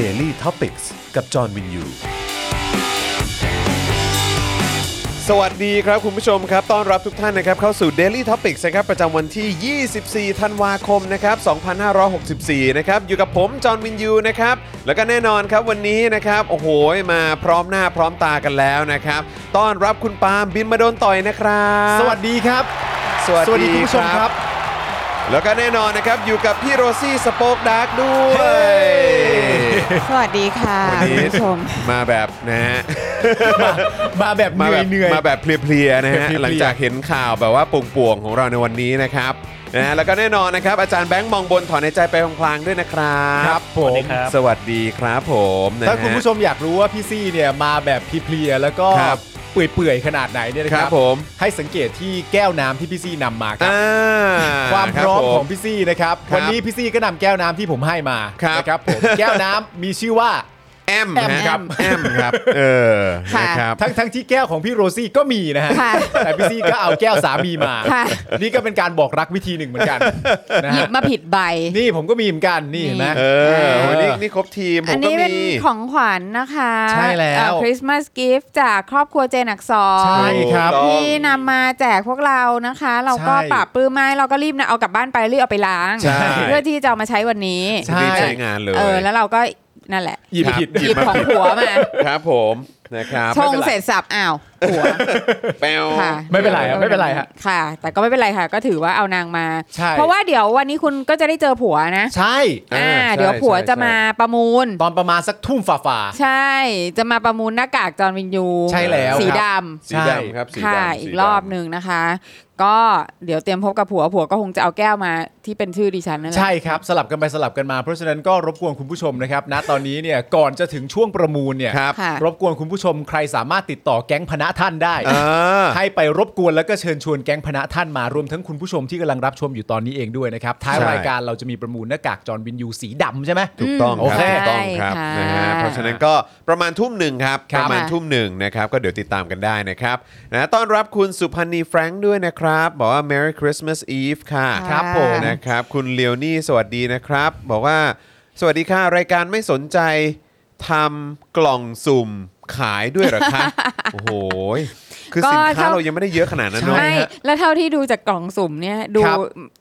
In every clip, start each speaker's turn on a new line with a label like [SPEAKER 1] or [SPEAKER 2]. [SPEAKER 1] Daily t o p i c กกับจอห์นวินยู
[SPEAKER 2] สวัสดีครับคุณผู้ชมครับต้อนรับทุกท่านนะครับเข้าสู่ Daily Topics นะครับประจำวันที่ 24 ธันวาคมนะครับ 2564 นะครับอยู่กับผมจอห์นวินยูนะครับแล้วก็แน่นอนครับวันนี้นะครับโอ้โหมาพร้อมหน้าพร้อมตากันแล้วนะครับต้อนรับคุณปาล์มบินมาโดนต่อยนะครับ
[SPEAKER 3] สวัสดีครับคุณผู้ชมครับ
[SPEAKER 2] แล้วก็แน่นอนนะครับอยู่กับพี่โรซี่สป็อกดาร์กด้วย
[SPEAKER 4] สวัสดีค่ะ
[SPEAKER 2] วัน
[SPEAKER 4] คุณ
[SPEAKER 2] นี้
[SPEAKER 4] ผู้ชม
[SPEAKER 2] มาแบบนะ ฮะ
[SPEAKER 3] มาแบบเห
[SPEAKER 2] มาแบ
[SPEAKER 3] นื่อย
[SPEAKER 2] บ
[SPEAKER 3] เหนื่อย
[SPEAKER 2] มาแบบเพลียๆนะฮะ
[SPEAKER 3] เพลียๆ
[SPEAKER 2] หลังจากเห็นข่าวแบบว่าป่วงๆของเราในวันนี้นะครับนะฮะแล้วก็แน่นอนนะครับ อาจารย์แบงค์มองบนถอนในใจไปพลางๆด้วยนะครับ
[SPEAKER 3] ครับผม
[SPEAKER 2] สวัสดีครับผมนะฮะ
[SPEAKER 3] ถ้าคุณผู้ชมอยากรู้ว่าพี่ซี่เนี่ยมาแบบเพลียๆแล้วก็
[SPEAKER 2] ครับ
[SPEAKER 3] เปื่อยๆขนาดไหนเนี่ยนะค
[SPEAKER 2] ค
[SPEAKER 3] รั
[SPEAKER 2] รั
[SPEAKER 3] บบ
[SPEAKER 2] ผม
[SPEAKER 3] ให้สังเกตที่แก้วน้ำที่พี่ซี่นำมาครับ
[SPEAKER 2] อ่า
[SPEAKER 3] ความพร้อมของ
[SPEAKER 2] คบผ
[SPEAKER 3] พี่ซี่นะครับ
[SPEAKER 2] ครับ
[SPEAKER 3] วันนี้พี่ซี่ก็นำแก้วน้ำที่ผมให้มา
[SPEAKER 2] ครับ
[SPEAKER 3] นะครับผม แก้วน้ำมีชื่อว่า
[SPEAKER 2] แอม
[SPEAKER 3] แอม
[SPEAKER 2] ฮะ
[SPEAKER 3] ครับ
[SPEAKER 2] แอมครับเออ
[SPEAKER 4] ค่ะ
[SPEAKER 2] นะครับ
[SPEAKER 3] ทั้งทั้งที่แก้วของพี่โรซี่ก็มีนะฮะ
[SPEAKER 4] ค่ะ
[SPEAKER 3] แต่พี่ซี่ก็เอาแก้วสามีมา
[SPEAKER 4] ค่ะ
[SPEAKER 3] นี่ก็เป็นการบอกรักวิธีหนึ่งเหมือนกันนะ
[SPEAKER 4] หยิ
[SPEAKER 3] ฮะ
[SPEAKER 4] บมาผิดใบ
[SPEAKER 3] นี่ผมก็มีเหมือนกันนี่เห็นไหม
[SPEAKER 2] เออวันนี้นี่ครบทีมผ
[SPEAKER 4] อั
[SPEAKER 2] ม
[SPEAKER 4] น
[SPEAKER 2] ก็
[SPEAKER 4] นี้เป็น
[SPEAKER 2] มี
[SPEAKER 4] ของขวัญนะคะ
[SPEAKER 3] ใช่แล้ว
[SPEAKER 4] คริสต์มาสกิฟต์จากครอบครัวเจนอักษ
[SPEAKER 3] ใช่
[SPEAKER 4] ร
[SPEAKER 3] ครับ
[SPEAKER 2] ถูกต้อง
[SPEAKER 4] ที่นำมาแจกพวกเรานะคะ เราก็
[SPEAKER 3] ใช่
[SPEAKER 4] ปรับปรื้มไม้เราก็รีบนะเอากลับบ้านไปรีบเอาไปล้าง
[SPEAKER 3] ใช่
[SPEAKER 4] เพื่อที่จะเอามาใช้วันนี้
[SPEAKER 3] ใช่
[SPEAKER 2] รีบใช้งานเลย
[SPEAKER 4] เออแล้วเราก็นั่นแหละ
[SPEAKER 3] หยิบผิด
[SPEAKER 2] ห
[SPEAKER 4] ห
[SPEAKER 2] ยิ
[SPEAKER 4] ยิ
[SPEAKER 2] บบ มา
[SPEAKER 4] ของผัวมา
[SPEAKER 2] ครับผมนะครับ
[SPEAKER 4] ชง
[SPEAKER 2] ไม่ป็นไ
[SPEAKER 4] เสร็จสับอ้าวผัว
[SPEAKER 2] แป๊ว
[SPEAKER 4] ค่ะ
[SPEAKER 3] ไม่เป็นไรครับไม่เป็นไรฮะ
[SPEAKER 4] ค่ะ แต่ก็ไม่เป็นไรค่ะ ก็ถือว่าเอานางมา
[SPEAKER 3] ใช่
[SPEAKER 4] เพราะว่าเดี๋ยววันนี้คุณก็จะได้เจอผัวนะ
[SPEAKER 3] ใช่
[SPEAKER 2] อ่า
[SPEAKER 4] อ่า
[SPEAKER 2] ใช่
[SPEAKER 4] เดี๋ยวผัว
[SPEAKER 2] ใช่
[SPEAKER 4] จะมาประมูล
[SPEAKER 3] ตอนประมาณสักทุ่มฝ่าฝ่า
[SPEAKER 4] ใช่จะมาประมูลหน้ากากจอร์นวินยู
[SPEAKER 3] ใช่แล้ว
[SPEAKER 4] สี
[SPEAKER 3] ครั
[SPEAKER 4] ด
[SPEAKER 3] บ
[SPEAKER 2] สีดำครับสี
[SPEAKER 4] ำค่ะ
[SPEAKER 2] ดำ
[SPEAKER 4] อี
[SPEAKER 2] สี
[SPEAKER 4] ก
[SPEAKER 2] ดำ
[SPEAKER 4] รอบหนึ่งนะคะ ก็เดี๋ยวเตรียมพบกับผัวผัวก็คงจะเอาแก้วมาที่เป็นชื่อดิฉันนั่นแหละ
[SPEAKER 3] ใช่ครับ สลับกันไปสลับกันมา เพราะฉะนั้นก็รบกวนคุณผู้ชมนะครับณตอนนี้เนี่ยก่อนจะถึงช่วงประมูลเนี่ย
[SPEAKER 2] ครับ
[SPEAKER 4] ค่ะ
[SPEAKER 3] รบกวนคุณผู้ชมใครสามารถติดต่อแก๊งพนะท่านได้
[SPEAKER 2] เออ
[SPEAKER 3] ให้ไปรบกวนแล้วก็เชิญชวนแก๊งพนะท่านมารวมทั้งคุณผู้ชมที่กำลังรับชมอยู่ตอนนี้เองด้วยนะครับท้าย
[SPEAKER 2] ใช่
[SPEAKER 3] รายการเราจะมีประมูลหน้ากากจอร์นวินยูสีดำใช่ไหม
[SPEAKER 2] ถูกต้อง
[SPEAKER 3] โอ
[SPEAKER 2] ครับถูก
[SPEAKER 3] เค
[SPEAKER 2] ต้องครับ
[SPEAKER 4] ใช่
[SPEAKER 2] นะฮะ
[SPEAKER 4] ค่ะ
[SPEAKER 2] เพราะฉะนั้นก็ประมาณทุ่มหนึ่งครับ
[SPEAKER 3] ค
[SPEAKER 2] ป
[SPEAKER 3] รับ
[SPEAKER 2] ระมาณทุ่มหนึ่งนะครับ ก็เดี๋ยวติดตามกันได้นะครับนะต้อนรับคุณสุพันธ์นีแฟรงค์ด้วยนะครับ บอกว่า Merry Christmas Eve ค่ะ
[SPEAKER 4] ครับ
[SPEAKER 3] ผมนะ
[SPEAKER 2] นะครับคุณเลยวนี่สวัสดีนะครับ บอกว่าสวัสดีค่ะ รายการไม่สนใจทำกล่องสุ่มขายด้วยเหรอคะ โอ้โหคือสิน
[SPEAKER 4] ก็
[SPEAKER 2] ค้า
[SPEAKER 4] เท่า
[SPEAKER 2] เรายังไม่ได้เยอะขนาดนั้นเนอะ
[SPEAKER 4] ไม่แล้วเท่าที่ดูจากกล่องสุ่มเนี่ยดู
[SPEAKER 3] ครับ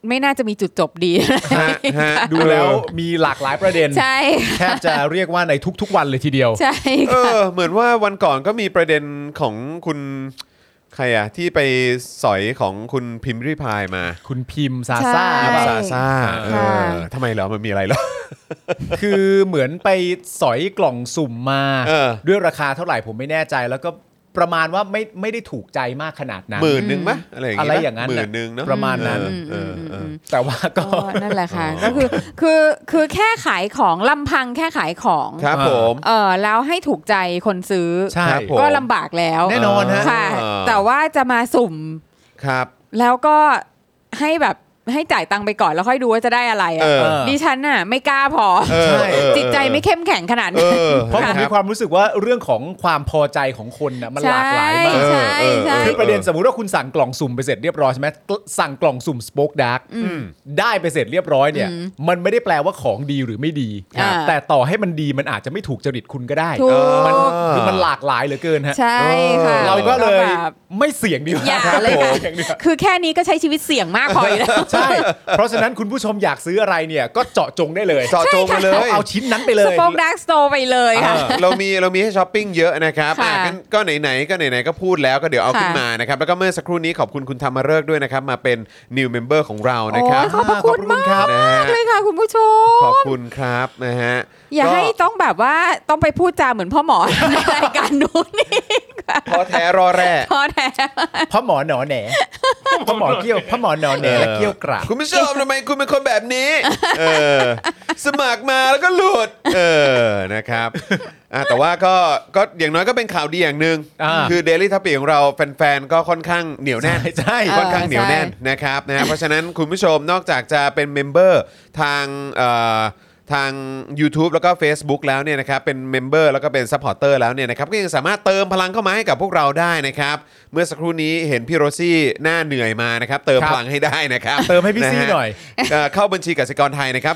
[SPEAKER 4] ไม่น่าจะมีจุดจบดี
[SPEAKER 2] ฮะฮะ
[SPEAKER 3] ดูแล้วมีหลากหลายประเด็น
[SPEAKER 4] ใช่
[SPEAKER 3] แทบจะเรียกว่าในทุก ๆ วันเลยทีเดียว
[SPEAKER 4] ใช่
[SPEAKER 2] เออเหมือนว่าวันก่อนก็มีประเด็นของคุณใครอะที่ไปสอยของคุณพิมพ์ริพายมา
[SPEAKER 3] คุณพิมพ์ซา
[SPEAKER 4] ใช่
[SPEAKER 3] ซ่า
[SPEAKER 2] พิมพ์ซาซ่าเอ
[SPEAKER 4] ค่ะ
[SPEAKER 2] อทำไมเหรอมันมีอะไรเหรอ
[SPEAKER 3] คือเหมือนไปสอยกล่องสุ่มมา
[SPEAKER 2] เออ
[SPEAKER 3] ด้วยราคาเท่าไหร่ผมไม่แน่ใจ แล้วก็ประมาณว่าไม่ไม่ได้ถูกใจมากขนาดนั้น
[SPEAKER 2] หมื่นหนึ่งมะอะไรอย่าง
[SPEAKER 3] อะไรอย่างนั้
[SPEAKER 2] นั้นห
[SPEAKER 3] น
[SPEAKER 2] มื่
[SPEAKER 3] น่ะ
[SPEAKER 2] นหนึ่งเนาะ
[SPEAKER 3] ประมาณนั้น
[SPEAKER 2] เออเออเออ
[SPEAKER 3] แต่ว่าก็
[SPEAKER 4] ก็นั่นแหละค่ะก็คือคือคือแค่ขายของลำพังแค่ขายของ
[SPEAKER 2] ครับผม
[SPEAKER 4] เออแล้วให้ถูกใจคนซื้อ
[SPEAKER 3] ใช่
[SPEAKER 2] ครับผม
[SPEAKER 4] ก็ลำบากแล้ว
[SPEAKER 3] แน่นอนฮะ
[SPEAKER 4] ค่ะ
[SPEAKER 2] เออ
[SPEAKER 4] แต่ว่าจะมาสุ่ม
[SPEAKER 2] ครับ
[SPEAKER 4] แล้วก็ให้แบบ ให้จ่ายตังค์ไปก่อนแล้วค่อยดูว่าจะได้อะไร
[SPEAKER 2] เอ
[SPEAKER 4] อะ
[SPEAKER 2] อ
[SPEAKER 4] ดิฉันน่ะไม่กล้าพอ
[SPEAKER 2] เออเออ
[SPEAKER 4] จิตใจไม่เข้มแข็งขนาด
[SPEAKER 2] เอ
[SPEAKER 4] นั้น
[SPEAKER 2] อ
[SPEAKER 3] เพราะผมมีความรู้สึกว่าเรื่องของความพอใจของคนน่ะมันหลากหลายมาก
[SPEAKER 4] ใช่
[SPEAKER 2] เออเออ
[SPEAKER 4] ใช่
[SPEAKER 3] คือประเด็นสมมุติว่าคุณสั่งกล่องสุ่มไปเสร็จเรียบร้อยใช่ไหมสั่งกล่องสุ่มสป็อกดาร์กได้ไปเสร็จเรียบร้อยเนี่ย มันไม่ได้แปลว่าของดีหรือไม่ดี
[SPEAKER 4] อ่า
[SPEAKER 3] แต่ต่อให้มันดีมันอาจจะไม่ถูกจริตคุณก็ได้
[SPEAKER 4] ถูก
[SPEAKER 3] มันคือมันหลากหลายเหลือเกินฮะ
[SPEAKER 4] ใช่ค่ะ
[SPEAKER 3] เราก็เลย
[SPEAKER 4] แบบ
[SPEAKER 3] ไม่เสี่ยงดีกว่า
[SPEAKER 4] อย่า
[SPEAKER 3] ครับ
[SPEAKER 4] เลย
[SPEAKER 3] ผม
[SPEAKER 4] ค่ะ คือแค่นี้ก็ใช้ชีวิตเสี่ยงมากพออยู่แล้ว
[SPEAKER 3] ใช่ เพราะฉะนั้นคุณผู้ชมอยากซื้ออะไรเนี่ย ก็เจาะจงได้เลย
[SPEAKER 2] เจาะจงมาเลย
[SPEAKER 3] เอาเอาชิ้นนั้นไปเล
[SPEAKER 4] ส
[SPEAKER 3] ย
[SPEAKER 4] ป็อกดักสโตไปเลยค่ะ
[SPEAKER 2] อ่าเรามีเรามีให้ช้อปปิ้งเยอะนะครับ
[SPEAKER 4] ค่ะ
[SPEAKER 2] อ่ะงั้นก็ไหนๆก็ไหนๆก็พูดแล้วก็เดี๋ยวเอา
[SPEAKER 4] ค่ะ
[SPEAKER 2] ขึ้นมานะครับ แล้วก็เมื่อสักครู่นี้ขอบคุณคุณธรรมฤกษ์ด้วยนะครับ มาเป็น new member ของเรานะ
[SPEAKER 4] โอ้
[SPEAKER 2] ครับ
[SPEAKER 4] ยขอบพระคุณมาก
[SPEAKER 2] ครับนะฮะ
[SPEAKER 4] เลยค่ะ คุณผู้ช
[SPEAKER 2] ขอ
[SPEAKER 4] ม
[SPEAKER 2] บคุณครับนะฮะ
[SPEAKER 4] อย่าให้
[SPEAKER 2] ก็
[SPEAKER 4] ต้องแบบว่าต้องไปพูดจาเหมือนพ่อหมอ ในรายการนู้นนี่
[SPEAKER 2] พอแท้รอแร่
[SPEAKER 4] พอแท้
[SPEAKER 3] พ่อหมอหนอแหนพ่อหมอเกี้ยวพ่อหมอหนอแหนและเกี้ยวกราบ
[SPEAKER 2] คุณผู้ชมทำไมคุณเป็นคนแบบนี้ เออ สมัครมาแล้วก็หลุด เออนะครับอ่ะแต่ว่าก็ก็อย่างน้อยก็เป็นข่าวดีอย่างหนึ่ง
[SPEAKER 3] อ่า
[SPEAKER 2] คือ Daily t o p i c ของเราแฟนๆก็ค่อนข้างเหนียวแน่น
[SPEAKER 3] ใช่ใช่
[SPEAKER 2] ค่อนข้างเหนียวแน่นนะครับนะฮะเพราะฉะนั้นคุณผู้ชมนอกจากจะเป็นเมมเบอร์ทางเอ่อทาง YouTube แล้วก็ Facebook แล้วเนี่ยนะครับเป็นเมมเบอร์แล้วก็เป็นซัพพอร์เตอร์แล้วเนี่ยนะครับก็ยังสามารถเติมพลังเข้ามาให้กับพวกเราได้นะครับ เมื่อสักครู่นี้เห็นพี่โรซี่หน้าเหนื่อยมานะครับ เติม
[SPEAKER 3] ครับ
[SPEAKER 2] พลังให้ได้นะครับ
[SPEAKER 3] เติมให้พี่ซี่
[SPEAKER 2] ะฮะ
[SPEAKER 3] หน่อย
[SPEAKER 2] เอ่อเข้าบัญชีกสิกรไทยนะครับ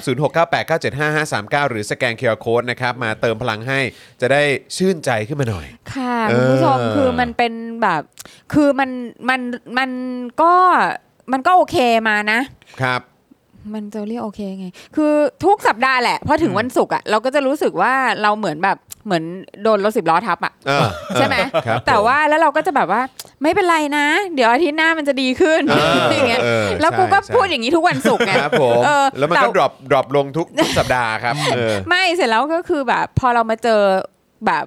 [SPEAKER 2] 0698975539 หรือสแกนเคอร์โคดนะครับมาเติมพลังให้จะได้ชื่นใจขึ้นมาหน่อย
[SPEAKER 4] ค่ะ
[SPEAKER 2] เออ
[SPEAKER 4] คุณผู้ชมคือมันเป็นแบบ คือมันมันมันก็มันก็โอเคมานะ
[SPEAKER 2] ครับ
[SPEAKER 4] มันจะเรียกโอเคไง คือทุกสัปดาห์แหละพอถึงวันศุกร์อ่ะเราก็จะรู้สึกว่าเราเหมือนแบบเหมือนโดนรถสิบล้อทับอ่ะ
[SPEAKER 2] เออ
[SPEAKER 4] ใช่ไหม
[SPEAKER 2] ครับ
[SPEAKER 4] แต่ว่าแล้วเราก็จะแบบว่าไม่เป็นไรนะ เดี๋ยวอาทิตย์หน้ามันจะดีขึ้น
[SPEAKER 2] เออ
[SPEAKER 4] อะไรอย่างเงี้ย
[SPEAKER 2] เออ
[SPEAKER 4] แล้วกูก็
[SPEAKER 2] ใช่
[SPEAKER 4] พูดอย่างนี้ทุกวันศุกร์ไง
[SPEAKER 2] ครับผม
[SPEAKER 4] เออ
[SPEAKER 2] แล้วมันก็
[SPEAKER 4] ต่
[SPEAKER 2] ดรอปดรอปลงทุกทุกสัปดาห์ครับเออ
[SPEAKER 4] ไม่เสร็จแล้วก็คือแบบ พอเรามาเจอแบบ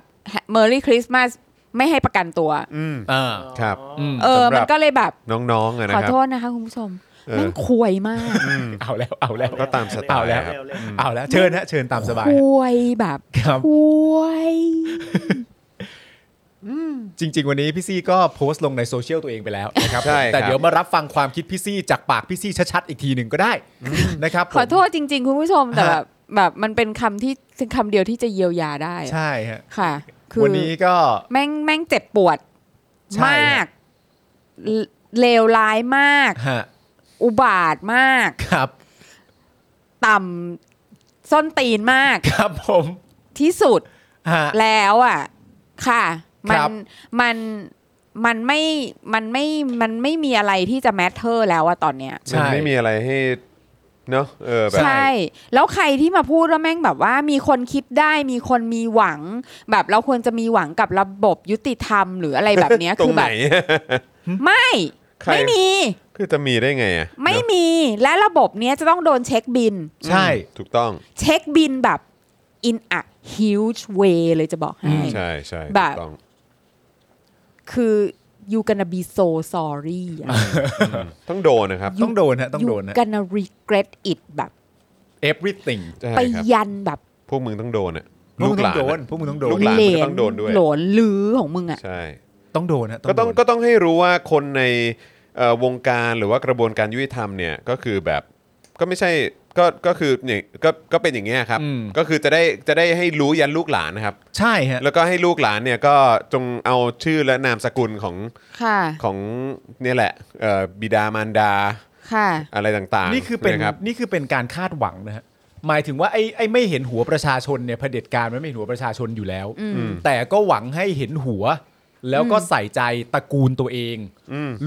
[SPEAKER 4] เมอร์รี่คริสต์มาสไม่ให้ประกันตัว
[SPEAKER 2] อืม
[SPEAKER 3] อ่า
[SPEAKER 2] ครับ
[SPEAKER 3] อืม
[SPEAKER 4] เออ
[SPEAKER 2] สำหรับ
[SPEAKER 4] มันก็เลยแบบ
[SPEAKER 2] น้องๆอะนะ
[SPEAKER 4] ขอ
[SPEAKER 2] ครับ
[SPEAKER 4] โทษนะคะคุณผู้ชม
[SPEAKER 2] เออ
[SPEAKER 4] แม่งควยมาก
[SPEAKER 2] อืม
[SPEAKER 3] เอาแล้วเอาแล้ว
[SPEAKER 2] ก็ตามสไตล์
[SPEAKER 3] เอาแล้ว
[SPEAKER 2] ครับ
[SPEAKER 3] เอาแล้วเชิญฮะเชิญตามสบาย
[SPEAKER 4] ค
[SPEAKER 3] ฮะ
[SPEAKER 4] วยแบบ
[SPEAKER 3] ครับ
[SPEAKER 4] ควย
[SPEAKER 3] จริง ๆ วันนี้พี่ซี่ก็โพสต์ลงในโซเชียลตัวเองไปแล้วนะครับ
[SPEAKER 2] ใช่ครับ
[SPEAKER 3] แต่เดี๋ยวมารับฟังความคิดพี่ซี่จากปากพี่ซี่ชัดๆอีกทีหนึ่งก็ได้นะครับผม
[SPEAKER 4] ขอโทษจริง ๆ คุณผู้ชมแต่แบบแบบมันเป็นคำที่คำเดียวที่จะเยียวยาได้
[SPEAKER 3] ใช่ฮะ
[SPEAKER 4] ค่ะ คือ
[SPEAKER 3] วันนี้ก็
[SPEAKER 4] แม่งแม่งเจ็บปวด
[SPEAKER 3] ใช่
[SPEAKER 4] มาก
[SPEAKER 3] ฮะ
[SPEAKER 4] เลเลวร้ายมาก
[SPEAKER 3] ฮะ
[SPEAKER 4] อุบาทมาก
[SPEAKER 3] ครับ
[SPEAKER 4] ต่ำส้นตีนมาก
[SPEAKER 3] ครับผม
[SPEAKER 4] ที่สุด
[SPEAKER 3] ฮะ
[SPEAKER 4] แล้วอ่ะ ค่ะ มั
[SPEAKER 3] คน รับ
[SPEAKER 4] มันมันไม่มันไม่มันไม่มีอะไรที่จะแมทเทอร์แล้วอะตอนเนี้ย
[SPEAKER 3] ใช่
[SPEAKER 2] มันไม่มีอะไรให้เนาะเออแบบ
[SPEAKER 4] ใช่ แล้วใครที่มาพูดว่าแม่งแบบว่ามีคนคิดได้มีคนมีหวัง แบบเราควรจะมีหวังกับระบบยุติธรรมหรืออะไรแบบเนี้ย
[SPEAKER 2] ตร
[SPEAKER 4] คื
[SPEAKER 2] ง
[SPEAKER 4] อ
[SPEAKER 2] ไห
[SPEAKER 4] แบ
[SPEAKER 2] น
[SPEAKER 4] บ ไม่
[SPEAKER 2] ใคร
[SPEAKER 4] ไม่มี
[SPEAKER 2] คือจะมีได้ไงอ่ะ
[SPEAKER 4] ไม่
[SPEAKER 2] เนอะ
[SPEAKER 4] มีและระบบเนี้ยจะต้องโดนเช็คบิน
[SPEAKER 3] ใช่
[SPEAKER 2] ถูกต้อง
[SPEAKER 4] เช็คบินแบบ in a huge way เลยจะบอกให้
[SPEAKER 2] ใช่ใช่
[SPEAKER 4] แบบ
[SPEAKER 2] ถูกต้อง
[SPEAKER 4] คือ you gonna be so sorry อะ
[SPEAKER 2] ต้องโดนนะครับ
[SPEAKER 3] ต้องโดนฮะต้อง
[SPEAKER 4] you
[SPEAKER 3] โดนฮะ
[SPEAKER 4] gonna regret it แบบ
[SPEAKER 3] everything
[SPEAKER 2] ใช่
[SPEAKER 4] ไป
[SPEAKER 2] ครับ
[SPEAKER 4] ยันแบบ
[SPEAKER 2] พวกมึงต้องโดนอ่ะ
[SPEAKER 3] พ
[SPEAKER 2] ลู
[SPEAKER 3] วกมึ
[SPEAKER 2] กห
[SPEAKER 3] งต้อ
[SPEAKER 2] ลาง น
[SPEAKER 3] โด
[SPEAKER 2] อะ
[SPEAKER 3] นพวกมึงต้องโด
[SPEAKER 2] ลู
[SPEAKER 3] น
[SPEAKER 2] กหลาน
[SPEAKER 4] เหล
[SPEAKER 2] ก็ต้องโดนด้วย
[SPEAKER 4] หลนลือของมึงอ่ะ
[SPEAKER 2] ใช่
[SPEAKER 3] ต้องโดนฮะ
[SPEAKER 2] ก็ต้อง
[SPEAKER 3] โดน
[SPEAKER 2] ก็ต้องให้รู้ว่าคนในเอ่อวงการหรือว่ากระบวนการยุติธรรมเนี่ยก็คือแบบก็ไม่ใช่ก็ก็คือเนี่ยก็ก็เป็นอย่างเงี้ยครับ
[SPEAKER 3] อืม
[SPEAKER 2] ก็คือจะได้จะได้ให้รู้ยันลูกหลานนะครับ
[SPEAKER 3] ใช่ฮะ
[SPEAKER 2] แล้วก็ให้ลูกหลานเนี่ยก็จงเอาชื่อและนามสกุลของ
[SPEAKER 4] ค่ะ
[SPEAKER 2] ของเนี่ยแหละเอ่อบิดามารดา
[SPEAKER 4] ค่ะ
[SPEAKER 2] อะไรต่างๆ
[SPEAKER 3] นี่คือเป็นะ
[SPEAKER 2] รับ
[SPEAKER 3] นี่คือเป็นการคาดหวังนะฮะหมายถึงว่าไอ้ไอ้ไม่เห็นหัวประชาชนเนี่ยเผด็จการมันไม่เห็นหัวประชาชนอยู่แล้ว แต่ก็หวังให้เห็นหัว แล้วก็ใส่ใจตระกูลตัวเอง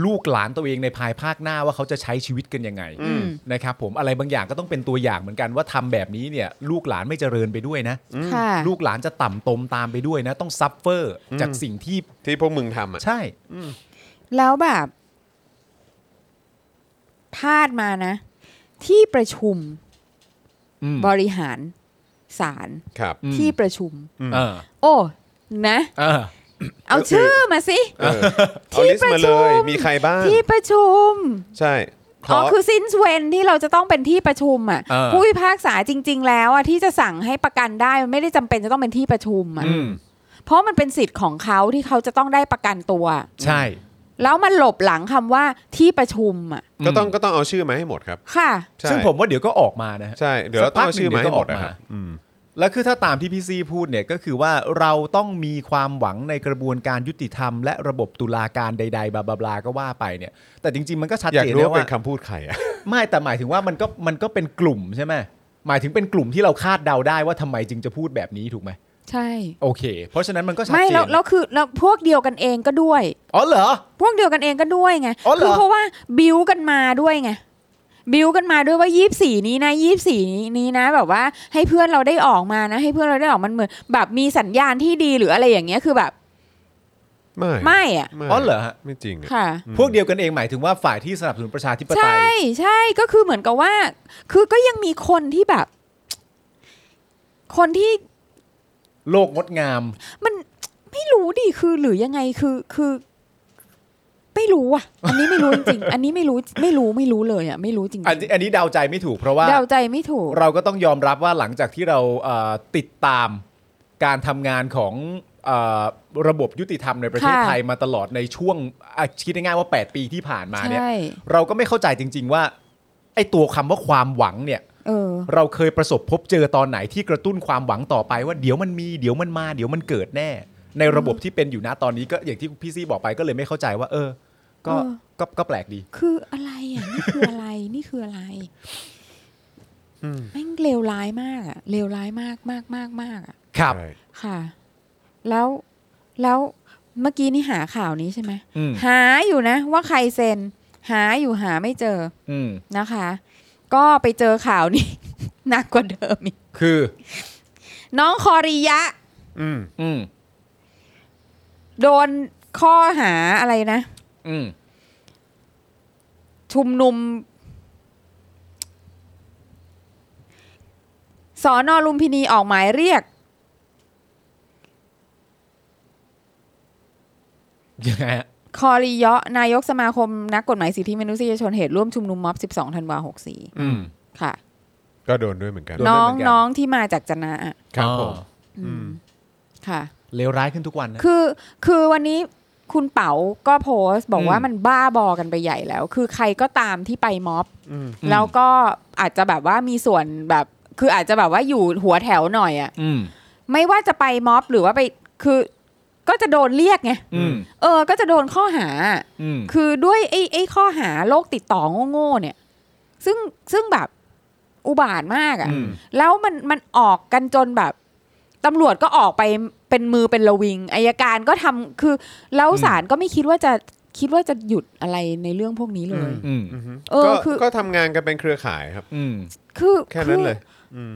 [SPEAKER 3] ลูกหลานตัวเองในภายภาคหน้าว่าเขาจะใช้ชีวิตกันยังไง
[SPEAKER 4] อืม
[SPEAKER 3] นะครับผมอะไรบางอย่างก็ต้องเป็นตัวอย่างเหมือนกันว่าทำแบบนี้เนี่ย ลูกหลานไม่เจริญไปด้วยนะ
[SPEAKER 4] ค่ะ
[SPEAKER 3] ลูกหลานจะต่ำตมตามไปด้วยนะ ต้องซัฟเฟอร์จากสิ่งที่
[SPEAKER 2] ที่พวกมึงทำอ่ะ
[SPEAKER 3] ใช่
[SPEAKER 4] แล้วแบบพลาดมานะ ที่ประชุม
[SPEAKER 3] อืม
[SPEAKER 4] บริหารศาล
[SPEAKER 2] ครับ
[SPEAKER 4] ที่ประชุม
[SPEAKER 3] เออ
[SPEAKER 4] โอ้นะ
[SPEAKER 3] เออ
[SPEAKER 4] เอาชื่อมาสิ
[SPEAKER 2] เออเอาลิสต์มาเลย มีใครบ้าง
[SPEAKER 4] ที่ประชุม
[SPEAKER 2] ใช่ข
[SPEAKER 4] อ๋
[SPEAKER 2] อ
[SPEAKER 4] อคือ since when ที่เราจะต้องเป็นที่ประชุมอ่ะ
[SPEAKER 3] เออ
[SPEAKER 4] ผู้พิพากษาจริง ๆ แล้วอ่ะที่จะสั่งให้ประกันได้มันไม่ได้จำเป็นจะต้องเป็นที่ประชุมอ่ะ
[SPEAKER 3] อืม
[SPEAKER 4] เพราะมันเป็นสิทธิ์ของเขาที่เขาจะต้องได้ประกันตัว
[SPEAKER 3] ใช่
[SPEAKER 4] แล้วมันหลบหลังคำว่าที่ประชุมอ่ะ
[SPEAKER 2] ก็ต้องก็ต้องเอาชื่อมาให้หมดครับ
[SPEAKER 4] ค่ะ
[SPEAKER 2] ใช่
[SPEAKER 3] ซึ่งผมว่าเดี๋ยวก็ออกมานะฮะ
[SPEAKER 2] ใช่เดี๋ยวเราต้องเอาชื่อมาให้หมด
[SPEAKER 3] สักพักหนึ่งเดี๋ยวก็ออก
[SPEAKER 2] นะ
[SPEAKER 3] มา
[SPEAKER 2] ครับอืม
[SPEAKER 3] แล้วคือถ้าตามที่พี่ซีพูดเนี่ยก็คือว่าเราต้องมีความหวังในกระบวนการยุติธรรมและระบบตุลาการใดๆบลาบลาๆก็ว่าไปเนี่ย แต่จริง ๆ มันก็ชัด
[SPEAKER 2] อยาก
[SPEAKER 3] เจน
[SPEAKER 2] รู้
[SPEAKER 3] แล้ว
[SPEAKER 2] ว่าเป็น
[SPEAKER 3] ว่า
[SPEAKER 2] คำพูดใครอ่ะ
[SPEAKER 3] ไม่แต่หมายถึงว่ามันก็มันก็เป็นกลุ่มใช่ไหมหมายถึงเป็นกลุ่มที่เราคาดเดาได้ว่าทำไมจึงจะพูดแบบนี้ถูกไหม
[SPEAKER 4] ใช่
[SPEAKER 3] โอเค เพราะฉะนั้นมันก็ชัด
[SPEAKER 4] ไม่
[SPEAKER 3] เจน
[SPEAKER 4] แล้วแล้วคือแล้วพวกเดียวกันเองก็ด้วย
[SPEAKER 3] อ๋อเหรอ
[SPEAKER 4] พวกเดียวกันเองก็ด้วยไง
[SPEAKER 3] อ๋อเหรอ
[SPEAKER 4] คืเพราะว่าบิวกันมาด้วยไงบิวกันมาด้วยว่ายี่สี่นี้นะยี่สี่นี้นะ แบบว่าให้เพื่อนเราได้ออกมานะ ให้เพื่อนเราได้ออกมันเหมือนแบบมีสัญญาณที่ดีหรืออะไรอย่างเงี้ยคือแบบ
[SPEAKER 2] ไม่
[SPEAKER 4] ไม่อ่ะ
[SPEAKER 3] อ๋อเหรอฮะ
[SPEAKER 2] ไม่จริงอะ
[SPEAKER 4] ค่ะ
[SPEAKER 3] พวกเดียวกันเองหมายถึงว่าฝ่ายที่สนับสนุนประชาธิปไตย
[SPEAKER 4] ใช่ใช่ก็คือเหมือนกับว่า คือก็ยังมีคนที่แบบ คนที่
[SPEAKER 3] โลกงดงาม
[SPEAKER 4] มันไม่รู้ดิคือหรือยังไงคือคือ ไม่รู้อ่ะ อันนี้ไม่รู้จริ งๆอันนี้ไม่รู้ไม่รู้ไม่รู้เลยอ่ะ ไม่รู้จริง
[SPEAKER 3] อันนี้อันนี้เดาใจไม่ถูกเพราะว่า
[SPEAKER 4] ๆเดาใจไม่ถูก
[SPEAKER 3] เราก็ต้องยอมรับว่าหลังจากที่เราเอ่อติดตามการทำงานของเอ่อระบบยุติธรรมในประเทศ
[SPEAKER 4] ค่ะ
[SPEAKER 3] ไทยมาตลอดในช่วงอ่ะคิดง่ายๆว่า 8 ปีที่ผ่านมาเนี่ย
[SPEAKER 4] ใช่
[SPEAKER 3] เราก็ไม่เข้าใจจริง ๆ ว่าไอ้ตัวคำว่าความหวังเนี่ย
[SPEAKER 4] เออ
[SPEAKER 3] เราเคยประสบพบเจอตอนไหนที่กระตุ้นความหวังต่อไปว่าเดี๋ยวมันมีเดี๋ยวมันมา เดี๋ยวมันเกิดแน่ ในระบบที่เป็นอยู่นะตอนนี้ก็อย่างที่พี่ซี่บอกไปก็เลยไม่เข้าใจว่า เออ ก็
[SPEAKER 4] เออ
[SPEAKER 3] ก็ก็แปลกดี
[SPEAKER 4] คืออะไรอ่ะ นี่คืออะไร นี่คืออะไรแม่งเลวร้ายมากอ่ะเลวร้ายมากมากมากมากอ่ะ
[SPEAKER 3] ครับ
[SPEAKER 2] ใช่
[SPEAKER 4] ค่ะ แล้วแล้วเมื่อกี้นี่หาข่าวนี้ใช่ไหม
[SPEAKER 3] อืม
[SPEAKER 4] หาอยู่นะ ว่าใครเซ็น หาอยู่หาไม่เจอ
[SPEAKER 3] อืม
[SPEAKER 4] นะคะ ก็ไปเจอข่าวนี้ หนักกว่าเดิมอีก
[SPEAKER 3] คือ
[SPEAKER 4] น้องคอริยะ
[SPEAKER 2] อืม
[SPEAKER 3] อืม
[SPEAKER 4] โดนข้อหาอะไรนะ
[SPEAKER 3] อืม
[SPEAKER 4] ชุมนุมสอนอลุมพินีออกหมายเรียก
[SPEAKER 3] ยังไงฮะ
[SPEAKER 4] คอริยะ นายกสมาคมนักกฎหมายสิทธิมนุษยชนเหตุร่วมชุมนุมม็อบ 12 ธันวา
[SPEAKER 3] อืม
[SPEAKER 4] 64 ค่ะ
[SPEAKER 2] ก็โดนด้วยเหมือนกัน
[SPEAKER 3] โด น
[SPEAKER 4] น้
[SPEAKER 3] ด้วย
[SPEAKER 4] อง
[SPEAKER 3] เหมือนกัน
[SPEAKER 4] น้องที่มาจากจนะอะ
[SPEAKER 2] ครับผม
[SPEAKER 3] อ๋อ
[SPEAKER 4] อืมค่ะ
[SPEAKER 3] เลวร้ายขึ้นทุกวันนะ
[SPEAKER 4] คือคือวันนี้คุณเป๋าก็โพสต์ บอก
[SPEAKER 3] อืม
[SPEAKER 4] ว่ามันบ้าบอกันไปใหญ่แล้ว คือใครก็ตามที่ไปม็อบ
[SPEAKER 2] อืม
[SPEAKER 4] แล้วก็อาจจะแบบว่ามีส่วนแบบ คืออาจจะแบบว่าอยู่หัวแถวหน่อยอะ
[SPEAKER 3] อืม
[SPEAKER 4] ไม่ว่าจะไปม็อบหรือว่าไปคือ ก็จะโดนเรียกไง
[SPEAKER 3] อืม
[SPEAKER 4] เออ ก็จะโดนข้อหา
[SPEAKER 3] อืม
[SPEAKER 4] คือด้วยไอ้ไอ้ข้อหาโรคติดต่อโง่ๆเนี่ย ซึ่งซึ่งแบบอุบาทมากอะ่ะ
[SPEAKER 3] อืม
[SPEAKER 4] แล้วมันมันออกกันจนแบบตำรวจก็ออกไปเป็นมือเป็นระวิงอายการก็ทำคือ แล้วศาลก็ไม่คิดว่าจะคิดว่าจะหยุดอะไรในเรื่องพวกนี้เลย
[SPEAKER 3] อืม
[SPEAKER 2] อือฮึ
[SPEAKER 4] เออ
[SPEAKER 2] ก็
[SPEAKER 4] คือ
[SPEAKER 2] ก็ทำงานกันเป็นเครือข่ายครับ
[SPEAKER 3] อืม
[SPEAKER 4] คือ
[SPEAKER 2] แค่นั้น
[SPEAKER 4] อ
[SPEAKER 2] เลย อืม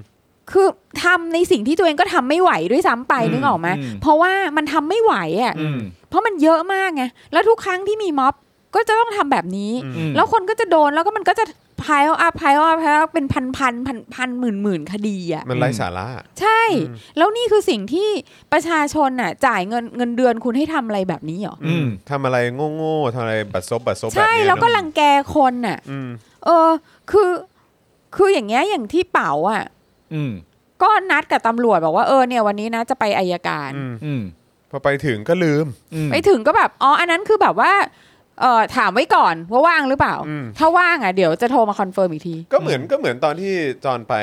[SPEAKER 4] คือทำในสิ่งที่ตัวเองก็ทำไม่ไหวด้วยซ้ำไป
[SPEAKER 3] อืม
[SPEAKER 4] นึกออกไหม
[SPEAKER 3] อืม
[SPEAKER 4] เพราะว่ามันทำไม่ไหวอ่ะ
[SPEAKER 3] อืม
[SPEAKER 4] เพราะมันเยอะมากไงแล้วทุกครั้งที่มีม็อบก็จะต้องทำแบบนี้
[SPEAKER 2] อืม
[SPEAKER 3] อืม
[SPEAKER 4] แล้วคนก็จะโดนแล้วก็มันก็จะพายอัพพายอัพพายอัพเป็นพันพันพันพันหมื่นหมื่นคดีอ่ะ
[SPEAKER 2] มันไร้สาระ
[SPEAKER 4] ใช่ แล้วนี่คือสิ่งที่ประชาชนอ่ะ จ่ายเงินเงินเดือนคุณให้ทำอะไรแบบนี้เหรอ
[SPEAKER 2] อืมทำอะไรโง่ๆทำอะไรบัดซบบัดซบแบบ
[SPEAKER 4] ใช่
[SPEAKER 2] เนี้ย
[SPEAKER 4] แล้วก็
[SPEAKER 2] เนอะ
[SPEAKER 4] รังแกคนอ่ะ
[SPEAKER 2] อืม
[SPEAKER 4] เออ คือคืออย่างเงี้ยอย่างที่เป๋าอ่ะ
[SPEAKER 3] อืม
[SPEAKER 4] ก็นัดกับตำรวจบอกว่าเออเนี่ยวันนี้นะจะไปอายการ
[SPEAKER 2] อืม
[SPEAKER 3] อืม
[SPEAKER 2] พอไปถึงก็ลืม
[SPEAKER 3] อืม
[SPEAKER 4] ไปถึงก็แบบ อ๋อ อันนั้นคือแบบว่า เออถามไว้ก่อนว่าว่างหรือเปล่า
[SPEAKER 2] อืม
[SPEAKER 4] ถ้าว่างอ่ะเดี๋ยวจะโทรมาคอนเฟิร์มอีกที
[SPEAKER 2] ก็เหมือนก็เหมือนตอนที่จอนไป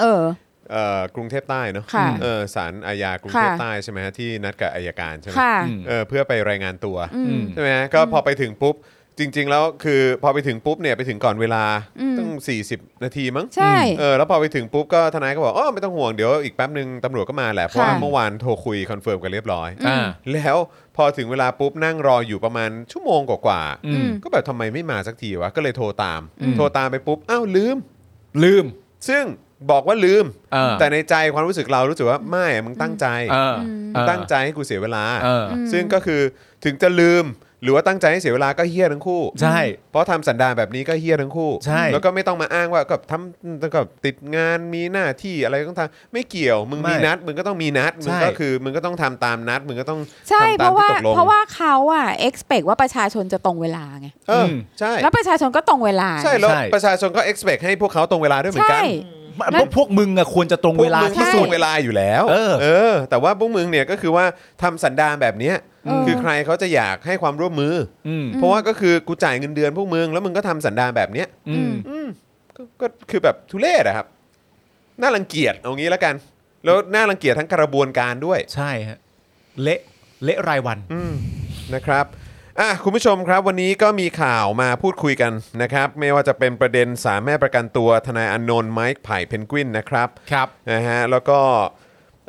[SPEAKER 4] เออ
[SPEAKER 2] เอ่อกรุงเทพใต้เนาะ
[SPEAKER 4] ค่ะ
[SPEAKER 2] เออศาลอาญากรุงเทพ
[SPEAKER 4] ค่ะ
[SPEAKER 2] ใต้ใช่ไหมฮะที่นัดกับอายการใช่ไหม
[SPEAKER 4] ค่ะ
[SPEAKER 3] อืม
[SPEAKER 2] เออเพื่อไปรายงานตัว
[SPEAKER 4] อืม
[SPEAKER 2] ใช่ไหมก็พอไปถึงปุ๊บ จริง ๆ แล้วคือพอไปถึงปุ๊บเนี่ยไปถึงก่อนเวลา
[SPEAKER 4] อืม
[SPEAKER 2] ตั้ง40 นาทีมั้ง
[SPEAKER 4] ใช่
[SPEAKER 2] เออแล้วพอไปถึงปุ๊บก็ทนายก็บอกอ๋อไม่ต้องห่วงเดี๋ยวอีกแป๊บหนึ่งตำรวจก็มาแหละ เพราะว่า
[SPEAKER 4] ค่ะ
[SPEAKER 2] เมื่อวานโทรคุยคอนเฟิร์มกันเรียบร้อย
[SPEAKER 3] อ่า
[SPEAKER 2] แล้วพอถึงเวลาปุ๊บนั่งรออยู่ประมาณชั่วโมงกว่า
[SPEAKER 3] อืม
[SPEAKER 2] ๆก็แบบทำไมไม่มาสักทีวะ ก็เลยโทรตาม
[SPEAKER 3] อืม
[SPEAKER 2] โทรตามไปปุ๊บ อ้าวลืม
[SPEAKER 3] ลืม
[SPEAKER 2] ซึ่งบอกว่าลืม
[SPEAKER 3] เออ
[SPEAKER 2] แต่ในใจความรู้สึกเรารู้สึกว่าไม่อะมึงตั้งใจ
[SPEAKER 3] เออ
[SPEAKER 2] มึงตั้งใจให้กูเสียเวลา
[SPEAKER 3] เออ
[SPEAKER 4] อืม
[SPEAKER 2] ซึ่งก็คือถึงจะลืมหรือว่าตั้งใจให้เสียเวลาก็เฮี้ยทั้งคู่
[SPEAKER 3] ใช่
[SPEAKER 2] เพราะทำสันดานแบบนี้ก็เฮี้ยทั้งคู่
[SPEAKER 3] ใช่
[SPEAKER 2] แล้วก็ไม่ต้องมาอ้างว่าก็ทำแล้วก็ติดงานมีหน้าที่อะไรต้องทำไม่เกี่ยวมึงมีนัดมึงก็ต้องมีนัดมึงก็คือมึงก็ต้องทำตามนัดมึงก็ต้อง
[SPEAKER 4] ใช่
[SPEAKER 2] ทำ
[SPEAKER 4] เพ
[SPEAKER 2] ตามที่
[SPEAKER 4] ราะว่า
[SPEAKER 2] ตกลง
[SPEAKER 4] เพราะว่าเขาอ่ะ expect ว่าประชาชนจะตรงเวลาไง
[SPEAKER 2] เออใช่
[SPEAKER 4] แล้วประชาชนก็ตรงเวลา
[SPEAKER 2] ใช่แล้ว
[SPEAKER 3] ใช่
[SPEAKER 2] ประชาชนก็ expect ให้พวกเขาตรงเวลาด้วยเหมือน
[SPEAKER 4] ใช่
[SPEAKER 2] กัน
[SPEAKER 3] เพราะพวกมึงอะควรจะตรง
[SPEAKER 2] พว
[SPEAKER 3] เว
[SPEAKER 2] ก
[SPEAKER 3] ลา
[SPEAKER 2] มึง
[SPEAKER 3] ที่
[SPEAKER 2] ที่
[SPEAKER 3] สุ
[SPEAKER 2] สุ
[SPEAKER 3] ด
[SPEAKER 2] ดเวลาอยู่แล้ว
[SPEAKER 3] เออ
[SPEAKER 2] แต่ว่าพวกมึงเนี่ยก็คือว่าทำสันดานแบบเนี้ย
[SPEAKER 4] เออ
[SPEAKER 2] คือใครเขาจะอยากให้ความร่วมมือ
[SPEAKER 3] อืม
[SPEAKER 2] อเพราะว่าก็คือกูจ่ายเงินเดือนพวกมึงแล้วมึงก็ทำสันดานแบบเนี้ย
[SPEAKER 3] อืม
[SPEAKER 2] อืมก็ก็คือแบบทุเรศอะครับ น่ารังเกียจเอางี้แล้วกัน แล้วน่ารังเกียจทั้งกระบวนการด้วย
[SPEAKER 3] ใช่ฮะเละเละรายวัน
[SPEAKER 2] อืมนะครับอ่ะคุณผู้ชมครับวันนี้ก็มีข่าวมาพูดคุยกันนะครับ ไม่ว่าจะเป็นประเด็นสามแม่ประกันตัวทนายอานนท์ไมค์ไผ่เพนกวินนะครับ
[SPEAKER 3] ครับ
[SPEAKER 2] นะฮะแล้วก็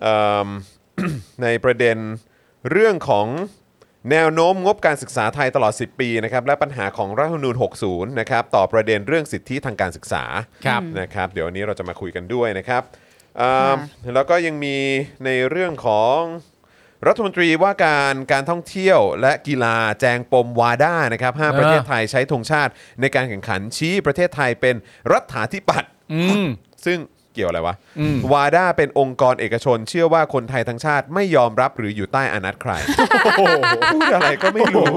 [SPEAKER 2] เอิ่ม ในประเด็นเรื่องของแนวโน้มงบการศึกษาไทยตลอด 10 ปีนะครับและปัญหาของรัฐธรรมนูญ 60 นะครับต่อประเด็นเรื่องสิทธิทางการศึกษา
[SPEAKER 3] ครับ
[SPEAKER 2] นะครับ เดี๋ยววันนี้เราจะมาคุยกันด้วยนะครับเอิ่มแล้วก็ยังมีในเรื่องของ รัฐมนตรีว่าการการท่องเที่ยวและกีฬาแจงปมวาด้านะครับห้าม
[SPEAKER 3] เออ
[SPEAKER 2] ประเทศไทยใช้ธงชาติในการแข่งขันชี้ประเทศไทยเป็นรัฐาธิปัตย์
[SPEAKER 3] อืม
[SPEAKER 2] ซึ่งเกี่ยวอะไรวะ
[SPEAKER 3] อืม
[SPEAKER 2] วาด้าเป็นองค์กรเอกชน เชื่อว่าคนไทยทั้งชาติไม่ยอมรับหรืออยู่ใต้อานัตใคร พูดอะไรก็ไม่รู้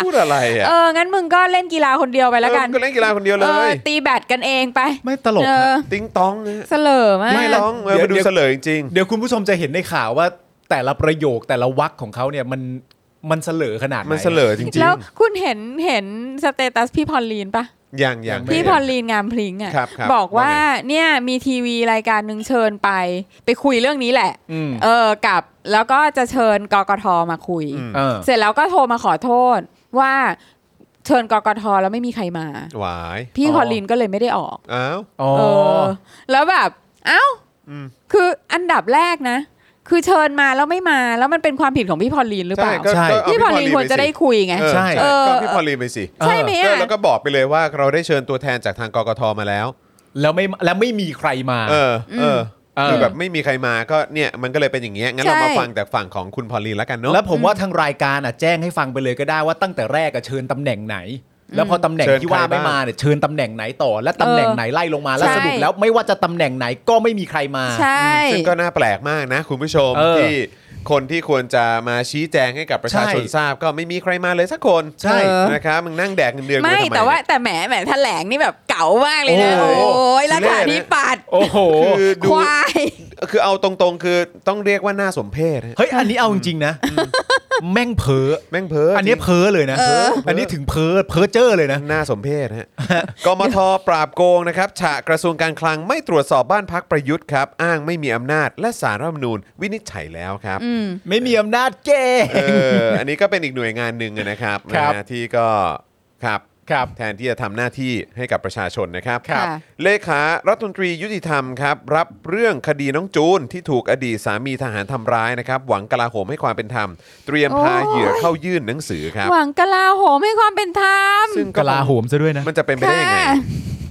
[SPEAKER 2] พูดอะไรอ่ะ
[SPEAKER 4] เออ งั้นมึงก็เล่นกีฬาคนเดียวไปแล้วกัน
[SPEAKER 2] เออก็เล่นกีฬาคนเดียวเล
[SPEAKER 4] เออย ตีแบดกันเองไป
[SPEAKER 3] ไม่ตลก
[SPEAKER 4] เอ
[SPEAKER 3] ฮะ
[SPEAKER 4] อ
[SPEAKER 2] ติ้งต้องนะ
[SPEAKER 4] เสลอมาก
[SPEAKER 2] ไม่ร้องเออ
[SPEAKER 3] เดี๋
[SPEAKER 2] ไป
[SPEAKER 3] ยว
[SPEAKER 2] ดูเฉลยจริง
[SPEAKER 3] เดี๋ยวคุณผู้ชมจะเห็นในข่าวว่าแต่ละประโยคแต่ละวรรคของเขาเนี่ยมันมันเสลอขนาดไหน
[SPEAKER 2] มันเฉลยจริง
[SPEAKER 4] แล้วคุณเห็นเห็นสเตตัสพี่พอลลีนปะ
[SPEAKER 2] ๆอย่างอย่าง
[SPEAKER 4] พี่พอลลีนงามพลิงอ่ะ
[SPEAKER 2] ครับครับ
[SPEAKER 4] บอกว่า
[SPEAKER 2] ว่าไ
[SPEAKER 4] เนี่ยมีทีวีรายการหนึ่งเชิญไป ไปคุยเรื่องนี้แหละ
[SPEAKER 3] อืม
[SPEAKER 4] เออกับแล้วก็จะเชิญกกทมาคุย
[SPEAKER 2] อืม
[SPEAKER 3] เออ
[SPEAKER 4] เสร็จแล้วก็โทรมาขอโทษว่าเชิญกกทแล้วไม่มีใครมา
[SPEAKER 2] หวาย
[SPEAKER 4] พี่
[SPEAKER 3] อ๋อ
[SPEAKER 4] พอลลีนก็เลยไม่ได้ออก
[SPEAKER 2] อ้าว
[SPEAKER 3] อ๋อ
[SPEAKER 4] เออแล้วแบบเอ้าคืออันดับแรกนะ คือเชิญมาแล้วไม่มาแล้วมันเป็นความผิดของพี่พอลลีนหรือเปล่า
[SPEAKER 2] ก็
[SPEAKER 3] ใช่
[SPEAKER 2] ก็เา
[SPEAKER 4] พี่พอลลีนควรจะได้คุยไง
[SPEAKER 2] เออ
[SPEAKER 3] ใช่
[SPEAKER 4] เออ
[SPEAKER 2] ก็พี่พอลลีนไปสิ
[SPEAKER 4] ใช่ไหม
[SPEAKER 2] ก็
[SPEAKER 4] อ่ะ
[SPEAKER 2] แล้วก็บอกไปเลยว่าเราได้เชิญตัวแทนจากทางกกทมาแล้ว
[SPEAKER 3] แล้วไม่แล้วไม่มีใครมา
[SPEAKER 2] เออเออ
[SPEAKER 3] เออ
[SPEAKER 2] คือแบบไม่มีใครมาก็เนี่ยมันก็เลยเป็นอย่างเงี้ยงั้นเรา
[SPEAKER 4] ใช่
[SPEAKER 2] มาฟังจากฝั่งของคุณพอลลีนแล้วกันเนาะ
[SPEAKER 3] แล้วผมว่าทางรายการอ่ะแจ้งให้ฟังไปเลยก็ได้ว่าตั้งแต่แรกอ่ะเชิญตำแหน่งไหน แล้วพอตำแหน่ง
[SPEAKER 2] เชิญ
[SPEAKER 3] ที่ว่า
[SPEAKER 2] ใคร
[SPEAKER 3] ไม่
[SPEAKER 2] บ้าง
[SPEAKER 3] มาเนี่ยเชิญตำแหน่งไหนต่อ และตำแหน่งไหนไล่ลงมาแล้ว
[SPEAKER 4] ใช่
[SPEAKER 3] สรุปแล้วไม่ว่าจะตำแหน่งไหนก็ไม่มีใครมา
[SPEAKER 4] ใช่
[SPEAKER 2] ซึ่งก็น่าแปลกมากนะ คุณผู้ชม
[SPEAKER 3] เออ
[SPEAKER 2] ที่คนที่ควรจะมาชี้แจงให้กับประชาชน
[SPEAKER 3] ใช่
[SPEAKER 2] ทราบ ก็ไม่มีใครมาเลยสักคน
[SPEAKER 3] ใช่
[SPEAKER 4] เออ
[SPEAKER 2] นะครับมึงนั่งแดกเงินเดือน
[SPEAKER 4] ไม่
[SPEAKER 2] กูทำ
[SPEAKER 4] แต่ว่า
[SPEAKER 2] เนี่ย
[SPEAKER 4] แต่แหมแหมแถลงนี่แบบเก๋ามากเลยนะ
[SPEAKER 2] โอ้
[SPEAKER 4] โอ้
[SPEAKER 2] โห
[SPEAKER 4] ยรัฐาธิปัตย์
[SPEAKER 3] โอ้โห
[SPEAKER 2] คือดู
[SPEAKER 4] ควาย
[SPEAKER 2] คือเอาตรงๆ คือต้องเรียกว่าน่าสมเพชฮะ
[SPEAKER 3] เฮ้ยอันนี้เอาจริงๆนะแม่งเพ้อ
[SPEAKER 2] แม่งเพ้ออั
[SPEAKER 3] อันนี้เพ้อเลยนะอันนี้ถึงเพ้อเพ้อเจ้อเลยนะ
[SPEAKER 2] น่าสมเพช ฮะ กมทปราบโกงนะครับฉะกระทรวงการคลังไม่ตรวจสอบบ้านพักประยุทธ์ครับอ้างไม่มีอำนาจและสารรัฐธรรมนูญวินิจฉัยแล้วครับ
[SPEAKER 3] ไม่มีอำนาจเก่
[SPEAKER 2] เอออันนี้ก็เป็นอีกหน่วยงานหนึ่งนะครับ
[SPEAKER 3] ครับ
[SPEAKER 2] นะฮะที่ก็ครับ
[SPEAKER 3] ครับ
[SPEAKER 2] แทนที่จะทำหน้าที่ให้กับประชาชนนะครับ
[SPEAKER 4] ะ
[SPEAKER 2] เลขารัฐมนตรียุติธรรมครับ รับเรื่องคดีน้องจูนที่ถูกอดีตสามีทหารทำร้ายนะครับ หวังกลาโหมให้ความเป็นธรรม เตรียมพา
[SPEAKER 4] โอ้ย
[SPEAKER 2] เหยื่อเข้ายื่นหนังสือครับ
[SPEAKER 4] หวังกลาโหมให้ความเป็นธรรม
[SPEAKER 2] ซึ่ง
[SPEAKER 3] กลาโหมซะด้วยนะ
[SPEAKER 2] มันจะเป็นไปได้ยังไง
[SPEAKER 4] ค่ะ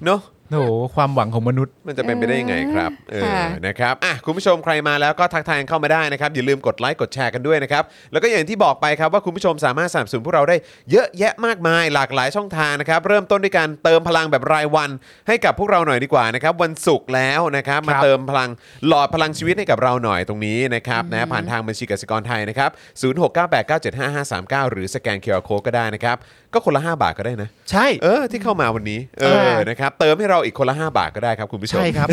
[SPEAKER 2] เนาะ
[SPEAKER 3] โอ้โหความหวังของมนุษย์
[SPEAKER 2] มันจะเป็นไปได้ยังไงครับ เออ
[SPEAKER 4] ค่ะ
[SPEAKER 2] นะครับ อ่ะ คุณผู้ชมใครมาแล้วก็ทักทายเข้ามาได้นะครับ อย่าลืมกดไลค์กดแชร์กันด้วยนะครับ แล้วก็อย่างที่บอกไปครับว่าคุณผู้ชมสามารถสนับสนุนพวกเราได้เยอะแยะมากมายหลากหลายช่องทางนะครับ เริ่มต้นด้วยการเติมพลังแบบรายวัน ให้กับพวกเราหน่อยดีกว่านะครับ วันศุกร์แล้วนะครับ มา
[SPEAKER 3] ครับ
[SPEAKER 2] เติมพลังหลอดพลังชีวิตให้กับเราหน่อยตรงนี้นะครับนะ ผ่านทางบัญชีกสิกรไทยนะครับ0698975539 หรือสแกนเคอร์โคก็ได้นะครับ ก็คนละ5บาทก็ได้นะ
[SPEAKER 3] ใช่
[SPEAKER 2] เออ ที่เข้ามาวันนี้ เอ
[SPEAKER 3] เอ
[SPEAKER 2] อ
[SPEAKER 3] อ
[SPEAKER 2] นะครับ เติมให้เราอีกคนละ 5 บาทก็ได้ครับคุณผู้ชม
[SPEAKER 3] ใช่ครับ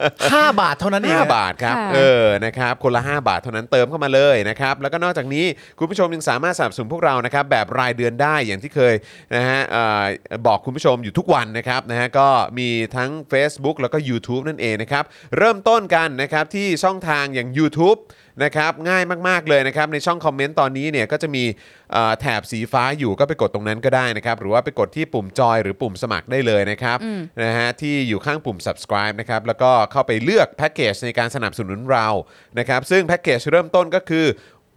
[SPEAKER 3] 5 บาทเท่านั้นเอง
[SPEAKER 2] 5 บาทครับ
[SPEAKER 4] ค่ะ
[SPEAKER 2] เออ นะครับ คนละ 5 บาทเท่านั้นเติมเข้ามาเลยนะครับ แล้วก็นอกจากนี้คุณผู้ชมยังสามารถสนับสนุนพวกเรา นะครับ แบบรายเดือนได้อย่างที่เคยนะฮะเอ่อบอกคุณผู้ชมอยู่ทุกวันนะครับนะฮะ ก็มีทั้ง Facebook แล้วก็ YouTube นั่นเองนะครับ เริ่มต้นกันนะครับที่ช่องทางอย่าง YouTube นะครับง่ายมากๆเลยนะครับในช่องคอมเมนต์ตอนนี้เนี่ยก็จะมีเอ่อแถบสีฟ้าอยู่ก็ไปกดตรงนั้นก็ได้นะครับหรือว่าไปกดที่ปุ่มจอยหรือปุ่มสมัครได้เลยนะครับนะฮะที่อยู่ข้างปุ่ม subscribe นะครับแล้วก็เข้าไปเลือกแพ็กเกจในการสนับสนุนเรานะครับซึ่งแพ็กเกจเริ่มต้นก็คือ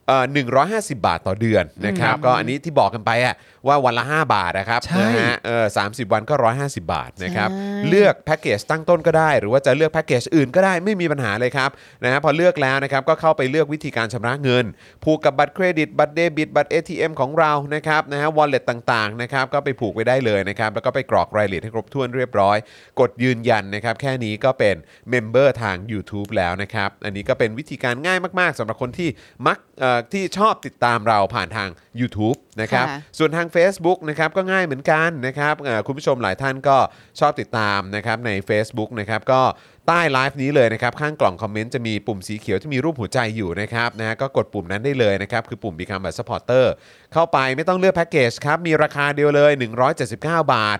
[SPEAKER 2] เอ่อ150 บาทต่อเดือนนะครับก็อันนี้ที่บอกกันไปอะว่าวันละ 5 บาทนะครับ
[SPEAKER 3] ใช่
[SPEAKER 2] นะฮะ เออสาวันก็ 150 บาทนะครับ เลือกแพ็กเกจตั้งต้นก็ได้ หรือว่าจะเลือกแพ็กเกจอื่นก็ได้ไม่มีปัญหาเลยครับนะฮะพอเลือกแล้วนะครับก็เข้าไปเลือกวิธีการชำระเงิน ผูกกับบัตรเครดิต บัตรเดบิต บัตร ATM ของเรานะครับนะฮะวอลเล็ตต่างๆนะครับก็ไปผูกไว้ได้เลยนะครับ แล้วก็ไปกรอกรายละเอียดให้ครบถ้วนเรียบร้อย กดยืนยันนะครับแค่นี้ก็เป็นเมมเบอร์ทาง YouTube แล้วนะครับ อันนี้ก็เป็นวิธีการง่ายมากๆสำหรับคนที่มักเอ่อที่ชอบติดตามเราผ่านทาง YouTube นะครับ
[SPEAKER 4] ค่ะ
[SPEAKER 2] ส่วนทาง Facebook นะครับก็ง่ายเหมือนกันนะครับเอ่อคุณผู้ชมหลายท่านก็ชอบติดตามนะครับใน a c e b o o k นะครับก็ ใต้ไลฟ์นี้เลยนะครับ ข้างกล่องคอมเมนต์จะมีปุ่มสีเขียวที่มีรูปหัวใจอยู่นะครับนะฮะก็กดปุ่มนั้นได้เลยนะครับ คือปุ่ม Become a supporter เข้าไปไม่ต้องเลือกแพ็กเกจครับ มีราคาเดียวเลย 179 บาท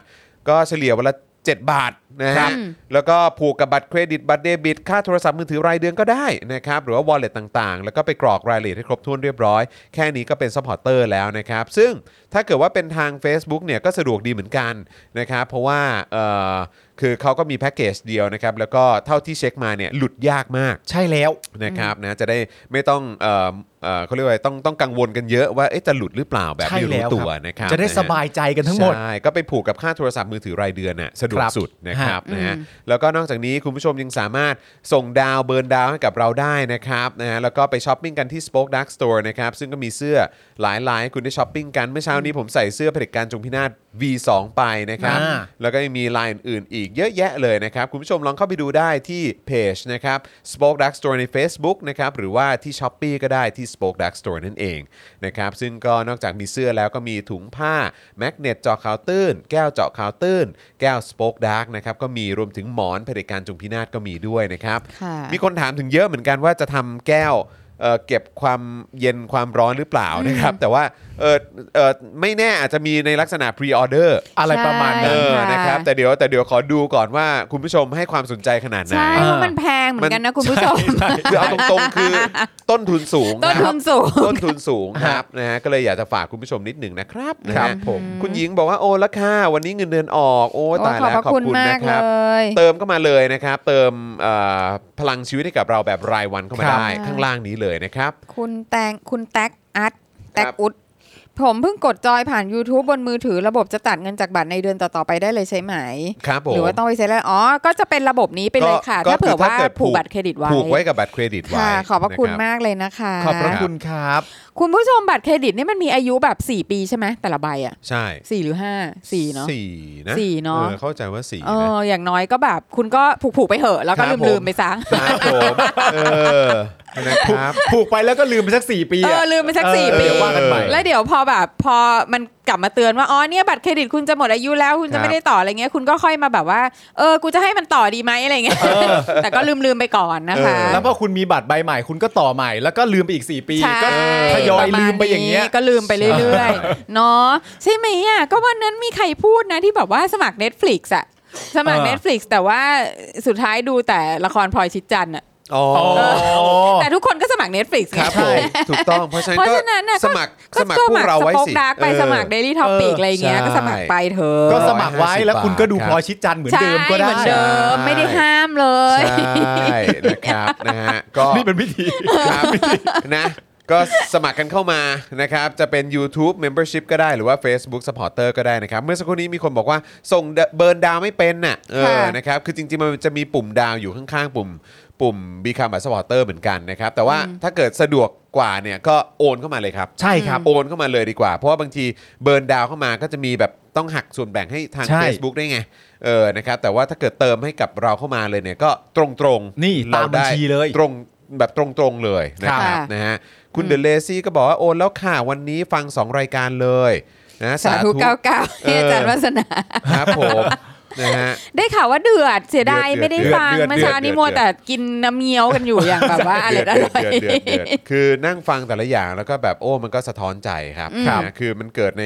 [SPEAKER 2] ก็เฉลี่ยวันละ 7 บาทนะฮะแล้วก็ผูกกับบัตรเครดิตบัตรเดบิต ค่าโทรศัพท์มือถือรายเดือนก็ได้นะครับ หรือว่า wallet ต่างๆ แล้วก็ไปกรอกรายละเอียดให้ครบถ้วนเรียบร้อย แค่นี้ก็เป็นซัพพอร์เตอร์แล้วนะครับ ซึ่งถ้าเกิดว่าเป็นทาง Facebook เนี่ยก็สะดวกดีเหมือนกันนะครับ เพราะว่าเอ่อคือเขาก็มีแพ็กเกจเดียวนะครับ แล้วก็เท่าที่เช็คมาเนี่ยหลุดยากมาก
[SPEAKER 3] ใช่แล้ว
[SPEAKER 2] นะครับนะจะได้ไม่ต้องเอ่อเอ่อเขาเรียกว่าต้องต้องกังวลกันเยอะว่าเอ๊ะจะหลุดหรือเปล่าแบบ
[SPEAKER 3] ใช่
[SPEAKER 2] ไม่รู้
[SPEAKER 3] แล้ว
[SPEAKER 2] ตัว
[SPEAKER 3] ครับ
[SPEAKER 2] นะครับ
[SPEAKER 3] จะได้
[SPEAKER 2] นฮ
[SPEAKER 3] สบายใจกันทั้งหมด
[SPEAKER 2] ใช่ก็ไปผูกกับค่าโทรศัพท์มือถือรายเดือนน่ะสะดวก
[SPEAKER 3] ครับ
[SPEAKER 2] สุดนะครับ
[SPEAKER 4] ฮะ
[SPEAKER 2] นะฮะ
[SPEAKER 4] อืม
[SPEAKER 2] แล้วก็นอกจากนี้คุณผู้ชมยังสามารถส่งดาวเบิร์นดาวให้กับเราได้นะครับนะฮะแล้วก็ไปช้อปปิ้งกันที่ Spoke Dark Store นะครับซึ่งก็มีเสื้อหลายลายให้คุณได้ช้อปปิ้งกันเมื่อเช้านี้ผมใส่เสื้อเผด็จการจงพินาศ V2 ไปนะครับ
[SPEAKER 3] อ่า
[SPEAKER 2] แล้วก็ยังมีลายอื่นๆอีกเยอะแยะเลยนะครับ คุณผู้ชมลองเข้าไปดูได้ที่เพจนะครับ Spoke Dark Store ใน Facebook นะครับ หรือว่าที่ s h อ p e e ก็ได้ที่ Spoke Dark Store นั่นเองนะครับ ซึ่งก็นอกจากมีเสื้อแล้วก็มีถุงผ้า แมกเนตเจาะขาวตื้น แก้วเจาะขาวตื้น แก้ว Spoke Dark นะครับ ก็มีรวมถึงหมอนเผด็จการจงพินาศก็มีด้วยนะครับ
[SPEAKER 4] ค่ะ
[SPEAKER 2] มีคนถามถึงเยอะเหมือนกันว่าจะทำแก้วเอ่อเก็บความเย็นความร้อนหรือเปล่านะครับ แต่ว่าเออเออไม่แน่อาจจะมีในลักษณะ pre order
[SPEAKER 3] อะไรประมาณ
[SPEAKER 2] เอ
[SPEAKER 3] นั้
[SPEAKER 2] อ
[SPEAKER 3] น
[SPEAKER 4] ค่ะ
[SPEAKER 2] นะครับ แต่เดี๋ยว แต่เดี๋ยวขอดูก่อนว่าคุณผู้ชมให้ความสนใจขนาดไหน
[SPEAKER 4] ใช่เพราะมันแพงเหมือนกันนะคุณผู้ชม
[SPEAKER 2] คือเอาตรงๆ คือต้นทุนสูง
[SPEAKER 4] ต้นทุนสูง
[SPEAKER 2] ครับต้นทุนสูงครับนะฮะ ก็เลยอยากจะฝากคุณผู้ชมนิดหนึ่งนะครับนะฮะ
[SPEAKER 3] ครับผม
[SPEAKER 2] คุณหญิงบอกว่าโอ้ละค่ะวันนี้เงินเดือนออก โอ้
[SPEAKER 4] โอ้
[SPEAKER 2] ตาย
[SPEAKER 4] ขอบ
[SPEAKER 2] แล้ว
[SPEAKER 4] พระ
[SPEAKER 2] ขอบ
[SPEAKER 4] คุณ
[SPEAKER 2] คุณ
[SPEAKER 4] มาก
[SPEAKER 2] นะครั
[SPEAKER 4] เล
[SPEAKER 2] บ
[SPEAKER 4] ย
[SPEAKER 2] เติมเข้ามาเลยนะครับ เติมเอ่อพลังชีวิตให้กับเราแบบรายวันเข้ามา
[SPEAKER 3] ครับ
[SPEAKER 2] ได้ข้างล่างนี้เลยนะครับ
[SPEAKER 4] คุณแตงคุณแตกอัดแตก
[SPEAKER 2] ครับ
[SPEAKER 4] อุด ผมเพิ่งกดจอยผ่าน YouTube บนมือถือระบบจะตัดเงินจากบัตรในเดือนต่อ ๆ ไปได้เลยใช่ไหม
[SPEAKER 2] ครับผม
[SPEAKER 4] หรือว่าต้องไปเซ็นแล้วอ๋อ ก็จะเป็นระบบนี้ไปเลยค่ะ
[SPEAKER 2] ก็
[SPEAKER 4] ถ้าเผื่อ
[SPEAKER 2] ก็คือ
[SPEAKER 4] ว่า
[SPEAKER 2] ถ้าเกิดผู
[SPEAKER 4] ผู
[SPEAKER 2] ก
[SPEAKER 4] กบัตรเครดิตไว้
[SPEAKER 2] ผูกไว้กับบัตรเครดิตไว้
[SPEAKER 4] ค่ะ ขอบพระคุณ
[SPEAKER 2] น
[SPEAKER 4] มากเลยนะคะ
[SPEAKER 3] ขอบพระ
[SPEAKER 2] ครับ
[SPEAKER 3] คุณครับ
[SPEAKER 4] คุณผู้ชมบัตรเครดิตนี่มันมีอายุแบบ 4 ปีใช่ไหมแต่ละใบอ่ะ
[SPEAKER 2] ใช่
[SPEAKER 4] สี่หรือห้าสี่เนาะ
[SPEAKER 2] สี่นะ
[SPEAKER 4] สี่เนอะ
[SPEAKER 2] ออเข้าใจว่าสี่
[SPEAKER 4] เอ
[SPEAKER 2] นะ
[SPEAKER 4] ออย่างน้อยก็แบบคุณก็ผูกผูกๆไปเหอะ แล้วก็
[SPEAKER 2] ครับผม
[SPEAKER 4] ลื
[SPEAKER 2] ม
[SPEAKER 4] ลืมๆไปซะ
[SPEAKER 2] ครับผมเออนะครับ
[SPEAKER 3] ผูกไปแล้วก็ลืมไปสักสี่ปี
[SPEAKER 4] เอ
[SPEAKER 3] อะ
[SPEAKER 4] อลืมไปสั ก
[SPEAKER 3] เออ
[SPEAKER 4] สี่
[SPEAKER 3] เออ
[SPEAKER 4] ปี
[SPEAKER 3] เดี๋ยวว่ากันใหม่
[SPEAKER 4] แล้วเดี๋ยวพอแบบพอมันกลับมาเตือนว่าอ๋อเนี่ยบัตรเครดิตคุณจะหมดอายุแล้วคุณ
[SPEAKER 2] ครั
[SPEAKER 4] จะ
[SPEAKER 2] บ
[SPEAKER 4] ไม่ได้ต่ออะไรเงี้ยคุณก็ค่อยมาแบบว่าเออกูจะให้มันต่อดีไหมอะไรเงี้ย แต่ก็ลืมลืมๆไปก่อนนะคะ
[SPEAKER 3] แล้วพอคุณมีบัตรใบใหม่คุณก็ต่อใหม่ แล้วก็ลืมไปอีก 4 ปี
[SPEAKER 4] ใช่
[SPEAKER 3] ก็ทยอย
[SPEAKER 4] ประ
[SPEAKER 3] ลื
[SPEAKER 4] ณ
[SPEAKER 3] มไปอย่างเงี้ย
[SPEAKER 4] ก็ลืมไปเรื่อยๆ เนาะใช่ไหมอ่ะก็วันนั้นมีใครพูดนะที่แบบว่าสมัคร Netflix อะสมัคร
[SPEAKER 3] เออ
[SPEAKER 4] Netflix แต่ว่าสุดท้ายดูแต่ละครพลอยชิดจันทร์อะ
[SPEAKER 2] อ๋อ
[SPEAKER 3] อ๋อ
[SPEAKER 4] แต่ทุกคนก็สมัคร Netflix
[SPEAKER 2] ครับ
[SPEAKER 4] ไง
[SPEAKER 2] ผมถูกต้องเพราะฉะนั้น
[SPEAKER 4] เพราะ
[SPEAKER 2] ก็
[SPEAKER 4] ฉะนั้นน่ะ
[SPEAKER 2] ส
[SPEAKER 4] ก็
[SPEAKER 2] มัคร
[SPEAKER 4] ก็
[SPEAKER 2] สมัครพวกเราไว้สิ
[SPEAKER 4] สมัคสป็อกดาร์กไป
[SPEAKER 2] เออ
[SPEAKER 4] สมัคร Daily Topic
[SPEAKER 3] เอออ
[SPEAKER 4] อะไรเงี้ย
[SPEAKER 2] ใช่
[SPEAKER 4] ก็สมัครไปเถอะ
[SPEAKER 3] ก็สมัครไว้
[SPEAKER 2] 150
[SPEAKER 3] แล้วคุณก็ดู
[SPEAKER 2] บาท
[SPEAKER 3] พลอยชิดจันทร์เหมือน
[SPEAKER 4] ใช่
[SPEAKER 3] เดิมก็ได้
[SPEAKER 4] เหมือนเดิมไม่ได้ห้ามเลย
[SPEAKER 2] ใช่นะครับนะฮะก็
[SPEAKER 3] นี่เป็นพิธี
[SPEAKER 2] ครับนะก็สมัครกันเข้ามานะครับ จะเป็น YouTube Membership ก็ได้หรือว่า Facebook Supporter ก็ได้นะครับ เมื่อสักครู่นี้มีคนบอกว่าส่งเบิร์นดาวไม่เป็นน่ะเออ
[SPEAKER 4] ค่ะ
[SPEAKER 2] นะครับ คือจริงๆ มันจะมีปุ่มดาวอยู่ข้างๆ ปุ่มปุ่ม Become a supporter เหมือนกันนะครับ แต่ว่าถ้าเกิดสะดวกกว่าเนี่ยก็โอนเข้ามาเลยครับ
[SPEAKER 3] ใช่ครับ
[SPEAKER 2] โอนเข้ามาเลยดีกว่า เพราะว่าบางทีเบิร์นดาวเข้ามาก็จะมีแบบต้องหักส่วนแบ่งให้ทาง
[SPEAKER 3] ใช่
[SPEAKER 2] Facebook ได้ไงเออนะครับแต่ว่าถ้าเกิดเติมให้กับเราเข้ามาเลยเนี่ยก็ตรงตรงๆ
[SPEAKER 3] นี่
[SPEAKER 2] เร
[SPEAKER 3] ตามบัญชี
[SPEAKER 2] ได้
[SPEAKER 3] เลย
[SPEAKER 2] ตรงแบบตรงๆเลยนะค
[SPEAKER 4] ครั
[SPEAKER 2] รับบ นะฮะคุณเดลเลซี่ก็บอกว่าโอนแล้วค่ะวันนี้ฟัง 2 รายการเลยนะ
[SPEAKER 4] า
[SPEAKER 2] สา
[SPEAKER 4] ธุ
[SPEAKER 2] ธุ
[SPEAKER 4] เก้าเก้าให้อาจารย์
[SPEAKER 2] เออ
[SPEAKER 4] วัฒนา
[SPEAKER 2] ครับผมนะฮะ
[SPEAKER 4] ได้ข่าวว่าเดือดเสียดาย
[SPEAKER 2] เดือด
[SPEAKER 4] ไม่ได้
[SPEAKER 2] เดือด
[SPEAKER 4] ฟัง
[SPEAKER 2] เดือด
[SPEAKER 4] เมื่อเช้า
[SPEAKER 2] เดือดเดื
[SPEAKER 4] นี้
[SPEAKER 2] อด
[SPEAKER 4] มัวแต่กินน้ำเงี้ยวกันอยู่อย่างแบบว่าอะไร
[SPEAKER 2] เดือด
[SPEAKER 4] อ
[SPEAKER 2] เดือด
[SPEAKER 4] ร่อย
[SPEAKER 2] เดือดเดือดเดือดคือนั่งฟังแต่ละอย่างแล้วก็แบบโอ้มันก็สะท้อนใจครับ
[SPEAKER 3] ครับ
[SPEAKER 2] นะคือมันเกิดใน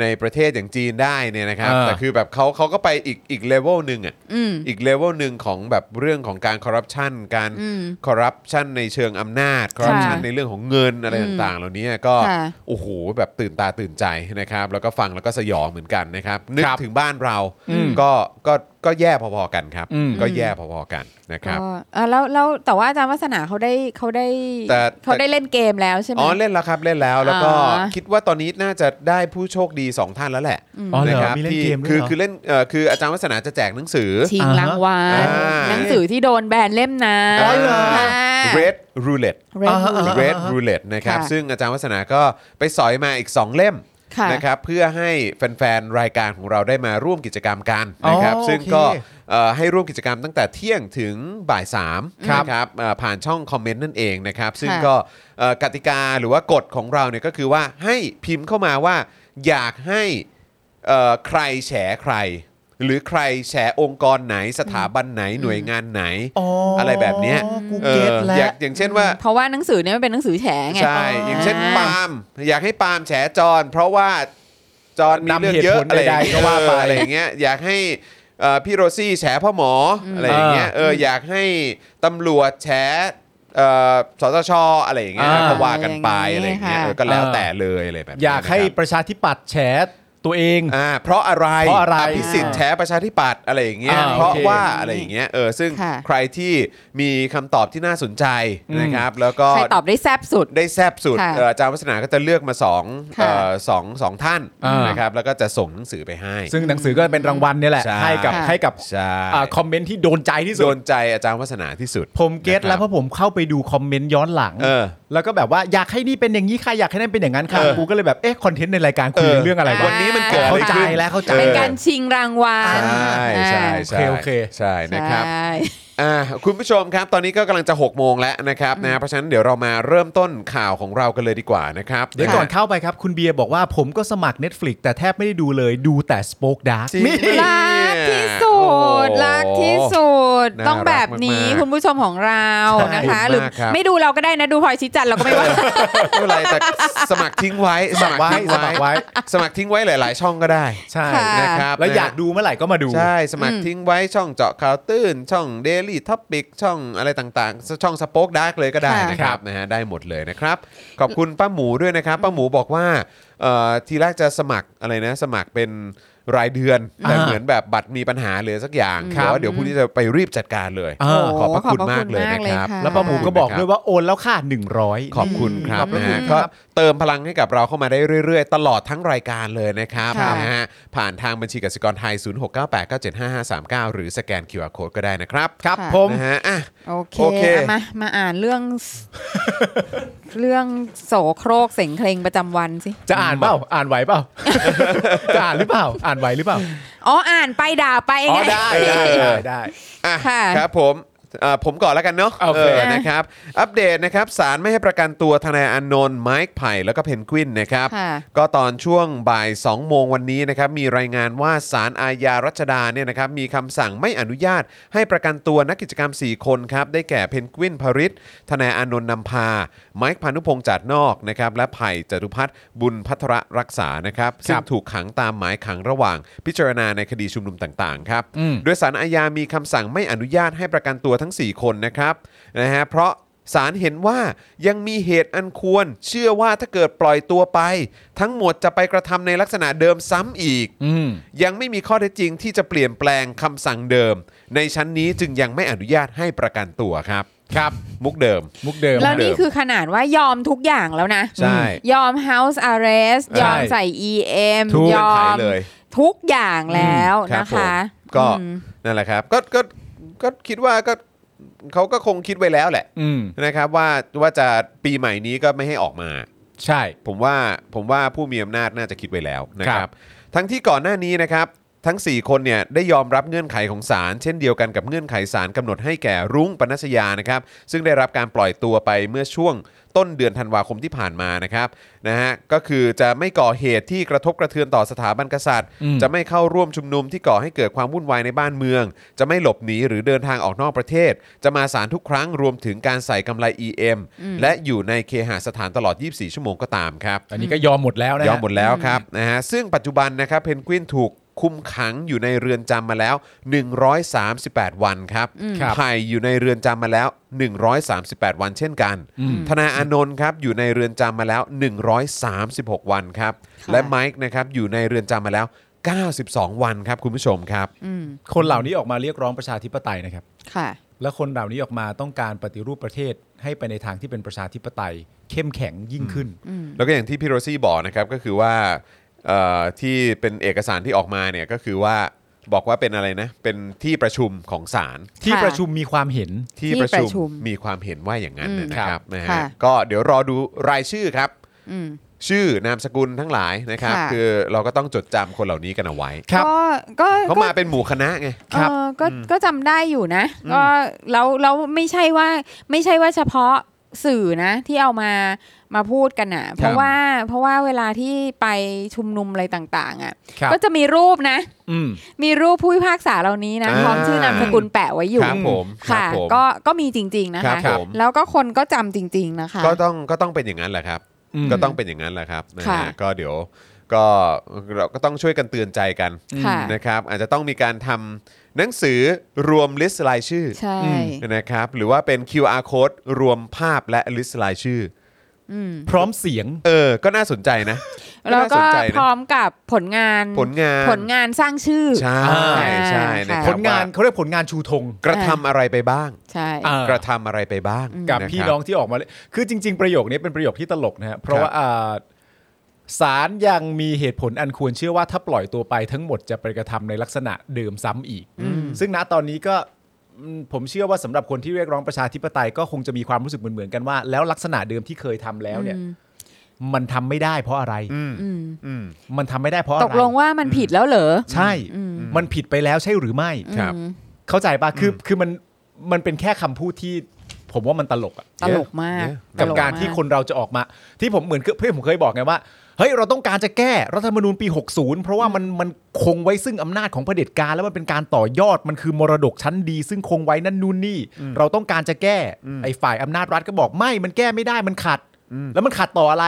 [SPEAKER 2] ในประเทศอย่างจีนได้เนี่ยนะครับ
[SPEAKER 3] เออ
[SPEAKER 2] แต่คือแบบเขาเขาก็ไปอีกอีกเลเวลหนึ่งอ่ะ
[SPEAKER 4] อืม
[SPEAKER 2] อีกเลเวลหนึ่งของแบบเรื่องของการคอร์รัปชันการ
[SPEAKER 4] อืม
[SPEAKER 2] คอร์รัปชันในเชิงอำนาจคอร์รัปชัน
[SPEAKER 4] ค่ะ
[SPEAKER 2] ในเรื่องของเงินอะไร
[SPEAKER 4] อืม
[SPEAKER 2] ต่างๆ เหล่านี้ก็
[SPEAKER 4] ค่ะ
[SPEAKER 2] โอ้โหแบบตื่นตาตื่นใจนะครับ แล้วก็ฟังแล้วก็สยองเหมือนกันนะครับ นึกถึงบ้านเรา
[SPEAKER 3] อืม
[SPEAKER 2] ก็ก็ก็แย่พอๆกันครับ
[SPEAKER 3] อืม
[SPEAKER 2] ก็แย่พอๆกันนะครับ
[SPEAKER 4] ก็อ่ะแล้วแล้วแต่ว่าอาจารย์วัฒนาเขาได้เขาได้
[SPEAKER 2] แต่
[SPEAKER 4] เขาได้เล่นเกมแล้วใช่ไหม
[SPEAKER 2] อ๋อเล่นแล้วครับเล่นแล้วแล้วก็
[SPEAKER 4] อ๋อ
[SPEAKER 2] คิดว่าตอนนี้น่าจะได้ผู้โชคดี 2 ท่านแล้วแหละ
[SPEAKER 3] อ๋อเหร
[SPEAKER 2] นะ
[SPEAKER 3] อ
[SPEAKER 2] ครับ
[SPEAKER 3] มีเล่น
[SPEAKER 2] ที่
[SPEAKER 3] เกมด้วย
[SPEAKER 2] คือ
[SPEAKER 3] เหรอ
[SPEAKER 2] คือเล่นเอ่อคืออาจารย์วัฒนาจะแจกหนังสือ
[SPEAKER 4] ชิงรางวัล
[SPEAKER 2] อ่า
[SPEAKER 4] หนังสือที่โดนแบนเล่มนะ
[SPEAKER 2] อ่า
[SPEAKER 3] เหรอ
[SPEAKER 2] Red Roulette
[SPEAKER 4] เรด
[SPEAKER 3] อ่า
[SPEAKER 2] เรดรูเลตนะครับ
[SPEAKER 4] ค่ะ
[SPEAKER 2] ซึ่งอาจารย์วัฒนาก็ไปสอยมาอีก 2 เล่ม
[SPEAKER 4] ค่ะ
[SPEAKER 2] นะครับเพื่อให้แฟนๆ รายการของเราได้มาร่วมกิจกรรมกันนะครับ
[SPEAKER 3] อ๋อ
[SPEAKER 2] ซึ่งก็
[SPEAKER 3] โอเค
[SPEAKER 2] เอ่อให้ร่วมกิจกรรมตั้งแต่เที่ยงถึงบ่าย3
[SPEAKER 3] ครับ
[SPEAKER 2] นะครับเอ่อผ่านช่องคอมเมนต์นั่นเองนะครับ ซึ่ง
[SPEAKER 4] ค่ะ
[SPEAKER 2] ก็เอ่อกติกาหรือว่ากฎของเราเนี่ยก็คือว่าให้พิมพ์เข้ามาว่าอยากให้เอ่อใครแฉใคร หรือใครแฉองค์กรไหนสถาบันไหนหน่วยงานไหน อะไรแบบเนี้ย
[SPEAKER 3] กู
[SPEAKER 2] เอ
[SPEAKER 3] เก็ต
[SPEAKER 2] ออ
[SPEAKER 3] แล้ว
[SPEAKER 2] ย่างอย่างเช่นว่า
[SPEAKER 4] เพราะว่าหนังสือเนี่ยมันเป็นหนังสือแฉไง
[SPEAKER 2] ใช่ อย่างเช่น
[SPEAKER 4] อ่า
[SPEAKER 2] ปาล์มอยากให้ปาล์มแฉจอนเพราะว่าจอนมี
[SPEAKER 3] นำ
[SPEAKER 2] เรื่องเยอะ
[SPEAKER 3] เหตุผล
[SPEAKER 2] อะไรอย่ง
[SPEAKER 3] ใดๆ
[SPEAKER 2] เงี้ย
[SPEAKER 3] ก็ว่าไป
[SPEAKER 2] เอออะไรอย่างเงี้ยอยากให้เอ่อพี่โรซี่แฉพ่อหมอออะไรอย่างเงี้ยเอออยากให้ตำรวจแฉเอ่อสตชอะไรอย่างเงี้ย
[SPEAKER 3] อ่า
[SPEAKER 2] ก็ว่ากันไปอะไรอย่างเงี้ย
[SPEAKER 4] ค่ะ
[SPEAKER 2] เออก็แล้วแต่เลยอะไรแบบนี้
[SPEAKER 3] อยากให้
[SPEAKER 2] นะครับ
[SPEAKER 3] ประชาธิปัตย์แฉตัวเอง
[SPEAKER 2] อ่าเพราะอะไร
[SPEAKER 3] เพราะอะไร
[SPEAKER 2] ภิสิทธิ์แฉประชาธิปัตย์อะไรอย่างเงี้ย
[SPEAKER 3] อ่า
[SPEAKER 2] เพราะ
[SPEAKER 3] โอเค
[SPEAKER 2] ว่าอะไรอย่างเงี้ยเออซึ่ง
[SPEAKER 4] ค่ะ
[SPEAKER 2] ใครที่มีคำตอบที่น่าสนใจนะครับ แล้วก็
[SPEAKER 4] ใครตอบได้แซบสุด
[SPEAKER 2] ได้แซบสุด
[SPEAKER 4] ค่ะ
[SPEAKER 2] เอ่ออาจารย์วัฒนาก็จะเลือกมาสอง
[SPEAKER 4] ค่ะ
[SPEAKER 2] เอ่อสองสองท่าน
[SPEAKER 3] อ่าน
[SPEAKER 2] นะครับแล้วก็จะส่งหนังสือไปให้
[SPEAKER 3] ซึ่งหนังสือก็เป็นรางวัลเนี่ยแหละ
[SPEAKER 2] ใช่
[SPEAKER 3] ให้กับ
[SPEAKER 4] ค่ะ
[SPEAKER 3] ให้กับ
[SPEAKER 2] ใช่
[SPEAKER 3] อ่าคอมเมนต์ที่โดนใจที่สุ
[SPEAKER 2] โด
[SPEAKER 3] ด
[SPEAKER 2] นใจอาจารย์วัฒนาที่สุด
[SPEAKER 3] ผมเก็ต
[SPEAKER 2] นะครับ
[SPEAKER 3] แล้วเพราะผมเข้าไปดูคอมเมนต์ย้อนหลัง
[SPEAKER 2] เออ
[SPEAKER 3] แล้วก็แบบว่าอยากให้นี่เป็นอย่างนี้ค่ะอยากให้นั่นเป็นอย่างนั้นค่ะ
[SPEAKER 2] เออ
[SPEAKER 3] กูก็เลยแบบเอ๊ะคอนเทนต์ในรายการคุย
[SPEAKER 2] เ
[SPEAKER 3] เรื่องอะไร
[SPEAKER 2] วั
[SPEAKER 3] วะ
[SPEAKER 2] นนี้มันเกิดอะไร
[SPEAKER 3] เข้าใจ
[SPEAKER 2] ขึ้น
[SPEAKER 3] แล้วเข้าใจ
[SPEAKER 2] ออ
[SPEAKER 4] เป็นการชิงรางวัล
[SPEAKER 2] ใช่ใช่ใช่
[SPEAKER 3] โอเคโอเค
[SPEAKER 2] ใช่นะครับ
[SPEAKER 4] ใช่
[SPEAKER 2] อ่าคุณผู้ชมครับตอนนี้ก็กำลังจะ 6 โมงแล้วนะครับนะเพราะฉะนั้นเดี๋ยวเรามาเริ่มต้นข่าวของเรากันเลยดีกว่านะครับ
[SPEAKER 3] เดี๋ยวก่อนเข้าไปครับคุณเบียร์บอกว่าผมก็สมัคร Netflix แต่แทบไม่ได้ดูเลยดูแต่ Spoke Dark
[SPEAKER 2] จริง
[SPEAKER 3] นี่
[SPEAKER 2] ปะเนี่ย
[SPEAKER 4] รักที่สุดรักที่สุด
[SPEAKER 2] น่า
[SPEAKER 4] ต้องแบบนี้
[SPEAKER 2] รักมากๆ
[SPEAKER 4] คุณผู้ชมของเรานะคะ
[SPEAKER 2] ขอบคุณมาก
[SPEAKER 4] หรือ
[SPEAKER 2] ครับ
[SPEAKER 4] ไม่ดูเราก็ได้นะ ดูพลอยชิดจันทร์เราก็ไม่ว่า
[SPEAKER 2] ไม่เป็นไรแต่ สมัครทิ้งไว้
[SPEAKER 3] สมัครไว้สมัครไว้
[SPEAKER 2] สมัครทิ้งไว้หลาย ๆ ช่องก็ได้
[SPEAKER 3] ใช่
[SPEAKER 4] ค่ะ
[SPEAKER 2] นะครับ
[SPEAKER 3] แล้วอยาก
[SPEAKER 2] นะ
[SPEAKER 3] ดูเมื่อไหร่ก็มาดู
[SPEAKER 2] ใช่ สมัครทิ้งไว้ช่องเจาะข่าวตื้น ช่อง Daily Topic ช่องอะไรต่างๆ ช่องสป็อคดาร์กเลยก็ได้
[SPEAKER 4] ค่ะ
[SPEAKER 2] นะครับนะฮะได้หมดเลยนะครับ ขอบคุณป้าหมูด้วยนะครับ ป้าหมูบอกว่าเอ่อทีแรกจะสมัครอะไรนะ สมัครเป็นรายเดือน
[SPEAKER 3] อ่า
[SPEAKER 2] แต่เหมือนแบบบัตรมีปัญหาเลยสักอย่าง
[SPEAKER 3] ครับ
[SPEAKER 2] แต่ว่าเดี๋ยวพรุ่งนี้จะไปรีบจัดการเลย
[SPEAKER 3] อ่า
[SPEAKER 4] โอ้
[SPEAKER 2] ขอบพระคุณ
[SPEAKER 4] ขอบพระ
[SPEAKER 2] มาก
[SPEAKER 4] คุณ
[SPEAKER 2] เลย
[SPEAKER 4] มาก
[SPEAKER 2] นะ
[SPEAKER 4] เลย
[SPEAKER 2] ครับ
[SPEAKER 4] ค่ะ
[SPEAKER 3] แล้วป้าหมูก็บอกด้วยว่าโอนแล้วค่ะ 100
[SPEAKER 2] ขอบคุณครับ
[SPEAKER 3] ขอบพระ
[SPEAKER 2] นะ
[SPEAKER 3] คุ
[SPEAKER 2] ฮะ
[SPEAKER 3] ณ
[SPEAKER 2] ก็
[SPEAKER 3] ครับ
[SPEAKER 2] เติมพลังให้กับเราเข้ามาได้เรื่อย ๆ ตลอดทั้งรายการเลยนะครับ
[SPEAKER 4] ค่ะ
[SPEAKER 2] นะฮะผ่านทางบัญชีกสิกรไทย 0698975539 หรือสแกน QR Code ก็ได้นะครับ
[SPEAKER 3] ครับ
[SPEAKER 4] ค่ะ
[SPEAKER 3] ผม
[SPEAKER 2] นะฮะอ่ะ
[SPEAKER 4] โอเค
[SPEAKER 2] โอเค
[SPEAKER 4] อ่ะมามาอ่านเรื่อง เรื่องโสโครกเสียงเพลงประจำวันสิ
[SPEAKER 3] จะอ่านเปล่าอ่านไหว เปล่า จะอ่านหรือเปล่า อ่านไหวหรือเปล่า
[SPEAKER 4] อ๋ออ่านไปด่าไปไง
[SPEAKER 3] ได้ได้ได้
[SPEAKER 2] อ่ะ
[SPEAKER 4] ค่ะ
[SPEAKER 2] ครับผมอ่ะผมก่อนแล้วกันเนาะ
[SPEAKER 3] โอเค
[SPEAKER 2] อนะครับ อัปเดตนะครับศาลไม่ให้ประกันตัวทนายอานนท์ไมค์ไผ่แล้วก็เพนกวินนะครับ
[SPEAKER 4] ค่ะ
[SPEAKER 2] ก็ตอนช่วงบ่าย 2 โมงวันนี้นะครับ มีรายงานว่าศาลอาญารัชดาเนี่ยนะครับ มีคำสั่งไม่อนุญาตให้ประกันตัวนักกิจกรรม 4 คนครับ ได้แก่เพนกวินพริศทนายอานนท์นำพา ไมค์พานุพงษ์จัดนอกนะครับ และไผ่จตุพัฒน์บุญพัทรรักษานะครับ ซึ่งถูกขังตามหมายขังระหว่างพิจารณาในคดีชุมนุมต่างๆครับ
[SPEAKER 3] อืม
[SPEAKER 2] โดยสารอาญามีคำสั่งไม่อนุญาตให้ประกันตัวทั้ง 4 คนนะครับนะฮะเพราะศาลเห็นว่ายังมีเหตุอันควร เชื่อว่าถ้าเกิดปล่อยตัวไป ทั้งหมดจะไปกระทำในลักษณะเดิมซ้ำอีก
[SPEAKER 3] อืม
[SPEAKER 2] ยังไม่มีข้อเท็จจริงที่จะเปลี่ยนแปลงคำสั่งเดิม ในชั้นนี้จึงยังไม่อนุญาตให้ประกันตัวครับ
[SPEAKER 3] ครับ
[SPEAKER 2] มุกเดิม
[SPEAKER 3] มุกเดิม
[SPEAKER 4] แล้วนี่คือขนาดว่ายอมทุกอย่างแล้วนะ
[SPEAKER 2] ใช่
[SPEAKER 4] ยอม House Arrest
[SPEAKER 2] ใช่
[SPEAKER 4] ยอมใส่ EM
[SPEAKER 3] ถูก
[SPEAKER 4] ยอ
[SPEAKER 2] ขาย
[SPEAKER 4] ม
[SPEAKER 2] เลย
[SPEAKER 4] ทุกอย่างแล้ว
[SPEAKER 2] รับ
[SPEAKER 4] นะ
[SPEAKER 2] ผม
[SPEAKER 4] คะ
[SPEAKER 2] ก็
[SPEAKER 4] อืม
[SPEAKER 2] นั่นแหละครับก็ก็ก็คิดว่าก็เขาก็คงคิดไว้แล้วแหละ
[SPEAKER 3] อืม
[SPEAKER 2] นะครับว่าว่าจะปีใหม่นี้ก็ไม่ให้ออกมา
[SPEAKER 3] ใช่
[SPEAKER 2] ผมว่าผมว่าผู้มีอำนาจน่าจะคิดไว้แล้วนะค
[SPEAKER 3] ครั
[SPEAKER 2] รับบ ทั้งที่ก่อนหน้านี้นะครับทั้ง 4 คนเนี่ยได้ยอมรับเงื่อนไขของศาลเช่นเดียวกันกับเงื่อนไขศาลกำหนดให้แก่รุ้งปนัสยานะครับซึ่งได้รับการปล่อยตัวไปเมื่อช่วงต้นเดือนธันวาคมที่ผ่านมานะครับนะฮะก็คือจะไม่ก่อเหตุที่กระทบกระเทือนต่อสถาบันกษัตริย์ จะไม่เข้าร่วมชุมนุมที่ก่อให้เกิดความวุ่นวายในบ้านเมือง จะไม่หลบหนีหรือเดินทางออกนอกประเทศ จะมาศาลทุกครั้งรวมถึงการใส่กำไร EM และอยู่ในเคหสถานตลอด 24 ชั่วโมงก็ตามครับ
[SPEAKER 3] อันนี้ก็ยอมหมดแล้วนะฮะ
[SPEAKER 2] ยอมหมดแล้วครับนะฮะซึ่งปัจจุบันนะครับเพนกวินถูกคุมขังอยู่ในเรือนจำมาแล้ว 138 วันครับ
[SPEAKER 3] ครับ
[SPEAKER 2] ไผ่อยู่ในเรือนจำมาแล้ว 138 วันเช่นกัน ธนาอานนท์ครับอยู่ในเรือนจำมาแล้ว 136 วันครับ
[SPEAKER 4] ค่ะ
[SPEAKER 2] และไมค์นะครับอยู่ในเรือนจำมาแล้ว 92 วันครับคุณผู้ชมครับ
[SPEAKER 4] อืม
[SPEAKER 3] คนเหล่านี้ออกมาเรียกร้องประชาธิปไตยนะครับ
[SPEAKER 4] ค่ะ
[SPEAKER 3] และคนเหล่านี้ออกมาต้องการปฏิรูปประเทศให้ไปในทางที่เป็นประชาธิปไตย เข้มแข็งยิ่งขึ้น
[SPEAKER 2] แล้วก็อย่างที่พี่โรซี่บอกนะครับก็คือว่าเอ่อที่เป็นเอกสารที่ออกมาเนี่ยก็คือว่าบอกว่าเป็นอะไรนะเป็นที่ประชุมของศาล
[SPEAKER 3] ที่
[SPEAKER 4] ค่ะ
[SPEAKER 3] ประชุมมีความเห็น
[SPEAKER 2] ที่
[SPEAKER 4] ที่
[SPEAKER 2] ประ
[SPEAKER 4] ประชุ
[SPEAKER 2] ชุม
[SPEAKER 4] ม
[SPEAKER 2] มีความเห็นว่าอย่างนั้น
[SPEAKER 4] อืม
[SPEAKER 2] นะค
[SPEAKER 3] ครั
[SPEAKER 2] รับบ นะฮะ
[SPEAKER 4] ค่ะ
[SPEAKER 2] ก็เดี๋ยวรอดูรายชื่อครับ
[SPEAKER 4] อืม
[SPEAKER 2] ชื่อนามสกุลทั้งหลายนะครับ
[SPEAKER 4] ค่ะ
[SPEAKER 2] คือเราก็ต้องจดจำคนเหล่านี้กันเอาไว้
[SPEAKER 3] ครับ
[SPEAKER 4] ก็ก็
[SPEAKER 2] เขา
[SPEAKER 4] ก็
[SPEAKER 2] มาเป็นหมู่คณะไง
[SPEAKER 3] ครับ
[SPEAKER 4] เออก็ก็จำได้อยู่นะ ก็แล้วแล้วไม่ใช่ว่าไม่ใช่ว่าเฉพาะ สื่อนะ ที่เอามามาพูดกันอ่ะ เพราะว่าเพราะว่าเวลาที่ไปชุมนุมอะไรต่างๆ อ่ะ
[SPEAKER 3] ครับ
[SPEAKER 4] ก็จะมีรูปนะ
[SPEAKER 3] อืม
[SPEAKER 4] มีรูปผู้พิพากษาเหล่านี้นะ
[SPEAKER 2] อ่า
[SPEAKER 4] พร้อมชื่อนามสกุลแปะไว้อยู่
[SPEAKER 2] ครับผม
[SPEAKER 4] ค่ะ
[SPEAKER 2] รับผม
[SPEAKER 4] ก็ก็มีจริง ๆ นะ
[SPEAKER 2] ครั
[SPEAKER 4] คะ
[SPEAKER 2] บผม
[SPEAKER 4] แล้วก็คนก็จำจริง ๆ นะคะ
[SPEAKER 2] ก็ต้องก็ต้องเป็นอย่างนั้นแหละครับ
[SPEAKER 3] อืม
[SPEAKER 2] ก็ต้องเป็นอย่างนั้นแหละครับนะ
[SPEAKER 4] ค่ะ
[SPEAKER 2] ฮะก็เดี๋ยวก็เราก็ต้องช่วยกันเตือนใจกัน
[SPEAKER 4] ค่ะ
[SPEAKER 2] นะครับ อาจจะต้องมีการทำหนังสือรวมลิสต์รายชื่อ
[SPEAKER 4] ใช่
[SPEAKER 2] นะครับหรือว่าเป็น QR code รวมภาพและลิสต์รายชื่อ
[SPEAKER 3] พร้อมเสียง
[SPEAKER 2] เออ ก็น่าสนใจนะ
[SPEAKER 4] แล้วก็
[SPEAKER 2] น่าสนใจ
[SPEAKER 4] พ
[SPEAKER 2] นะ
[SPEAKER 4] ร้อมกับผลงาน
[SPEAKER 2] ผลงาน
[SPEAKER 4] ผลงานสร้างชื่อ
[SPEAKER 2] ใช่ใช่นะค
[SPEAKER 4] ผ
[SPEAKER 2] รั
[SPEAKER 3] ผ
[SPEAKER 2] บ
[SPEAKER 3] ลงาน
[SPEAKER 2] ว่
[SPEAKER 3] เขาเรียกผลงานชูธง
[SPEAKER 2] กระทำอะไรไปบ้าง
[SPEAKER 4] ใช่
[SPEAKER 3] อ่าก
[SPEAKER 2] ระทำอะไรไปบ้าง
[SPEAKER 3] กั
[SPEAKER 2] ะ
[SPEAKER 3] บ
[SPEAKER 2] ครับ
[SPEAKER 3] พี่น้องที่ออกมาเลยคือจริง ๆ ประโยคนี้เป็นประโยคที่ตลกนะฮะเพราะว่าอ่าศาลยังมีเหตุผลอันควรเชื่อว่าถ้าปล่อยตัวไปทั้งหมดจะไปกระทำในลักษณะเดิมซ้ำอีก ซึ่งณตอนนี้ก็อืมผมเชื่อว่าสำหรับคนที่เรียกร้องประชาธิปไตยก็คงจะมีความรู้สึกเหมือนๆกันว่า แล้วลักษณะเดิมที่เคยทำแล้วเนี่ย มันทำไม่ได้เพราะอะไร
[SPEAKER 4] อืม
[SPEAKER 3] มันทำไม่ได้เพราะอะไร
[SPEAKER 4] ตกลงว่ามันผิดแล้วเหรอ
[SPEAKER 3] ใช่ มันผิดไปแล้วใช่หรือไม่
[SPEAKER 2] ครับ
[SPEAKER 3] เข้าใจป่ะ คือ คือมัน มันเป็นแค่คำพูดที่ ผมว่ามันตลกอะ
[SPEAKER 4] ตลกมาก
[SPEAKER 2] เนี่ย
[SPEAKER 4] ต
[SPEAKER 3] กับ
[SPEAKER 4] ล
[SPEAKER 3] การที่คนเราจะออกมา ที่ผมเหมือนเพื่อนผมเคยบอกไงว่า เฮ้ย เราต้องการจะแก้รัฐธรรมนูญปี 60 เพราะว่ามัน มันคงไว้ซึ่งอำนาจของเผด็จการ แล้วมันเป็นการต่อยอด มันคือมรดกชั้นดี ซึ่งคงไว้นั่นนู่นนี่ เราต้องการจะแก้ ไอ้ฝ่ายอำนาจรัฐก็บอกไม่ มันแก้ไม่ได้ มันขัด แล้วมันขัดต่ออะไร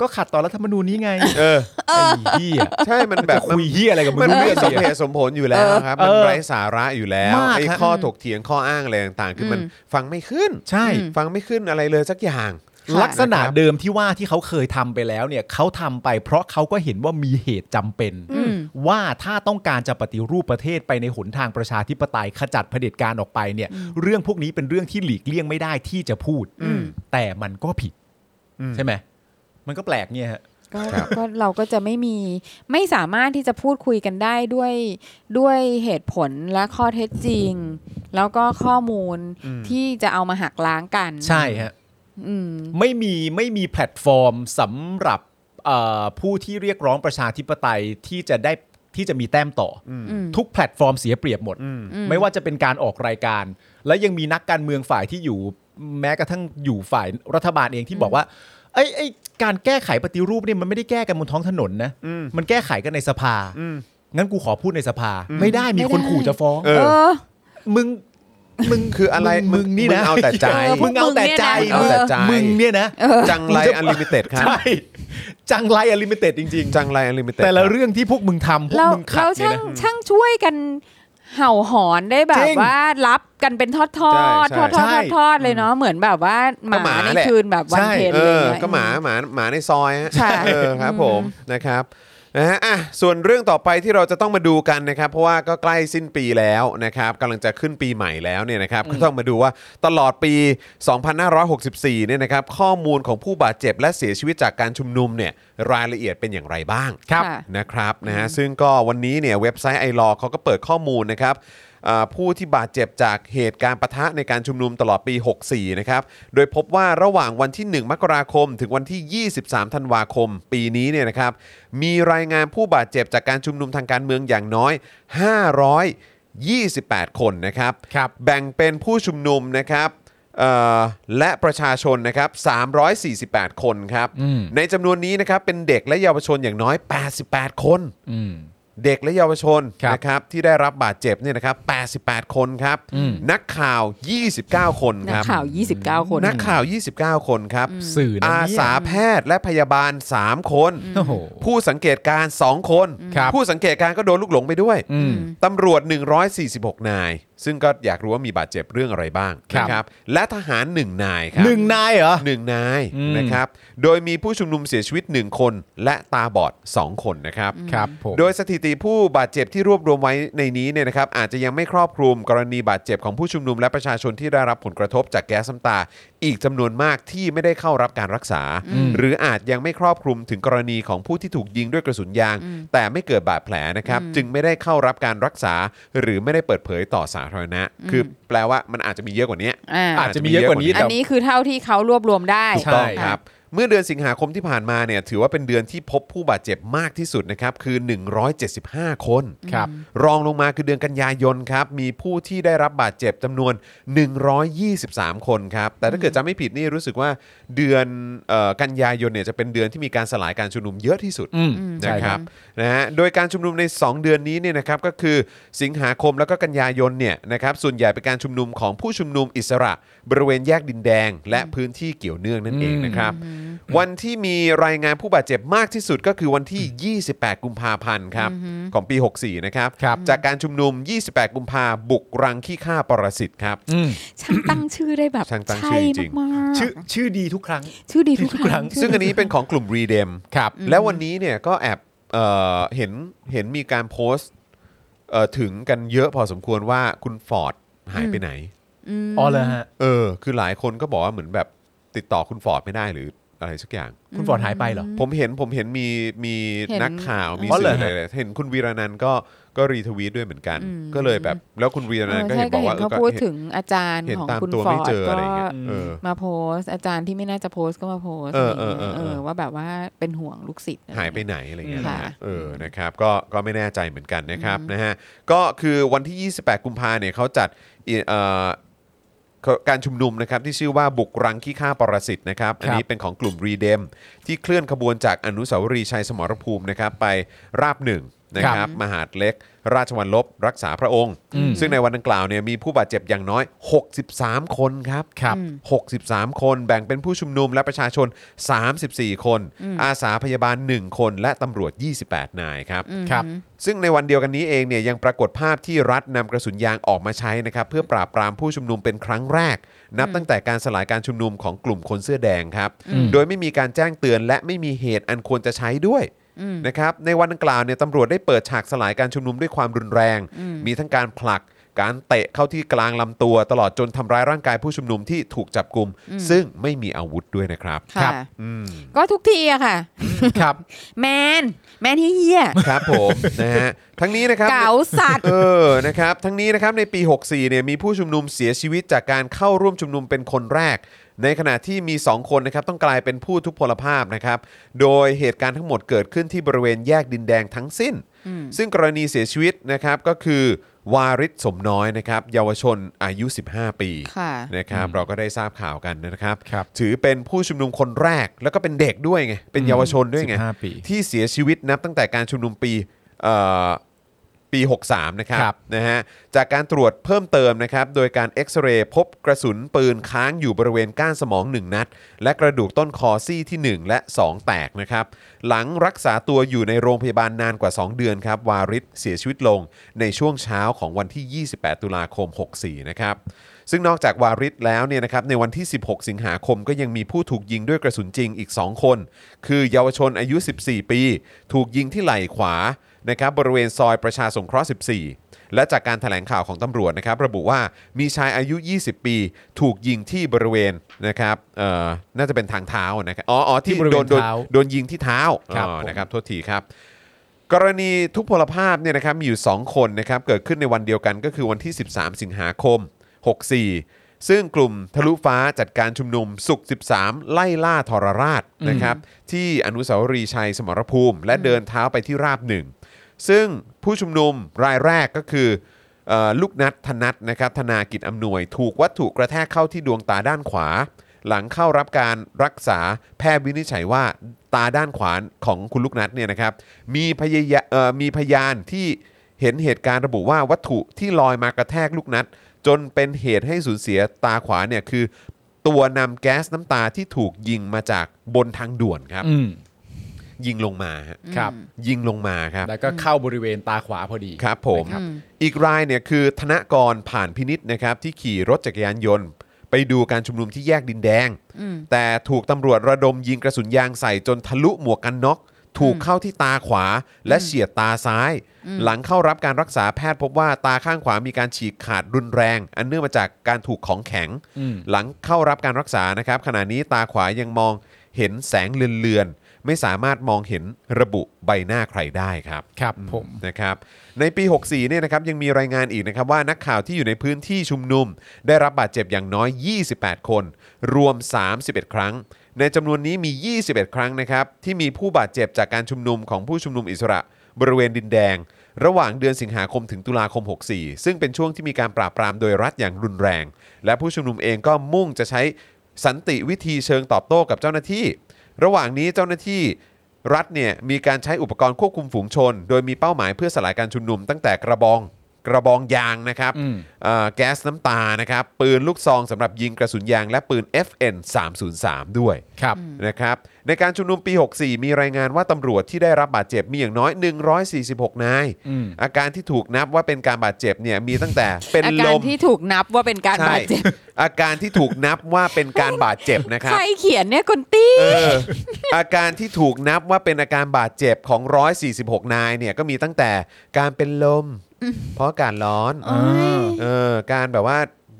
[SPEAKER 3] ก็ขัดต่อรัฐธรรมนูญนี้ไง
[SPEAKER 2] เออ
[SPEAKER 3] ไอ้เหี้ย
[SPEAKER 2] ใช่มันแบบ
[SPEAKER 3] จะคุยเหี้ยอะไรกับมึง
[SPEAKER 2] มัน
[SPEAKER 3] รู้
[SPEAKER 2] ไม่
[SPEAKER 3] เรื่อง
[SPEAKER 2] ส
[SPEAKER 3] เหี้
[SPEAKER 2] ม
[SPEAKER 3] ย
[SPEAKER 2] เหตุสมผลอยู่แล้วครับ มัน
[SPEAKER 3] เออ
[SPEAKER 2] ไร้สาระอยู่แล้ว
[SPEAKER 3] มาก
[SPEAKER 2] ไอ้
[SPEAKER 3] ฮะ
[SPEAKER 2] ข้อถกเถียงข้ออ้างอะไรต่างๆ คือมันฟังไม่ขึ้น
[SPEAKER 3] ใช่
[SPEAKER 2] ฟังไม่ขึ้นอะไรเลยสักอย่าง
[SPEAKER 4] ค่ะ
[SPEAKER 3] ลักษณะ
[SPEAKER 2] นะครับ
[SPEAKER 3] เดิมที่ว่าที่เขาเคยทำไปแล้วเนี่ยเขาทำไปเพราะเขาก็เห็นว่ามีเหตุจำเป็น
[SPEAKER 4] อืม
[SPEAKER 3] ว่าถ้าต้องการจะปฏิรูปประเทศไปในหนทางประชาธิปไตยขจัดเผด็จการออกไปเนี่ย เรื่องพวกนี้เป็นเรื่องที่หลีกเลี่ยงไม่ได้ที่จะพูด
[SPEAKER 4] อืม
[SPEAKER 3] แต่มันก็ผิด ใช่ไหมมันก็แปลกเนี่ยฮะ
[SPEAKER 4] ก็
[SPEAKER 2] ครับ
[SPEAKER 4] ก็เราก็จะไม่มีไม่สามารถที่จะพูดคุยกันได้ด้วยด้วยเหตุผลและข้อเท็จจริง แล้วก็ข้อมูลที่จะเอามาหักล้างกัน
[SPEAKER 3] ใช่ฮะ
[SPEAKER 4] อืม
[SPEAKER 3] ไม่มีไม่มีแพลตฟอร์มสำหรับเอ่อผู้ที่เรียกร้องประชาธิปไตยที่จะได้ที่จะมีแต้มต่ออ
[SPEAKER 4] ม
[SPEAKER 3] ทุกแพลตฟอร์มเสียเปรียบหมด ไม่ว่าจะเป็นการออกรายการ และยังมีนักการเมืองฝ่ายที่อยู่แม้กระทั่งอยู่ฝ่ายรัฐบาลเองที่บอกว่าไอ้ไอ้การแก้ไขปฏิรูปเนี่ยมันไม่ได้แก้กันบนท้องถนนนะมันแก้ไขกันในสภางั้นกูขอพูดในสภา ไม่ได้มีคนขู่จะฟ้อง
[SPEAKER 2] เออ
[SPEAKER 4] เออ
[SPEAKER 3] มึง
[SPEAKER 2] มึงคืออะไร
[SPEAKER 3] มึงนี่นะ
[SPEAKER 2] เอาแต่ใจ
[SPEAKER 4] เออพว
[SPEAKER 3] มึ
[SPEAKER 4] ก
[SPEAKER 3] งเอาแต่ใจ
[SPEAKER 2] มึงเนี่ยนะเอาแต่ใจ
[SPEAKER 3] มึงเนี่ยนะ
[SPEAKER 2] จังไรอันลิมิเต็ดครับ
[SPEAKER 3] ใช่ จังไรอลิมิเต็ดจริง
[SPEAKER 2] จังไรอันลิมิเต็
[SPEAKER 3] ๆ
[SPEAKER 2] ด
[SPEAKER 3] แต่ละเรื่องที่พวกมึงทำพวก
[SPEAKER 4] เรา
[SPEAKER 3] มึงขัด
[SPEAKER 4] เรา
[SPEAKER 3] เนี่ย
[SPEAKER 4] ช่าง
[SPEAKER 3] นะ
[SPEAKER 4] ช่างช่วยกันเห่าหอนได้แบ
[SPEAKER 3] จ
[SPEAKER 4] บ
[SPEAKER 3] ริง
[SPEAKER 4] ว่ารับกันเป็นทอดๆทอดๆ
[SPEAKER 3] ใช่
[SPEAKER 4] ทอดๆทอดๆเลยเนาะเหมือนแบบว่าหมาในคืนแบบวัน
[SPEAKER 3] ใช่
[SPEAKER 4] เพ็ญ
[SPEAKER 2] เอ
[SPEAKER 4] เลย
[SPEAKER 2] อ
[SPEAKER 4] เงี้ย
[SPEAKER 2] ก็หมาหมาหมาในซอยฮะ
[SPEAKER 4] ใช่
[SPEAKER 2] เออครับผมนะครับนะฮะอ่ะส่วนเรื่องต่อไปที่เราจะต้องมาดูกันนะครับ เพราะว่าก็ใกล้สิ้นปีแล้วนะครับกำลังจะขึ้นปีใหม่แล้วเนี่ยนะครับก็ต้องมาดูว่าตลอดปี 2564เนี่ยนะครับข้อมูลของผู้บาดเจ็บและเสียชีวิตจากการชุมนุมเนี่ยรายละเอียดเป็นอย่างไรบ้าง
[SPEAKER 3] ครับ
[SPEAKER 4] ค่ะ
[SPEAKER 2] นะครับนะฮะซึ่งก็วันนี้เนี่ยเว็บไซต์ไอรอเขาก็เปิดข้อมูลนะครับอ่าผู้ที่บาดเจ็บจากเหตุการณ์ปะทะในการชุมนุมตลอดปี 64 นะครับ โดยพบว่าระหว่างวันที่ 1 มกราคม ถึงวันที่ 23 ธันวาคม ปีนี้เนี่ยนะครับ มีรายงานผู้บาดเจ็บจากการชุมนุมทางการเมืองอย่างน้อย 528 คนนะครับ
[SPEAKER 3] ครับ
[SPEAKER 2] แบ่งเป็นผู้ชุมนุมนะครับเอ่อและประชาชนนะครับ 348 คนครับ ในจำนวนนี้นะครับเป็นเด็กและเยาวชนอย่างน้อย 88 คน
[SPEAKER 3] อืม
[SPEAKER 2] เด็กและเยาวชน
[SPEAKER 3] ครับ
[SPEAKER 2] นะครับที่ได้รับบาดเจ็บเนี่ยนะครับ 88 คนครับ นักข่าว 29 คนค
[SPEAKER 4] นัก
[SPEAKER 2] รับ
[SPEAKER 4] ข่าว 29 คน
[SPEAKER 2] นักข่าว 29 คนครับ
[SPEAKER 3] สื่อนะ
[SPEAKER 2] อา
[SPEAKER 3] เนี่ย
[SPEAKER 2] สาแพทย์และพยาบาล 3 คน
[SPEAKER 3] โอ้โห
[SPEAKER 2] ผู้สังเกตการณ์2คน
[SPEAKER 3] ครับ
[SPEAKER 2] ผู้สังเกตการณ์ก็โดนลูกหลงไปด้วย
[SPEAKER 3] อืม
[SPEAKER 2] ตำรวจ 146 นาย ซึ่งก็อยากรู้ว่ามีบาดเจ็บเรื่องอะไรบ้าง
[SPEAKER 3] ครับ
[SPEAKER 2] นะครับ และทหาร 1 นายครั
[SPEAKER 3] หนึ่งนายเหรอ
[SPEAKER 2] หนึ่งนาย
[SPEAKER 3] อืม
[SPEAKER 2] นะครับ โดยมีผู้ชุมนุมเสียชีวิต 1 คน และตาบอด 2 คนนะครับ
[SPEAKER 3] ครับผม
[SPEAKER 2] โดยสถิติผู้บาดเจ็บที่รวบรวมไว้ในนี้เนี่ยนะครับอาจจะยังไม่ครอบคลุมกรณีบาดเจ็บของผู้ชุมนุมและประชาชนที่ได้รับผลกระทบจากแก๊สน้ำตา อีกจำนวนมากที่ไม่ได้เข้ารับการรักษา หรืออาจยังไม่ครอบคลุมถึงกรณีของผู้ที่ถูกยิงด้วยกระสุนยาง แต่ไม่เกิดบาดแผลนะครับจึงไม่ได้เข้ารับการรักษา หรือไม่ได้เปิดเผยต่อสาธารณะ คือแปลว่ามันอาจจะมีเยอะกว่านี้
[SPEAKER 4] อ่า
[SPEAKER 3] อาจจะมีเยอะกว่านี้
[SPEAKER 2] อั
[SPEAKER 4] อัน
[SPEAKER 3] แต่
[SPEAKER 4] นี้คือเท่าที่เขารวบรวมได้
[SPEAKER 2] ถู
[SPEAKER 3] ใช่
[SPEAKER 2] กต้องครับ เมื่อเดือนสิงหาคมที่ผ่านมาเนี่ยถือว่าเป็นเดือนที่พบผู้บาดเจ็บมากที่สุดนะครับคือ 175 คน
[SPEAKER 3] ครับ
[SPEAKER 2] รองลงมาคือเดือนกันยายนครับ มีผู้ที่ได้รับบาดเจ็บจำนวน 123 คนครับ แต่ถ้าเกิดจำไม่ผิดนี่รู้สึกว่าเดือนเออกันยายนเนี่ยจะเป็นเดือนที่มีการสลายการชุมนุมเยอะที่สุด
[SPEAKER 3] อืม
[SPEAKER 2] นะ
[SPEAKER 3] ใช่
[SPEAKER 2] ค
[SPEAKER 3] ค
[SPEAKER 2] รั
[SPEAKER 3] รั
[SPEAKER 2] บบ นะฮะโดยการชุมนุมใน 2 เดือนนี้เนี่ยนะครับก็คือสิงหาคมแล้วก็กันยายนเนี่ยนะครับส่วนใหญ่เป็นการชุมนุมของผู้ชุมนุมอิสระ บริเวณแยกดินแดง และพื้นที่เกี่ยวเนื่องนั่นเองนะครับ วันที่มีรายงานผู้บาดเจ็บมากที่สุดก็คือวันที่ 28 กุมภาพันธ์ครับของปี 64 นะครับ
[SPEAKER 3] ครับ
[SPEAKER 2] จากการชุมนุม 28 กุมภาบุกรังขี้ข้าปรสิตครับ
[SPEAKER 3] อืม
[SPEAKER 4] ช่างตั้งชื่อได้แบบ
[SPEAKER 2] ช่างตั้ง
[SPEAKER 4] ใช่
[SPEAKER 2] ชื่อจริง
[SPEAKER 4] มากๆ
[SPEAKER 3] ชื่อชื่อดีทุกครั้ง
[SPEAKER 4] ชื่อดีทุก
[SPEAKER 3] ทุก
[SPEAKER 4] ค
[SPEAKER 3] ครั้
[SPEAKER 4] รั้ง
[SPEAKER 3] ง
[SPEAKER 4] ชื่
[SPEAKER 2] ซึ่งอันนี้เป็นของกลุ่มรีเดม
[SPEAKER 3] ครับ
[SPEAKER 2] และวันนี้เนี่ยก็แอบเอ่อเห็นเห็นมีการโพสต์เอ่อถึงกันเยอะพอสมควรว่าคุณฟอร์ดหายไปไหน
[SPEAKER 4] ม
[SPEAKER 3] อ๋อเลยฮะ
[SPEAKER 2] เออ คือหลายคนก็บอกว่าเหมือนแบบติดต่อคุณฟอร์ดไม่ได้หรืออะไรสักอย่าง
[SPEAKER 3] คุณฟอร์ดหายไปเหรอ
[SPEAKER 2] ผมเห็นผมเห็นมีมีนักข่าวมี
[SPEAKER 3] อ๋อ
[SPEAKER 2] สื่
[SPEAKER 3] เหร
[SPEAKER 2] อ
[SPEAKER 3] อ
[SPEAKER 2] อะไร
[SPEAKER 3] ฮะ
[SPEAKER 2] เนี่ยเห็นคุณวีรนันท์ก็ก็รีทวีตด้วยเหมือนกัน ก็เลยแบบ แล้วคุณวีร
[SPEAKER 4] เอ
[SPEAKER 2] นัน
[SPEAKER 4] อ
[SPEAKER 2] ท์ก็
[SPEAKER 4] ใช่
[SPEAKER 2] เห็นบ
[SPEAKER 4] ก็
[SPEAKER 2] อก
[SPEAKER 4] เห็
[SPEAKER 2] ว่าน เออ
[SPEAKER 4] เขา
[SPEAKER 2] ก็
[SPEAKER 4] พูด
[SPEAKER 2] เห็น
[SPEAKER 4] ถึงอาจารย์
[SPEAKER 2] เห็น
[SPEAKER 4] ของ
[SPEAKER 2] ตาม
[SPEAKER 4] คุณ
[SPEAKER 2] ตัว
[SPEAKER 4] ฟอ
[SPEAKER 2] ไม่
[SPEAKER 4] ร์ด
[SPEAKER 2] เจออะไรอ
[SPEAKER 4] ก็
[SPEAKER 2] ย่างเงี้ยเออ
[SPEAKER 4] มาโพสต์อาจารย์ที่ไม่น่าจะโพสต์ก็มาโพสต์
[SPEAKER 2] เออ
[SPEAKER 4] อะไรอย่างเงี้ย
[SPEAKER 2] เออเออ
[SPEAKER 4] เออว่าแบบว่าเป็นห่วงลูกศิษย์
[SPEAKER 2] หายไปไหนอะไรเงี้ย
[SPEAKER 4] ค่ะ
[SPEAKER 2] นะเออนะครับก็ก็ไม่แน่ใจเหมือนกันนะครับนะฮะก็คือวันที่ 28 กุมภาเนี่ยเขาจัดเอ่อเอ่อการชุมนุมนะครับที่ชื่อว่าบุกรังขี้ข้าปรสิตนะครับอันนี้เป็นของกลุ่มรีเดม ที่เคลื่อนขบวนจากอนุสาวรีย์ชัยสมรภูมินะครับไปราบหนึ่งนะค
[SPEAKER 3] ครั
[SPEAKER 2] รับบ มหาดเล็ก ราชวัลลบรักษาพระองค์
[SPEAKER 3] อืม
[SPEAKER 2] ซึ่งในวันดังกล่าวเนี่ยมีผู้บาดเจ็บอย่างน้อย 63 คนครับ
[SPEAKER 3] ครับ
[SPEAKER 2] 63 คนแบ่งเป็นผู้ชุมนุมและประชาชน 34 คน อาสาพยาบาล 1 คน และตำรวจ 28 นายครับ
[SPEAKER 3] ครับ
[SPEAKER 2] ซึ่งในวันเดียวกันนี้เองเนี่ยยังปรากฏภาพที่รัฐนำกระสุนยางออกมาใช้นะครับ เพื่อปราบปรามผู้ชุมนุมเป็นครั้งแรก นับตั้งแต่การสลายการชุมนุมของกลุ่มคนเสื้อแดงครับ
[SPEAKER 3] อืม
[SPEAKER 2] โดยไม่มีการแจ้งเตือนและไม่มีเหตุอันควรจะใช้ด้วยนะครับในวันดังกล่าวเนี่ยตำรวจได้เปิดฉากสลายการชุมนุมด้วยความรุนแรง มีทั้งการผลัก การเตะเข้าที่กลางลำตัว ตลอดจนทำร้ายร่างกายผู้ชุมนุมที่ถูกจับกลุ่มซึ่งไม่มีอาวุธด้วยนะครับ
[SPEAKER 3] ครั
[SPEAKER 4] ค่ะ
[SPEAKER 3] บ
[SPEAKER 2] อืม
[SPEAKER 4] ก็ทุกทีอะค่ะ
[SPEAKER 3] ครับ
[SPEAKER 4] แมนแมนที่เหี้ย
[SPEAKER 2] ครับผมนะฮะทั้งนี้นะครับ
[SPEAKER 4] เก๋าสัตว์
[SPEAKER 2] เออ นะครับ ทั้งนี้นะครับ ในปี 64 เนี่ย มีผู้ชุมนุมเสียชีวิตจากการเข้าร่วมชุมนุมเป็นคนแรก ในขณะที่มี 2 คนนะครับ ต้องกลายเป็นผู้ทุพพลภาพนะครับ โดยเหตุการณ์ทั้งหมดเกิดขึ้นที่บริเวณแยกดินแดงทั้งสิ้น ซึ่งกรณีเสียชีวิตนะครับ ก็คือวาริศสมน้อยนะครับ เยาวชนอายุ 15 ปี
[SPEAKER 4] ค่ะ
[SPEAKER 2] นะครับ เราก็ได้ทราบข่าวกันนะครับ
[SPEAKER 3] ครับ
[SPEAKER 2] ถือเป็นผู้ชุมนุมคนแรก แล้วก็เป็นเด็กด้วยไง เป็นเยาวชนด้วยไง
[SPEAKER 3] 15ปี
[SPEAKER 2] ที่เสียชีวิตนับตั้งแต่การชุมนุมปีเอ่อปี 63 นะครับ
[SPEAKER 3] ครับ
[SPEAKER 2] นะฮะจากการตรวจเพิ่มเติมนะครับ โดยการเอ็กซเรย์พบกระสุนปืนค้างอยู่บริเวณก้านสมอง 1 นัด และกระดูกต้นคอซี่ที่ 1 และ 2 แตกนะครับ หลังรักษาตัวอยู่ในโรงพยาบาลนานกว่า 2 เดือนครับ วาริศเสียชีวิตลงในช่วงเช้าของวันที่ 28 ตุลาคม 64 นะครับ ซึ่งนอกจากวาริศแล้วเนี่ยนะครับในวันที่ 16 สิงหาคมก็ยังมีผู้ถูกยิงด้วยกระสุนจริงอีก 2 คน คือเยาวชนอายุ 14 ปี ถูกยิงที่ไหล่ขวานะครับบริเวณซอยประชาสงเคราะห์ 14 และจากการถแถลงข่าวของตำรวจนะครับ ระบุว่ามีชายอายุ 20 ปี ถูกยิงที่บริเวณนะครับเอ่อน่าจะเป็นทางเท้านะครับอ๋ออ๋อที่
[SPEAKER 3] ที่บริเวณ
[SPEAKER 2] โดนโดน
[SPEAKER 3] เท้า
[SPEAKER 2] โดนยิงที่เท้า
[SPEAKER 3] ครับ
[SPEAKER 2] อ๋อ
[SPEAKER 3] ผม
[SPEAKER 2] นะครับโทษทีครับ กรณีทุพพลภาพเนี่ยนะครับมีอยู่ 2 คนนะครับเกิดขึ้นในวันเดียวกันก็คือวันที่ 13 สิงหาคม 64 ซึ่งกลุ่มทะลุฟ้าจัดการชุมนุมสุกร์13 ไล่ล่าทรราชนะครับที่อนุสาวรีย์ชัยสมรภูมิ และเดินเท้าไปที่ราบหนึ่ง ซึ่งผู้ชุมนุมรายแรกก็คือเอ่อลูกนัดธนัทนะครับธนากิจอำนวย ถูกวัตถุกระแทกเข้าที่ดวงตาด้านขวา หลังเข้ารับการรักษาแพทย์วินิจฉัยว่าตาด้านขวาของคุณลูกนัดเนี่ยนะครับมีพยายเอ่อมีพยานที่เห็นเหตุการณ์ระบุว่าวัตถุที่ลอยมากระแทกลูกนัด จนเป็นเหตุให้สูญเสียตาขวาเนี่ยคือ ตัวนำแก๊สน้ำตาที่ถูกยิงมาจากบนทางด่วนครับ
[SPEAKER 3] อืม
[SPEAKER 2] ยิงลงมาฮะ
[SPEAKER 3] ครับ
[SPEAKER 2] ยิงลงมาครับ
[SPEAKER 3] แล้วก็เข้าบริเวณตาขวาพอดี
[SPEAKER 2] ครับผม
[SPEAKER 3] นะครับ
[SPEAKER 2] อีกรายเนี่ยคือธนกรผ่านพินิษนะครับที่ขี่รถจักรยานยนต์ ไปดูการชุมนุมที่แยกดินแดง แต่ถูกตำรวจระดมยิงกระสุนยางใส่จนทะลุหมวกกันน็อกถูกเข้าที่ตาขวาและเฉียดตาซ้าย หลังเข้ารับการรักษาแพทย์พบว่าตาข้างขวามีการฉีกขาดรุนแรง อันเนื่องมาจากการถูกของแข็ง หลังเข้ารับการรักษานะครับขณะนี้ตาขวายังมองเห็นแสงเลือนๆไม่สามารถมองเห็นระบุใบหน้าใครได้ครับ
[SPEAKER 3] ครับผม
[SPEAKER 2] นะครับในปี 64เนี่ยนะครับยังมีรายงานอีกนะครับว่านักข่าวที่อยู่ในพื้นที่ชุมนุม ได้รับบาดเจ็บอย่างน้อย 28 คน รวม 31 ครั้ง ในจำนวนนี้มี 21 ครั้งนะครับ ที่มีผู้บาดเจ็บจากการชุมนุมของผู้ชุมนุมอิสระบริเวณดินแดง ระหว่างเดือนสิงหาคมถึงตุลาคม 64 ซึ่งเป็นช่วงที่มีการปราบปรามโดยรัฐอย่างรุนแรง และผู้ชุมนุมเองก็มุ่งจะใช้สันติวิธีเชิงตอบโต้กับเจ้าหน้าที่ ระหว่างนี้เจ้าหน้าที่ รัฐเนี่ยมีการใช้อุปกรณ์ควบคุมฝูงชน โดยมีเป้าหมายเพื่อสลายการชุมนุม ตั้งแต่กระบองกระบองยางนะครับ
[SPEAKER 3] อืม
[SPEAKER 2] เอ่อแก๊สน้ำตานะครับ ปืนลูกซองสำหรับยิงกระสุนยาง และปืน FN 303 ด้วย
[SPEAKER 3] ครับ
[SPEAKER 2] นะครับในการชุมนุมปี 64 มีรายงานว่าตำรวจที่ได้รับบาดเจ็บมีอย่างน้อย 146 นาย
[SPEAKER 3] อืม
[SPEAKER 2] อาการที่ถูกนับว่าเป็นการบาดเจ็บเนี่ยมีตั้งแต่เป็น
[SPEAKER 4] อา
[SPEAKER 2] ล
[SPEAKER 4] การ
[SPEAKER 2] ม
[SPEAKER 4] ที่ถูกนับว่าเป็นการ
[SPEAKER 2] ใช่
[SPEAKER 4] บาดเจ็บ
[SPEAKER 2] อาการที่ถูกนับว่าเป็นการบาดเจ็บนะครับ
[SPEAKER 4] ใครเขียนเนี่ยคนตี้
[SPEAKER 2] เอออาการที่ถูกนับว่าเป็นอาการบาดเจ็บของ 146 นายเนี่ยก็มีตั้งแต่การเป็นลม เพราะอากาศร้อน
[SPEAKER 4] โอ้ย
[SPEAKER 2] เออการแบบว่า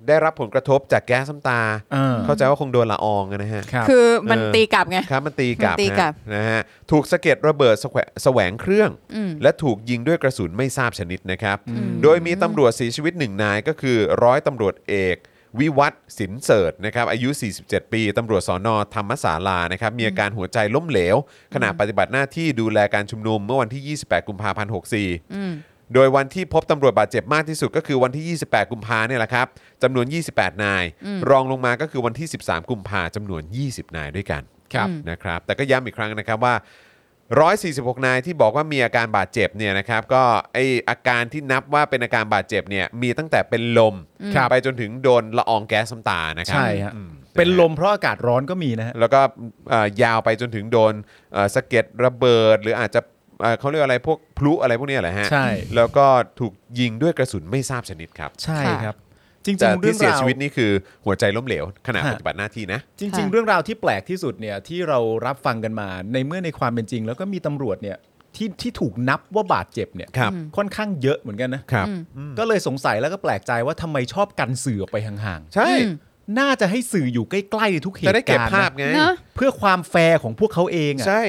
[SPEAKER 2] ได้รับผลกระทบจากแก๊สน้ำตา
[SPEAKER 3] เออ
[SPEAKER 2] เข้าใจว่าคงโดนละอองนะฮะ
[SPEAKER 3] ครับ
[SPEAKER 4] คือมัน
[SPEAKER 2] เออ
[SPEAKER 4] ตีกลับไง
[SPEAKER 2] ครับมันตีกลับ
[SPEAKER 4] มันตีกลับ
[SPEAKER 2] นะนะฮะถูกสะเก็ดระเบิดแสวงแสวงเครื่อง
[SPEAKER 4] อืม
[SPEAKER 2] และถูกยิงด้วยกระสุนไม่ทราบชนิดนะครับ
[SPEAKER 4] อืม
[SPEAKER 2] โดยมีตำรวจเสียชีวิตหนึ่งนายก็คือ ร้อยตำรวจเอก วิวัฒน์สินเสริร์ชนะครับอายุ 47 ปีตำรวจสอนอธรรมศาลานะครับมีอาการหัวใจล้มเหลว ขณะปฏิบัติหน้าที่ดูแลการชุมนุมเมื่อวันที่ 28 กุมภาพันธ์ 64
[SPEAKER 4] อืม
[SPEAKER 2] โดยวันที่พบตำรวจบาดเจ็บมากที่สุดก็คือวันที่ 28 กุมภาเนี่ยแหละครับจำนวน 28 นาย รองลงมาก็คือวันที่ 13 กุมภาจำนวน 20 นายด้วยกัน
[SPEAKER 3] ครับอืม
[SPEAKER 2] นะครับ แต่ก็ย้ำอีกครั้งนะครับว่า 146 นายที่บอกว่ามีอาการบาดเจ็บเนี่ยนะครับ ก็ไออาการที่นับว่าเป็นอาการบาดเจ็บเนี่ยมีตั้งแต่เป็นลม
[SPEAKER 3] ครับ
[SPEAKER 2] ไปจนถึงโดนละอองแก๊สน้ำตานะครั
[SPEAKER 3] ใช่ฮะ
[SPEAKER 2] อืม
[SPEAKER 3] เป็นลมเพราะอากาศร้อนก็มีนะฮะ
[SPEAKER 2] แล้วก็เอ่อยาวไปจนถึงโดนเอ่อสะเก็ดระเบิด หรืออาจจะเอ่อเขาเรียกอะไรพวกพลุอะไรพวกเนี้แหละฮะ
[SPEAKER 3] ใช่
[SPEAKER 2] แล้วก็ถูกยิงด้วยกระสุนไม่ทราบชนิดครับ
[SPEAKER 3] ใช่
[SPEAKER 4] ค่ะ
[SPEAKER 3] ครับ จริง
[SPEAKER 2] แต่
[SPEAKER 3] ๆเรื่
[SPEAKER 2] ที่
[SPEAKER 3] อง
[SPEAKER 2] เสีย
[SPEAKER 3] ราว
[SPEAKER 2] ชีวิตนี่คือหัวใจล้มเหลวขณะ
[SPEAKER 3] ฮะ
[SPEAKER 2] ปฏิบัติหน้าที่นะ
[SPEAKER 3] จริง
[SPEAKER 4] ค่ะ
[SPEAKER 3] ๆ เรื่องราวที่แปลกที่สุดเนี่ยที่เรารับฟังกันมา ในเมื่อในความเป็นจริง แล้วก็มีตำรวจเนี่ยที่ที่ถูกนับว่าบาดเจ็บเนี่ย
[SPEAKER 2] ครับ
[SPEAKER 3] ค่อนข้างเยอะเหมือนกันนะครับ ก็เลยสงสัยแล้วก็แปลกใจว่าทำไมชอบกันสื่อออกไปห่าง
[SPEAKER 2] ใช่
[SPEAKER 4] อืม
[SPEAKER 3] ๆ น่าจะให้สื่ออยู่ใกล้ๆทุกเห
[SPEAKER 2] จะ
[SPEAKER 3] ตุ
[SPEAKER 2] ได้เก็บ
[SPEAKER 3] การณ์
[SPEAKER 2] ภาพ
[SPEAKER 3] นะ
[SPEAKER 2] ไง
[SPEAKER 4] เนอะ
[SPEAKER 3] เพื่อความแฟร์ของพวกเขาเองอะ
[SPEAKER 2] ใช่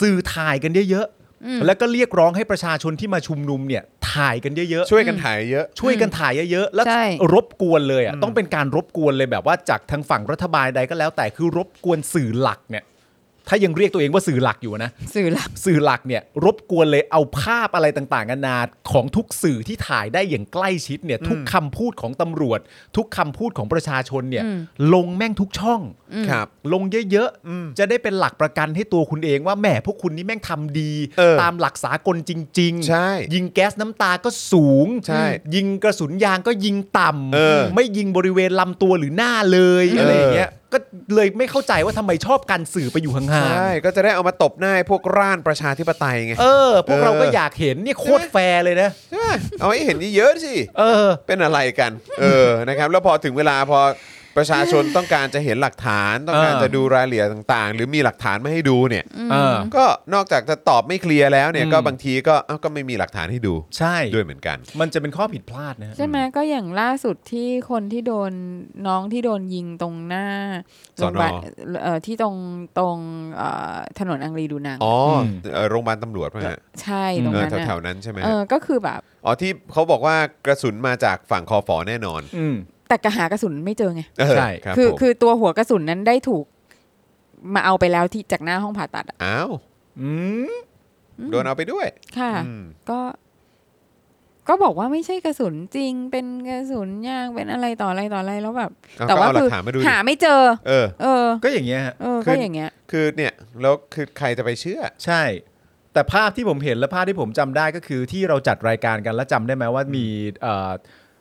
[SPEAKER 3] สื่อถ่ายกันเยอะ
[SPEAKER 4] อืม
[SPEAKER 3] ๆ แล้วก็เรียกร้องให้ประชาชนที่มาชุมนุมเนี่ยถ่ายกันเยอะๆ
[SPEAKER 2] ช่วยกันถ่ายเยอะ
[SPEAKER 3] ช่วยกันถ่ายเยอะๆ แล้ว
[SPEAKER 4] ใช่
[SPEAKER 3] รบกวนเลยอ่ะ ต้องเป็นการรบกวนเลยแบบว่าจากทางฝั่งรัฐบาลใดก็แล้ว แต่คือรบกวนสื่อหลักเนี่ย ถ้ายังเรียกตัวเองว่าสื่อหลักอยู่นะ
[SPEAKER 4] สื่อหลัก
[SPEAKER 3] สื่อหลักเนี่ยรบกวนเลยเอาภาพอะไรต่างๆนานาของทุกสื่อที่ถ่ายได้อย่างใกล้ชิดเนี่ยทุกคำพูดของตำรวจ ทุกคำพูดของประชาชนเนี่ย
[SPEAKER 4] อืม
[SPEAKER 3] ลงแม่งทุกช่อง
[SPEAKER 2] ครับ
[SPEAKER 3] ลงเยอะๆ จะได้เป็นหลักประกันให้ตัวคุณเองว่าแหมพวกคุณนี่แม่งทำดี
[SPEAKER 2] เออ
[SPEAKER 3] ตามหลักสากลจริง
[SPEAKER 2] ใช่
[SPEAKER 3] ยิงแก๊สน้ำตาก็สูง
[SPEAKER 2] ใช่
[SPEAKER 3] ยิงกระสุนยางก็ยิงต่
[SPEAKER 2] เออ
[SPEAKER 3] ำไม่ยิงบริเวณลำตัวหรือหน้าเลย
[SPEAKER 2] เอออ
[SPEAKER 3] อะไรอย่างเงี้ยก็เลยไม่เข้าใจว่าทำไมชอบการสื่อไปอยู่ห่าง
[SPEAKER 2] ใช่ก็จะได้เอามาตบหน้าให้พวกร่านประชาธิปไตยไง
[SPEAKER 3] ๆเออ พวกเราก็
[SPEAKER 2] เออ
[SPEAKER 3] อ
[SPEAKER 2] อ
[SPEAKER 3] ยากเห็นเนี่ยโคตรแฟร์เลยนะ
[SPEAKER 2] ใช่ไหมเอาให้เห็นเยอะๆสิ
[SPEAKER 3] เออ
[SPEAKER 2] เป็นอะไรกัน เออนะครับ แล้วพอถึงเวลาพอประชาชนต้องการจะเห็นหลักฐาน ต้องการ
[SPEAKER 3] เออ
[SPEAKER 2] จะดูรายละเอียดต่าง ๆ หรือมีหลักฐานมาให้ดูเนี่ย
[SPEAKER 3] เออ
[SPEAKER 2] ก็นอกจากจะตอบไม่เคลียร์แล้วเนี่ย
[SPEAKER 3] อืม
[SPEAKER 2] ก็บางทีก็เอ้าก็ไม่มีหลักฐานให้ดู
[SPEAKER 3] ใช่
[SPEAKER 2] ด้วยเหมือนกัน
[SPEAKER 3] มันจะเป็นข้อผิดพลาดนะฮะ
[SPEAKER 4] ใช่ไหมก็อย่างล่าสุดที่คนที่โดนน้องที่โดนยิงตรงหน้า
[SPEAKER 2] สอนอ
[SPEAKER 4] โรงพยาบาลเอ่อที่ตรงตรงเอ่อถนนอังรีดูนัง
[SPEAKER 2] อ๋ออ
[SPEAKER 3] ม
[SPEAKER 2] เอ่อโรงพยาบาลตำรวจป่ะฮะ
[SPEAKER 4] ใช่ตรง
[SPEAKER 2] เออ
[SPEAKER 4] นั้นน่ะ
[SPEAKER 2] แถวๆนั้นใช่ไหม
[SPEAKER 4] เอ
[SPEAKER 2] ฮะ
[SPEAKER 4] อก็คือแบบ
[SPEAKER 2] อ๋อที่เขาบอกว่ากระสุนมาจากฝั่งคอฟอแน่นอน
[SPEAKER 3] อืม
[SPEAKER 4] แต่กระหากระสุนไม่เจอไง
[SPEAKER 2] เออ
[SPEAKER 3] ใช่
[SPEAKER 2] ครับ
[SPEAKER 4] คือ
[SPEAKER 2] ผม
[SPEAKER 4] คือตัวหัวกระสุนนั้นได้ถูกมาเอาไปแล้วที่จากหน้าห้องผ่าตัดอะ
[SPEAKER 2] อ้าว
[SPEAKER 3] อืม
[SPEAKER 2] โดนเอาไปด้วย
[SPEAKER 4] ค่ะ
[SPEAKER 2] อืม
[SPEAKER 4] ก็ ก็บอกว่าไม่ใช่กระสุนจริง เป็นกระสุนยางเป็นอะไรต่ออะไรต่ออะไรแล้วแบบ
[SPEAKER 2] เอ
[SPEAKER 4] แต่ว่า
[SPEAKER 2] ก็เอหลั
[SPEAKER 4] คื
[SPEAKER 2] ก
[SPEAKER 4] อ
[SPEAKER 2] ฐานมาดูดิ
[SPEAKER 4] หาไม่เจอ
[SPEAKER 2] เออ
[SPEAKER 4] เออ
[SPEAKER 3] ก็อย่างเงี้ยฮะ
[SPEAKER 4] เออ
[SPEAKER 2] คื
[SPEAKER 4] ก็
[SPEAKER 2] ออ
[SPEAKER 4] อย่างเงี้ย
[SPEAKER 2] คือเนี่ยแล้วคือใครจะไปเชื่อ
[SPEAKER 3] ใช่ แต่ภาพที่ผมเห็นและภาพที่ผมจำได้ก็คือที่เราจัดรายการกันแล้วจำได้ไหมว่ามีเอ่อ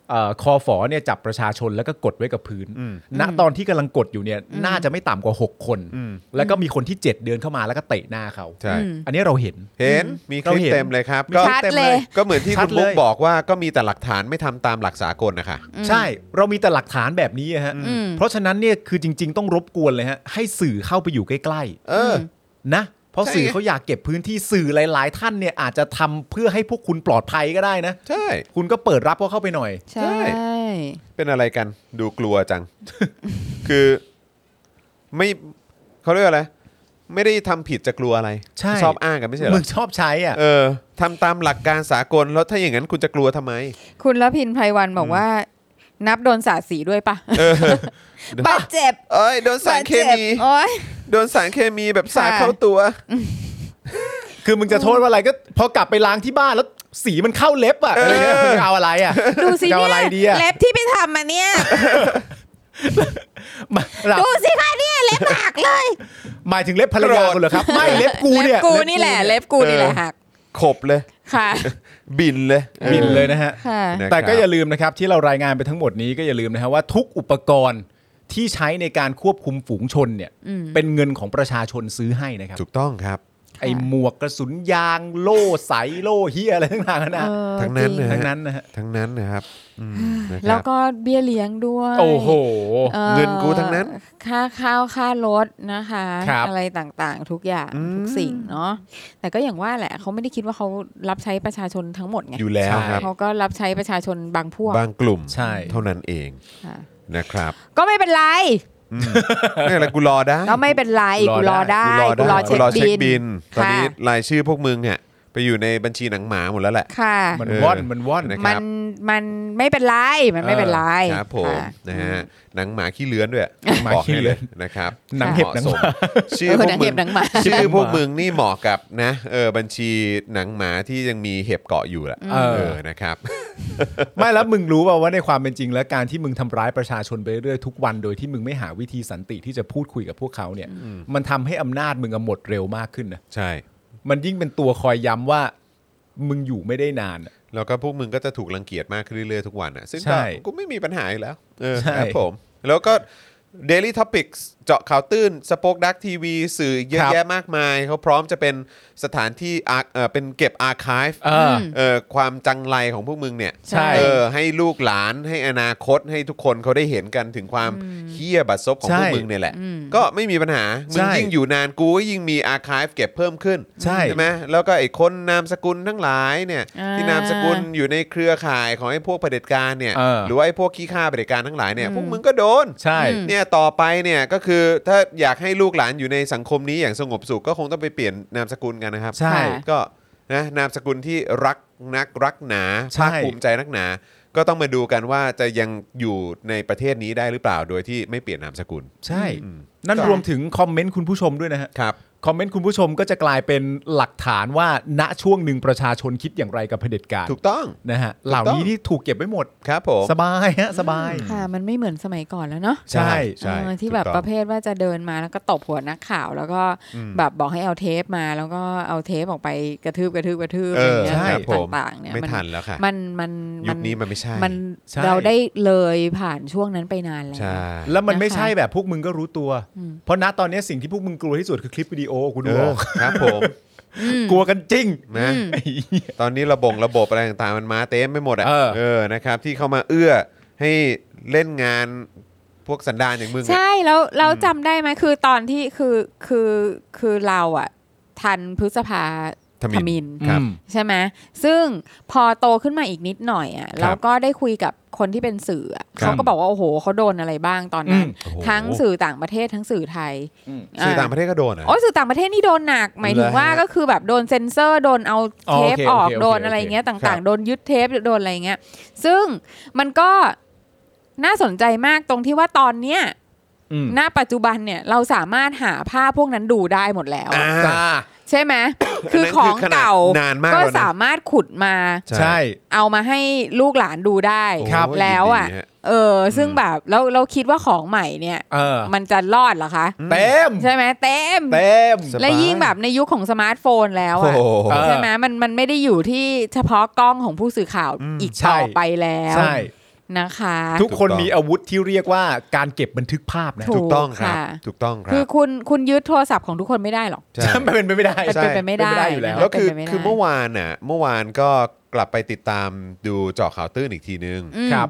[SPEAKER 3] เอ่อคอฝอเนี่ยจับประชาชนแล้วก็กดไว้กับพื้น
[SPEAKER 2] อืม
[SPEAKER 3] ณตอนที่กำลังกดอยู่เนี่ยน่าจะไม่ต่ำกว่า 6 คน
[SPEAKER 2] อืม
[SPEAKER 3] แล้วก็มีคนที่ 7 เดินเข้ามาแล้วก็เตะหน้าเขา
[SPEAKER 2] ใช่
[SPEAKER 4] อืม
[SPEAKER 3] อันนี้เราเห็น
[SPEAKER 2] เห็นมีคลิป
[SPEAKER 3] เราเห็น
[SPEAKER 2] เต็มเลยครับ
[SPEAKER 3] มี
[SPEAKER 2] ก็
[SPEAKER 3] ค
[SPEAKER 4] ชั
[SPEAKER 3] ป
[SPEAKER 4] ด
[SPEAKER 3] ต็ม
[SPEAKER 4] เลย
[SPEAKER 2] ก็เหมือนที่
[SPEAKER 3] ชั
[SPEAKER 2] คุ
[SPEAKER 3] ด
[SPEAKER 2] ณ
[SPEAKER 3] เลย
[SPEAKER 2] มุกบอกว่าก็มีแต่หลักฐานไม่ทำตามหลักสากลนะคะ
[SPEAKER 3] ใช่ เรามีแต่หลักฐานแบบนี้ฮะ
[SPEAKER 4] อืม
[SPEAKER 3] เพราะฉะนั้นเนี่ยคือจริง ๆ ต้องรบกวนเลยฮะให้สื่อเข้าไปอยู่ใกล้ๆ
[SPEAKER 2] เออ
[SPEAKER 3] นะเพราะ
[SPEAKER 2] ใช่ไง
[SPEAKER 3] สื่อเขาอยากเก็บพื้นที่สื่อหลาย ๆ ท่านเนี่ยอาจจะทำเพื่อให้พวกคุณปลอดภัยก็ได้นะ
[SPEAKER 2] ใช่
[SPEAKER 3] คุณก็เปิดรับเขาเข้าไปหน่อย
[SPEAKER 4] ใช่
[SPEAKER 2] ใช่ เป็นอะไรกันดูกลัวจัง คือไม่เขาเรียกอะไร ไม่ได้ทำผิดจะกลัวอะไร
[SPEAKER 3] ใช่
[SPEAKER 2] ชอบอ้างกันไม่ใช่เหร
[SPEAKER 3] มึ
[SPEAKER 2] อง
[SPEAKER 3] ชอบใช้อ่ะ
[SPEAKER 2] เออทำตามหลักการสากลแล้วถ้าอย่างนั้นคุณจะกลัวทำไม
[SPEAKER 4] คุณละพินไพรวันบอกว่า นับโดนสาดสีด้วยปะบาดเจ็บ
[SPEAKER 2] เอ้ยโดนสาร
[SPEAKER 4] บาด
[SPEAKER 2] เค
[SPEAKER 4] จ็บ
[SPEAKER 2] มี
[SPEAKER 4] โอ้ย
[SPEAKER 2] โดนสารเคมีแบบสาด
[SPEAKER 4] ค่ะ
[SPEAKER 2] เข้าตัว
[SPEAKER 3] คือมึงจะโทษว่าอะไรก็พอกลับไปล้างที่บ้านแล้วสีมันเข้าเล็บอ่ะอะไรเงี้ยมึงจะเอาอะไรอ่ะ
[SPEAKER 4] ดูสิ
[SPEAKER 3] จะ
[SPEAKER 4] เน
[SPEAKER 3] เอาอะไรดี
[SPEAKER 4] ี่ย
[SPEAKER 3] อ่ะ
[SPEAKER 4] เล็บที่ไปทำมาเนี่ย
[SPEAKER 3] มาเรา
[SPEAKER 4] ดูสิคะเนี่ยเล็บหักเลย
[SPEAKER 3] หมายถึงเล็บภรรยา
[SPEAKER 2] โกรธ
[SPEAKER 3] คุณเหรอครับ ไม่เล็บกู
[SPEAKER 4] เล็
[SPEAKER 3] เนี่
[SPEAKER 4] บ
[SPEAKER 3] ย
[SPEAKER 4] กูนี่แหละ เล็บกูนี่แหละหัก
[SPEAKER 2] ขบเลย
[SPEAKER 4] ค่ะ
[SPEAKER 2] บินเลยออ
[SPEAKER 3] บินเลยนะฮะ
[SPEAKER 4] ค่ะ
[SPEAKER 2] นะครับ
[SPEAKER 3] แต่ก็อย่าลืมนะครับที่เรารายงานไปทั้งหมดนี้ก็อย่าลืมนะฮะว่าทุกอุปกรณ์ที่ใช้ในการควบคุมฝูงชนเนี่ยเป็นเงินของประชาชนซื้อให้นะครับ
[SPEAKER 2] ถูกต้องครับ
[SPEAKER 3] ไอหมวกกระสุนยาง โล่ใสโล่เฮียอะไรต่างๆนั่นนะ
[SPEAKER 4] เออ
[SPEAKER 2] ทั้งนั้น
[SPEAKER 4] จริ
[SPEAKER 2] นะ
[SPEAKER 3] ทั้งนั้นนะฮะ
[SPEAKER 2] ทั้งนั้นนะครับอืม นะค
[SPEAKER 4] แล้
[SPEAKER 2] รั
[SPEAKER 4] ว
[SPEAKER 2] บ
[SPEAKER 4] ก็เบี้ยเลี้ยงด้วย
[SPEAKER 3] โอ้โห
[SPEAKER 4] อ่อ
[SPEAKER 2] เงินกูทั้งนั้น
[SPEAKER 4] ค่าข้าวค่ารถนะคะ
[SPEAKER 3] ครับ
[SPEAKER 4] อะไรต่างๆ ทุกอย่างทุกสิ่งเนาะแต่ก็อย่างว่าแหละเขาไม่ได้คิดว่าเขารับใช้ประชาชนทั้งหมดไง
[SPEAKER 2] อยู่แล้วครับ
[SPEAKER 4] เขาก็รับใช้ประชาชนบางพวก
[SPEAKER 2] บางกลุ่ม
[SPEAKER 3] ใช่
[SPEAKER 2] เท่านั้นเอง
[SPEAKER 4] ค่ะ
[SPEAKER 2] นะครับ
[SPEAKER 4] ก็ไม่เป็นไร
[SPEAKER 2] นี่อะไรกูรอได้
[SPEAKER 4] ก็ไม่เป็นไรกูรอได้กู
[SPEAKER 2] กู
[SPEAKER 4] ร
[SPEAKER 2] ร
[SPEAKER 4] อ
[SPEAKER 2] อ
[SPEAKER 4] เช็ค
[SPEAKER 2] เช็ค
[SPEAKER 4] บิ
[SPEAKER 2] บิ
[SPEAKER 4] น
[SPEAKER 2] น ตอนนี้
[SPEAKER 4] ค่ะ
[SPEAKER 2] รายชื่อพวกมึงเนี่ยไปอยู่ในบัญชีหนังหมาหมดแล้วแหละ
[SPEAKER 4] ค่ะ
[SPEAKER 3] มัน
[SPEAKER 2] เออ
[SPEAKER 3] ว่อนมันว่อน
[SPEAKER 2] นะครับ
[SPEAKER 4] มันมันไม่เป็นไรมันไม่เป็นไร
[SPEAKER 2] ครับผม
[SPEAKER 4] ค่ะ
[SPEAKER 2] นะฮะหนังหมาขี้เลื้อนด้วย
[SPEAKER 3] หนังหมา
[SPEAKER 2] บอก
[SPEAKER 3] ขี้
[SPEAKER 2] ให้
[SPEAKER 3] เลื้
[SPEAKER 2] เล
[SPEAKER 3] อย น
[SPEAKER 2] นะครับ
[SPEAKER 3] หนังเห็บหนังห
[SPEAKER 2] มาะส
[SPEAKER 3] มา
[SPEAKER 2] มชื่อพว
[SPEAKER 4] เออหนั
[SPEAKER 2] ก
[SPEAKER 4] ง
[SPEAKER 2] มึ
[SPEAKER 4] เห็
[SPEAKER 2] ง
[SPEAKER 4] บหนังหมา
[SPEAKER 2] ชื่อพวกมึงนี่เหมาะกับนะเออบัญชีหนังหมาที่ยังมีเห็บเกาะอยู่แหละ
[SPEAKER 3] เออ
[SPEAKER 2] เออนะครับ
[SPEAKER 3] ไม่แล้วมึงรู้ป่าวว่าในความเป็นจริงแล้วการที่มึงทำร้ายประชาชนไปเรื่อยๆทุกวันโดยที่มึงไม่หาวิธีสันติที่จะพูดคุยกับพวกเขาเนี่ย มันทำให้อำนาจมึงอะหมดเร็วมากขึ้นนะ
[SPEAKER 2] ใช่
[SPEAKER 3] มันยิ่งเป็นตัวคอยย้ำว่ามึงอยู่ไม่ได้นานอะ
[SPEAKER 2] แล้วก็พวกมึงก็จะถูกรังเกียจมากขึ้นเรื่อยๆทุกวันอ่ะซึ่ง
[SPEAKER 3] ใช่
[SPEAKER 2] ก็กูไม่มีปัญหาอยู่แล้วเออ
[SPEAKER 3] ใช่
[SPEAKER 2] ครับผม แล้วก็ Daily Topics เจาะข่าวตื้นสป็อกดักทีวีสื่อเยอะแยะมากมาย เขาพร้อมจะเป็นสถานที่อาร์เอ่อเป็นเก็บอาร์คายฟ
[SPEAKER 3] เออ
[SPEAKER 2] เออความจังไรของพวกมึงเนี่ย
[SPEAKER 3] ใช่
[SPEAKER 2] เออให้ลูกหลานให้อนาคตให้ทุกคนเขาได้เห็นกันถึงความเฮี้ยบัดซบของพวกมึงเนี่ยแหละ ก็ไม่มีปัญหา มึง
[SPEAKER 3] ใช่
[SPEAKER 2] ยิ่งอยู่นานกูก็ยิ่งมีอาร์ค v e เก็บเพิ่มขึ้น
[SPEAKER 3] ใช่
[SPEAKER 2] ไหมแล้วก็ไอ้คนนามสกุลทั้งหลายเนี่ย
[SPEAKER 4] อ่า
[SPEAKER 2] ที่นามสกุลอยู่ในเครือข่ายของไอ้พวกเผด็จการเนี่ย
[SPEAKER 3] เออ
[SPEAKER 2] หรือว่าไอ้พวกขี้ข้าเผด็จการทั้งหลายเนี่ยพวกมึงก็โดน
[SPEAKER 3] ใช่
[SPEAKER 2] เนี่ยต่อไปเนี่ยก็คือถ้าอยากให้ลูกหลานอยู่ในสังคมนี้อย่างสงบสุขก็คงต้องไปเปลี่ยนนามสกุลกันนะครับ
[SPEAKER 3] ใช่
[SPEAKER 2] ก็นะนามสกุลที่รักนักรักหนา
[SPEAKER 3] ใช่
[SPEAKER 2] ภาคภูมิใจนักหนา ก็ต้องมาดูกันว่าจะยังอยู่ในประเทศนี้ได้หรือเปล่าโดยที่ไม่เปลี่ยนนามสกุล
[SPEAKER 3] ใช่ นั่น
[SPEAKER 2] ใช่
[SPEAKER 3] รวมถึงคอมเมนต์คุณผู้ชมด้วยนะฮะ
[SPEAKER 2] ครับ
[SPEAKER 3] คอมเมนต์คุณผู้ชมก็จะกลายเป็นหลักฐานว่าณช่วงหนึ่งประชาชนคิดอย่างไรกับเผด็จการ
[SPEAKER 2] ถูกต้อง
[SPEAKER 3] นะฮะ เหล่านี้นี่ถูกเก็บไว้หมด
[SPEAKER 2] ครับผม
[SPEAKER 3] สบายฮะ สบาย
[SPEAKER 4] ค่ะ มันไม่เหมือนสมัยก่อนแล้วเนาะ
[SPEAKER 3] ใช่
[SPEAKER 2] ใช่
[SPEAKER 4] เออที่แบบ
[SPEAKER 2] ถูกต้อง
[SPEAKER 4] ประเภทว่าจะเดินมาแล้วก็ตบหัวนักข่าว แล้วก็แบบบอกให้เอาเทปมา แล้วก็เอาเทปออกไปกระทืบกระทืบกระทืบ
[SPEAKER 2] เอ
[SPEAKER 4] อะไร
[SPEAKER 2] อ
[SPEAKER 4] เงี้ย
[SPEAKER 2] ใช่
[SPEAKER 4] แบบ
[SPEAKER 2] ผม
[SPEAKER 4] ต่างๆเนี่ย
[SPEAKER 2] ไม่ทันแล้วค่ะ
[SPEAKER 4] มันมัน
[SPEAKER 2] ยุ
[SPEAKER 4] มั
[SPEAKER 2] คน นี้มันไม่ใช่
[SPEAKER 4] มัน
[SPEAKER 3] ใช่
[SPEAKER 4] เราได้เลยผ่านช่วงนั้นไปนานแล้ว
[SPEAKER 2] ใช่
[SPEAKER 3] แล้วมัน
[SPEAKER 4] นะคะ
[SPEAKER 3] ไม่ใช่แบบพวกมึงก็รู้ตัว
[SPEAKER 4] อืม
[SPEAKER 3] เพราะณตอนนี้สิ่งที่พวกมึงกลัวที่สุดคือคลิปวิดีโอกู
[SPEAKER 2] เอ
[SPEAKER 3] ดูอ
[SPEAKER 2] อ
[SPEAKER 3] อก
[SPEAKER 2] ครับผม
[SPEAKER 4] อืม
[SPEAKER 3] กลัวกันจริง
[SPEAKER 2] นะตอนนี้ระบบระบบอะไรต่างๆมันมาเต็มไปหมดอ่ะ
[SPEAKER 3] เออ
[SPEAKER 2] เออนะครับที่เข้ามาเอื้อให้เล่นงานพวกสันดานอย่างมึงอะ
[SPEAKER 4] ใช่แล้วเราจำได้ไหมคือตอนที่คือคือคือเราอะทันพฤษภา
[SPEAKER 2] ทมิฬ
[SPEAKER 4] ฬ
[SPEAKER 2] ครับ
[SPEAKER 3] อืม
[SPEAKER 4] ใช่ไหมซึ่งพอโตขึ้นมาอีกนิดหน่อยอ่ะแล้วก็ได้คุยกับคนที่เป็นสื่ออะ
[SPEAKER 3] ครับ
[SPEAKER 4] เขาก็บอกว่า โอ้โหเขาโดนอะไรบ้างตอนนั้น
[SPEAKER 3] อืม
[SPEAKER 2] โอ้โห
[SPEAKER 4] ทั้งสื่อต่างประเทศทั้งสื่อไทย
[SPEAKER 3] อืม
[SPEAKER 2] สื่อต่างประเทศก็โดนเหรอ่ะ
[SPEAKER 4] โอ้ยสื่อต่างประเทศนี่โดนหนัก หมายถึงว่า
[SPEAKER 2] เหรอฮะ
[SPEAKER 4] ก็คือแบบโดนเซ็นเซอร์โดนเอาเทป
[SPEAKER 3] อ๋อโอเคโอเค
[SPEAKER 4] ออก
[SPEAKER 3] โอเค
[SPEAKER 4] โดนอะไร
[SPEAKER 3] โอเค
[SPEAKER 4] เงี้ย
[SPEAKER 2] ครั
[SPEAKER 4] ต่าง
[SPEAKER 2] บ
[SPEAKER 4] ๆ โดนยึดเทปโดนอะไรเงี้ยซึ่งมันก็น่าสนใจมากตรงที่ว่าตอนเนี้ย
[SPEAKER 3] อืม
[SPEAKER 4] ณปัจจุบันเนี่ยเราสามารถหาภาพพวกนั้นดูได้หมดแล้วอะ
[SPEAKER 2] อ่า
[SPEAKER 3] จ้า
[SPEAKER 4] ใช่ไหม
[SPEAKER 2] อัน
[SPEAKER 4] คือ
[SPEAKER 2] นั้น
[SPEAKER 4] ข
[SPEAKER 2] คือ
[SPEAKER 4] อง
[SPEAKER 2] ขนาด
[SPEAKER 4] เก่าน
[SPEAKER 2] านมาก
[SPEAKER 4] ก็
[SPEAKER 2] แล้วนะ
[SPEAKER 4] สามารถขุดมา
[SPEAKER 2] ใช่
[SPEAKER 3] ใช่
[SPEAKER 4] เอามาให้ลูกหลานดูได้
[SPEAKER 2] ครับ
[SPEAKER 4] แล้วอ่ะ
[SPEAKER 2] โอ้ยดีฮะ
[SPEAKER 4] เออ ซึ่งแบบเราเราคิดว่าของใหม่เนี่ย
[SPEAKER 3] เออ
[SPEAKER 4] มันจะรอดเหรอคะ
[SPEAKER 3] เต็ม
[SPEAKER 4] ใช่ไหมเต็ม
[SPEAKER 3] เต็ม
[SPEAKER 2] สบาย
[SPEAKER 4] และยิ่งแบบในยุคของสมาร์ทโฟนแล้ว
[SPEAKER 2] โอ้
[SPEAKER 4] อ่ะ
[SPEAKER 2] โห
[SPEAKER 3] เออ
[SPEAKER 4] ใช่ไหมมันมันไม่ได้อยู่ที่เฉพาะกล้องของผู้สื่อข่าว
[SPEAKER 2] อืม
[SPEAKER 4] อีกต่อไปแล้ว
[SPEAKER 3] ใช่
[SPEAKER 4] นะคะ
[SPEAKER 3] ทุกคน
[SPEAKER 2] ถูกต้อง
[SPEAKER 3] มีอาวุธที่เรียกว่าการเก็บบันทึกภาพนะ
[SPEAKER 4] ถู
[SPEAKER 2] ถูกต้องครับ
[SPEAKER 4] ค่ะ
[SPEAKER 2] ถูกต้องครั
[SPEAKER 4] คือบ คุณคุณยึดโทรศัพท์ของทุกคนไม่ได้หรอก
[SPEAKER 2] ใช่
[SPEAKER 3] มันเป็นไปไม่ได้
[SPEAKER 4] มันเป็นไปไม่ได้
[SPEAKER 3] เป็นไปได้อยู่แล้ว
[SPEAKER 4] นะะ
[SPEAKER 2] แล้วคือ
[SPEAKER 4] เป็นไปไม่ได้
[SPEAKER 2] คือเมื่อวานน่ะเมื่อวานก็กลับไปติดตามดูเจาะข่าวตื้นอีกทีนึง
[SPEAKER 4] อืม
[SPEAKER 3] ครับ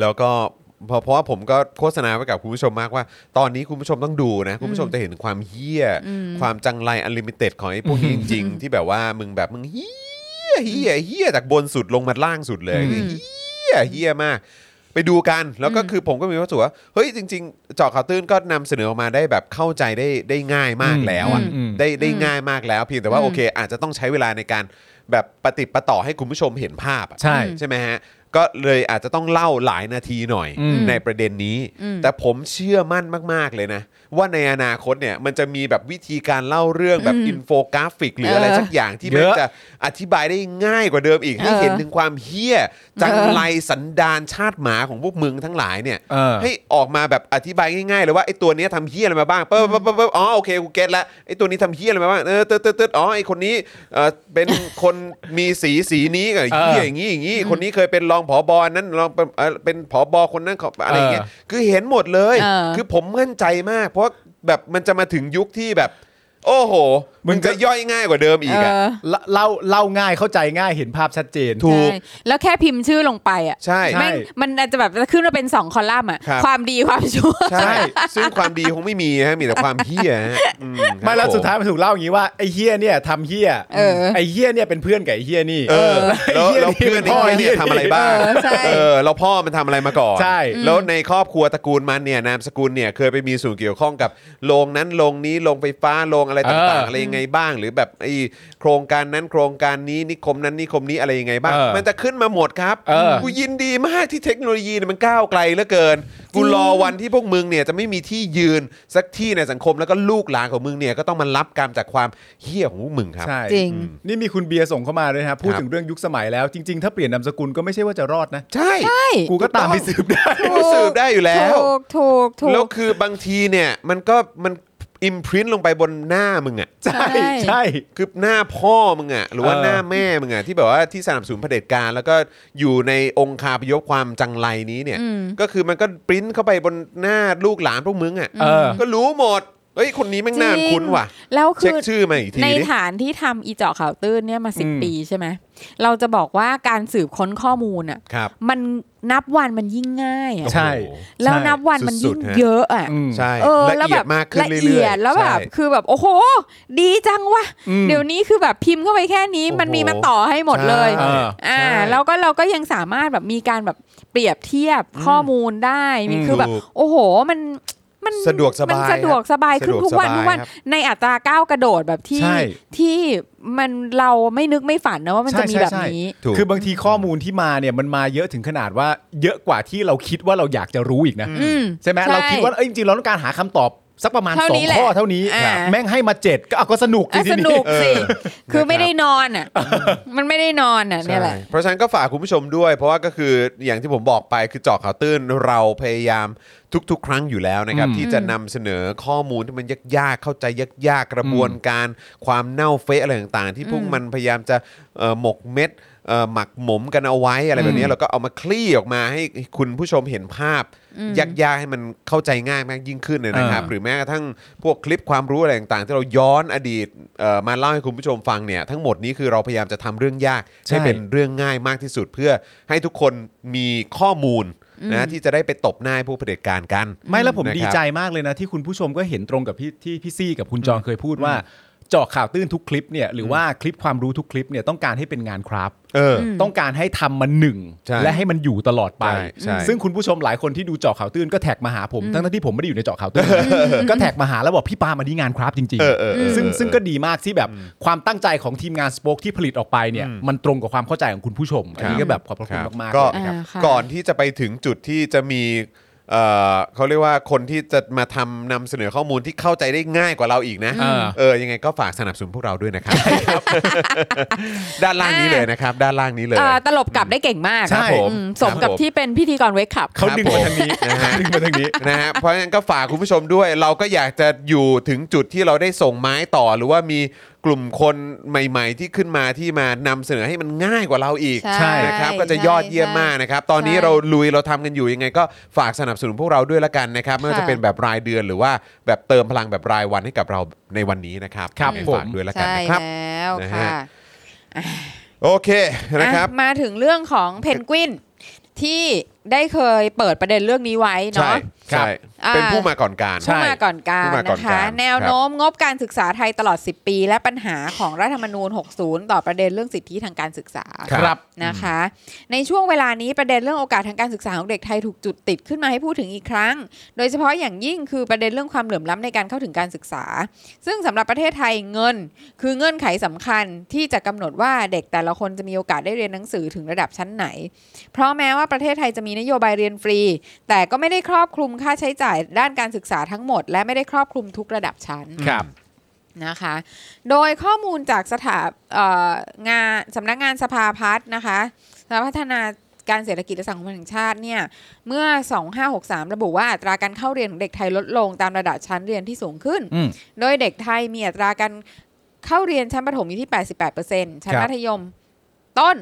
[SPEAKER 2] แล้วก็เพราะเพราะว่าผมก็โฆษณาไว้กับคุณผู้ชมมากว่า ตอนนี้คุณผู้ชมต้องดูนะ คุณผู้ชมจะเห็นความเฮี้ย ความจังไรอันลิมิเต็ดของไอ้พวก นี้จริง ๆ ที่แบบว่ามึงแบบมึงเฮี้ยเฮี้ยเฮี้ยจากบนสุดลงมาล่างสุดเลย
[SPEAKER 3] อืม
[SPEAKER 2] เฮี้ยเฮี้ยมาก ไปดูกันแล้วก็คือผมก็มีความรู้สึกว่าเฮ้ยจริง ๆ เจาะข่าวตื้นก็นำเสนอออกมาได้แบบเข้าใจได้ได้ง่ายมากแล้วอ่ะ
[SPEAKER 3] อืมอืม
[SPEAKER 2] ได้ได้ง่ายมากแล้ว เพียงแต่ว่า
[SPEAKER 4] อืม
[SPEAKER 2] โอเค อาจจะต้องใช้เวลาในการแบบปฏิดปะต่อให้คุณผู้ชมเห็นภาพอะ
[SPEAKER 3] ใช่
[SPEAKER 2] ใช่ไหมฮะ ก็เลยอาจจะต้องเล่าหลายนาทีหน่อย
[SPEAKER 3] อืม
[SPEAKER 2] ในประเด็นนี้
[SPEAKER 4] อืม
[SPEAKER 2] แต่ผมเชื่อมั่นมาก ๆ เลยนะ ว่าในอนาคตเนี่ยมันจะมีแบบวิธีการเล่าเรื่องแบบ
[SPEAKER 4] อืม
[SPEAKER 2] อินโฟกราฟิก หรืออะไร
[SPEAKER 4] เออ
[SPEAKER 2] สักอย่างที่
[SPEAKER 3] เย
[SPEAKER 2] มัน
[SPEAKER 3] อะ
[SPEAKER 2] จะอธิบายได้ง่ายกว่าเดิมอีก ให้
[SPEAKER 4] เออ
[SPEAKER 2] เห็นถึงความเฮี้ย จัง
[SPEAKER 4] เออ
[SPEAKER 2] ไรสันดานชาติหมาของพวกมึงทั้งหลายเนี่ย
[SPEAKER 3] เออ
[SPEAKER 2] ให้ออกมาแบบอธิบายง่ายๆเลยว่าไอ้ตัวเนี้ยทำเฮี้ยอะไรมาบ้างเป๊บป๊บป๊บป๊บอ๋อโอเคกูเก็ตละไอ้ตัวนี้ทำเฮี้ยอะไรมาบ้างเออเติร์ดเติร์ดอ๋อไอ้คนนี้เออเป็น คนมีสีสีนี้กับ
[SPEAKER 3] เออ
[SPEAKER 2] เฮี้ยอย่างนี้อย่างนี้คนนี้เคยเป็นรองผอบอนั้นรองเป็นเอ่อเป็นผอบอคนนั้นเขาอะไรอย่างเงี้ย
[SPEAKER 3] เออ
[SPEAKER 2] คือเห็นหมดเลย
[SPEAKER 4] เออ
[SPEAKER 2] คือผมมั่นใจมาก เพราะแบบมันจะมาถึงยุคที่แบบ โอ้โห มึงจะย่อยง่ายกว่าเดิมอี
[SPEAKER 4] เอก
[SPEAKER 2] อะ
[SPEAKER 4] อ
[SPEAKER 3] เล่าเล่าเล่าง่ายเข้าใจง่ายเห็นภาพชัดเจน
[SPEAKER 2] ถูก
[SPEAKER 4] ใช่แล้วแค่พิมพ์ชื่อลงไปอ่ะ
[SPEAKER 2] ใช่
[SPEAKER 3] ใช่
[SPEAKER 4] แม่งมันอาจจะแบบขึ้นมาเป็นสองคอลัมน์อ่ะ
[SPEAKER 2] ครับ
[SPEAKER 4] ความดีความชั่ว
[SPEAKER 2] ใช่ ซึ่งความดีคงไม่มีฮะมีแต่ความเฮี้ยฮะอืครับ
[SPEAKER 3] ไม่แล้วสุดท้าย
[SPEAKER 2] ผ
[SPEAKER 3] มันถูกเล่าอย่างนี้ว่าไอ้เฮียเนี่ยทำเฮีย
[SPEAKER 4] เออ
[SPEAKER 3] ไอ้เฮียเนี่ยเป็นเพื่อนกับไอ้เฮียนี่
[SPEAKER 2] เออแล้ว
[SPEAKER 3] ไอ้เหี้ย
[SPEAKER 2] แล้ว
[SPEAKER 3] นี่
[SPEAKER 2] เพื่อน
[SPEAKER 3] เป็นพ่อ
[SPEAKER 2] ไอ้เหี้ยเนี่ย
[SPEAKER 3] ไอ้เหี้ย
[SPEAKER 2] ทำอะไรบ้าง
[SPEAKER 4] เออใช่
[SPEAKER 2] เออแล้วพ่อมันทำอะไรมาก่อน
[SPEAKER 3] ใช่
[SPEAKER 2] แล้วในครอบครัวตระกูลมันเนี่ยนามสกุลเนี่ยเคยไปมีส่วนเกี่ยวข้องกับโรงนั้นโรงนี้โรงไฟฟ้าโรงอะไรต่างๆอะไรยังไงบ้าง หรือแบบไอโครงการนั้นโครงการนี้นิคมนั้นนิคมนี้อะไรยังไงบ้าง
[SPEAKER 3] เออ
[SPEAKER 2] มันจะขึ้นมาหมดครับ
[SPEAKER 3] เออ
[SPEAKER 2] กูยินดีมากที่เทคโนโลยีเนี่ยมันก้าวไกลเหลือเกินกูรอวันที่พวกมึงเนี่ยจะไม่มีที่ยืนสักที่ในสังคมแล้วก็ลูกหลานของมึงเนี่ยก็ต้องมารับกรรมจากความเหี้ยของพวกมึงครับ
[SPEAKER 3] ใช่
[SPEAKER 4] จริง
[SPEAKER 3] นี่มีคุณเบียร์ส่งเข้ามาด้วยนะครับพูด
[SPEAKER 2] ครับ
[SPEAKER 3] ถึงเรื่องยุคสมัยแล้วจริง ๆ ถ้าเปลี่ยนนามสกุลก็ไม่ใช่ว่าจะรอดนะ
[SPEAKER 2] ใช่
[SPEAKER 4] ใช่
[SPEAKER 3] กูก็ตามไปสืบได้
[SPEAKER 4] ถู
[SPEAKER 2] สืบได้อยู่แล้ว
[SPEAKER 4] ถูกถูกถู
[SPEAKER 2] แล้ว
[SPEAKER 4] ก
[SPEAKER 2] คือบางทีเนี่ยมันก็มันอิมพรินลงไปบนหน้ามึงอะ่ะ
[SPEAKER 3] ใช่
[SPEAKER 4] ใช่
[SPEAKER 3] ใช่
[SPEAKER 2] คือหน้าพ่อมึงอะ่ะหรือว่า
[SPEAKER 3] เออ
[SPEAKER 2] หน้าแม่มึงอะ่ะที่แบบว่าที่สนับสนุนเผด็จการ แล้วก็อยู่ในองค์คาพยพความจังไรนี้เนี่ย
[SPEAKER 4] อืม
[SPEAKER 2] ก็คือมันก็ปริ้นเข้าไปบนหน้าลูกหลานพวกมึงอะ่ะ
[SPEAKER 3] เออ
[SPEAKER 2] ก็รู้หมดเฮ้ยคนนี้แม่งหน้า
[SPEAKER 4] จริง
[SPEAKER 2] คุ้นว่ะ
[SPEAKER 4] แล้ว
[SPEAKER 2] เช็ค
[SPEAKER 4] คือ
[SPEAKER 2] ชื่อมาอีกที
[SPEAKER 4] ใน
[SPEAKER 2] ดิ
[SPEAKER 4] ฐานที่ทำอีเจาะข่าวตื้นเนี่ยมาสิบ
[SPEAKER 3] อืม
[SPEAKER 4] ปีใช่ไหมเราจะบอกว่าการสืบค้นข้อมูลอ่ะ
[SPEAKER 2] ครับ
[SPEAKER 4] มันนับวันมันยิ่งง่ายอะ
[SPEAKER 3] ใช่
[SPEAKER 4] แล้วนับวันมัน
[SPEAKER 2] สุ
[SPEAKER 4] ยิ่ง
[SPEAKER 2] ดๆฮะ
[SPEAKER 4] เยอะอ่ะ
[SPEAKER 3] อืม
[SPEAKER 2] ใช่
[SPEAKER 4] เออ
[SPEAKER 2] ละ
[SPEAKER 4] แล้ว
[SPEAKER 2] เอีย
[SPEAKER 4] แบ
[SPEAKER 2] ด
[SPEAKER 4] บ
[SPEAKER 2] มากขึ้น
[SPEAKER 4] ละ
[SPEAKER 2] เรื่อยๆ
[SPEAKER 4] เอียดแล้วแบบ
[SPEAKER 2] ใช่
[SPEAKER 4] คือแบบโอ้โห ดีจังวะ
[SPEAKER 3] อืม
[SPEAKER 4] เดี๋ยวนี้คือแบบพิมพ์เข้าไปแค่นี้มัน
[SPEAKER 2] โอ้โห
[SPEAKER 4] มีมาต่อให้หมดเลย
[SPEAKER 2] ใช่
[SPEAKER 3] อ่า
[SPEAKER 4] อ่า
[SPEAKER 2] ใช่
[SPEAKER 4] แล้วก็เราก็ยังสามารถแบบมีการแบบเปรียบเทียบข้อมูลได้มี
[SPEAKER 2] อืม
[SPEAKER 4] คือแบบ
[SPEAKER 2] ถูก
[SPEAKER 4] โอ้โหมันมัน
[SPEAKER 2] สะดวกสบาย
[SPEAKER 4] มันสะดวกสบาย
[SPEAKER 2] ครับ
[SPEAKER 4] ขึ้นทุกวัน
[SPEAKER 2] สะดวกสบาย
[SPEAKER 4] ทุกวัน
[SPEAKER 2] ครับ
[SPEAKER 4] ในอัตราก้าวกระโดดแบบที่
[SPEAKER 3] ใช่
[SPEAKER 4] ที่มันเราไม่นึกไม่ฝันนะว่ามัน
[SPEAKER 3] ใช่
[SPEAKER 4] จะมี
[SPEAKER 3] ใช่
[SPEAKER 4] แบบ
[SPEAKER 3] ใช่
[SPEAKER 4] นี้
[SPEAKER 2] ถูก
[SPEAKER 3] คือบางทีข้อมูลที่มาเนี่ยมันมาเยอะถึงขนาดว่าเยอะกว่าที่เราคิดว่าเราอยากจะรู้อีกนะ
[SPEAKER 4] อืม
[SPEAKER 3] ใช่ไหม
[SPEAKER 4] ใช่
[SPEAKER 3] เราคิดว่าเอ้ยจริงๆเราต้องการหาคำตอบสักประมาณ
[SPEAKER 4] เท่า
[SPEAKER 3] สอ
[SPEAKER 4] นี้
[SPEAKER 3] ง
[SPEAKER 4] แหละ
[SPEAKER 3] ข้อเท่านี้
[SPEAKER 4] อ่า
[SPEAKER 3] แม่งให้มาเจ็ดก็เอาก็สนุก
[SPEAKER 4] อ่ะ
[SPEAKER 3] ที
[SPEAKER 4] สนุก
[SPEAKER 2] เออ
[SPEAKER 4] สิคือไม่
[SPEAKER 2] นะครับ
[SPEAKER 4] ได้นอนอ่ะ มันไม่ได้นอนอ่ะเนี่ยแหละ
[SPEAKER 2] ใช่เพราะฉะนั้นก็ฝากคุณผู้ชมด้วย เพราะว่าก็คืออย่างที่ผมบอกไปคือเจาะข่าวตื้นเราพยายามทุก ๆ ครั้งอยู่แล้วนะครับ ที่จะนำเสนอข้อมูลที่มันยากๆเข้าใจยากๆกระบวนการความเน่าเฟะอะไรต่างๆ ที่พวกมันพยายามจะเอ่อหมกเม็ดเอ่อหมักหมมกันเอาไว้อะไรแบบนี้เราก็เอามาคลี่ออกมาให้คุณผู้ชมเห็นภาพยากๆให้มันเข้าใจง่ายมากยิ่งขึ้นเลยนะครับ
[SPEAKER 3] อ่า
[SPEAKER 2] หรือแม้กระทั่งพวกคลิปความรู้อะไรต่างๆ ที่เราย้อนอดีตเอ่อมาเล่าให้คุณผู้ชมฟังเนี่ยทั้งหมดนี้คือเราพยายามจะทำเรื่องยาก
[SPEAKER 3] ใช่
[SPEAKER 2] ให้เป็นเรื่องง่ายมากที่สุดเพื่อให้ทุกคนมีข้อมูลนะที่จะได้ไปตบหน้าให้ผู้เผด็จการกัน
[SPEAKER 3] ไม่แล้วผม
[SPEAKER 2] นะครับ
[SPEAKER 3] ดีใจมากเลยนะ ที่คุณผู้ชมก็เห็นตรงกับพี่ที่พี่ซี่กับคุณจองเคยพูดว่าเจาะข่าวตื้นทุกคลิปเนี่ยหรือว่าคลิปความรู้ทุกคลิปเนี่ยต้องการให้เป็นงานครับ
[SPEAKER 2] เออ
[SPEAKER 3] ต้องการให้ทำมันหนึ่ง
[SPEAKER 2] ใช่
[SPEAKER 3] และให้มันอยู่ตลอดไป
[SPEAKER 2] ใช่ใช่
[SPEAKER 3] ซึ่งคุณผู้ชมหลายคนที่ดูเจาะข่าวตื้นก็แท็กมาหาผมทั้งๆที่ผมไม่ได้อยู่ในเจาะข่าวตื้นนะก็แท็กมาหาแล้วบอกพี่ปาล์มอันนี้งานคราฟจริง
[SPEAKER 2] เออเออเออ
[SPEAKER 3] ซึ่ง
[SPEAKER 2] เออ
[SPEAKER 3] ซึ่งก็ดีมากที่แบบความตั้งใจของทีมงานสป o อคที่ผลิตออกไปเนี่ยมันตรงกับความเข้าใจของคุณผู้ชมอันนี้ก็แบบขอบพ
[SPEAKER 2] ค
[SPEAKER 3] ระคุณ
[SPEAKER 2] รับ
[SPEAKER 3] มากๆ
[SPEAKER 2] ก็
[SPEAKER 3] เลยนะครับ
[SPEAKER 4] อ่าค่ะ
[SPEAKER 2] ก่อนที่จะไปถึงจุดที่จะมีเอ่อเขาเรียกว่าคนที่จะมาทำนำเสนอข้อมูลที่เข้าใจได้ง่ายกว่าเราอีกนะ
[SPEAKER 3] เออ
[SPEAKER 2] เออยังไงก็ฝากสนับสนุนพวกเราด้วยนะครับ ด้านล่างนี้เลยนะครับ ด้านล่างนี้เลย
[SPEAKER 4] เอ่อตลบกลับได้เก่งมาก
[SPEAKER 2] ใช่
[SPEAKER 4] อืมสมกับ
[SPEAKER 2] ครับผม
[SPEAKER 4] ที่เป็นพิธีกรเวกขับ
[SPEAKER 3] เขาดึงมาทางนี้
[SPEAKER 2] ครับผม
[SPEAKER 3] ดึงมาทางนี้
[SPEAKER 2] นะฮะเพราะฉะนั้นก็ฝากคุณผู้ชมด้วย เราก็อยากจะอยู่ถึงจุดที่เราได้ส่งไม้ต่อ หรือว่ามีกลุ่มคนใหม่ ๆ ที่ขึ้นมาที่มานำเสนอให้มันง่ายกว่าเราอีก
[SPEAKER 4] ใช่
[SPEAKER 2] นะครับก็จะยอดเยี่ยมมากนะครับ ตอนนี้
[SPEAKER 4] ใช่
[SPEAKER 2] เราลุยเราทำกันอยู่ยังไง ก็ฝากสนับสนุนพวกเราด้วยละกันนะครับไม่ว่าจะเป็นแบบรายเดือนหรือว่าแบบเติมพลังแบบรายวันให้กับเราในวันนี้นะครับ
[SPEAKER 3] ครับ
[SPEAKER 2] ยังไง
[SPEAKER 3] ผม
[SPEAKER 2] ฝากด้วยละกัน
[SPEAKER 4] ใช่
[SPEAKER 2] นะครับ
[SPEAKER 4] แล้ว
[SPEAKER 2] นะฮะ
[SPEAKER 4] ค่ะ
[SPEAKER 2] โอเคนะครับ
[SPEAKER 4] อ่ะมาถึงเรื่องของเพนกวินที่ได้เคยเปิดประเด็นเรื่องนี้ไว้
[SPEAKER 2] ใช่
[SPEAKER 4] เนาะ
[SPEAKER 3] ครับ
[SPEAKER 2] ใช่เป็นผู้มาก่อนการ
[SPEAKER 3] ใช่
[SPEAKER 4] ผู้มาก่อนการ
[SPEAKER 2] ผู้มาก่อน
[SPEAKER 4] นะ
[SPEAKER 2] กา
[SPEAKER 4] คะ
[SPEAKER 2] ร
[SPEAKER 4] แนวโน้มงบการศึกษาไทยตลอด 10 ปี และปัญหาของรัฐธรรมนูญ 60 ต่อประเด็นเรื่องสิทธิทางการศึกษา
[SPEAKER 2] ครับ
[SPEAKER 4] นะคะ ในช่วงเวลานี้ประเด็นเรื่องโอกาสทางการศึกษาของเด็กไทยถูกจุดติดขึ้นมาให้พูดถึงอีกครั้ง โดยเฉพาะอย่างยิ่งคือประเด็นเรื่องความเหลื่อมล้ำในการเข้าถึงการศึกษา ซึ่งสำหรับประเทศไทยเงิน คือเงื่อนไขสำคัญที่จะกำหนดว่าเด็กแต่ละคนจะมีโอกาสได้เรียนหนังสือถึงระดับชั้นไหน เพราะแม้ว่าประเทศไทยจะมีนโยบายเรียนฟรี แต่ก็ไม่ได้ครอบคลุมค่าใช้จ่ายด้านการศึกษาทั้งหมด และไม่ได้ครอบคลุมทุกระดับชั้น
[SPEAKER 3] ครับ
[SPEAKER 4] นะคะ โดยข้อมูลจากสถาเอ่องานสำนักงานสภาพัฒน์นะคะสภาพัฒนาการเศรษฐกิจและสังคมแห่งชาติเนี่ย เมื่อ 2563 ระบุว่าอัตราการเข้าเรียนของเด็กไทยลดลงตามระดับชั้นเรียนที่สูงขึ้น
[SPEAKER 3] อืม
[SPEAKER 4] โดยเด็กไทยมีอัตราการเข้าเรียนชั้นประถมอยู่ที่ 88%ชั้น
[SPEAKER 3] ครับ
[SPEAKER 4] มัธยมต้น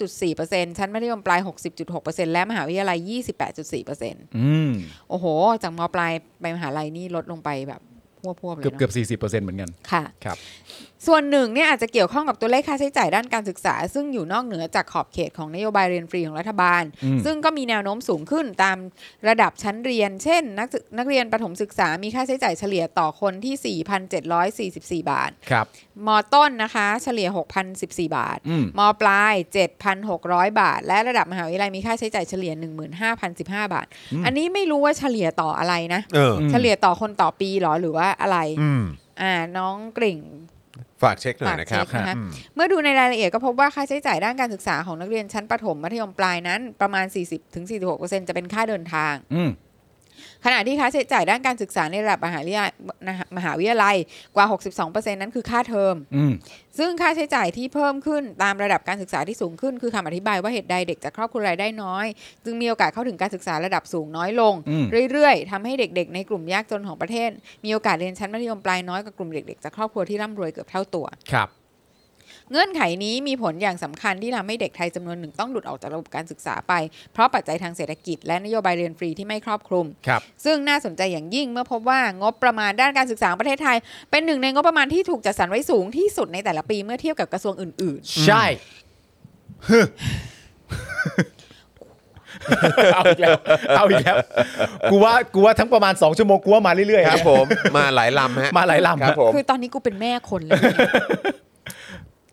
[SPEAKER 4] 69.4%ชั้นมัธยมปลาย 60.6%และมหาวิทยาลัย 28.4%
[SPEAKER 3] อืม
[SPEAKER 4] โอ้โห จากมปลายไปมหาลัยนี่ลดลงไปแบบพวบๆเลย
[SPEAKER 3] เกือบ
[SPEAKER 4] เนาะ
[SPEAKER 3] เกือบสี่สิบเปอร์เซ็นต์เหมือนกัน
[SPEAKER 4] ค่ะ
[SPEAKER 3] ครับ
[SPEAKER 4] ส่วนหนึ่งเนี่ยอาจจะเกี่ยวข้องกับตัวเลขค่าใช้จ่ายด้านการศึกษา ซึ่งอยู่นอกเหนือจากขอบเขตของนโยบายเรียนฟรีของรัฐบาล
[SPEAKER 3] อืม
[SPEAKER 4] ซึ่งก็มีแนวโน้มสูงขึ้นตามระดับชั้นเรียน เช่น นักศึกนักเรียนประถมศึกษามีค่าใช้จ่ายเฉลี่ยต่อคนที่ 4,744 บาท
[SPEAKER 3] ครับ
[SPEAKER 4] มอต้นนะคะ เฉลี่ย 6,014 บาท
[SPEAKER 3] อืม
[SPEAKER 4] มปลาย 7,600 บาท และระดับมหาวิทยาลัยมีค่าใช้จ่ายเฉลี่ย 15,015 บาท อันนี้ไม่รู้ว่าเฉลี่ยต่ออะไรนะ
[SPEAKER 2] เออ
[SPEAKER 3] ม
[SPEAKER 4] เฉลี่ยต่อคนต่อปีเหรอหรือว่าอะไร
[SPEAKER 2] อืม
[SPEAKER 4] อ่าน้องกริ่ง
[SPEAKER 2] ฝากเช็คหน่อยนะครับ
[SPEAKER 4] ฝากเช็คนะคะ
[SPEAKER 2] อืม
[SPEAKER 4] เมื่อดูในรายละเอียดก็พบว่าค่าใช้จ่ายด้านการศึกษาของนักเรียนชั้นประถมมัธยมปลายนั้น ประมาณ 40-46%จะเป็นค่าเดินทาง
[SPEAKER 3] อืม
[SPEAKER 4] ขณะที่ค่าใช้จ่ายด้านการศึกษาในระดับมหาวิทยาลัยมหาวิทยาลัยกว่า 62%นั้นคือค่าเทอม
[SPEAKER 3] อืม
[SPEAKER 4] ซึ่งค่าใช้จ่ายที่เพิ่มขึ้นตามระดับการศึกษาที่สูงขึ้น คือคำอธิบายว่าเหตุใดเด็กจากครอบครัวรายได้น้อย จึงมีโอกาสเข้าถึงการศึกษาระดับสูงน้อยลง
[SPEAKER 3] อืม
[SPEAKER 4] เรื่อยๆทำให้เด็ก ๆ ในกลุ่มยากจนของประเทศ มีโอกาสเรียนชั้นมัธยมปลายน้อยกว่ากลุ่มเด็กๆจากครอบครัวที่ร่ำรวยเกือบเท่าตัว
[SPEAKER 3] ครับ
[SPEAKER 4] เงื่อนไขนี้มีผลอย่างสำคัญที่ทำให้เด็กไทยจำนวนหนึ่งต้องหลุดออกจากระบบการศึกษาไป เพราะปัจจัยทางเศรษฐกิจและนโยบายเรียนฟรีที่ไม่ครอบคลุม
[SPEAKER 3] ครับ
[SPEAKER 4] ซึ่งน่าสนใจอย่างยิ่งเมื่อพบว่างบประมาณด้านการศึกษาของประเทศไทย เป็นหนึ่งในงบประมาณที่ถูกจัดสรรไว้สูงที่สุดในแต่ละปีเมื่อเทียบกับกระทรวงอื่น
[SPEAKER 3] ใช่ เอาอีกแล้ว เอาอีกแล้ว กูว่า กูว่าทั้งประมาณ 2 ชั่วโมงกูว่ามาเรื่อยๆ
[SPEAKER 2] ครับ
[SPEAKER 3] ฮะ
[SPEAKER 2] ผม มาหลายลำฮะ
[SPEAKER 3] มาหลายลำ
[SPEAKER 2] ครับผม
[SPEAKER 4] ๆ คือตอนนี้กูเป็นแม่คนเลยเนี่ย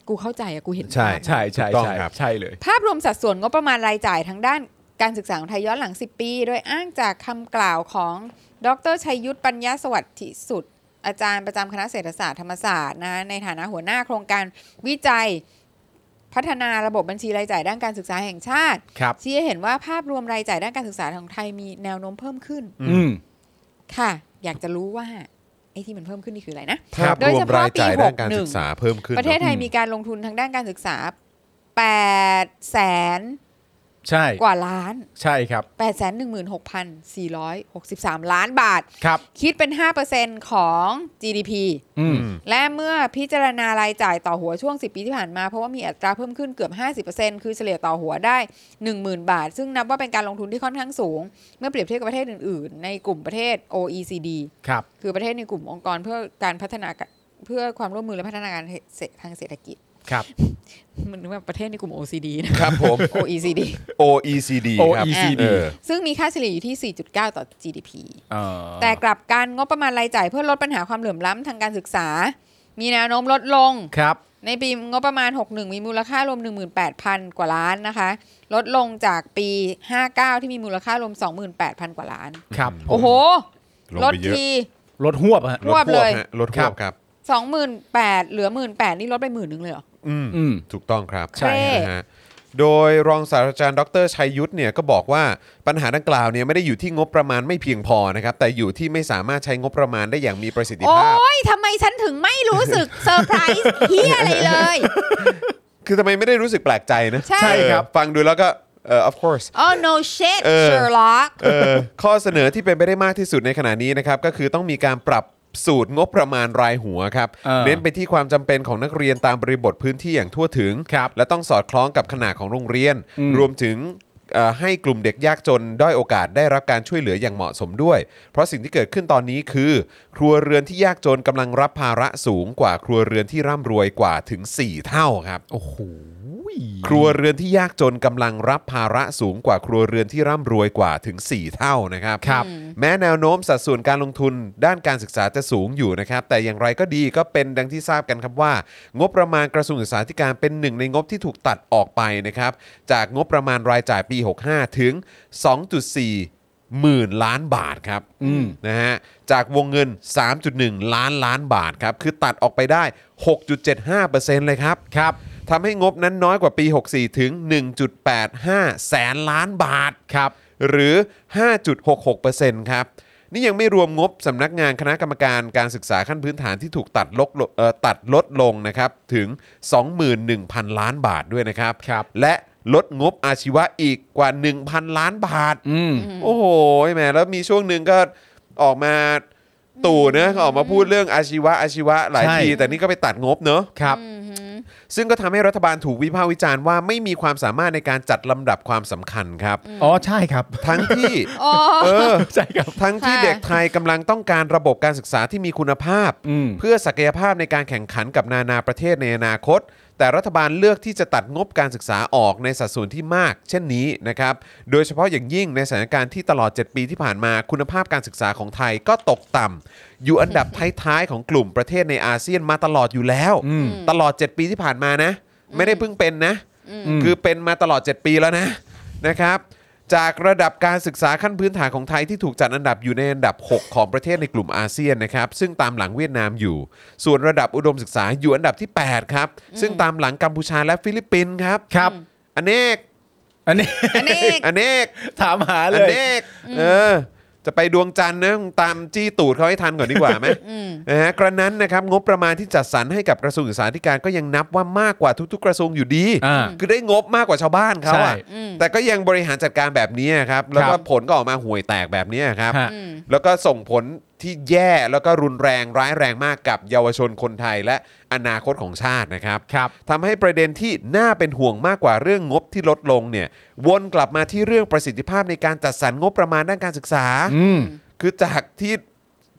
[SPEAKER 4] กูเข้าใจอะกูเห็น
[SPEAKER 2] ใช่
[SPEAKER 4] ภาพ
[SPEAKER 3] ใช่ใช่
[SPEAKER 2] ถูกต้อง
[SPEAKER 3] ใช่
[SPEAKER 2] ครับ
[SPEAKER 3] ใช่เลย
[SPEAKER 4] ภาพรวมสัดส่วนงบประมาณรายจ่ายทางด้านการศึกษาของไทยย้อนหลัง 10 ปี โดยอ้างจากคำกล่าวของดรชัยยุทธปัญญาสวัสดิสุด อาจารย์ประจำคณะเศรษฐศาสตร์ธรรมศาสตร์นะในฐานะหัวหน้าโครงการวิจัย พัฒนาระบบบัญชีรายจ่ายด้านการศึกษาแห่งชาติ
[SPEAKER 3] ครับ
[SPEAKER 4] ชี้ให้เห็นว่าภาพรวมรายจ่ายด้านการศึกษาของไทยมีแนวโน้มเพิ่มขึ้น
[SPEAKER 3] อืม
[SPEAKER 4] ค่ะ อยากจะรู้ว่าไอ้ที่มันเพิ่มขึ้นนี่คืออะไรนะ
[SPEAKER 2] ภาพ
[SPEAKER 4] โด
[SPEAKER 2] ร
[SPEAKER 4] ยว
[SPEAKER 2] ม
[SPEAKER 4] เฉพาะ
[SPEAKER 2] รายจ่ายด้าน
[SPEAKER 4] ปี
[SPEAKER 2] การ
[SPEAKER 4] หกหนึ่ง
[SPEAKER 2] ศึกษาเพิ่มขึ้น
[SPEAKER 4] ประเทศ
[SPEAKER 2] นอ
[SPEAKER 4] ไทยมีการลงทุนทางด้านการศึกษา8แสน
[SPEAKER 3] ใช่
[SPEAKER 4] กว่าล้าน
[SPEAKER 3] ใช่ครับ
[SPEAKER 4] 816,463 ล้านบาท
[SPEAKER 3] ครับ
[SPEAKER 4] คิดเป็น 5%ของ GDP
[SPEAKER 3] อืม
[SPEAKER 4] และเมื่อพิจารณารายจ่ายต่อหัวช่วง 10 ปีที่ผ่านมา เพราะว่ามีอัตราเพิ่มขึ้นเกือบ 50%คือเฉลี่ยต่อหัวได้ 10,000 บาท ซึ่งนับว่าเป็นการลงทุนที่ค่อนข้างสูง เมื่อเปรียบเทียบกับประเทศอื่น ๆ ในกลุ่มประเทศ OECD
[SPEAKER 3] ครับ
[SPEAKER 4] คือประเทศในกลุ่มองค์กรเพื่อการพัฒนาเพื่อความร่วมมือและพัฒนาการทางเศรษฐกิจ
[SPEAKER 3] ครับ
[SPEAKER 4] มันนึกว่าประเทศในกลุ่ม OECD นะ
[SPEAKER 2] ครับผม
[SPEAKER 4] OECD
[SPEAKER 2] OECD ครับ
[SPEAKER 3] OECD
[SPEAKER 2] เออ
[SPEAKER 4] ซึ่งมีค่าเฉลี่ยอยู่ที่ 4.9 ต่อ GDP
[SPEAKER 3] เออ
[SPEAKER 4] แต่กลับการงบประมาณรายจ่ายเพื่อลดปัญหาความเหลื่อมล้ำทางการศึกษา มีแนวโน้มลดลง
[SPEAKER 3] ครับ
[SPEAKER 4] ในปีงบประมาณ 61 มีมูลค่ารวม 18,000 กว่าล้านนะคะ ลดลงจากปี 59 ที่มีมูลค่ารวม 28,000 กว่าล้าน
[SPEAKER 3] ครับ
[SPEAKER 4] โอ้โห
[SPEAKER 2] ล
[SPEAKER 4] ล
[SPEAKER 2] ง
[SPEAKER 4] ด
[SPEAKER 2] ไปเยอะ
[SPEAKER 4] ที
[SPEAKER 3] รถหวบฮะ
[SPEAKER 4] รวบเลย
[SPEAKER 2] ฮะรถควบครับ
[SPEAKER 4] 28,000 เหลือ 18,000 นี่ลดไปหมื่นหนึ่งเลยเหรอ
[SPEAKER 2] อืม
[SPEAKER 3] อืม
[SPEAKER 2] ถูกต้องครับ
[SPEAKER 4] ใช่ครับ
[SPEAKER 2] นะฮะโดยรองศาสตราจารย์ดรชัยยุทธเนี่ยก็บอกว่าปัญหาดังกล่าวเนี่ยไม่ได้อยู่ที่งบประมาณไม่เพียงพอนะครับ แต่อยู่ที่ไม่สามารถใช้งบประมาณได้อย่างมีประสิทธิ
[SPEAKER 4] โอ้
[SPEAKER 2] ภาพ
[SPEAKER 4] ยทำไมฉันถึงไม่รู้สึกเซอร์ไพรส์เฮียอะไรเลย
[SPEAKER 2] คือทำไมไม่ได้รู้สึกแปลกใจนะ
[SPEAKER 4] ใช่
[SPEAKER 2] เออ
[SPEAKER 3] ครับ
[SPEAKER 2] ฟังดูแล้วก็เออ of course
[SPEAKER 4] Oh no shit
[SPEAKER 2] เออ
[SPEAKER 4] Sherlock
[SPEAKER 2] เออข้อเสนอที่เป็นไปได้มากที่สุดในขณะนี้นะครับ ก็คือต้องมีการปรับสูตรงบประมาณรายหัวครับ
[SPEAKER 3] เออ
[SPEAKER 2] เน้นไปที่ความจำเป็นของนักเรียนตามบริบทพื้นที่อย่างทั่วถึง
[SPEAKER 3] ครับ
[SPEAKER 2] และต้องสอดคล้องกับขนาดของโรงเรียน
[SPEAKER 3] อืม
[SPEAKER 2] รวมถึงเอ่อให้กลุ่มเด็กยากจนด้อยโอกาสได้รับการช่วยเหลืออย่างเหมาะสมด้วย เพราะสิ่งที่เกิดขึ้นตอนนี้คือ ครัวเรือนที่ยากจนกำลังรับภาระสูงกว่าครัวเรือนที่ร่ำรวยกว่าถึง 4 เท่าครับ
[SPEAKER 3] โอ้โห ย
[SPEAKER 2] ครัวเรือนที่ยากจนกำลังรับภาระสูงกว่าครัวเรือนที่ร่ำรวยกว่าถึง 4 เท่านะครับ
[SPEAKER 3] ครับ
[SPEAKER 2] แม้แนวโน้มสัดส่วนการลงทุนด้านการศึกษาจะสูงอยู่นะครับ แต่อย่างไรก็ดีก็เป็นดังที่ทราบกันครับว่า งบประมาณกระทรวงศึกษาธิการเป็นหนึ่งในงบที่ถูกตัดออกไปนะครับ จากงบประมาณรายจ่ายปี 65 ถึง 2.4 หมื่นล้านบาทครับ
[SPEAKER 3] อืม
[SPEAKER 2] นะฮะจากวงเงิน 3.1 ล้านล้านบาทครับ คือตัดออกไปได้ 6.75%เลยครับ
[SPEAKER 3] ครับ
[SPEAKER 2] ทำให้งบนั้นน้อยกว่าปี 64 ถึง 1.85 แสนล้านบาท
[SPEAKER 3] ครับ
[SPEAKER 2] หรือ 5.66%ครับ นี่ยังไม่รวมงบสำนักงานคณะกรรมการการศึกษาขั้นพื้นฐานที่ถูกตัดลดลงเอ่อตัดลดลงนะครับ ถึง 21,000 ล้านบาทด้วยนะครับ
[SPEAKER 3] ครับ
[SPEAKER 2] และลดงบอาชีวะอีกกว่า 1,000 ล้านบาท
[SPEAKER 3] อืม
[SPEAKER 2] โอ้โหแหมแล้วมีช่วงหนึ่งก็ออกมาตู่เนอะก็ออกมาพูดเรื่องอาชีวะอาชีวะหลาย
[SPEAKER 3] ใช่
[SPEAKER 2] ที แต่นี่ก็ไปตัดงบเนอะ
[SPEAKER 3] ครับ
[SPEAKER 2] ซึ่งก็ทำให้รัฐบาลถูกวิพากษ์วิจารณ์ว่าไม่มีความสามารถในการจัดลำดับความสำคัญครับ
[SPEAKER 3] อ๋อใช่ครับ
[SPEAKER 2] ทั้งที่
[SPEAKER 4] อ๋อ
[SPEAKER 2] เออ
[SPEAKER 3] ใช่ครับ
[SPEAKER 2] ทั้งที่
[SPEAKER 4] ค่ะ
[SPEAKER 2] เด็กไทยกำลังต้องการระบบการศึกษาที่มีคุณภาพ
[SPEAKER 3] อืม
[SPEAKER 2] เพื่อศักยภาพในการแข่งขันกับนานาประเทศในอนาคต แต่รัฐบาลเลือกที่จะตัดงบการศึกษาออกในสัดส่วนที่มาก เช่นนี้นะครับ โดยเฉพาะอย่างยิ่งในสถานการณ์ที่ตลอด 7 ปีที่ผ่านมาคุณภาพการศึกษาของไทยก็ตกต่ำอยู่อันดับ ท้ายๆของกลุ่มประเทศในอาเซียนมาตลอดอยู่แล้ว
[SPEAKER 3] อืม
[SPEAKER 2] ตลอด 7 ปีที่ผ่านมานะ ไม่ได้เพิ่งเป็นนะ
[SPEAKER 3] อืม
[SPEAKER 2] คือเป็นมาตลอด 7 ปีแล้วนะ นะครับ จากระดับการศึกษาขั้นพื้นฐานของไทยที่ถูกจัดอันดับอยู่ในอันดับ 6 ของประเทศในกลุ่มอาเซียนนะครับ ซึ่งตามหลังเวียดนามอยู่ ส่วนระดับอุดมศึกษาอยู่อันดับที่ 8 ครับ ซึ่งตามหลังกัมพูชาและฟิลิปปินส์ครับ
[SPEAKER 3] ครับ
[SPEAKER 2] อเนก
[SPEAKER 3] อันนี้
[SPEAKER 4] อันนี้
[SPEAKER 2] อเนก
[SPEAKER 3] ถามหา
[SPEAKER 2] อ
[SPEAKER 3] เลย
[SPEAKER 2] เนกเออ จะไปดวงจันทร์นะตามจี้ตูดเขาให้ทันก่อนดีกว่าไหม นะฮะกระนั้นนะครับงบประมาณที่จัดสรรให้กับกระทรวงศึกษาธิการก็ยังนับว่ามากกว่าทุก ๆ กระทรวงอยู่ดี
[SPEAKER 3] อ่า
[SPEAKER 2] คือได้งบมากกว่าชาวบ้านเขาอะ
[SPEAKER 3] ใช่
[SPEAKER 4] อืม
[SPEAKER 2] แต่ก็ยังบริหารจัดการแบบนี้ครับ แล้วก็
[SPEAKER 3] ครับ
[SPEAKER 2] ผลก็ออกมาห่วยแตกแบบนี้ครับ
[SPEAKER 3] ฮะ
[SPEAKER 4] อืม
[SPEAKER 2] แล้วก็ส่งผลที่แย่แล้วก็รุนแรงร้ายแรงมากกับเยาวชนคนไทยและอนาคตของชาตินะครับ
[SPEAKER 3] ครับ
[SPEAKER 2] ทำให้ประเด็นที่น่าเป็นห่วงมากกว่าเรื่องงบที่ลดลงเนี่ยวนกลับมาที่เรื่องประสิทธิภาพในการจัดสรรงบประมาณด้านการศึกษา
[SPEAKER 3] อืม
[SPEAKER 2] คือจากที่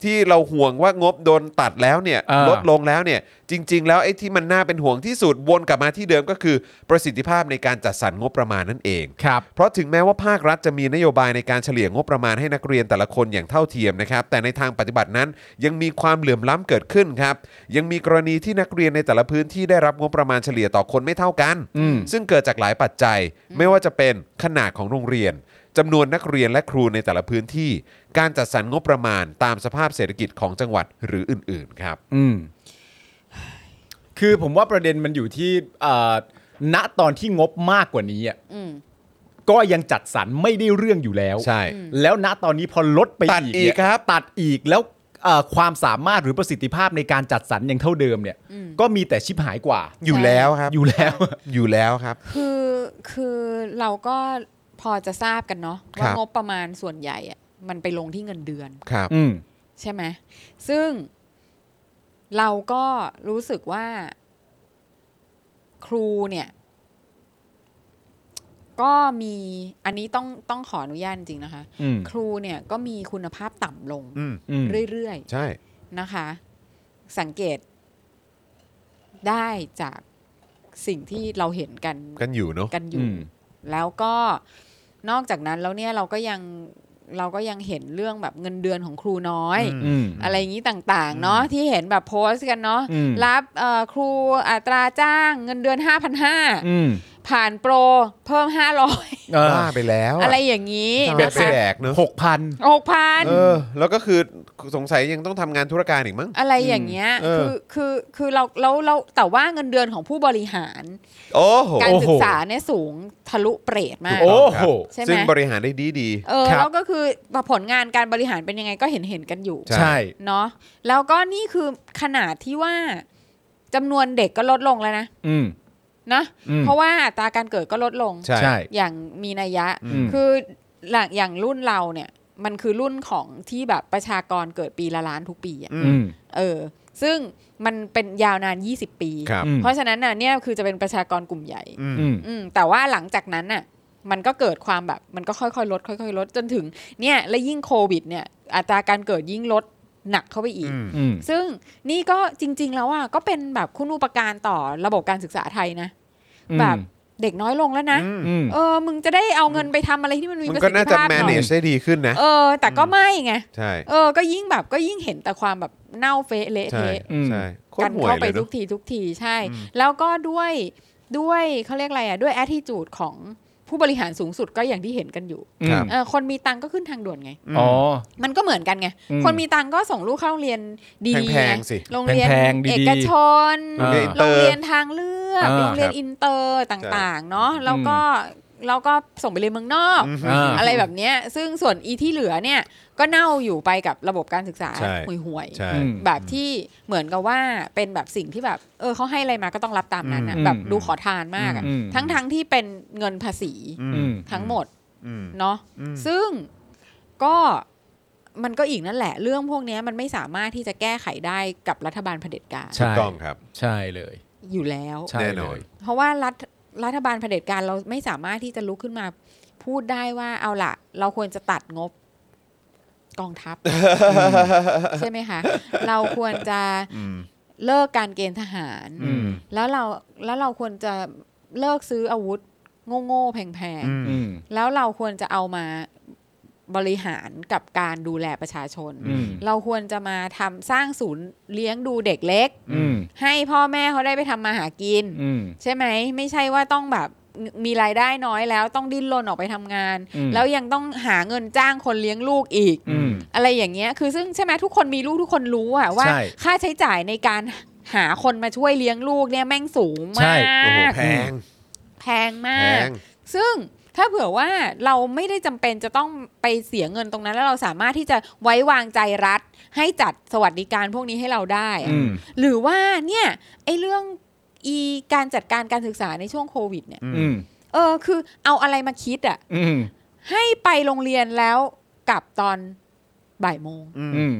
[SPEAKER 2] ที่เราห่วงว่างบโดนตัดแล้วเนี่ย
[SPEAKER 3] อ่า
[SPEAKER 2] ลดลงแล้วเนี่ยจริง ๆ แล้วไอ้ที่มันน่าเป็นห่วงที่สุดวนกลับมาที่เดิมก็คือประสิทธิภาพในการจัดสรรงบประมาณนั่นเอง
[SPEAKER 3] ครับ
[SPEAKER 2] เพราะถึงแม้ว่าภาครัฐจะมีนโยบายในการเฉลี่ยงบประมาณให้นักเรียนแต่ละคนอย่างเท่าเทียมนะครับ แต่ในทางปฏิบัตินั้นยังมีความเหลื่อมล้ำเกิดขึ้นครับ ยังมีกรณีที่นักเรียนในแต่ละพื้นที่ได้รับงบประมาณเฉลี่ยต่อคนไม่เท่ากัน
[SPEAKER 3] อืม
[SPEAKER 2] ซึ่งเกิดจากหลายปัจจัย ไม่ว่าจะเป็นขนาดของโรงเรียนจำนวนนักเรียนและครูในแต่ละพื้นที่ การจัดสรรงบประมาณตามสภาพเศรษฐกิจของจังหวัดหรืออื่นๆครับ
[SPEAKER 3] อืม คือผมว่าประเด็นมันอยู่ที่เอ่อณตอนที่งบมากกว่านี้อ่ะ
[SPEAKER 4] อืม
[SPEAKER 3] ก็ยังจัดสรรไม่ได้เรื่องอยู่แล้ว
[SPEAKER 2] ใช่
[SPEAKER 3] แล้วณตอนนี้พอลดไป
[SPEAKER 2] ตัด
[SPEAKER 3] อีก
[SPEAKER 2] อีก
[SPEAKER 3] เนี่ย
[SPEAKER 2] ครับ
[SPEAKER 3] ตัดอีกแล้วเอ่อความสามารถหรือประสิทธิภาพในการจัดสรรยังเท่าเดิมเนี่ย ก็มีแต่ชิบหายกว่า
[SPEAKER 2] อยู่แล้วครับ
[SPEAKER 3] อยู่แล้ว
[SPEAKER 2] อยู่แล้วครับ
[SPEAKER 4] คือคือเราก็พอจะทราบกันเนาะ
[SPEAKER 2] ครั
[SPEAKER 4] ว่า
[SPEAKER 2] บ
[SPEAKER 4] งบประมาณส่วนใหญ่อะมันไปลงที่เงินเดือน
[SPEAKER 2] ครับ
[SPEAKER 3] อืม
[SPEAKER 4] ใช่ไหมซึ่งเราก็รู้สึกว่าครูเนี่ย ก็มีอันนี้ต้องต้องขออนุญาตจริงๆนะคะ
[SPEAKER 3] อืม
[SPEAKER 4] ครูเนี่ยก็มีคุณภาพต่ำลง
[SPEAKER 2] อืม
[SPEAKER 3] อืม
[SPEAKER 4] เรื่อย
[SPEAKER 2] ใช่
[SPEAKER 4] ๆนะคะ สังเกตได้จากสิ่งที่เราเห็นกัน
[SPEAKER 2] กันอยู่เนอะ
[SPEAKER 4] กันอ
[SPEAKER 3] อื
[SPEAKER 4] ยู่
[SPEAKER 3] ม
[SPEAKER 4] แล้วก็นอกจากนั้นแล้วเนี่ยเราก็ยังเราก็ยังเห็นเรื่องแบบเงินเดือนของครูน้อย
[SPEAKER 2] อืม
[SPEAKER 3] อืม
[SPEAKER 4] อะไรอย่างนี้ต่างๆ เนาะที่เห็นแบบโพสต์กันเนาะ
[SPEAKER 3] อืม
[SPEAKER 4] รับเอ่อครูอัตราจ้างเงินเดือน 5,500
[SPEAKER 3] อืม
[SPEAKER 4] ผ่านโปรเพิ่ม 500
[SPEAKER 3] เออ
[SPEAKER 2] ว่าไปแล้ว
[SPEAKER 4] อะไรอย่างนี้
[SPEAKER 2] ทำไม
[SPEAKER 4] นะ
[SPEAKER 2] ไป
[SPEAKER 4] คะ
[SPEAKER 2] แดกเนอะ
[SPEAKER 3] หกพัน
[SPEAKER 4] หกพัน
[SPEAKER 2] เออ แล้วก็คือสงสัยยังต้องทำงานธุรการอีกมั้ง
[SPEAKER 4] อะไรอย่างเงี้ย
[SPEAKER 2] เออ
[SPEAKER 4] คือคือคือเราเราเราแต่ว่าเงินเดือนของผู้บริหาร
[SPEAKER 2] โอ้โห
[SPEAKER 4] การ
[SPEAKER 3] โอ้โห
[SPEAKER 4] ศึกษาเนี่ยสูงทะลุเปรตมาก
[SPEAKER 3] โอ้
[SPEAKER 2] ค
[SPEAKER 3] โห
[SPEAKER 2] รับ
[SPEAKER 4] ใช่ไหม
[SPEAKER 2] ซึ่งบริหารได้ดีดี
[SPEAKER 4] เออ
[SPEAKER 3] ครับ
[SPEAKER 4] แล้วก็คือผลงานการบริหารเป็นยังไงก็เห็นเห็นๆกันอยู่
[SPEAKER 2] ใช่
[SPEAKER 3] ใช่
[SPEAKER 4] เนาะแล้วก็นี่คือขนาดที่ว่าจำนวนเด็กก็ลดลงแล้วนะ
[SPEAKER 3] อืม
[SPEAKER 4] นะ
[SPEAKER 3] อืม
[SPEAKER 4] เพราะว่าอัตราการเกิดก็ลดลง
[SPEAKER 2] ใช่
[SPEAKER 3] ใช่
[SPEAKER 4] อย่างมีนัยยะ
[SPEAKER 3] อืม
[SPEAKER 4] คือหลังอย่างรุ่นเราเนี่ย มันคือรุ่นของที่แบบประชากรเกิดปีละล้านทุกปีอะ
[SPEAKER 3] อืม
[SPEAKER 4] เออ ซึ่งมันเป็นยาวนาน 20 ปี
[SPEAKER 2] ครับ
[SPEAKER 3] อืม
[SPEAKER 4] เพราะฉะนั้นน่ะเนี่ยคือจะเป็นประชากรกลุ่มใหญ่
[SPEAKER 2] อืม
[SPEAKER 3] อืม
[SPEAKER 4] อืมแต่ว่าหลังจากนั้นน่ะ มันก็เกิดความแบบ มันก็ค่อยๆลดค่อยๆลดจนถึง เนี่ยและยิ่งโควิด เนี่ย อัตราการเกิดยิ่งลดหนักเข้าไปอีก
[SPEAKER 2] อืม
[SPEAKER 3] อืม
[SPEAKER 4] ซึ่งนี่ก็จริง ๆ แล้วอ่ะก็เป็นแบบคุณูปการต่อระบบการศึกษาไทยนะ แบบ เด็กน้อยลงแล้วนะ
[SPEAKER 3] อืม
[SPEAKER 4] เออ มึงจะได้เอาเงินไปทำอะไรที่มันมี
[SPEAKER 2] มัน
[SPEAKER 4] ประ
[SPEAKER 2] ก็
[SPEAKER 4] สิทธิ
[SPEAKER 2] น่าจะ
[SPEAKER 4] ภาพหน่อย
[SPEAKER 2] manage ได้ดีขึ้นนะ
[SPEAKER 4] เออ แต่ก็ไม่ไง
[SPEAKER 2] ใช่
[SPEAKER 4] เออ ก็ยิ่งแบบก็ยิ่งเห็นแต่ความแบบเน่าเฟะเละ
[SPEAKER 2] ใช่
[SPEAKER 4] เทะ
[SPEAKER 3] อืม
[SPEAKER 2] ใช่โคต
[SPEAKER 4] กั
[SPEAKER 2] ร
[SPEAKER 4] น
[SPEAKER 2] ห่วย
[SPEAKER 4] เข้า
[SPEAKER 2] เล
[SPEAKER 4] ไป
[SPEAKER 2] ยเน
[SPEAKER 4] ทุ
[SPEAKER 2] อะ
[SPEAKER 4] กทีทุกทีใช่
[SPEAKER 2] อืม
[SPEAKER 4] แล้วก็ด้วยด้วยเขาเรียกอะไรอ่ะ ด้วยแอ t ทิจูดของผู้บริหารสูงสุดก็อย่างที่เห็นกันอยู่
[SPEAKER 3] อืม
[SPEAKER 2] ครับ
[SPEAKER 4] เออคนมีตังค์ก็ขึ้นทางด่วนไง
[SPEAKER 2] ม
[SPEAKER 3] อ๋อ
[SPEAKER 4] มันก็เหมือนกันไง
[SPEAKER 3] อืม
[SPEAKER 4] คนมีตังค์ก็ส่งลูกเข้าโรงเรียนดี
[SPEAKER 2] แพง
[SPEAKER 4] ไง
[SPEAKER 2] ๆสิ
[SPEAKER 4] โรงเรียน
[SPEAKER 3] แพงๆดีๆ
[SPEAKER 4] เอกชน
[SPEAKER 2] โรงเรียนอิน
[SPEAKER 4] โร
[SPEAKER 2] เตอง ร์
[SPEAKER 4] เรียนทางเลือก
[SPEAKER 3] อ่า
[SPEAKER 4] โรงเรียน
[SPEAKER 2] ครับ
[SPEAKER 4] อินเตอร์ต่างๆ เนาะแล้วก็แล้วก็ส่งไปเรียนเมืองนอก
[SPEAKER 2] อืม
[SPEAKER 3] อ่า
[SPEAKER 4] อะไรแบบเนี้ยซึ่งส่วนอีที่เหลือเนี่ยก็เน่าอยู่ไปกับระบบการศึกษา
[SPEAKER 2] ใช่
[SPEAKER 4] ห่วยๆ
[SPEAKER 2] ใช่
[SPEAKER 3] อืม
[SPEAKER 4] แบบที่เหมือนกับว่าเป็นแบบสิ่งที่แบบ เออเขาให้อะไรมาก็ต้องรับตามนั้นอะ
[SPEAKER 3] อืม
[SPEAKER 4] แบบดูขอทานมากอะ
[SPEAKER 3] อืม
[SPEAKER 4] ทั้งทั้งที่เป็นเงินภาษี
[SPEAKER 3] อืม
[SPEAKER 4] ทั้งหมด
[SPEAKER 2] อืม
[SPEAKER 4] เนาะ
[SPEAKER 2] อืม
[SPEAKER 4] ซึ่งก็มันก็อีกนั่นแหละ เรื่องพวกเนี้ยมันไม่สามารถที่จะแก้ไขได้กับรัฐบาลเผด็จการ
[SPEAKER 3] ใช่
[SPEAKER 2] ถูกต้องครับ
[SPEAKER 3] ใช่เลย
[SPEAKER 4] อยู่แล้ว
[SPEAKER 3] ใช่
[SPEAKER 2] แน่
[SPEAKER 3] เล
[SPEAKER 2] นอน
[SPEAKER 3] ย
[SPEAKER 4] เพราะว่ารัฐรัฐบาลเผด็จการเราไม่สามารถที่จะลุกขึ้นมาพูดได้ว่าเอาละเราควรจะตัดงบกองทัพ ใช่ไหมคะ เราควรจะเลิกการเกณฑ์ทหาร
[SPEAKER 3] อืม
[SPEAKER 4] แล้วเราแล้วเราควรจะเลิกซื้ออาวุธ โง่ๆแพง
[SPEAKER 3] อืม
[SPEAKER 4] ๆแล้วเราควรจะเอามาบริหารกับการดูแลประชาชน
[SPEAKER 3] อืม
[SPEAKER 4] เราควรจะมาทำสร้างศูนย์เลี้ยงดูเด็กเล็ก
[SPEAKER 3] อืม
[SPEAKER 4] ให้พ่อแม่เขาได้ไปทำมาหากิน
[SPEAKER 3] อืม
[SPEAKER 4] ใช่ไหมไม่ใช่ว่าต้องแบบมีรายได้น้อยแล้วต้องดิ้นรนออกไปทำงาน
[SPEAKER 3] อืม
[SPEAKER 4] แล้วยังต้องหาเงินจ้างคนเลี้ยงลูกอีก
[SPEAKER 3] อืม
[SPEAKER 4] อะไรอย่างเงี้ยคือซึ่งใช่ไหมทุกคนมีลูกทุกคนรู้อะว่า
[SPEAKER 3] ใช่
[SPEAKER 4] ค่าใช้จ่ายในการหาคนมาช่วยเลี้ยงลูกเนี่ยแม่งสูง
[SPEAKER 3] ใช่
[SPEAKER 4] มาก
[SPEAKER 2] โอ้โหแพง
[SPEAKER 4] แพงมา
[SPEAKER 2] แพ
[SPEAKER 4] ก
[SPEAKER 2] ง
[SPEAKER 4] ซึ่งถ้าเผื่อว่าเราไม่ได้จำเป็นจะต้องไปเสียเงินตรงนั้น แล้วเราสามารถที่จะไว้วางใจรัฐ ให้จัดสวัสดิการพวกนี้ให้เราได้อะ
[SPEAKER 3] อืม
[SPEAKER 4] หรือว่าเนี่ยไอ้เรื่องอีการจัดการการศึกษาในช่วงโควิดเนี่ย
[SPEAKER 3] อืม
[SPEAKER 4] เออคือเอาอะไรมาคิดอะ่ะ
[SPEAKER 3] อืม
[SPEAKER 4] ให้ไปโรงเรียนแล้วกลับตอนบ่ายโมง
[SPEAKER 3] อืม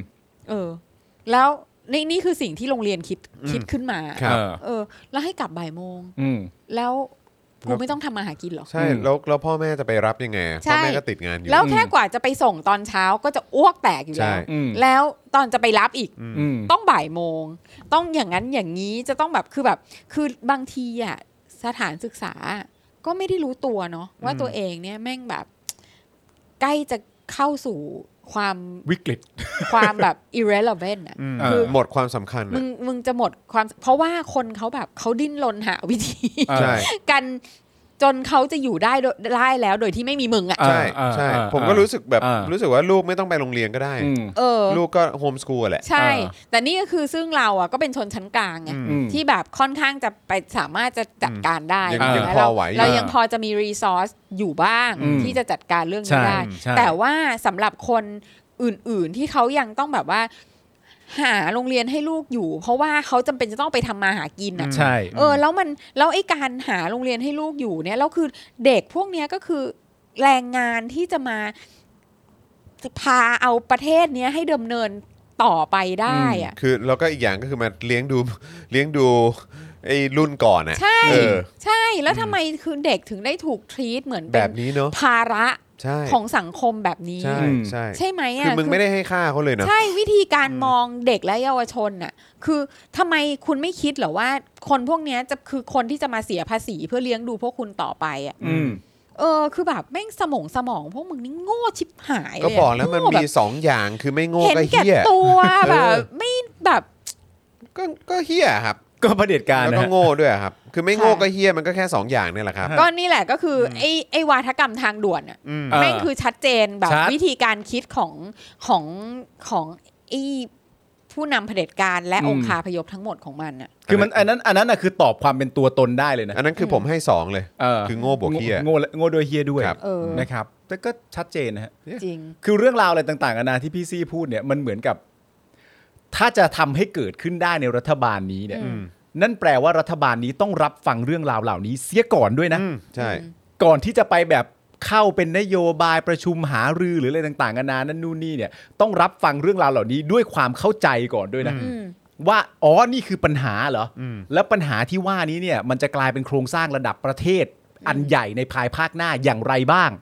[SPEAKER 4] เออ แล้วนี่นี่คือสิ่งที่โรงเรียนคิด
[SPEAKER 2] อืม
[SPEAKER 4] คิดขึ้นมา
[SPEAKER 2] ครับ
[SPEAKER 3] เออ
[SPEAKER 4] เออ แล้วให้กลับบ่ายโมง
[SPEAKER 3] อืม
[SPEAKER 4] แล้วกู
[SPEAKER 2] แล้ว
[SPEAKER 4] ไม่ต้องทำมาหากินเหรอ
[SPEAKER 2] ใช่
[SPEAKER 3] อืม
[SPEAKER 2] แล้วแล้วพ่อแม่จะไปรับยังไง
[SPEAKER 4] ใช่
[SPEAKER 2] พ่อแม่ก็ติดงานอยู่
[SPEAKER 4] แล้วแค่กว่าจะไปส่งตอนเช้าก็จะอ้วกแตกอยู่แล้ว
[SPEAKER 2] ใช่
[SPEAKER 3] อืม
[SPEAKER 4] แล้วตอนจะไปรับอีก
[SPEAKER 3] อืม
[SPEAKER 4] ต้องบ่ายโมง ต้องอย่างนั้นอย่างนี้จะต้องแบบคือแบบ คือบางทีอ่ะสถานศึกษาก็ไม่ได้รู้ตัวเนาะว่าตัวเองเนี่ยแม่งแบบ ใกล้จะเข้าสู่ความ
[SPEAKER 3] วิกฤต
[SPEAKER 4] ความแบบ irrelevant อ่ะ
[SPEAKER 2] ม
[SPEAKER 3] เออ
[SPEAKER 2] หมดความสำคัญ
[SPEAKER 4] มึ
[SPEAKER 2] อะ
[SPEAKER 4] งมึงจะหมดความ เพราะว่าคนเขาแบบเขาดิ้นรนหาวิธี
[SPEAKER 2] ใช่
[SPEAKER 4] กันจนเขาจะอยู่ได้โดยได้แล้วโดยที่ไม่มีมึงอ่ะ
[SPEAKER 3] อ่า
[SPEAKER 2] ใช่ใช่
[SPEAKER 3] อ่า
[SPEAKER 2] ผมก็รู้สึกแบบ
[SPEAKER 3] อ่ารู้
[SPEAKER 2] รู้สึกว่าลูกไม่ต้องไปโรงเรียนก็ได้
[SPEAKER 3] อืม
[SPEAKER 4] เออ
[SPEAKER 2] ลูกก็โฮมสกูลแหละ
[SPEAKER 4] ใช่
[SPEAKER 3] อ่า
[SPEAKER 4] แต่นี่ก็คือซึ่งเราอ่ะก็เป็นชนชั้นกลางไง
[SPEAKER 3] อืม
[SPEAKER 4] ที่แบบค่อนข้างจะไปสามารถจะจัดการได้
[SPEAKER 2] ยัง
[SPEAKER 4] นะ
[SPEAKER 2] ยัง
[SPEAKER 4] คะ
[SPEAKER 2] พอ
[SPEAKER 4] เรา
[SPEAKER 2] ไหวอยู่
[SPEAKER 4] เรายังพอจะมีรีซอสอยู่บ้าง
[SPEAKER 3] อืม
[SPEAKER 4] ที่จะจัดการเรื่อง
[SPEAKER 3] ใช่
[SPEAKER 4] นี้ได้
[SPEAKER 3] ใช่
[SPEAKER 4] แต่ว่าสำหรับคนอื่นๆที่เขายังต้องแบบว่า หาโรงเรียนให้ลูกอยู่ เพราะว่าเขาจำเป็นจะต้องไปทำมาหากินอ่ะ
[SPEAKER 3] ใช่
[SPEAKER 4] เออ แล้วมันแล้วไอ้การหาโรงเรียนให้ลูกอยู่เนี่ยแล้วคือเด็กพวกเนี้ยก็คือแรงงานที่จะมาพาเอาประเทศเนี้ยให้ดำเนินต่อไปได้อ่ะ
[SPEAKER 2] คือแล้วก็อีกอย่างก็คือมาเลี้ยงดู เลี้ยงดูไอ้รุ่นก่อนอ่ะ
[SPEAKER 4] ใช่
[SPEAKER 2] เออ
[SPEAKER 4] ใช่แล้วทำไมคือเด็กถึงได้ถูกทรีตเหมือน
[SPEAKER 2] แบ
[SPEAKER 4] เป็น
[SPEAKER 2] บนี้เนาะ
[SPEAKER 4] ภาระ
[SPEAKER 2] ใช่
[SPEAKER 4] ของสังคมแบบนี้
[SPEAKER 2] ใช่ใช่
[SPEAKER 4] ใช่ไหม
[SPEAKER 2] คือ
[SPEAKER 4] อ่ะ
[SPEAKER 2] มึงไม่ได้ให้ค่าเขาเลยนะ
[SPEAKER 4] ใช่วิธีการมองเด็กและเยาวชนน่ะ คือทำไมคุณไม่คิดเหรอว่า คนพวกเนี้ยจะคือคนที่จะมาเสียภาษีเพื่อเลี้ยงดูพวกคุณต่อไปอ่ะ
[SPEAKER 3] อืม
[SPEAKER 4] เออคือแบบแม่งสมองสมองพวกมึงนี่โง่ชิบหายเลยะ
[SPEAKER 2] ก็บอกแล้วมัน
[SPEAKER 4] โง่
[SPEAKER 2] มี
[SPEAKER 4] บบ
[SPEAKER 2] สองอย่างคือไม่โง่
[SPEAKER 4] เห็น
[SPEAKER 2] ก็
[SPEAKER 4] แก่
[SPEAKER 2] เฮี้ย
[SPEAKER 4] ตัวแบ
[SPEAKER 2] เอบ อ
[SPEAKER 4] ไม่แบบ
[SPEAKER 2] ก็ก็เฮี้ยครับ
[SPEAKER 3] ก็เผด็จการ
[SPEAKER 2] แล้ว
[SPEAKER 3] นะ
[SPEAKER 2] ก็
[SPEAKER 3] ฮะ
[SPEAKER 2] โง่ด้วยครับ คือไม่โง่
[SPEAKER 4] ค่ะ
[SPEAKER 2] ก็เฮี้ยมันก็แค่สองอย่างเนี่ยแหละครับ
[SPEAKER 4] ก็นี่แหละก็คืออไอ้ไอ้วาทกรรมทางด่วนอ่ะ
[SPEAKER 2] อืม
[SPEAKER 3] เออ
[SPEAKER 4] แม่งคือชัดเจนแบบ
[SPEAKER 3] ชัด
[SPEAKER 4] วิธีการคิดของของของไอ้ผู้นำเผด็จการและองคาพยพทั้งหมดของมันอะ
[SPEAKER 3] คือมันอันนั้นอันนั้นน่ะคือตอบความเป็นตัวตนได้เลยนะ
[SPEAKER 2] อันนั้นคือผมให้สองเลย
[SPEAKER 3] เออ
[SPEAKER 2] คือโง่บวกเฮี้ย
[SPEAKER 3] โง่และโง่โดยเฮียด้วย
[SPEAKER 2] ครับ
[SPEAKER 4] เออ
[SPEAKER 3] นะครับ แต่ก็ชัดเจนนะฮะ
[SPEAKER 4] จริง
[SPEAKER 3] คือเรื่องราวอะไรต่างๆนานาที่พี่ซี่พูดเนี่ยมันเหมือนกับ ถ้าจะทำให้เกิดขึ้นได้ในรัฐบาลนี้เนี่ย
[SPEAKER 4] อืม
[SPEAKER 3] นั่นแปลว่ารัฐบาลนี้ต้องรับฟังเรื่องราวเหล่านี้ เสียก่อนด้วยนะ
[SPEAKER 2] อืมใช่
[SPEAKER 3] ก่อนที่จะไปแบบเข้าเป็นนโยบายประชุมหารือหรืออะไรต่างๆนานานั่นนู่นนี่เนี่ยต้องรับฟังเรื่องราวเหล่านี้ด้วยความเข้าใจก่อนด้วยนะ
[SPEAKER 4] อืม
[SPEAKER 3] ว่าอ๋อนี่คือปัญหาเหรออ
[SPEAKER 2] ม
[SPEAKER 3] แล้วปัญหาที่ว่านี้เนี่ยมันจะกลายเป็นโครงสร้างระดับประเทศ อันใหญ่ในภายภาคหน้าอย่างไรบ้าง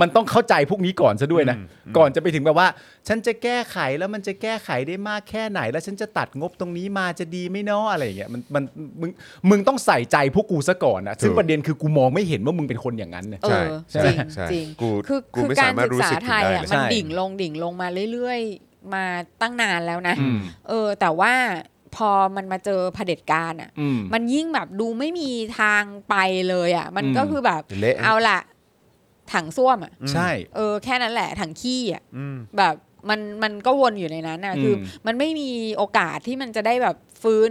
[SPEAKER 3] มันต้องเข้าใจพวกนี้ก่อนซะด้วยนะ ก่อนจะไปถึงแบบว่า ฉันจะแก้ไขแล้วมันจะแก้ไขได้มากแค่ไหน แล้วฉันจะตัดงบตรงนี้มาจะดีไหม่นาะอะไรอย่างเงี้ยมันมันมึงมึงต้องใส่ใจพวกกูซะก่อนนะซึ่ง
[SPEAKER 2] ถูก
[SPEAKER 3] ประเด็นคือกูมองไม่เห็นว่ามึงเป็นคนอย่างนั้นนะ
[SPEAKER 4] เอ
[SPEAKER 2] ใช่
[SPEAKER 4] อ
[SPEAKER 2] ใช่
[SPEAKER 4] จริง
[SPEAKER 2] ใช่
[SPEAKER 4] จริง
[SPEAKER 2] กู
[SPEAKER 4] คือ
[SPEAKER 2] กู
[SPEAKER 4] คือ
[SPEAKER 2] ไม่
[SPEAKER 4] การ
[SPEAKER 2] สามารถ
[SPEAKER 4] ศึ
[SPEAKER 2] รู้
[SPEAKER 4] กษา
[SPEAKER 2] สึกถึง
[SPEAKER 4] ไทย
[SPEAKER 2] ได้
[SPEAKER 4] อ่ะ
[SPEAKER 2] เลย
[SPEAKER 4] มัน
[SPEAKER 3] ใช่
[SPEAKER 4] ดิ่งลงดิ่งลงมาเรื่อยๆ มาตั้งนานแล้วนะ
[SPEAKER 3] อืม
[SPEAKER 4] เออ แต่ว่าพอมันมาเจอเผด็จการอ่ะ
[SPEAKER 3] อืม
[SPEAKER 4] มันยิ่งแบบดูไม่มีทางไปเลยอ่ะ มัน
[SPEAKER 3] อืม
[SPEAKER 4] ก็คือแบบ
[SPEAKER 2] เละ
[SPEAKER 4] เอาละถังส้วมอ่ะ
[SPEAKER 3] ใช่
[SPEAKER 4] เออแค่นั้นแหละถังขี้อ่ะ
[SPEAKER 2] อืม
[SPEAKER 4] แบบมันมันก็วนอยู่ในนั้นนะ
[SPEAKER 3] อืม
[SPEAKER 4] คือ มันไม่มีโอกาสที่มันจะได้แบบฟื้น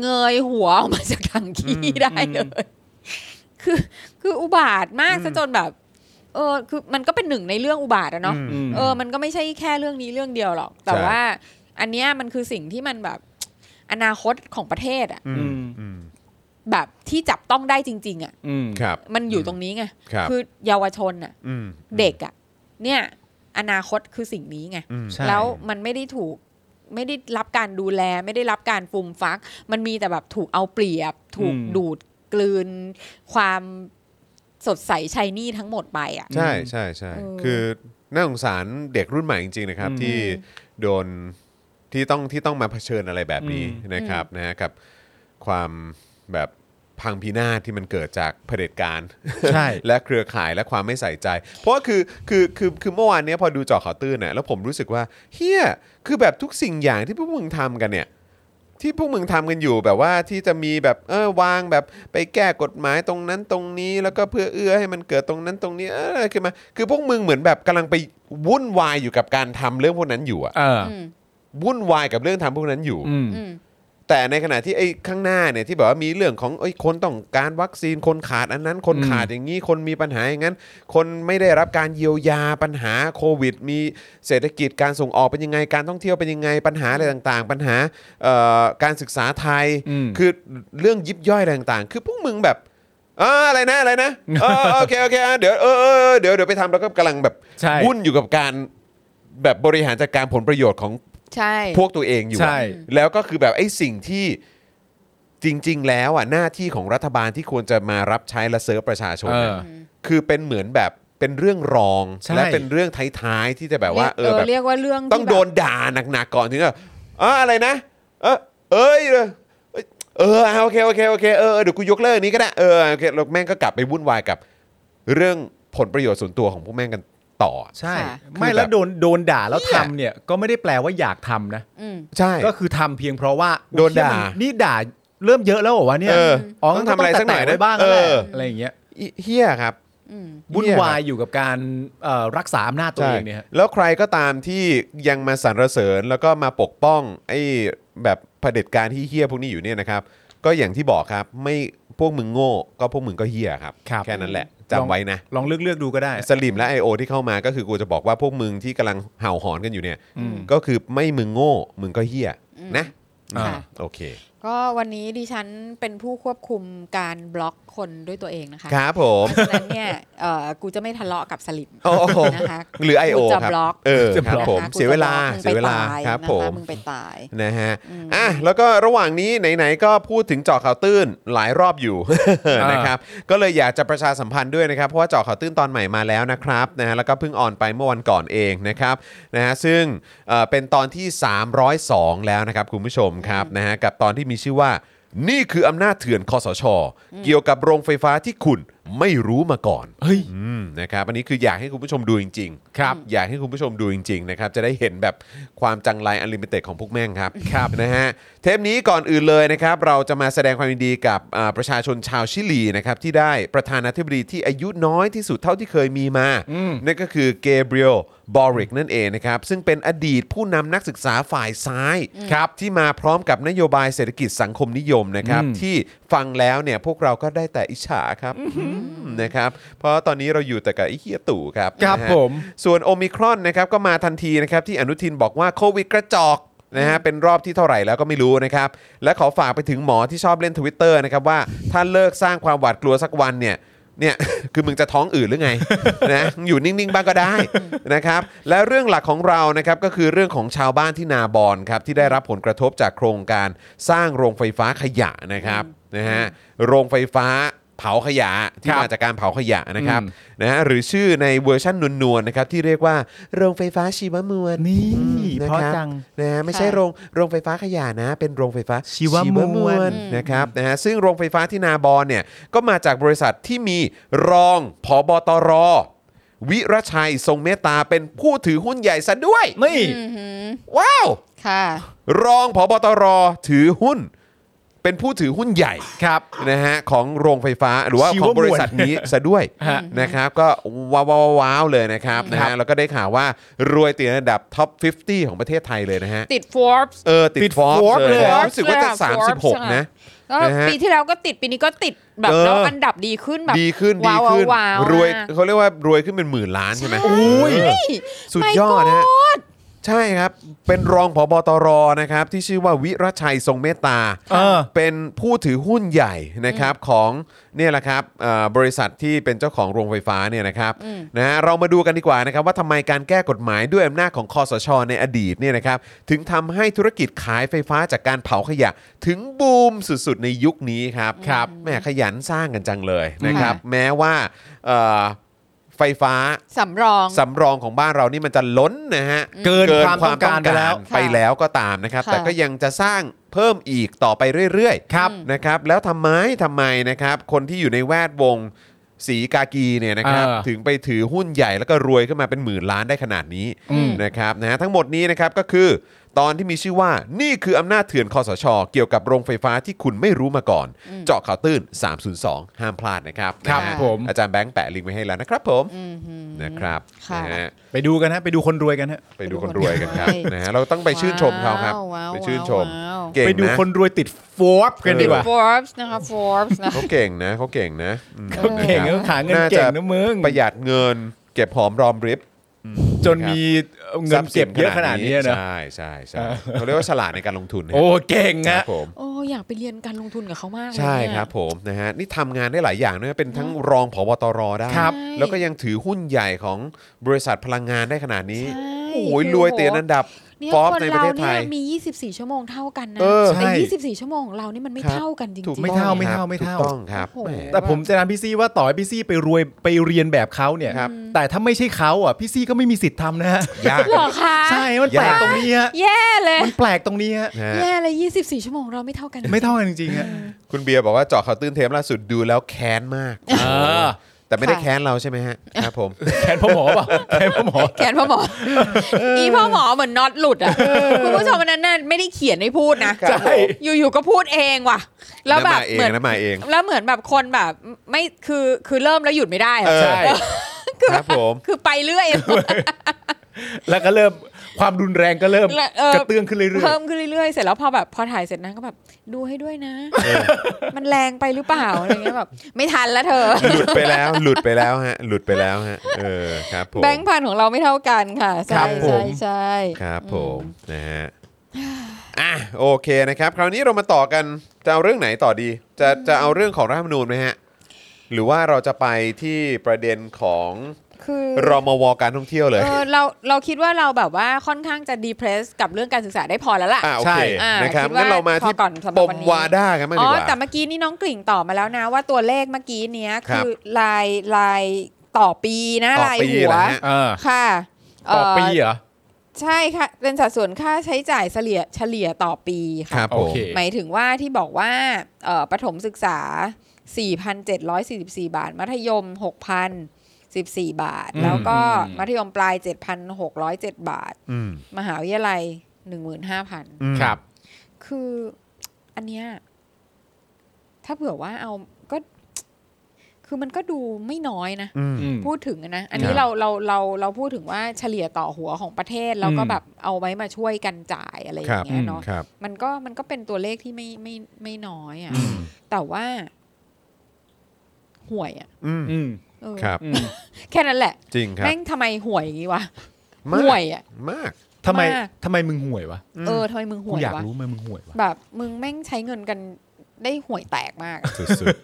[SPEAKER 4] เงยหัวออกมาจากถังขี้ได้เลย คือ คืออุบาทมากซะจนแบบ เออ คือมันก็เป็นหนึ่งในเรื่องอุบาทอะเนาะ
[SPEAKER 2] อืม
[SPEAKER 3] ม
[SPEAKER 4] เออ มันก็ไม่ใช่แค่เรื่องนี้เรื่องเดียวหรอก แต่
[SPEAKER 2] ใช่
[SPEAKER 4] ว่า อันเนี้ยมันคือสิ่งที่มันแบบ อนาคตของประเทศอะ
[SPEAKER 2] อืมอืม
[SPEAKER 4] แบบที่จับต้องได้จริง ๆอะ
[SPEAKER 3] อืม
[SPEAKER 2] ครับ
[SPEAKER 4] มันอยู่ตรงนี้ไง
[SPEAKER 2] ครับ
[SPEAKER 4] อเยาวชนอะ
[SPEAKER 2] ม
[SPEAKER 4] เด็กอะเนี่ย อนาคตคือสิ่งนี้ไง
[SPEAKER 2] อืม
[SPEAKER 3] ใช่
[SPEAKER 4] แล้วมันไม่ได้ถูกไม่ได้รับการดูแล ไม่ได้รับการฟูมฟัก มันมีแต่แบบถูกเอาเปรียบ ถูก
[SPEAKER 3] อืม
[SPEAKER 4] ดูดกลืน ความสดใสชัยนี่ทั้งหมดไปอ่ะ
[SPEAKER 2] ใช่ใช่ใช่
[SPEAKER 4] เออ
[SPEAKER 2] คือน่าสงสารเด็กรุ่นใหม่จริงๆนะครับ
[SPEAKER 3] อืม
[SPEAKER 2] ที่โดนที่ต้องที่ต้องมาเผชิญอะไรแบบนี้
[SPEAKER 3] อืม
[SPEAKER 2] นะครับนะฮะกับความแบบพังพินาศที่มันเกิดจากเผด็จการ
[SPEAKER 3] ใช่
[SPEAKER 2] และเครือข่ายและความไม่ใส่ใจ เพราะว่าคือคือคือคือเมื่อวานเนี้ยพอดูเจอข่าวตื้นเนี่ยแล้วผมรู้สึกว่าเฮียคือแบบทุกสิ่งอย่างที่พวกมึงทำกันเนี่ย ที่พวกมึงทำกันอยู่แบบว่าที่จะมีแบบเออวางแบบไปแก้กฎหมายตรงนั้นตรงนี้ แล้วก็เพื่อเอื้อให้มันเกิดตรงนั้นตรงนี้เอออะไรขึ้นมา คือพวกมึงเหมือนแบบกำลังไปวุ่นวายอยู่กับการทำเรื่องพวกนั้นอยู่อะ
[SPEAKER 3] เออ
[SPEAKER 4] อืม
[SPEAKER 2] วุ่นวายกับเรื่องทำพวกนั้นอยู่
[SPEAKER 3] อืม
[SPEAKER 4] อืม
[SPEAKER 2] แต่ในขณะที่ไอ้ข้างหน้าเนี่ยที่แบบว่ามีเรื่องของไอ้ยคนต้องการวัคซีนคนขาดอันนั้น คน
[SPEAKER 3] อืม
[SPEAKER 2] ขาดอย่างนี้คนมีปัญหาอย่างนั้น คนไม่ได้รับการเยียวยาปัญหาโควิด มีเศรษฐกิจการส่งออกเป็นยังไงการท่องเที่ยวเป็นยังไงปัญหาอะไรต่างๆ ปัญหาเอ่อการศึกษาไทย
[SPEAKER 3] อืม
[SPEAKER 2] คือเรื่องยิบย่อยอะไรต่างๆ คือพวกมึงแบบเอออะไรนะอะไรนะเออเออโอเคโอเคอ่ะเดี๋ยวเออเออเออเดี๋ยวเดี๋ยวไปทำแล้วก็กำลังแบบ
[SPEAKER 3] ใช่
[SPEAKER 2] วุ่นอยู่กับการแบบบริหารจัดการผลประโยชน์ของ
[SPEAKER 4] ใช่
[SPEAKER 2] พวกตัวเองอยู่
[SPEAKER 3] ใช่
[SPEAKER 2] อะแล้วก็คือแบบไอ้สิ่งที่จริง ๆ แล้วอ่ะหน้าที่ของรัฐบาลที่ควรจะมารับใช้และเซิร์ฟประชาชน
[SPEAKER 3] เอ
[SPEAKER 2] เนี่ย
[SPEAKER 3] อ
[SPEAKER 2] คือเป็นเหมือนแบบเป็นเรื่องรอง
[SPEAKER 3] ใช่
[SPEAKER 2] และเป็นเรื่องท้ายๆที่จะแบบว่าเออแบบ
[SPEAKER 4] เรียกว่าเรื่องที่
[SPEAKER 2] ต้องโดน
[SPEAKER 4] แบบ
[SPEAKER 2] ด่าหนักๆก่อนถึงจะเอออะไรนะ เออเอ้ยเออเออเอาโอเคโอเคโอเคเออเออเดี๋ยวกูยกเลิกอันนี้ก็ได้เออโอเคแล้วแม่งก็กลับไปวุ่นวายกับ เรื่องผลประโยชน์ส่วนตัวของพวกแม่งกันต่อ
[SPEAKER 3] ใช่
[SPEAKER 4] ค่ะ
[SPEAKER 3] ไม่แล้วโดนโดนด่าแล้ว
[SPEAKER 2] เหี้ย
[SPEAKER 3] ทำเนี่ยก็ไม่ได้แปลว่าอยากทำนะ
[SPEAKER 4] อืม
[SPEAKER 2] ใช่
[SPEAKER 3] ก็คือทำเพียงเพราะว่า
[SPEAKER 2] โดนด่า
[SPEAKER 3] เหี้ยมันี่ด่าเริ่มเยอะแล้วเหรอวะเนี่ย
[SPEAKER 2] เออต้
[SPEAKER 3] งั้
[SPEAKER 2] อน งทำอะไรสักหน่อยนะ
[SPEAKER 3] แตะๆไว้บ้างแล้วแหละ
[SPEAKER 2] เออ
[SPEAKER 3] อะไรอย่างเงี้ย
[SPEAKER 2] เฮี้ยครับ
[SPEAKER 4] อืม
[SPEAKER 3] วุ่นวายอยู่กับการเอ่อรักษาอำนาจตัวเองเนี่ยฮะ
[SPEAKER 2] แล้วใครก็ตามที่ยังมาสรรเสริญแล้วก็มาปกป้องไอ้แบบเผด็จการที่เฮี้ยพวกนี้อยู่เนี่ยนะครับ ก็อย่างที่บอกครับไม่พวกมึงโง่ก็พวกมึงก็เฮี้ยครับ
[SPEAKER 3] ครับ
[SPEAKER 2] แค่นั้นแหละจำไว้นะ
[SPEAKER 3] ลองเลือกเลือกดูก็ได้
[SPEAKER 2] สลิมและ IO ที่เข้ามาก็คือกูจะบอกว่าพวกมึงที่กำลังเห่าหอนกันอยู่เนี่ย
[SPEAKER 3] อืม
[SPEAKER 2] ก็คือไม่มึงโง่มึงก็เฮี้ยนะ
[SPEAKER 4] ค่ะ
[SPEAKER 2] โอเค
[SPEAKER 4] ก็วันนี้ดิฉันเป็นผู้ควบคุมการบล็อกคนด้วยตัวเองนะคะ
[SPEAKER 2] ครับผม
[SPEAKER 4] เพราะฉะนั้นเนี่ยเอ่อกูจะไม่ทะเลาะกับสลิม
[SPEAKER 2] โอ้โห
[SPEAKER 4] นะคะ
[SPEAKER 2] หรือ IO
[SPEAKER 4] กูจะ
[SPEAKER 2] ครับ
[SPEAKER 4] บล็อก
[SPEAKER 2] เออ
[SPEAKER 3] จะ
[SPEAKER 2] ครับ
[SPEAKER 3] ล็อก
[SPEAKER 2] ผม
[SPEAKER 4] นะคะกูจะ
[SPEAKER 2] เสียเวลา
[SPEAKER 4] บล็อกมึง
[SPEAKER 2] เสียเวลา
[SPEAKER 4] ไปตย
[SPEAKER 2] ครับ
[SPEAKER 4] นะคะ
[SPEAKER 2] ผม
[SPEAKER 4] มึงไปตาย
[SPEAKER 2] นะฮะ
[SPEAKER 4] อืม
[SPEAKER 2] อ่ะ แล้วก็ระหว่างนี้ไหนๆก็พูดถึงเจาะข่าวตื้นหลายรอบอยู่ นะครับ ก็เลยอยากจะประชาสัมพันธ์ด้วยนะครับ เพราะว่าเจาะข่าวตื้นตอนใหม่มาแล้วนะครับ นะฮะ แล้วก็เพิ่งออนไปเมื่อวันก่อนเองนะครับ นะฮะ ซึ่งเอ่อเป็นตอนที่ 302 แล้วนะครับคุณผู้ชมครับ นะฮะ กับตอนที่มีชื่อว่า นี่คืออำนาจเถื่อนคอสช เกี่ยวกับโรงไฟฟ้าที่คุณไม่รู้มาก่อน
[SPEAKER 3] เฮ้ย
[SPEAKER 2] อืมนะครับอันนี้คืออยากให้คุณผู้ชมดูจริงๆ
[SPEAKER 3] ครับ
[SPEAKER 2] อยากให้คุณผู้ชมดูจริงๆนะครับจะได้เห็นแบบความจังไรอันลิมิเต็ดของพวกแม่งครับครับนะฮะเทปนี้ก่อนอื่นเลยนะครับ เราจะมาแสดงความยินดีกับอ่าประชาชนชาวชิลีนะครับที่ได้ประธานาธิบดีที่อายุน้อยที่สุดเท่าที่เคยมีมา
[SPEAKER 3] อืม
[SPEAKER 2] นั่นก็คือเกเบรียลบอริกนั่นเองนะครับ ซึ่งเป็นอดีตผู้นำนักศึกษาฝ่ายซ้ายครับที่มาพร้อมกับนโยบายเศรษฐกิจสังคมนิยมนะครับ ที่ฟังแล้วเนี่ยพวกเราก็ได้แต่อิจฉาครับนะครับ เพราะตอนนี้เราอยู่แต่กับไอ้เฮียตู่ครับ
[SPEAKER 3] ครับ
[SPEAKER 2] นะฮะ
[SPEAKER 3] ผม
[SPEAKER 2] ส่วนโอมิครอนนะครับก็มาทันทีนะครับที่อนุทินบอกว่าโควิดกระจอกนะฮะเป็นรอบที่เท่าไหร่แล้วก็ไม่รู้นะครับ และขอฝากไปถึงหมอที่ชอบเล่น Twitter นะครับว่าถ้าเลิกสร้างความหวาดกลัวสักวันเนี่ยเนี่ย คือมึงจะท้องอืดหรือไง นะอยู่นิ่ง ๆ บ้างก็ได้นะครับและเรื่องหลักของเรานะครับก็คือเรื่องของชาวบ้านที่นาบอนครับที่ได้รับผลกระทบจากโครงการสร้างโรงไฟฟ้าขยะนะครับนะฮะโรงไฟฟ้า เผาขยะที่
[SPEAKER 3] ครับ
[SPEAKER 2] มาจากการเผาขยะนะครับ
[SPEAKER 3] อืม
[SPEAKER 2] นะฮะหรือชื่อในเวอร์ชันนวลๆนะครับที่เรียกว่าโรงไฟฟ้าชีวมวล
[SPEAKER 3] นี่
[SPEAKER 2] อืมนะ
[SPEAKER 3] เพราะ
[SPEAKER 2] ครับ
[SPEAKER 3] จัง
[SPEAKER 2] นะฮะไม่ใช่
[SPEAKER 4] ค่ะ
[SPEAKER 2] โรงโรงไฟฟ้าขยะนะ เป็นโรงไฟฟ้า
[SPEAKER 3] ชีวมวล
[SPEAKER 2] นะครับนะฮะซึ่งโรงไฟฟ้าที่นาบอนเนี่ยก็มาจากบริษัทที่มีรองผอบตร วิรชัยทรงเมตตาเป็นผู้ถือหุ้นใหญ่ซะด้วย
[SPEAKER 3] นี่
[SPEAKER 4] อือหือ
[SPEAKER 2] ว้าว
[SPEAKER 4] ค่ะ
[SPEAKER 2] รองผอบตร ถือหุ้น เป็นผู้ถือหุ้นใหญ่
[SPEAKER 3] ครับ
[SPEAKER 2] นะฮะของโรงไฟฟ้าหรือว่า
[SPEAKER 3] ชี
[SPEAKER 2] ข
[SPEAKER 3] ว
[SPEAKER 2] อ
[SPEAKER 3] มวล
[SPEAKER 2] งบริษัทนี้ซะด้วย
[SPEAKER 3] ฮะ
[SPEAKER 2] นะครับก็ว้าวว้าวว้าวเลยนะครับนะ
[SPEAKER 3] ครั
[SPEAKER 2] ฮะ
[SPEAKER 3] บ
[SPEAKER 2] แล้วก็ได้ข่าวว่ารวยติดอันดับท็อป 50 ของประเทศไทยเลยนะฮะ
[SPEAKER 4] ติด Forbes
[SPEAKER 2] เออ ติด
[SPEAKER 3] ติด
[SPEAKER 2] ฟอร์
[SPEAKER 3] Forbes
[SPEAKER 2] บเลย
[SPEAKER 3] เลยอะ
[SPEAKER 2] รู้สึกว่าจะ
[SPEAKER 4] Forbes อะ Forbes อะ
[SPEAKER 2] 36 นะ
[SPEAKER 4] ก็
[SPEAKER 2] นะฮะ
[SPEAKER 4] ปีที่แล้วก็ติดปีนี้ก็ติดแบบ
[SPEAKER 2] เออ
[SPEAKER 4] แล้วอันดับดีขึ้นแบบ
[SPEAKER 2] ดีขึ้น ดี
[SPEAKER 4] ว้าว
[SPEAKER 2] ขึ้น
[SPEAKER 4] ว้าว
[SPEAKER 2] รวย
[SPEAKER 4] มาก
[SPEAKER 2] เขาเรียกว่ารวยขึ้นเป็นหมื่นล้านใช่ไหม
[SPEAKER 4] ใช่
[SPEAKER 2] เออสุด
[SPEAKER 4] My
[SPEAKER 2] ยอดนะฮะใช่ครับ เป็นรองผบตรนะครับ ที่ชื่อว่าวิรชัยทรงเมตตา
[SPEAKER 3] เออ
[SPEAKER 2] เป็นผู้ถือหุ้นใหญ่นะครับของเนี่ยแหละครับเอ่อบริษัทที่เป็นเจ้าของโรงไฟฟ้าเนี่ยนะครับ
[SPEAKER 4] อืม
[SPEAKER 2] นะฮะเรามาดูกันดีกว่านะครับว่าทำไมการแก้กฎหมายด้วยอำนาจของคอสช ในอดีตเนี่ยนะครับถึงทำให้ธุรกิจขายไฟฟ้าจากการเผาขยะ ถึงบูมสุดๆในยุคนี้ครับครับแหม่ขยันสร้างกันจังเลยนะครับแม้ว่าเอ่อไฟฟ้า
[SPEAKER 4] สำรอง
[SPEAKER 2] สำรองของบ้านเรานี่มันจะล้นนะฮะ
[SPEAKER 3] เกินความต้องการไปแล้ว
[SPEAKER 2] ไปแล้วก็ตามนะครับ
[SPEAKER 4] ค่ะ
[SPEAKER 2] แต่ก็ยังจะสร้างเพิ่มอีกต่อไปเรื่อยๆ
[SPEAKER 4] ครับ
[SPEAKER 2] นะครับ แล้วทำไมทำไมนะครับ คนที่อยู่ในแวดวงสีกากีเนี่ยนะครับ
[SPEAKER 3] เออ
[SPEAKER 2] ถึงไปถือหุ้นใหญ่แล้วก็รวยขึ้นมาเป็นหมื่นล้านได้ขนาดนี้
[SPEAKER 3] อืม
[SPEAKER 2] นะครับนะฮะทั้งหมดนี้นะครับก็คือ ตอนที่มีชื่อว่านี่คืออำนาจเถื่อนคอสช เกี่ยวกับโรงไฟฟ้าที่คุณไม่รู้มาก่อน
[SPEAKER 4] อืม
[SPEAKER 2] เจาะข่าวตื้น 302 ห้ามพลาดนะครับ
[SPEAKER 3] ครับ
[SPEAKER 2] นะฮะ
[SPEAKER 3] ผม
[SPEAKER 2] อาจารย์แบงค์แปะลิงก์ไว้ให้แล้วนะครับผมนะครับ
[SPEAKER 4] ค่ะ
[SPEAKER 2] นะฮะ
[SPEAKER 3] ไปดูกันฮะ ไปดูคนรวยกันฮะ
[SPEAKER 2] ไปดูคนรวยกันครับ นะฮะเราต้องไปชื่นชมเขาครับ
[SPEAKER 4] ว้าว
[SPEAKER 2] ไปชื่นชม
[SPEAKER 4] ว้าว
[SPEAKER 2] เก่ง
[SPEAKER 3] ไปดู
[SPEAKER 2] นะ
[SPEAKER 3] คนรวยติดโฟบกันดีกว่า
[SPEAKER 4] Forbes นะคะ Forbes นะ
[SPEAKER 2] เขาเก่งนะเขาเก่งนะอืม
[SPEAKER 4] เออ
[SPEAKER 3] เก่ง
[SPEAKER 2] นะ
[SPEAKER 3] ก็
[SPEAKER 2] ครับ
[SPEAKER 3] หาเงิน
[SPEAKER 2] น่า
[SPEAKER 3] เก่
[SPEAKER 2] จะ
[SPEAKER 3] งนะมึง
[SPEAKER 2] ประหยัดเงิน เก็บหอมรอมริบ
[SPEAKER 3] จนมีเงินเก็บเยอะขนาดนี้นะ
[SPEAKER 2] ใช่ใช่ใช่เขาเรียกว่าฉลาดในการลงทุนนะ
[SPEAKER 3] โอ้เก่ง
[SPEAKER 2] ครั
[SPEAKER 3] ฮะ
[SPEAKER 2] บผม
[SPEAKER 4] โอ้อยากไปเรียนการลงทุนกับเขามากเลย
[SPEAKER 2] ใช่
[SPEAKER 4] เนี่ย
[SPEAKER 2] ครับผมนะฮะนี่ทำงานได้หลายอย่างนะเป็นทั้งรองผบตรได้
[SPEAKER 3] ครับ
[SPEAKER 2] แล้วก็ยังถือหุ้นใหญ่ของบริษัทพลังงานได้ขนาดนี้
[SPEAKER 4] ใช่
[SPEAKER 2] โอ้ย
[SPEAKER 4] คือ
[SPEAKER 2] รวย
[SPEAKER 4] โห
[SPEAKER 2] เตียนอันดับ
[SPEAKER 4] เนี่ย
[SPEAKER 2] ฟอร์บ
[SPEAKER 4] คน
[SPEAKER 2] ในประ
[SPEAKER 4] เรา
[SPEAKER 2] เทศไท
[SPEAKER 4] เนี่ย ยมี 24 ชั่วโมงเท่ากันนะ
[SPEAKER 2] เออ
[SPEAKER 3] ใช่
[SPEAKER 4] แต่24 ชั่วโมงของเรานี่มันไม่
[SPEAKER 2] ครับ
[SPEAKER 4] เท่ากันจริง
[SPEAKER 2] ถูก
[SPEAKER 4] ๆ
[SPEAKER 2] ไม่เท่า
[SPEAKER 3] ไม่เท่าไม่
[SPEAKER 2] ครับถูก
[SPEAKER 3] เท่า
[SPEAKER 2] ต้องครับ
[SPEAKER 4] โอ้โห
[SPEAKER 2] แหม
[SPEAKER 3] แต่ผมจะนำพี่ซี่ว่าต่อให้พี่ซี่ไปรวยไปเรียนแบบเขาเนี่ย
[SPEAKER 2] ครับ
[SPEAKER 3] แต่ถ้าไม่ใช่เขาอ่ะพี่ซี่ก็ไม่มีสิทธิ์ทำนะฮะ
[SPEAKER 2] ยาก
[SPEAKER 4] เหรอคะ
[SPEAKER 3] ใช่ มันแปลกตรงนี้ฮะ
[SPEAKER 4] แย่เลย
[SPEAKER 3] มันแปลกตรงนี้ฮะ
[SPEAKER 2] นะฮะ
[SPEAKER 4] แย่เลย 24 ชั่วโมงเราไม่เท่ากัน
[SPEAKER 3] ไม่เท่ากันจริงๆฮะ
[SPEAKER 2] คุณเบียร์บอกว่าเจาะข่าวตื้นเทมล่าสุดดูแล้วแค้นมาก
[SPEAKER 3] เออ
[SPEAKER 2] แต่ไม่ได้แค้นเราใช่ไหมฮะ ครับผม
[SPEAKER 3] แขนพ่อหมอเปล่ะแขนพ่อหมอ
[SPEAKER 4] แขนพ่อหมอ อีพ่อหมอเหมือนน็อตหลุดอ่ะคุณผู้ชมอันนั้นน่ะไม่ได้เขียนไม่พูดนะ
[SPEAKER 2] ครับ
[SPEAKER 3] ใช่
[SPEAKER 4] อยู่ๆก็พูดเองว่ะ แล้วแบบ
[SPEAKER 2] มาเอง
[SPEAKER 4] เหมือน
[SPEAKER 2] นะมาเอง
[SPEAKER 4] แล้วเหมือนแบบคนแบบไม่คือคือเริ่มแล้วหยุดไม่ได้อะ
[SPEAKER 2] เออ
[SPEAKER 3] ใช่
[SPEAKER 4] คือ
[SPEAKER 2] ครับผม
[SPEAKER 4] คือไปเรื่อย
[SPEAKER 3] แล้วก็เริ่มความรุนแรงก็เริ่ม
[SPEAKER 4] และเออ
[SPEAKER 3] กระเตื้องขึ้นเรื่อย
[SPEAKER 4] เพิ่มขึ้นเรื่อยๆ เสร็จแล้วพอแบบพอถ่ายเสร็จนั้นก็แบบดูให้ด้วยนะ มันแรงไปหรือเปล่าอะไรเงี้ยแบบไม่ทันแล้วเธอ
[SPEAKER 2] หลุดไปแล้ว หลุดไปแล้วฮะ หลุดไปแล้วฮะ เออ ครับผม
[SPEAKER 4] แบงค์พันของเราไม่เท่ากันค่ะ
[SPEAKER 2] ครั
[SPEAKER 4] ใช่
[SPEAKER 2] บผม
[SPEAKER 4] ใช่ใช่
[SPEAKER 2] ครับผม นะฮะ อ่ะ โอเคนะครับ คราวนี้เรามาต่อกัน จะเอาเรื่องไหนต่อดี จะ จะเอาเรื่องของรัฐธรรมนูญไหมฮะ หรือว่าเราจะไปที่ประเด็นของ
[SPEAKER 4] คือ
[SPEAKER 2] รมวการท่องเที่ยวเลย
[SPEAKER 4] เออเราเราคิดว่าเราแบบว่าค่อนข้างจะดีเพรสกับเรื่องการศึกษาได้พอแล้วล่ะ
[SPEAKER 2] อ่ะโอเค
[SPEAKER 4] อ่า
[SPEAKER 2] นะครับ
[SPEAKER 4] คิดว่า
[SPEAKER 2] งั้นเรามาที่
[SPEAKER 4] พอก่อนสำห
[SPEAKER 2] ป
[SPEAKER 4] รับ
[SPEAKER 2] ม
[SPEAKER 4] วันนี้
[SPEAKER 2] วาด้ากันบ้าง
[SPEAKER 4] อ๋
[SPEAKER 2] ดี
[SPEAKER 4] อก
[SPEAKER 2] ว่า
[SPEAKER 4] แต่เมื่อกี้นี่น้องกลิ่งต่อบมาแล้วนะ ว่าตัวเลขเมื่อกี้เนี้ย
[SPEAKER 2] ครับ
[SPEAKER 4] คือลายลายต่อปีนะ
[SPEAKER 2] ต่อ
[SPEAKER 4] ลาย
[SPEAKER 2] ปี
[SPEAKER 4] หัว
[SPEAKER 2] เหรอฮะ
[SPEAKER 3] ๆเออ
[SPEAKER 4] ค่ะ
[SPEAKER 3] ต่อปี
[SPEAKER 4] เ
[SPEAKER 3] เหรอ
[SPEAKER 4] ใช่ค่ะ เป็นสัดส่วนค่าใช้จ่ายเฉลี่ยเฉลี่ยต่อปี
[SPEAKER 2] ค
[SPEAKER 4] ค่ะ
[SPEAKER 2] รับผ
[SPEAKER 3] โอ
[SPEAKER 2] ม
[SPEAKER 3] เค
[SPEAKER 4] หมายถึงว่าที่บอกว่าเอ่อประถมศึกษา 4,744 บาท มัธยม 6,014 บาท
[SPEAKER 3] อืม
[SPEAKER 4] แล้วก็
[SPEAKER 3] อืม
[SPEAKER 4] มัธยมปลาย 7,607 บาท
[SPEAKER 2] อืม
[SPEAKER 4] มหาวิทยาลัย
[SPEAKER 2] อืม
[SPEAKER 3] ครับ
[SPEAKER 4] 15,000 คืออันเนี้ยถ้าเผื่อว่าเอาก็ คือมันก็ดูไม่น้อยนะ
[SPEAKER 2] อืม
[SPEAKER 3] อืม
[SPEAKER 4] พูดถึงนะ อันนี้
[SPEAKER 2] ครับ
[SPEAKER 4] เราเราเราเราพูดถึงว่าเฉลี่ยต่อหัวของประเทศแล้วก็
[SPEAKER 3] อืม
[SPEAKER 4] แบบเอาไว้มาช่วยกันจ่ายอะไรอย่างเงี้ยเนาะ
[SPEAKER 2] ครับ
[SPEAKER 4] มันก็มันก็เป็นตัวเลขที่ไม่ไม่ไม่น้อยอ่ะ
[SPEAKER 3] อืม
[SPEAKER 4] แต่ว่าห่วยอ่ะ
[SPEAKER 2] อืม
[SPEAKER 3] อืม
[SPEAKER 4] เออ
[SPEAKER 2] ครับ
[SPEAKER 3] อืม
[SPEAKER 4] แค่นั้นแหละ
[SPEAKER 2] จริงครับ
[SPEAKER 4] แม่งทำไมห่วยอย่างงี้วะ
[SPEAKER 2] มาก
[SPEAKER 4] ห่วยอ่ะ
[SPEAKER 2] มาก
[SPEAKER 3] ทำไม
[SPEAKER 4] มาก
[SPEAKER 3] ทำไมมึงห่วยวะ
[SPEAKER 4] เออทำไมมึงห่
[SPEAKER 3] กู
[SPEAKER 4] วย
[SPEAKER 3] อยาก
[SPEAKER 4] วะ
[SPEAKER 3] รู้ไหมมึงห่วยวะ
[SPEAKER 4] แบบมึงแม่งใช้เงินกันได้ห่วยแตกมากอะ
[SPEAKER 2] สุด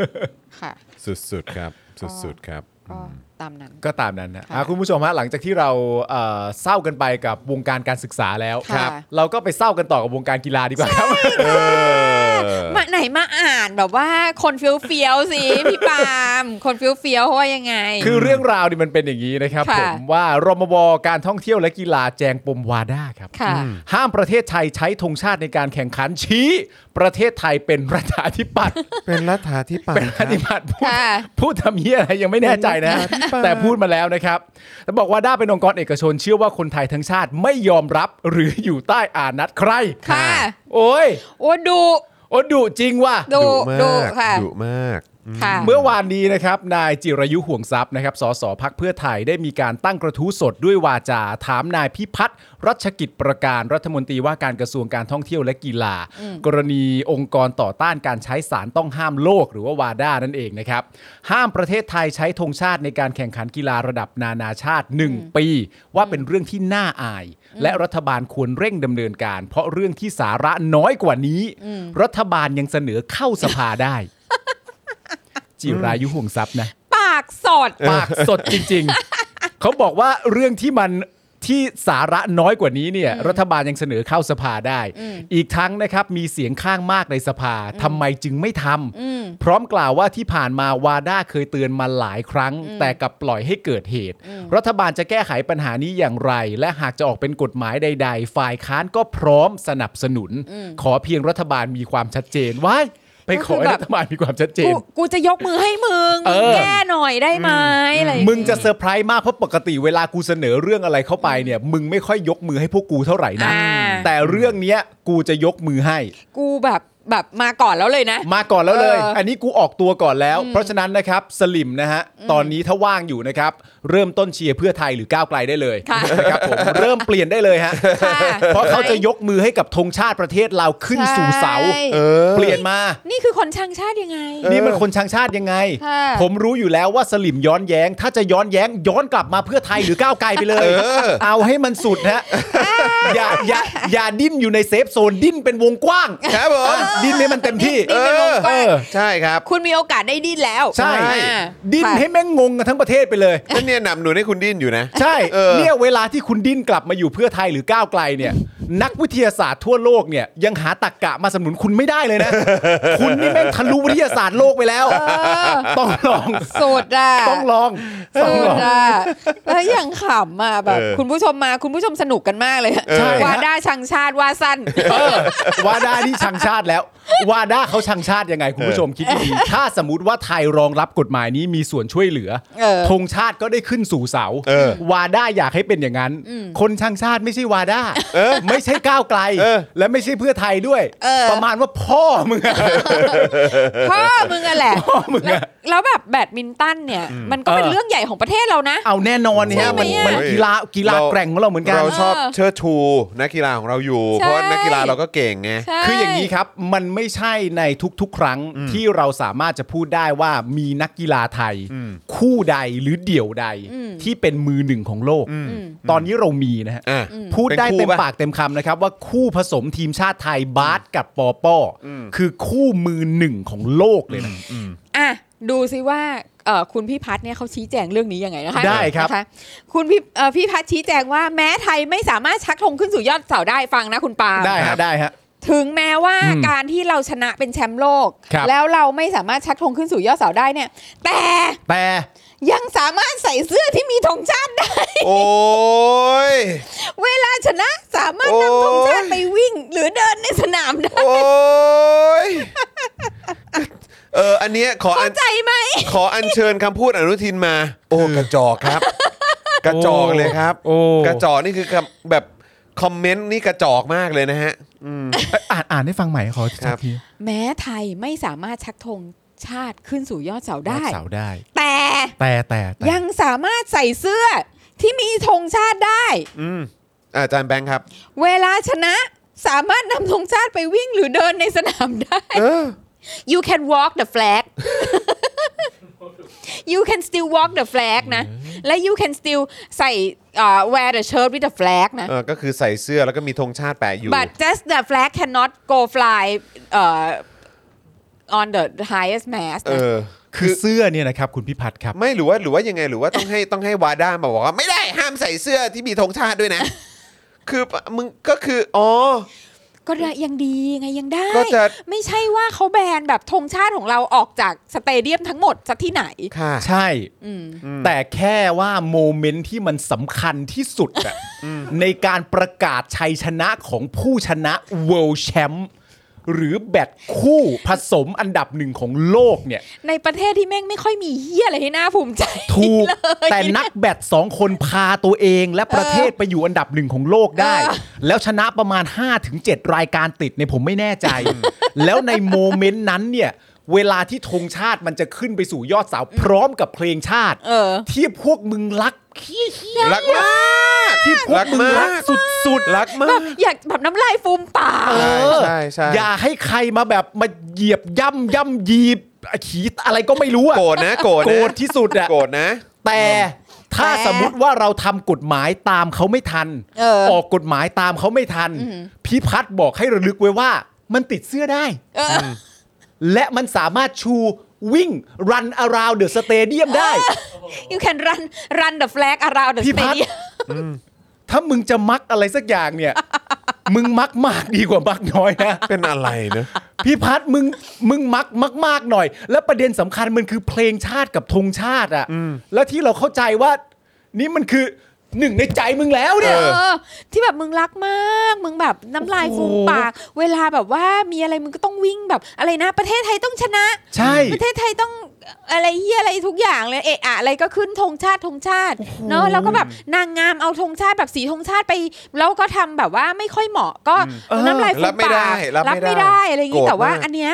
[SPEAKER 4] ค่ะ
[SPEAKER 2] ๆ สุดๆ ครับ สุดๆ ครับ
[SPEAKER 4] ก็ต ตามนั้น
[SPEAKER 3] ก็ตามนั้นนะ
[SPEAKER 4] ค่ะ
[SPEAKER 3] อ่ะคุณผู้ชมฮะหลังจากที่เราเอ่อเศร้ากันไปกับวงการการศึกษาแล้ว
[SPEAKER 4] ค่ะ
[SPEAKER 3] เราก็ไปเศร้ากันต่อกับวงการกีฬาดีกว่าครับ
[SPEAKER 4] มาไหนมาอ่านแบบว่าคนเฟี้ยวเฟี้ยวๆสิ พี่ปาล์มคนเฟี้ยวเฟี้ยวๆเขาว่ายังไง
[SPEAKER 3] คือเรื่องราวนี่มันเป็นอย่างนี้นะครับ
[SPEAKER 4] ค่ะ
[SPEAKER 3] ผมว่ารมบการท่องเที่ยวและกีฬาแจงปมวาด้าครับ
[SPEAKER 4] ค่ะ
[SPEAKER 3] อืมห้ามประเทศไทยใช้ธงชาติในการแข่งขันชี้ ประเทศไทยเป็นประชาธิปัตย์
[SPEAKER 1] เป็นรัฐาธิปัต
[SPEAKER 3] เป็น
[SPEAKER 1] ย์
[SPEAKER 3] ป
[SPEAKER 1] ครั
[SPEAKER 3] ฏิ
[SPEAKER 1] บ
[SPEAKER 3] ปัตย์พูด
[SPEAKER 4] ค่ะ
[SPEAKER 3] พูดทำเฮียอะไรยังไม่แน่ใจนะ
[SPEAKER 1] เป็นประชาธิปัตย์
[SPEAKER 3] แต่พูดมาแล้วนะครับแล้วบอกว่าด้าเป็นองค์กรเอกชนเชื่อว่าคนไทยทั้งชาติไม่ยอมรับหรืออยู่ใต้อานัตใคร
[SPEAKER 4] ค่ะ
[SPEAKER 3] โอ้ย
[SPEAKER 4] โอ้ดู
[SPEAKER 3] โอ้ดุจริงว่ะ
[SPEAKER 4] ดูดู
[SPEAKER 1] มาก
[SPEAKER 4] ค่ะ
[SPEAKER 1] ดุมาก
[SPEAKER 4] ค่ะ
[SPEAKER 3] เมื่อวานนี้นะครับนายจิรายุห่วงทรัพย์นะครับสสพักเพื่อไทยได้มีการตั้งกระทู้สดด้วยวาจา ถามนายพิพัฒน์รัชกิจประการรัฐมนตรีว่าการกระทรวงการท่องเที่ยวและกีฬา กรณีองค์กรต่อต้านการใช้สารต้องห้ามโลกหรือว่าวาด้านั่นเองนะครับ ห้ามประเทศไทยใช้ธงชาติในการแข่งขันกีฬาระดับนานาชาติ 1 ปี ว่าเป็นเรื่องที่น่าอาย และรัฐบาลควรเร่งดำเนินการ เพราะเรื่องที่สาระน้อยกว่านี้ รัฐบาลยังเสนอเข้าสภาได้ จิรายุห่วงทรัพย์นะ
[SPEAKER 4] ปากสด
[SPEAKER 3] ปากสดจริง ๆ เขาบอกว่าเรื่องที่มันที่สาระน้อยกว่านี้เนี่ย รัฐบาลยังเสนอเข้าสภาได้ อีกทั้งนะครับมีเสียงข้างมากในสภาทำไมจึงไม่ทำพร้อมกล่าวว่าที่ผ่านมาวาด้าเคยเตือนมาหลายครั้ง แต่กลับปล่อยให้เกิดเหตุ รัฐบาลจะแก้ไขปัญหานี้อย่างไร และหากจะออกเป็นกฎหมายใด ๆ ฝ่ายค้านก็พร้อมสนับสนุน ขอเพียงรัฐบาลมีความชัดเจนว้ายไปขอให้
[SPEAKER 4] ก็คือแบบ
[SPEAKER 3] รัฐบาลมีความชัดเจ
[SPEAKER 4] กู
[SPEAKER 3] น
[SPEAKER 4] กูจะยกมือให้มึง
[SPEAKER 3] เอ
[SPEAKER 4] มึง
[SPEAKER 3] อ
[SPEAKER 4] แก้หน่อยได้ไหมอะไรอย่าง
[SPEAKER 3] มึง
[SPEAKER 4] เงี้ย
[SPEAKER 3] จะเซอร์ไพรส์มากเพราะปกติเวลากูเสนอเรื่องอะไรเข้าไปเนี่ย มึงไม่ค่อยยกมือให้พวกกูเท่าไหร่นะ
[SPEAKER 4] อ่า
[SPEAKER 3] แต่เรื่องเนี้ยกูจะยกมือให้
[SPEAKER 4] กูแบบแบบมาก่อนแล้วเลยนะ
[SPEAKER 3] มาก่อนแล้วเลย
[SPEAKER 4] เอออั
[SPEAKER 3] อันนี้กูออกตัวก่อนแล้ว เพราะฉะนั้นนะครับสลิมนะฮะตอนนี้ถ้าว่างอยู่นะครับ เริ่มต้นเชียร์เพื่อไทยหรือก้าวไกลได้เลย
[SPEAKER 4] ค่ะ
[SPEAKER 3] นะครับผมเริ่มเปลี่ยนได้เลยฮะ
[SPEAKER 4] ค่ะ
[SPEAKER 3] เพราะเขาจะยกมือให้กับธงชาติประเทศเราขึ้นสู่เสา
[SPEAKER 4] ใช่
[SPEAKER 1] เออ
[SPEAKER 3] เปลี่ยนมา
[SPEAKER 4] นี่คือคนช่างชาติยังไง
[SPEAKER 3] นี่มันคนชังชาติยังไง
[SPEAKER 4] ค่ะ
[SPEAKER 3] ผมรู้อยู่แล้วว่าสลิมย้อนแย้ง ถ้าจะย้อนแย้งย้อนกลับมาเพื่อไทยหรือก้าวไกลไปเลย เอาให้มันสุดฮะ อย่าอย่าอย่าดิ้นอยู่ในเซฟโซนดิ้นเป็นวงกว้าง
[SPEAKER 2] ครับผม
[SPEAKER 3] ดิ้นให้มันเต็มที่
[SPEAKER 4] ดิ้นเป็นวงกว้าง
[SPEAKER 3] เออ
[SPEAKER 2] ใช่ครับ
[SPEAKER 4] คุณมีโอกาสได้ดิ้นแล้ว
[SPEAKER 3] ใช่
[SPEAKER 4] อ่า
[SPEAKER 3] ดิ้น
[SPEAKER 4] ค่ะ
[SPEAKER 3] ให้แม่งงงกันทั้งประเทศไปเลย
[SPEAKER 2] นั่นเนี่ยหนำหนุนให้คุณดิ้นอยู่นะ
[SPEAKER 3] ใช่
[SPEAKER 2] เออ
[SPEAKER 3] เนี่ยเวลาที่คุณดิ้นกลับมาอยู่เพื่อไทยหรือก้าวไกลเนี่ย นักวิทยาศาสตร์ทั่วโลกเนี่ยยังหาตรกกะมาสนับสนุนคุณไม่ได้เลยนะ คุณนี่แม่งทะลุวิทยาศาสตร์โลกไปแล้ว
[SPEAKER 4] อ
[SPEAKER 3] ต้องลอง
[SPEAKER 4] สุดอ่ะ
[SPEAKER 3] ต้องลองต้
[SPEAKER 4] สุ
[SPEAKER 3] องล
[SPEAKER 4] ด
[SPEAKER 3] อง
[SPEAKER 4] อ่ะแล้วอย่างขำอ่ะแบบ
[SPEAKER 2] เออ
[SPEAKER 4] คุณผู้ชมมาคุณผู้ชมสนุกกันมากเลยอะ
[SPEAKER 3] ใช่ฮะ
[SPEAKER 4] วาด้าชังชาติว่าสั้น
[SPEAKER 3] เออวาด้านี่ชังชาติแล้ว วาด้าเขาชังชาติยังไง คุณผู้ชมคิดดีๆถ้าสมมติว่าไทยรองรับกฎหมายนี้มีส่วนช่วยเหลือ
[SPEAKER 4] เออ
[SPEAKER 3] ธงชาติก็ได้ขึ้นสู่เสา
[SPEAKER 2] เออ
[SPEAKER 3] วาด้าอยากให้เป็นอย่างนั้น คนชังชาติไม่ใช่วาด้าไม่ใช่ก้าวไกล
[SPEAKER 2] เออ
[SPEAKER 3] และไม่ใช่เพื่อไทยด้วย
[SPEAKER 4] เออ
[SPEAKER 3] ประมาณว่าพ่อมึงอะ
[SPEAKER 4] พ่อมึงอะแหละ
[SPEAKER 3] พ่อมึงอะ
[SPEAKER 4] แล้วแบบแบดมินตันเนี่ย มันก็เป็น
[SPEAKER 3] เออ
[SPEAKER 4] เรื่องใหญ่ของประเทศเรานะ
[SPEAKER 3] เอาแน่นอนเนี่ยฮะมัน
[SPEAKER 4] ใช่ไหมอะ
[SPEAKER 3] มันกีฬากีฬาแกร่งของเราเหมือนกัน
[SPEAKER 2] เราชอบเชิดชูนักกีฬาของเราอยู่
[SPEAKER 4] ใช่
[SPEAKER 2] เพราะนักกีฬาเราก็เก่งไง
[SPEAKER 4] ใช่
[SPEAKER 3] คืออย่างนี้ครับ มันไม่ใช่ในทุกๆ ครั้งที่เราสามารถจะพูดได้ว่ามีนักกีฬาไทย คู่ใดหรือเดี่ยวใดที่เป็นมือหนึ่งของโลก ตอนนี้เรามีนะฮะ
[SPEAKER 2] อ่ะ
[SPEAKER 3] พูดได้
[SPEAKER 2] เป็นคู่
[SPEAKER 3] เต็ม
[SPEAKER 2] ปะ
[SPEAKER 3] ปากเต็มคำนะครับ ว่าคู่ผสมทีมชาติไทยบาสกับปอปออคือคู่มือหนึ่งของโลกเลยนะ
[SPEAKER 4] อ่ะดูซิว่าเอ่อคุณพี่พัฒน์เนี่ยเขาชี้แจงเรื่องนี้ยังไงนะคะ
[SPEAKER 3] ได้ครับ
[SPEAKER 4] นะะคุณพี่เอ่อพี่พัฒน์ชี้แจงว่าแม้ไทยไม่สามารถชักธงขึ้นสู่ยอดเสาได้ฟังนะคุณปาล์ม
[SPEAKER 3] ได้ฮะได้ฮะ
[SPEAKER 4] ถึงแม้ว่า
[SPEAKER 3] อืม
[SPEAKER 4] การที่เราชนะเป็นแชมป์โลก
[SPEAKER 3] ครับ
[SPEAKER 4] แล้วเราไม่สามารถชักธงขึ้นสู่ยอดเสาได้เนี่ย แต่
[SPEAKER 3] แต่
[SPEAKER 4] ยังสามารถใส่เสื้อที่มีธงชาติได้
[SPEAKER 2] โอ้ย
[SPEAKER 4] เวลาชนะสามารถ
[SPEAKER 2] โอ้ย
[SPEAKER 4] นำธงชาติไปวิ่ง หรือเดินในสนามได้
[SPEAKER 2] โอ้ยเอออันเนี้ยขออั
[SPEAKER 4] เข้านใจไหม
[SPEAKER 2] ขออัญเชิญคำพูดอนุทินมา โอ้กระจอก ครับ กระจอกเลยครับ
[SPEAKER 3] โอ้
[SPEAKER 2] กระจอกนี่คือคำแบบคอมเมนต์นี่กระจอกมากเลยนะฮะ
[SPEAKER 3] อ่านอ่านให้ฟังใหม่ขอ
[SPEAKER 2] ครั
[SPEAKER 3] สั
[SPEAKER 2] บ
[SPEAKER 3] กที
[SPEAKER 4] แม้ไทยไม่สามารถชักธงชาติขึ้นสู่ยอดเสา
[SPEAKER 3] ร
[SPEAKER 4] ได้
[SPEAKER 3] อบเสาได้
[SPEAKER 4] แต่
[SPEAKER 3] แต่แต่แต่
[SPEAKER 4] ยังสามารถใส่เสื้อที่มีธงชาติได้
[SPEAKER 2] อืมอะอาจารย์แบงค์ครับ
[SPEAKER 4] เวลาชนะสามารถนำธงชาติไปวิ่งหรือเดินในสนามได้
[SPEAKER 2] เออ
[SPEAKER 4] you can walk the flag you can still walk the flag นะ และ you can still ใส่เอ่อ wear the shirt with the flag นะ
[SPEAKER 2] เออก็คือใส่เสื้อแล้วก็มีธงชาติแปะอยู่
[SPEAKER 4] but just the flag cannot go fly เอ่อ on the highest mast
[SPEAKER 2] เอ
[SPEAKER 4] นะ
[SPEAKER 2] อ
[SPEAKER 3] คือเสื้อเนี่ยนะครับคุณพิพัฒน์ครับ
[SPEAKER 2] ไม่หรือว่าหรือว่ายังไงหรือว่าต้องให้ต้องให้วาด้ามาบอกว่าไม่ได้ห้ามใส่เสื้อที่มีธงชาติด้วยนะ คือมึงก็คืออ๋อ
[SPEAKER 4] ก็ได้ยังดีไงยังได้
[SPEAKER 2] ก็จะ
[SPEAKER 4] ไม่ใช่ว่าเขาแบนแบบธงชาติของเราออกจากสเตเดียมทั้งหมดจากที่ไหน
[SPEAKER 2] ค่ะ
[SPEAKER 3] ใช่
[SPEAKER 4] อืม
[SPEAKER 3] แต่แค่ว่าโมเมนต์ที่มันสำคัญที่สุดอะในการประกาศชัยชนะของผู้ชนะ World Champ หรือแบตคู่ผสมอันดับหนึ่งของโลกเนี่ย
[SPEAKER 4] ในประเทศที่แม่งไม่ค่อยมีเฮียอะไรให้น่าภูมิใจ
[SPEAKER 3] ถูก
[SPEAKER 4] เลย
[SPEAKER 3] แต่นักแบตสองคนพาตัวเองและประเทศไปอยู่อันดับหนึ่งของโลกได้
[SPEAKER 4] เออ
[SPEAKER 3] แล้วชนะประมาณ 5-7 รายการติดเนี่ยผมไม่แน่ใจ แล้วในโมเมนต์นั้นเนี่ย เวลาที่ธงชาติมันจะขึ้นไปสู่ยอดเสาพร้อมกับเพลงชาติ
[SPEAKER 4] เออ
[SPEAKER 3] ที่พวกมึงรักขี้เหี้ย
[SPEAKER 2] รักมาก
[SPEAKER 3] ที่พวกมึงรักสุดๆ
[SPEAKER 2] รัก
[SPEAKER 4] แบ
[SPEAKER 2] มา
[SPEAKER 4] บ
[SPEAKER 2] ก
[SPEAKER 4] อยากแบบน้ำลายฟูมปาก
[SPEAKER 3] เออ
[SPEAKER 2] ใช่ใช่
[SPEAKER 3] อย่าให้ใครมาแบบมาเหยียบย่ำย่ำยีบขีดอะไรก็ไม่รู้อะ
[SPEAKER 2] โกรธนะโกรธนะ
[SPEAKER 3] โกรธที่สุดอะ
[SPEAKER 2] โกรธนะ
[SPEAKER 3] แต่ถ้าสมมติว่าเราทำกฎหมายตามเขาไม่ทัน
[SPEAKER 4] เออ
[SPEAKER 3] ออกกฎหมายตามเขาไม่ทัน พิพัฒน์บอกให้ระลึกไว้ว่า มันติดเสื้อได้
[SPEAKER 4] เออ
[SPEAKER 3] และมันสามารถชูวิ่ง run around the stadium ได้
[SPEAKER 4] you can run run the flag around the
[SPEAKER 3] พี่พัฒน์
[SPEAKER 4] stadium
[SPEAKER 3] ถ้ามึงจะมักอะไรสักอย่างเนี่ย มึงมักมากดีกว่ามักน้อยนะ
[SPEAKER 2] เป็นอะไรเนอะ
[SPEAKER 3] พี่พัฒน์มึงมึงมักมากมากๆหน่อย แล้วประเด็นสำคัญมันคือเพลงชาติกับธงชาติอ่ะแล้วที่เราเข้าใจว่า นี่มันคือหนึ่งในใจมึงแล้ว
[SPEAKER 4] เอ
[SPEAKER 3] เนี่ย
[SPEAKER 4] อ ที่แบบมึงรักมาก มึงแบบน้ำลายฟูมปาก เวลาแบบว่ามีอะไรมึงก็ต้องวิ่งแบบอะไรนะ ประเทศไทยต้องชนะ
[SPEAKER 3] ใช่
[SPEAKER 4] ประเทศไทยต้องอะไรเฮียอะไรทุกอย่างเลยเอะอะอะไรก็ขึ้นธงชาติธงชาติเนาะแล้วก็แบบนางงามเอาธงชาติแบบสีธงชาติไป แล้วก็ทำแบบว่าไม่ค่อยเหมาะก็น้ำลายฟู
[SPEAKER 2] รั
[SPEAKER 4] ม
[SPEAKER 2] ไม่
[SPEAKER 4] ปา
[SPEAKER 2] ได้
[SPEAKER 4] ก
[SPEAKER 2] รับ
[SPEAKER 4] รับ
[SPEAKER 2] ไม่
[SPEAKER 4] ไม่
[SPEAKER 2] ได้
[SPEAKER 4] ได้อะไรอย่าง
[SPEAKER 2] โก
[SPEAKER 4] งี้
[SPEAKER 2] ธ
[SPEAKER 4] แต่ว่าม
[SPEAKER 2] ก
[SPEAKER 4] อันเนี้ย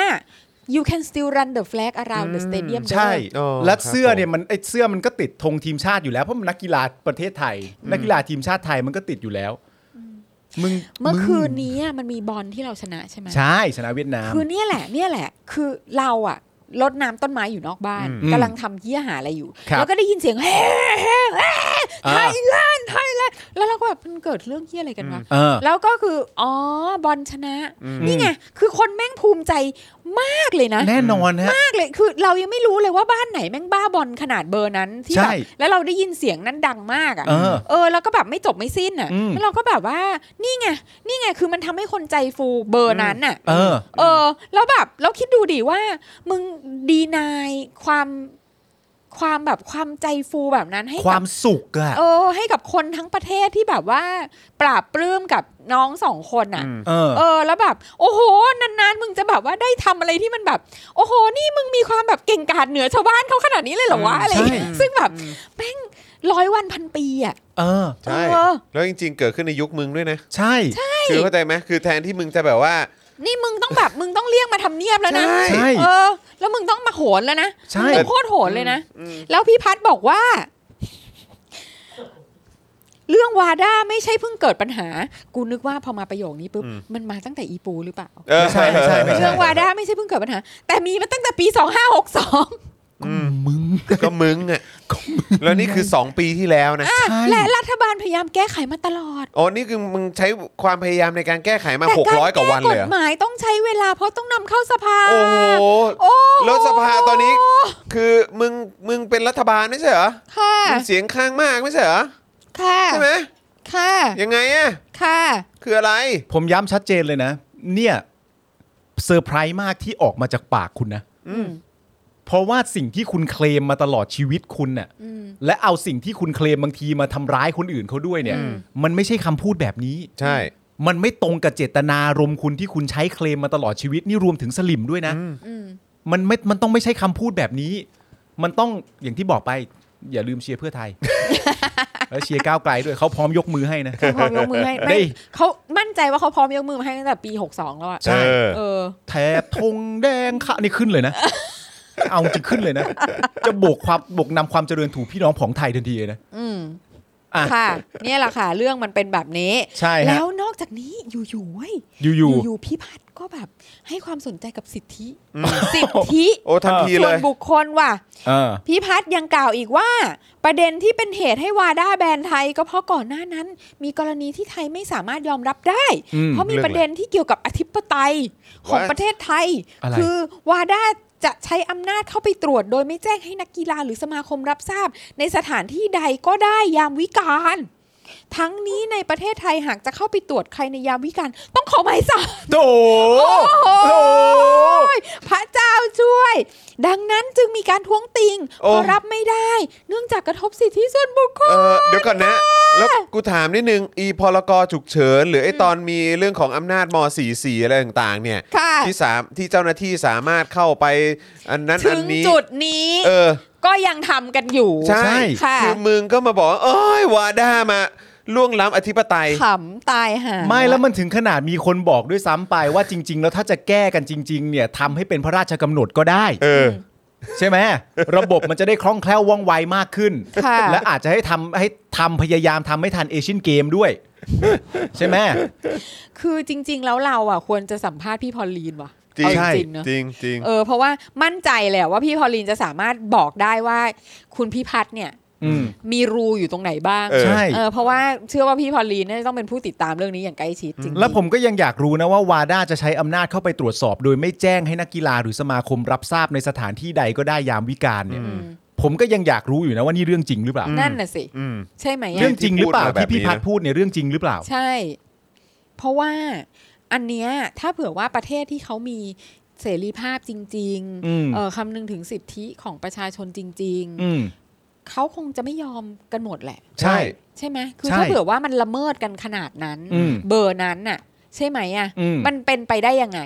[SPEAKER 4] you can still run the flag around the stadium
[SPEAKER 3] ใช่
[SPEAKER 2] อ๋อ
[SPEAKER 3] และ
[SPEAKER 2] ครับ
[SPEAKER 3] เสื้อเนี่ยมันไอเสื้อมันก็ติดธงทีมชาติอยู่แล้วเพราะมันนักกีฬาประเทศไทย นักกีฬาทีมชาติไทยมันก็ติดอยู่แล้ว มึง
[SPEAKER 4] เมื่อง คืนนี้อะมันมีบอลที่เราชนะใช่ไหม
[SPEAKER 3] ใช่ชนะเวียดนาม
[SPEAKER 4] คือเนี่ยแหละเนี่ยแหละ คือเราอะรดน้ำต้นไม้อยู่นอกบ้าน
[SPEAKER 3] อืม
[SPEAKER 4] กำลังทำเหี้ยหาอะไรอยู่
[SPEAKER 3] ครับ
[SPEAKER 4] แล้วก็ได้ยินเสียงเฮ้ เฮ้เฮ้ไท
[SPEAKER 3] อ่าย
[SPEAKER 4] แลนด์ไทยแลนด์แล้วเราก็แบบมันเกิดเรื่องเหี้ยอะไรกันวะ
[SPEAKER 3] เออ
[SPEAKER 4] แล้วก็คือ อ๋อ บอลชนะ นี่ไง คือคนแม่งภูมิใจมากเลยนะ
[SPEAKER 3] แน่นอนฮะ
[SPEAKER 4] มากเลย คือเรายังไม่รู้เลยว่าบ้านไหนแม่งบ้าบอลขนาดเบอร์นั้นที่
[SPEAKER 3] ใช่
[SPEAKER 4] แบบแล้วเราได้ยินเสียงนั้นดังมากอ่ะ
[SPEAKER 3] เออ
[SPEAKER 4] เออ แล้วก็แบบไม่จบไม่สิ้นอ่ะ
[SPEAKER 3] อืม
[SPEAKER 4] แล้วเราก็แบบว่า นี่ไง นี่ไง คือมันทำให้คนใจฟูเบอร์นั้นอ่ะ
[SPEAKER 3] เออ
[SPEAKER 4] เออ แล้วแบบ แล้วคิดดูดิว่า มึงดีนายความ ความแบบความใจฟูแบบนั้นให้
[SPEAKER 3] ค
[SPEAKER 4] กั
[SPEAKER 3] วา
[SPEAKER 4] บ
[SPEAKER 3] มสุขอะ
[SPEAKER 4] เออ ให้กับคนทั้งประเทศที่แบบว่า ปราบปลื้มกับน้องสองคนน่ะ
[SPEAKER 3] เออ
[SPEAKER 4] เออ แล้วแบบ โอ้โห นานๆ มึงจะแบบว่าได้ทำอะไรที่มันแบบ โอ้โห นี่มึงมีความแบบเก่งกาจเหนือชาวบ้านเขาขนาดนี้เลยเหรอวะอะไรอย่างเงี้ย
[SPEAKER 3] ใช่
[SPEAKER 4] ซึ่งแบบแม่งร้อยวันพันปีอ่ะ
[SPEAKER 3] เออ
[SPEAKER 2] ใช่
[SPEAKER 4] เออ
[SPEAKER 2] แล้วจริงๆ เกิดขึ้นในยุคมึงด้วยนะ
[SPEAKER 3] ใช่
[SPEAKER 2] คือเข้าใจไหมคือแทนที่มึงจะแบบว่า
[SPEAKER 4] นี่มึงต้องแบบ มึงต้องเรียกมาทำเนียบแล้วนะ
[SPEAKER 2] ใช่
[SPEAKER 3] ใช่
[SPEAKER 4] เออ แล้วมึงต้องมาโหนแล้วนะ
[SPEAKER 3] ใช่
[SPEAKER 4] มึงต้องโคตรโหนเลยนะ แล้วพี่พัดบอกว่า เรื่องวาด้าไม่ใช่เพิ่งเกิดปัญหา กูนึกว่าพอมาประโยคนี้ปุ๊บ มันมาตั้งแต่อีปูหรือเปล่า
[SPEAKER 2] เออ
[SPEAKER 3] ไม่ใช่ไม่ใช่ไม่ใช่
[SPEAKER 4] เรื่องวาด้าไม่ใช่เพิ่งเกิดปัญหา แต่มีมาตั้งแต่ปี 2562
[SPEAKER 3] มึง
[SPEAKER 2] ก็มึงอ่ะแล้วนี่คือ 2 ปีที่แล้ว นะ
[SPEAKER 3] ใช่
[SPEAKER 4] และรัฐบาลพยายามแก้ไขมาตลอด
[SPEAKER 2] อ๋อ นี่คือมึงใช้ความพยายามในการแก้ไขมา
[SPEAKER 4] แต่การ
[SPEAKER 2] 600 กว่าวัน
[SPEAKER 4] แก้
[SPEAKER 2] เลย
[SPEAKER 4] ก
[SPEAKER 2] เหร
[SPEAKER 4] ฎ
[SPEAKER 2] อ
[SPEAKER 4] หมายต้องใช้เวลาเพราะต้องนำเข้าสภา
[SPEAKER 2] โอ้โห
[SPEAKER 4] โอ้โห
[SPEAKER 2] รถสภาตอนนี้ คือมึงมึงเป็นรัฐบาลไม่ใช่เหรอ
[SPEAKER 4] ค่ะ
[SPEAKER 2] มึงเสียงข้างมากไม่ใช่เหรอ
[SPEAKER 4] ค่ะ
[SPEAKER 2] ใช่ไหม
[SPEAKER 4] ค่ะ
[SPEAKER 2] ยังไงอ่ะ
[SPEAKER 4] ค่ะ
[SPEAKER 2] คืออะไร
[SPEAKER 3] ผมย้ำชัดเจนเลยนะ เนี่ยเซอร์ไพรส์มากที่ออกมาจากปากคุณนะเพราะว่าสิ่งที่คุณเคลมมาตลอดชีวิตคุณน่ะและเอาสิ่งที่คุณเคลมบางทีมาทำร้ายคนอื่นเขาด้วยเนี่ย มันไม่ใช่คำพูดแบบนี้
[SPEAKER 2] ใช่
[SPEAKER 3] มันไม่ตรงกับเจตนารมณ์คุณที่คุณใช้เคลมมาตลอดชีวิตนี่รวมถึงสลิมด้วยนะมันไม่มันต้องไม่ใช่คำพูดแบบนี้ มันต้องอย่างที่บอกไป อย่าลืมเชียร์เพื่อไทย แล้วเชียร์ก้าวไกลด้วยเขาพร้อมยกมือให้นะ
[SPEAKER 4] เขาพร้อมยกมือให้
[SPEAKER 3] ได้
[SPEAKER 4] ไม่เขามั่นใจว่าเขาพร้อมยกมือมาให้ตั้งแต่ปี 62 แล้วอะ
[SPEAKER 3] ใช่
[SPEAKER 2] เออ
[SPEAKER 4] เออ
[SPEAKER 3] แถบธงแดงค่ะนี่ขึ้นเลยนะ เอาจริงขึ้นเลยนะ จะบวกความบวกนำความเจริญถูพี่น้องของไทยทันทีเลยนะ
[SPEAKER 4] อืม
[SPEAKER 3] อ่ะ
[SPEAKER 4] ค่ะ เนี่ยแหละค่ะ เรื่องมันเป็นแบบนี้
[SPEAKER 3] ใช่ฮะ
[SPEAKER 4] แล้วนอกจากนี้อยู่ๆเว้ย
[SPEAKER 3] อยู่
[SPEAKER 4] อยู่ๆพี่พัดก็แบบให้ความสนใจกับสิทธิ สิทธิ
[SPEAKER 2] โอ้ทันที
[SPEAKER 4] ส่
[SPEAKER 2] เล
[SPEAKER 4] วน
[SPEAKER 2] ย
[SPEAKER 4] บุคคลว่ะ
[SPEAKER 3] ๆเออ
[SPEAKER 4] พี่พัฒน์ยังกล่าวอีกว่า ประเด็นที่เป็นเหตุให้วาด้าแบนไทย ก็เพราะก่อนหน้านั้น มีกรณีที่ไทยไม่สามารถยอมรับได้
[SPEAKER 3] อืม
[SPEAKER 4] เพราะมีประเด็นที่เกี่ยวกับอธิปไตยของ
[SPEAKER 2] What?
[SPEAKER 4] ประเทศไทย
[SPEAKER 3] อะไร
[SPEAKER 4] คือวาด้า จะใช้อำนาจเข้าไปตรวจ โดยไม่แจ้งให้นักกีฬาหรือสมาคมรับทราบ ในสถานที่ใดก็ได้ยามวิการ ทั้งนี้ในประเทศไทยหากจะเข้าไปตรวจใครในยามวิการต้องขอหมายสาร
[SPEAKER 3] โถโถ
[SPEAKER 4] พระเจ้าช่วย ดังนั้นจึงมีการท้วงติง
[SPEAKER 2] โอ้
[SPEAKER 4] เพราะรับไม่ได้ เนื่องจากกระทบสิทธิส่วนบุคค
[SPEAKER 2] เอ
[SPEAKER 4] ล
[SPEAKER 2] อเดี๋ยวก่อนนะ แล้วกูถามนิดนึง อีพลกฉุกเฉิน หรือไอตอนมีเรื่องของอำนาจม .44 อะไรต่างๆ เนี่ย
[SPEAKER 4] ค่ะ
[SPEAKER 2] ที่สามที่เจ้าหน้าที่สามารถเข้าไปอันนั้น
[SPEAKER 4] ถึ
[SPEAKER 2] อัน
[SPEAKER 4] ง
[SPEAKER 2] นี้
[SPEAKER 4] จุดนี้
[SPEAKER 2] เออ
[SPEAKER 4] ก็ยังทำกันอยู่
[SPEAKER 2] ใช่
[SPEAKER 3] ใช่
[SPEAKER 4] ค่ะ
[SPEAKER 2] คือมึงก็มาบอกว่าเอ้ยวาด้ามาล่วงล้ำอธิปไตย
[SPEAKER 4] ขำตายหา
[SPEAKER 3] ไม่แล้วมันถึงขนาดมีคนบอกด้วยซ้ำไปว่าจริง ๆ แล้วถ้าจะแก้กันจริง ๆ เนี่ยทำให้เป็นพระราชกำหนดก็ได้
[SPEAKER 2] เออ
[SPEAKER 3] ใช่ไหม ระบบมันจะได้คล่องแคล่วว่องไวมากขึ้น
[SPEAKER 4] ค่ะ
[SPEAKER 3] และอาจจะให้ทำให้ทำพยายามทำให้ทันเอเชียนเกมด้วย ใช่ไหม
[SPEAKER 4] คือจริง ๆ แล้วเราอ่ะควรจะสัมภาษณ์พี่พอลลีนว่ะ
[SPEAKER 2] จริง
[SPEAKER 4] เอาจริงๆเนอะ
[SPEAKER 2] จริงจริง
[SPEAKER 4] เออเพราะว่ามั่นใจแหละว่าพี่พอลลีนจะสามารถบอกได้ว่า คุณพี่พัฒน์เนี่ย
[SPEAKER 3] อืม
[SPEAKER 4] มีรูอยู่ตรงไหนบ้าง
[SPEAKER 2] เออ
[SPEAKER 3] ใช่
[SPEAKER 4] เออเพราะว่าเชื่อว่าพี่พอลลีนน่าจะต้องเป็นผู้ติดตามเรื่องนี้อย่างใกล้ชิดจริงๆ
[SPEAKER 3] แล้วผมก็ยังอยากรู้นะว่าวาด้าจะใช้อำนาจเข้าไปตรวจสอบ โดยไม่แจ้งให้นักกีฬาหรือสมาคมรับทราบในสถานที่ใดก็ได้ยามวิกาลเนี่ย
[SPEAKER 4] อืม
[SPEAKER 3] ผมก็ยังอยากรู้อยู่นะว่านี่เรื่องจริงหรือเปล่า
[SPEAKER 4] นั่นน่ะสิ
[SPEAKER 2] อืม
[SPEAKER 4] ใช่ไหม
[SPEAKER 3] เรื่อง
[SPEAKER 4] อะ
[SPEAKER 3] จริงหรือเปล่า
[SPEAKER 2] ที่พูดมาแบบ
[SPEAKER 3] ที่พี่
[SPEAKER 2] นี้
[SPEAKER 3] พัด
[SPEAKER 2] นะ
[SPEAKER 3] พูดเนี่ยเรื่องจริงหรือเปล่า
[SPEAKER 4] ใช่ เพราะว่าอันเนี้ยถ้าเผื่อว่าประเทศที่เขามีเสรีภาพจริง
[SPEAKER 3] อืม
[SPEAKER 4] เออคำนึงถึงสิทธิของประชาชนจริง
[SPEAKER 3] อืม
[SPEAKER 4] ๆ เขาคงจะไม่ยอมกันหมดแหละ
[SPEAKER 3] ใช่
[SPEAKER 4] ใช่ไหมคือ
[SPEAKER 3] ใช่
[SPEAKER 4] ถ้าเผื่อว่ามันละเมิดกันขนาดนั้น
[SPEAKER 3] อืม
[SPEAKER 4] เบอร์นั้นน่ะ ใช่ไหมอ่ะ
[SPEAKER 3] อืม
[SPEAKER 4] มันเป็นไปได้ยังไง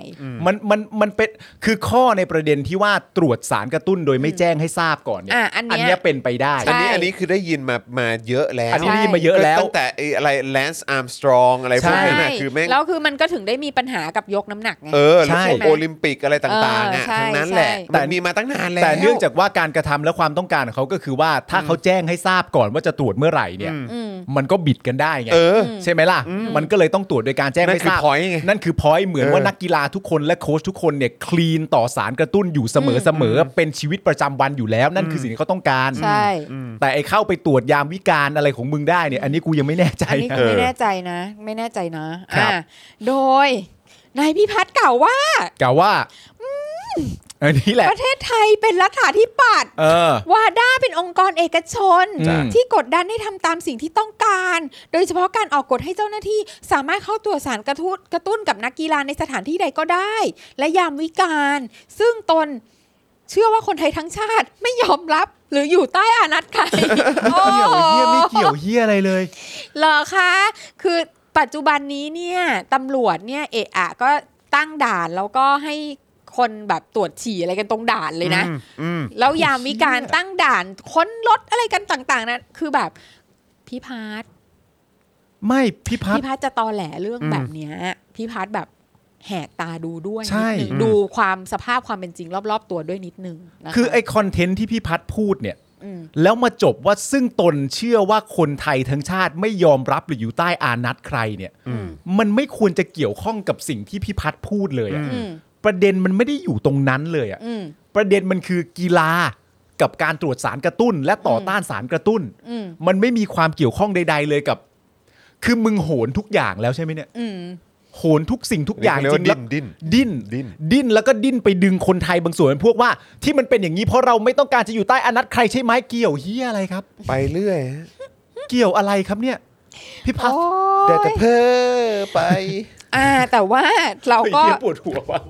[SPEAKER 3] มันมันมันเป็นคือข้อในประเด็นที่ว่าตรวจสารกระตุ้นโดยไม่แจ้งให้ทราบก่อนเนี่ย
[SPEAKER 4] อ่ะอันเนี้ย
[SPEAKER 3] เนี้ยเป็นไปได้
[SPEAKER 2] อัน
[SPEAKER 4] ใช่
[SPEAKER 2] นี้อันนี้คือได้ยินมามาเยอะแล้ว
[SPEAKER 3] อันนี้ได้ยินมาเยอะแล้ว
[SPEAKER 2] ตั้งแต่ไอ้อะไรแลนซ์อาร์มสตรองอะไรพวกนั้นน่ะคือแม่ง
[SPEAKER 4] แล้วคือมันก็ถึงได้มีปัญหากับยกน้ำหนักไง
[SPEAKER 2] เออ
[SPEAKER 3] ใช่
[SPEAKER 2] แล้วพวกโอลิมปิกอะไรต่างๆอ่ะ
[SPEAKER 4] เออใช่
[SPEAKER 2] ทั้งนั้นแหละ
[SPEAKER 4] ใช่
[SPEAKER 2] แต่มีมาตั้งนานแล้ว
[SPEAKER 3] แต่เนื่องจากว่าการกระทำและความต้องการของเขาก็คือว่าถ้าเขาแจ้งให้ทราบก่อนว่าจะตรวจเมื่อไหร่เนี่ย
[SPEAKER 4] อืม
[SPEAKER 3] มันก็บิดกันได้ไง
[SPEAKER 2] เออ
[SPEAKER 3] ใช่ไหมล่ะ มันก็เลยต้องตรวจโดยการแจ้งให้ทราบ
[SPEAKER 2] นั่นคือ point ไง
[SPEAKER 3] นั่นคือพอยต์เหมือน
[SPEAKER 2] เออ
[SPEAKER 3] ว่านักกีฬาทุกคนและโค้ชทุกคนเนี่ยคลีนต่อสารกระตุ้นอยู่เสมอเสมอเป็นชีวิตประจำวันอยู่แล้ว นั่นคือสิ่งที่เขาต้องการ
[SPEAKER 4] ใช่
[SPEAKER 3] แต่ไอ้เข้าไปตรวจยามวิการอะไรของมึงได้เนี่ย อันนี้กูยังไม่แน่ใจ
[SPEAKER 4] อันนี้กู
[SPEAKER 2] เออ
[SPEAKER 4] ไม่แน่ใจนะ ไม่แน่ใจนะครับ อ่าโดยนายพิพัฒน์กล่าวว่า
[SPEAKER 3] กล่าวว่าอันนี้แหละ
[SPEAKER 4] ประเทศไทยเป็นรัฐาธิปัตย์
[SPEAKER 3] เออ
[SPEAKER 4] วาด้าเป็นองค์กรเอกชน
[SPEAKER 3] จ้ะ
[SPEAKER 4] ที่กดดันให้ทำตามสิ่งที่ต้องการ โดยเฉพาะการออกกฎให้เจ้าหน้าที่ สามารถเข้าตรวจสารกระทุกระตุ้นกับนักกีฬาในสถานที่ใดก็ได้ และยามวิการ ซึ่งตนเชื่อว่าคนไทยทั้งชาติไม่ยอมรับ หรืออยู่ใต้อานั ตใคร
[SPEAKER 3] เกี่ยวเฮียไม่เกี่ยวเฮียอะไรเลย
[SPEAKER 4] เหรอคะ คือปัจจุบันนี้เนี่ยตำรวจเนี่ยเอะอะก็ตั้งด่านแล้วก็ให้คนแบบตรวจฉี่อะไรกันตรงด่านเลยนะ
[SPEAKER 2] อืมอืม
[SPEAKER 4] แล้วยามวิการตั้งด่าน ค้นรถอะไรกันต่าง ๆนะคือแบบพี่พาร์ท
[SPEAKER 3] ไม่พี่พัฒ
[SPEAKER 4] พี่
[SPEAKER 3] น์
[SPEAKER 4] พาร์ทจะตอแหลเรื่อง
[SPEAKER 2] อืม
[SPEAKER 4] แบบเนี้ยพี่พาร์ทแบบแหกตาดูด้วย
[SPEAKER 3] ใช่
[SPEAKER 4] นิดนึงดูความสภาพความเป็นจริงรอบ ๆ ตัวด้วยนิดนึงนะะ
[SPEAKER 3] คือไอคอนเทนต์ที่พี่พัฒน์พูดเนี่ย
[SPEAKER 4] อืม
[SPEAKER 3] แล้วมาจบว่าซึ่งตนเชื่อว่าคนไทยทั้งชาติไม่ยอมรับหรืออยู่ใต้อานัตใครเนี่ย มันไม่ควรจะเกี่ยวข้องกับสิ่งที่พี่พัฒน์พูดเลยอะ
[SPEAKER 4] อืม
[SPEAKER 3] ประเด็นมันไม่ได้อยู่ตรงนั้นเลยอะ
[SPEAKER 4] อืม
[SPEAKER 3] ประเด็นมันคือกีฬากับการตรวจสารกระตุ้น และต่อต้านสารกระตุ้น
[SPEAKER 4] อืม
[SPEAKER 3] มันไม่มีความเกี่ยวข้องใด ๆ เลยกับ คือมึงโหนทุกอย่างแล้วใช่ไหมเนี่ย
[SPEAKER 4] อืม
[SPEAKER 3] โหนทุกสิ่งทุกอย่างจ
[SPEAKER 2] เรียก
[SPEAKER 3] ริ
[SPEAKER 2] ว่าง
[SPEAKER 3] ๆแล้ว
[SPEAKER 2] ดิ้น
[SPEAKER 3] ดิ้น
[SPEAKER 2] ดิ้น
[SPEAKER 3] ดิ้นแล้วก็ดิ้นไปดึงคนไทยบางส่วนเป็นพวกว่า ที่มันเป็นอย่างนี้เพราะเราไม่ต้องการจะอยู่ใต้อานัตใครใช่ไหมเกี่ยวเฮียอะไรครับ
[SPEAKER 2] ไปเรื่อยฮะ
[SPEAKER 3] เกี่ยวอะไรครับเนี่ย พี่พัฒน์
[SPEAKER 2] แต่แต่เพ้อไป
[SPEAKER 4] อ่า แต่ว่าเราก็
[SPEAKER 3] เฮียปวดหัวว่ะ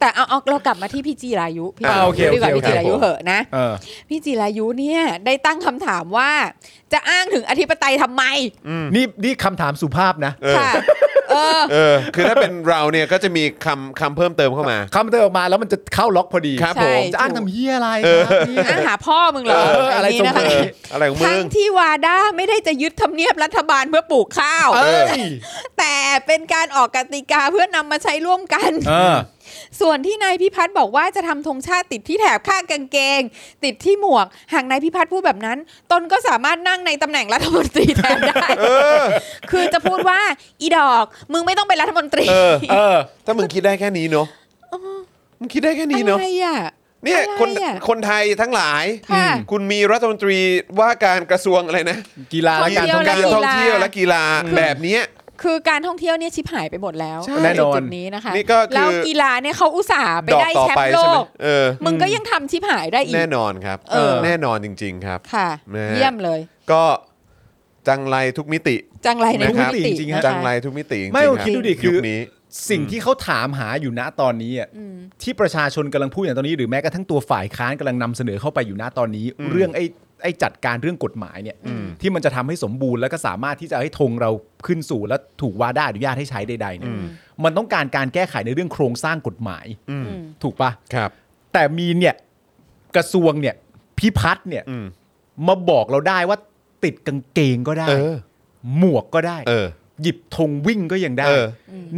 [SPEAKER 4] แต่เอาเอาเรากลับมาที่พี่จีรายุพี่
[SPEAKER 3] อ่าโอเค
[SPEAKER 4] ดีกว่า
[SPEAKER 3] โอเค
[SPEAKER 4] พี่จีรายุ
[SPEAKER 3] ครับผม
[SPEAKER 4] เหอะนะ
[SPEAKER 3] เออ
[SPEAKER 4] พี่จีรายุเนี่ยได้ตั้งคำถามว่า จะอ้างถึงอธิปไตยทำไม
[SPEAKER 3] นี่นี่คำถามสุภาพนะ
[SPEAKER 2] เออ
[SPEAKER 4] ค่ะ เออ
[SPEAKER 2] เออ คือถ้าเป็นเราเนี่ยก็จะมีคำคำเพิ่มเติมเข้ามา
[SPEAKER 3] คำเติมออกมาแล้วมันจะเข้าล็อกพอดี
[SPEAKER 2] ครับ
[SPEAKER 4] ใช่
[SPEAKER 2] ผม
[SPEAKER 3] จะอ้างทำเฮียอะไรครับเนี่ย
[SPEAKER 4] อ้างหาพ่อมึงเหรอ
[SPEAKER 3] เอออะไร
[SPEAKER 4] ย่างนี้
[SPEAKER 3] ทรง
[SPEAKER 4] ค
[SPEAKER 3] เออ
[SPEAKER 2] อะไรของมึ
[SPEAKER 4] ทั้ง
[SPEAKER 2] ง
[SPEAKER 4] ที่วาด้าไม่ได้จะยึดทำเนียบรัฐบาลเพื่อปลูกข้าว
[SPEAKER 3] เอ้ย
[SPEAKER 4] แต่เป็นการออกกติกาเพื่อนำมาใช้ร่วมกัน
[SPEAKER 3] เออ
[SPEAKER 4] ส่วนที่นายพิพัฒน์บอกว่าจะทำธงชาติติดที่แถบข้างกางเกง ติดที่หมวก หากนายพิพัฒน์พูดแบบนั้น ตนก็สามารถนั่งในตำแหน่งรัฐมนตรีแทนได้ คือจะพูดว่า อีดอก มึงไม่ต้องเป็นรัฐมนตรี
[SPEAKER 2] เออ
[SPEAKER 3] เออ
[SPEAKER 2] ถ้ามึงคิดได้แค่นี้เนาะมึงคิดได้แค่นี้เนาะ
[SPEAKER 4] อะไรอ่ะ
[SPEAKER 2] เนี่ย
[SPEAKER 4] อะไร
[SPEAKER 2] คน
[SPEAKER 4] อ่ะ
[SPEAKER 2] คนไทยทั้งหลาย
[SPEAKER 4] ค่ะ
[SPEAKER 2] คุณมีรัฐมนตรีว่าการกระทรวงอะไรนะ
[SPEAKER 3] กีฬาและการ
[SPEAKER 4] เที่ยว
[SPEAKER 3] ท่อง
[SPEAKER 4] และ
[SPEAKER 2] การท่อง
[SPEAKER 3] เที่ยว
[SPEAKER 2] เที่ยวและกีฬาแบบเนี้ย
[SPEAKER 4] คือการท่องเที่ยวเนี่ยชิบหายไปหมดแล้ว
[SPEAKER 3] ใช่แน่นอน
[SPEAKER 4] จุดๆนี้นะคะ
[SPEAKER 2] นี่ก็คือ
[SPEAKER 4] แล้วกีฬาเนี่ยเขาอุตส่าห์ไป
[SPEAKER 2] ดอก
[SPEAKER 4] ได้
[SPEAKER 2] ต่อ
[SPEAKER 4] แชม
[SPEAKER 2] ไป
[SPEAKER 4] ป์โล
[SPEAKER 2] ใช่ไหม
[SPEAKER 4] ก
[SPEAKER 2] เออ
[SPEAKER 4] มึงก็ยังทำชิบหายได้อีก
[SPEAKER 2] แน่นอนครับ
[SPEAKER 4] เออ
[SPEAKER 2] แน่นอนจริง ๆ ครับ
[SPEAKER 4] ค่ะ
[SPEAKER 2] แน่
[SPEAKER 4] เยี่ยมเลย
[SPEAKER 2] ก็จังไรทุกมิติ
[SPEAKER 4] จังไรใน
[SPEAKER 2] นะค
[SPEAKER 4] ทุ
[SPEAKER 2] รั
[SPEAKER 4] ก
[SPEAKER 2] บ
[SPEAKER 4] มิติ
[SPEAKER 3] จริงๆ
[SPEAKER 4] นะ
[SPEAKER 3] ฮะ
[SPEAKER 4] คะ
[SPEAKER 2] จังไรทุกมิติจริงๆ
[SPEAKER 3] ไม่
[SPEAKER 2] ค
[SPEAKER 3] โอ
[SPEAKER 2] รับ
[SPEAKER 3] เคดูดิคือ
[SPEAKER 2] ยุคนี้
[SPEAKER 3] สิ่งที่เขาถามหาอยู่ณตอนนี้อ่ะ
[SPEAKER 4] อืม
[SPEAKER 3] ที่ประชาชนกำลังพูดอย่างตอนนี้ หรือแม้กระทั่งตัวฝ่ายค้านกำลังนำเสนอเข้าไปอยู่ณตอนนี้ เรื่องไอ้ไอ้จัดการเรื่องกฎหมายเนี่ยที่มันจะทำให้สมบูรณ์แล้วก็สามารถที่จะให้ธงเราขึ้นสู่และถูกวาด้าอนุญาตให้ใช้ใดๆเนี่ยมันต้องการการแก้ไขในเรื่องโครงสร้างกฎหมาย
[SPEAKER 4] อืม
[SPEAKER 3] ถูกปะ
[SPEAKER 2] ครับ
[SPEAKER 3] แต่มีเนี่ยกระทรวงเนี่ยพิพัฒน์เนี่ย
[SPEAKER 2] อืม
[SPEAKER 3] มาบอกเราได้ว่าติดกางเกงก็ได้
[SPEAKER 2] เออ
[SPEAKER 3] หมวกก็ได้
[SPEAKER 2] เออ
[SPEAKER 3] หยิบธงวิ่งก็ยังได้
[SPEAKER 2] เออ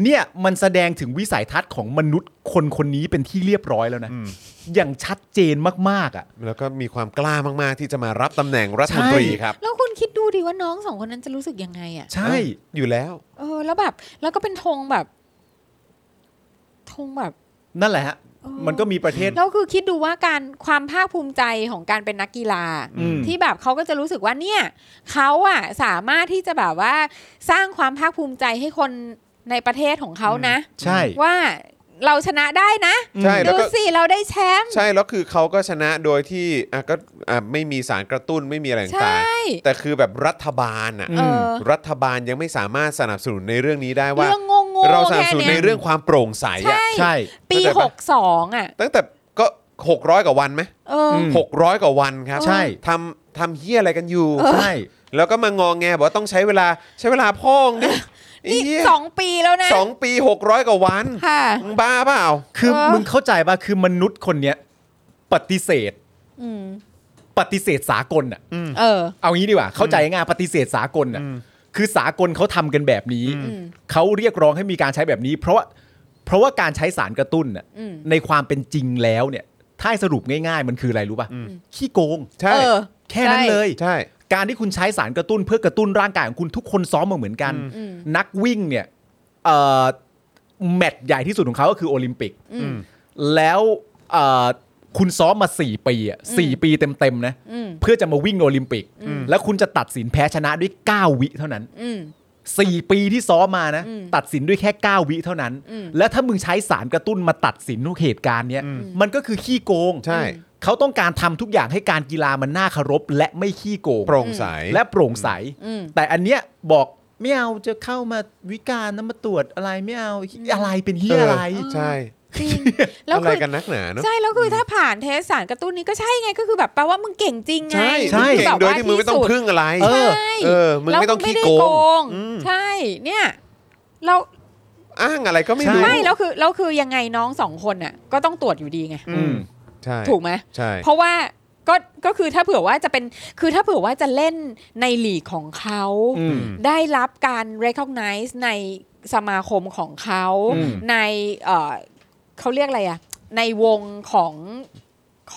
[SPEAKER 3] เนี่ยมันแสดงถึงวิสัยทัศน์ของมนุษย์คนคนนี้เป็นที่เรียบร้อยแล้วนะ อย่างชัดเจนมากๆอ่ะ
[SPEAKER 2] แล้วก็มีความกล้ามากๆ ที่จะมารับตำแหน่งรัฐมนตรี
[SPEAKER 3] ใช่
[SPEAKER 2] ครับ
[SPEAKER 4] แล้วคุณคิดดูดิว่าน้องสองคนนั้นจะรู้สึกยังไงอ่ะ
[SPEAKER 3] ใช่
[SPEAKER 2] อยู่แล้ว
[SPEAKER 4] เออ แล้วแบบ แล้วก็เป็นธงแบบธงแบบ
[SPEAKER 3] นั่นแหละฮะ มันก็มีประเทศ
[SPEAKER 4] แล้วคือคิดดูว่าการความภาคภูมิใจของการเป็นนักกีฬา
[SPEAKER 3] อืม
[SPEAKER 4] ที่แบบเขาก็จะรู้สึกว่าเนี่ยเขาอะสามารถที่จะแบบว่าสร้างความภาคภูมิใจให้คนในประเทศของเขานะ
[SPEAKER 3] ใช่
[SPEAKER 4] ว่าเราชนะได้นะ
[SPEAKER 2] ใช่แล้ว
[SPEAKER 4] ดู
[SPEAKER 2] ก็
[SPEAKER 4] สิเราได้แชมป์
[SPEAKER 2] ใช่แล้วคือเขาก็ชนะโดยที่อ่ะก็อ่ะไม่มีสารกระตุ้นไม่มีอะไร
[SPEAKER 4] ใช
[SPEAKER 2] ต่าง่ ๆแต่คือแบบรัฐบาลอ่ะ
[SPEAKER 4] เออ
[SPEAKER 2] รัฐบาลยังไม่สามารถสนับสนุนในเรื่องนี้ได้ว่า
[SPEAKER 4] เรื่องงง
[SPEAKER 2] เรา
[SPEAKER 4] ๆ
[SPEAKER 2] สนับ
[SPEAKER 4] แค่
[SPEAKER 2] สนุน
[SPEAKER 4] เนี้
[SPEAKER 2] ใน
[SPEAKER 4] ย
[SPEAKER 2] เรื่องความโปร่งใสอ่ะ
[SPEAKER 4] ใช่
[SPEAKER 3] ใช่
[SPEAKER 4] ปี
[SPEAKER 2] เข้าใจปะ
[SPEAKER 4] หกสองอ่ะ
[SPEAKER 2] ตั้งแต่ก็ 600กว่าวันไหม
[SPEAKER 4] เอออ
[SPEAKER 3] ม
[SPEAKER 2] หกร้อยกว่าวันครับ
[SPEAKER 3] ใช่
[SPEAKER 2] ทำทำเฮี้ยอะไรกันอยู่
[SPEAKER 3] ใช่
[SPEAKER 2] แล้วก็มางองแงบอกว่าต้องใช้เวลาใช้เวลาพ่องดิ
[SPEAKER 4] นี่
[SPEAKER 2] ไเหี้ย
[SPEAKER 4] สองปีแล้วนะ
[SPEAKER 2] สองปี 600กว่าวัน
[SPEAKER 4] ค่ะ
[SPEAKER 2] มึงบ้าเปล่า
[SPEAKER 3] คือ
[SPEAKER 4] เออ
[SPEAKER 3] มึงเข้าใจป่ะ คือมนุษย์คนเนี้ยปฏิเสธ
[SPEAKER 4] อืม
[SPEAKER 3] ปฏิเสธสากลอ่ะ
[SPEAKER 4] เออ
[SPEAKER 3] เอางี้ดีกว่า เข้าใจง่ายๆปฏิเสธสากลน่ะคือสากลเขาทำกันแบบนี้ เขาเรียกร้องให้มีการใช้แบบนี้ เพราะว่าเพราะว่าการใช้สารกระตุ้นน่ะ
[SPEAKER 4] อืม
[SPEAKER 3] ในความเป็นจริงแล้วเนี่ย ถ้าให้สรุปง่ายๆ มันคืออะไรรู้ป่ะขี้โกง
[SPEAKER 2] ใช่
[SPEAKER 4] เออ
[SPEAKER 3] แค่นั้นเลย
[SPEAKER 2] ใช่
[SPEAKER 3] การที่คุณใช้สารกระตุ้นเพื่อกระตุ้นร่างกายของคุณทุกคนซ้อมมาเหมือนกัน
[SPEAKER 4] อืม
[SPEAKER 3] นักวิ่งเนี่ยเอ่อแมตช์ใหญ่ที่สุดของเขาก็คือโอลิมปิก
[SPEAKER 4] อืม
[SPEAKER 3] แล้วเอ่อคุณซ้อมมา 4 ปีอ่ะสี่ปีเต็มๆนะ
[SPEAKER 4] อืม
[SPEAKER 3] เพื่อจะมาวิ่งโอลิมปิก แล้วคุณจะตัดสินแพ้ชนะด้วย 9 วิเท่านั้น
[SPEAKER 4] อืม
[SPEAKER 3] 4 ปีที่ซ้อมมานะ
[SPEAKER 4] อืม
[SPEAKER 3] ตัดสินด้วยแค่ 9 วิเท่านั้น
[SPEAKER 4] อืม
[SPEAKER 3] แล้วถ้ามึงใช้สารกระตุ้นมาตัดสินทุกเหตุการณ์เนี้ยมันก็คือขี้โกง
[SPEAKER 2] ใช่
[SPEAKER 3] เขาต้องการทำทุกอย่างให้การกีฬามันน่าเคารพและไม่ขี้โกง
[SPEAKER 2] โปร่งใส
[SPEAKER 3] และโปร่งใส
[SPEAKER 4] อืม
[SPEAKER 3] แต่อันเนี้ยบอกไม่เอาจะเข้ามาวิการนะมาตรวจอะไรไม่เอาอะไรเป็นเฮียอะไร
[SPEAKER 2] เใช่
[SPEAKER 4] จริง แล้ว
[SPEAKER 2] อะไร
[SPEAKER 4] คือ
[SPEAKER 2] กันนักหนาเนาะ
[SPEAKER 4] ใช่ แล้วคือถ้าผ่านเทสสารกระตุ้นนี้ก็ใช่ไงก็คือแบบแปลว่ามึงเก่งจริงไง
[SPEAKER 2] ใช่
[SPEAKER 3] ใช่
[SPEAKER 2] มึง
[SPEAKER 4] คือ
[SPEAKER 2] เก่ง
[SPEAKER 4] แบบ
[SPEAKER 2] โดย
[SPEAKER 4] ว่า
[SPEAKER 2] ที่มึงไม่ต้อง
[SPEAKER 4] สุด
[SPEAKER 2] พึ่งอะไร
[SPEAKER 3] เอ
[SPEAKER 4] ใช่
[SPEAKER 3] อ
[SPEAKER 2] เออมึงไม่ต้องขี้โกง
[SPEAKER 4] แล้วมึง
[SPEAKER 2] อืม
[SPEAKER 4] ใช่ เนี่ยเรา
[SPEAKER 2] อ้างอะไรก็ไม่รู้
[SPEAKER 4] ไม่แล้วคือแล้วคือยังไงน้องสองคนน่ะ ก็ต้องตรวจอยู่ดีไง
[SPEAKER 2] อืมใช่
[SPEAKER 4] ถูกไหม
[SPEAKER 2] ใช่
[SPEAKER 4] เพราะว่าก็ก็คือถ้าเผื่อว่าจะเป็นคือถ้าเผื่อว่าจะเล่นในหลีกของเขา
[SPEAKER 3] อืม
[SPEAKER 4] ได้รับการ recognize ในสมาคมของเขา
[SPEAKER 3] อืม
[SPEAKER 4] ในเอ่อเขาเรียกอะไรอะในวงของ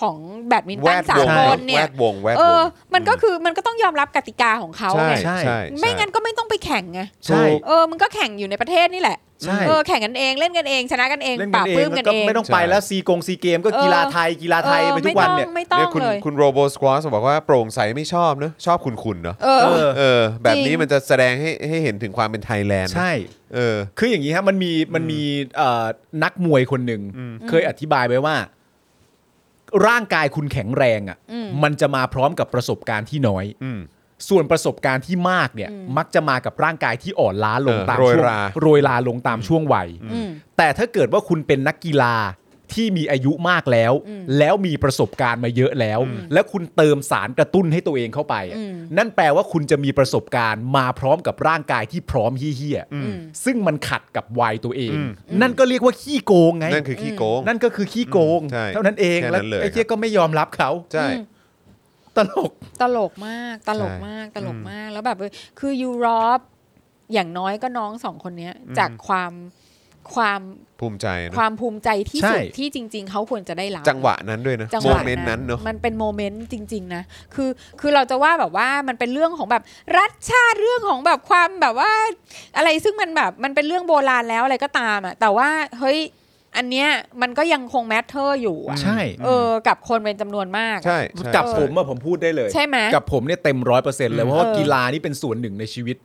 [SPEAKER 4] ของแบดมิน
[SPEAKER 2] แว
[SPEAKER 4] ตัน
[SPEAKER 2] ด
[SPEAKER 4] สาว ว
[SPEAKER 2] ง
[SPEAKER 4] ค
[SPEAKER 2] แวด
[SPEAKER 4] น
[SPEAKER 2] วง
[SPEAKER 4] เนี่ย
[SPEAKER 2] แวดวง
[SPEAKER 4] เออ มันก็คือมันก็ต้องยอมรับกติกาของเขา
[SPEAKER 2] ใช่
[SPEAKER 4] ไง
[SPEAKER 2] ใช่ใช่
[SPEAKER 4] ไม่งั้นก็ไม่ต้องไปแข่งไง
[SPEAKER 3] ใช่
[SPEAKER 4] เออมันก็แข่งอยู่ในประเทศนี่แหละ
[SPEAKER 3] ใช่
[SPEAKER 4] เออแข่งกันเองเล่นกันเอง ชนะกันเอง
[SPEAKER 3] เล่น
[SPEAKER 4] ป
[SPEAKER 3] กั
[SPEAKER 4] ราบ
[SPEAKER 3] นเอ
[SPEAKER 4] ปลื้
[SPEAKER 3] ง
[SPEAKER 4] ม
[SPEAKER 3] แล้ว
[SPEAKER 4] กั
[SPEAKER 3] น ก็
[SPEAKER 4] เอง
[SPEAKER 3] ไม่ต้องไปแล้วซีกงซีเกมก็กีฬาไทยกีฬาไทย
[SPEAKER 4] เออ
[SPEAKER 3] ไปทุกวันเนี่ย
[SPEAKER 4] ไม่ต้อง
[SPEAKER 2] เนี่ย
[SPEAKER 4] ไม่ต้อง
[SPEAKER 2] คุณ
[SPEAKER 4] เลย
[SPEAKER 2] คุณโรโบสควอสบอกว่าโปร่งใสไม่ชอบเนอะชอบคุณคุณเนอะ
[SPEAKER 4] เออ
[SPEAKER 3] เออ
[SPEAKER 2] เออ แบบนี้
[SPEAKER 4] จริง
[SPEAKER 2] มันจะแสดงให้ให้เห็นถึงความเป็นไทยแลนด์นะ
[SPEAKER 3] ใช่
[SPEAKER 2] เออ
[SPEAKER 3] คืออย่างนี้ฮะมันมีมันมีเอ่อนักมวยคนหนึ่งเคยอธิบายไว้ว่า ร่างกายคุณแข็งแรงอ่ะ
[SPEAKER 4] อืม
[SPEAKER 3] มันจะมาพร้อมกับประสบการณ์ที่น้อย
[SPEAKER 2] อืม
[SPEAKER 3] ส่วนประสบการณ์ที่มากเนี่ย มักจะมากับร่างกายที่อ่อนล้าลง
[SPEAKER 2] เออ
[SPEAKER 3] ตาม
[SPEAKER 2] โรย
[SPEAKER 3] ช่วง
[SPEAKER 2] รา
[SPEAKER 3] โรยลาลงตามช่วงวัย
[SPEAKER 4] อืม
[SPEAKER 3] แต่ถ้าเกิดว่าคุณเป็นนักกีฬาที่มีอายุมากแล้ว
[SPEAKER 4] อืม
[SPEAKER 3] แล้วมีประสบการณ์มาเยอะแล้ว และคุณเติมสารกระตุ้นให้ตัวเองเข้าไปอะ
[SPEAKER 4] อืม
[SPEAKER 3] นั่นแปลว่าคุณจะมีประสบการณ์มาพร้อมกับร่างกายที่พร้อมเฮี้ยๆ
[SPEAKER 4] อืม
[SPEAKER 3] ซึ่งมันขัดกับวัยตัวเอง นั่นก็เรียกว่าขี้โกงไง
[SPEAKER 2] นั่นคือขี้โกง
[SPEAKER 3] นั่นก็คือขี้โกง
[SPEAKER 2] อืมใช่
[SPEAKER 3] เท่านั้นเอง
[SPEAKER 2] แค่นั้
[SPEAKER 3] แล้ว
[SPEAKER 2] นเลย
[SPEAKER 3] ไอ้เหี้ยก็ไม่ยอมรับเขา
[SPEAKER 2] ใช่
[SPEAKER 4] อืม
[SPEAKER 3] ตลก
[SPEAKER 4] ตลกมาก ตลก
[SPEAKER 2] ใช่
[SPEAKER 4] มาก ตลกมาก แล้วแบบเออคือยูโรปอย่างน้อยก็น้องสองคนเนี้ย จากความความ
[SPEAKER 2] ภูมิใจเน
[SPEAKER 4] ค
[SPEAKER 2] อะ
[SPEAKER 4] วามภูมิใจที่
[SPEAKER 3] ใช่
[SPEAKER 4] สุดที่จริง ๆ เขาควรจะได้รับ
[SPEAKER 2] จังหวะนั้นด้วยนะ
[SPEAKER 4] จังห
[SPEAKER 2] โม
[SPEAKER 4] วะ
[SPEAKER 2] เมนต์นั้นเนอะ
[SPEAKER 4] มันเป็นโมเมนต์จริง ๆ นะ คือคือเราจะว่าแบบว่ามันเป็นเรื่องของแบบรัฐชาติเรื่องของแบบความแบบว่า อะไรซึ่งมันแบบมันเป็นเรื่องโบราณแล้วอะไรก็ตามอ่ะแต่ว่าเฮ้ยอันเนี้ยมันก็ยังคงแมทเทอร์อยู่อ่ะ
[SPEAKER 3] ใช่
[SPEAKER 4] เออกับคนเป็นจำนวนมากอะ
[SPEAKER 2] ใช่ใช่
[SPEAKER 3] กับ
[SPEAKER 2] ใช่
[SPEAKER 3] ผมอะผมพูดได้เลย
[SPEAKER 4] ใช่ไหม
[SPEAKER 3] กับผมเนี่ยเต็มร้อยเปอร์เซ็นต์เลยเพราะว่า
[SPEAKER 4] เออ
[SPEAKER 3] กีฬานี่เป็นส่วนหนึ่งในชีวิต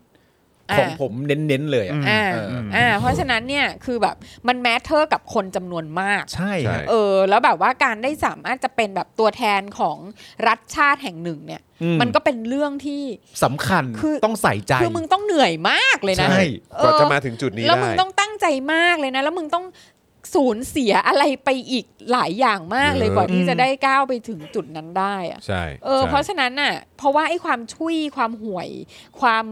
[SPEAKER 4] อ่า
[SPEAKER 3] ของผมเน้นๆเลยอะ
[SPEAKER 4] อ่า
[SPEAKER 3] เออ
[SPEAKER 4] อ่าเพราะฉะนั้นเนี่ยคือแบบมันแมทเทอร์กับคนจำนวนมาก
[SPEAKER 3] ใช่
[SPEAKER 2] ใช่
[SPEAKER 3] ฮะ
[SPEAKER 4] เออแล้วแบบว่าการได้สามารถจะเป็นแบบตัวแทนของรัฐชาติแห่งหนึ่งเนี่ย
[SPEAKER 3] อื
[SPEAKER 4] มันก็เป็นเรื่องที่
[SPEAKER 3] สำคัญ
[SPEAKER 4] คือ
[SPEAKER 3] ต้องใส่ใจ
[SPEAKER 4] คือมึงต้องเหนื่อยมากเลยนะ
[SPEAKER 3] ใช่
[SPEAKER 4] เออ
[SPEAKER 2] กว่าจะมาถึงจุดนี้
[SPEAKER 4] แล้ว
[SPEAKER 2] ได้
[SPEAKER 4] มึงต้องตั้งใจมากเลยนะ แล้วมึงต้องสูญเสียอะไรไปอีกหลายอย่างมากเลย
[SPEAKER 2] เยอะ
[SPEAKER 4] กว่าที่จะได้ก้าวไปถึงจุดนั้นได้อะ
[SPEAKER 2] ใช่
[SPEAKER 4] เออ
[SPEAKER 2] ใช่
[SPEAKER 4] เพราะฉะนั้นน่ะ เพราะว่าไอ้ความช่วยความห่วย ความ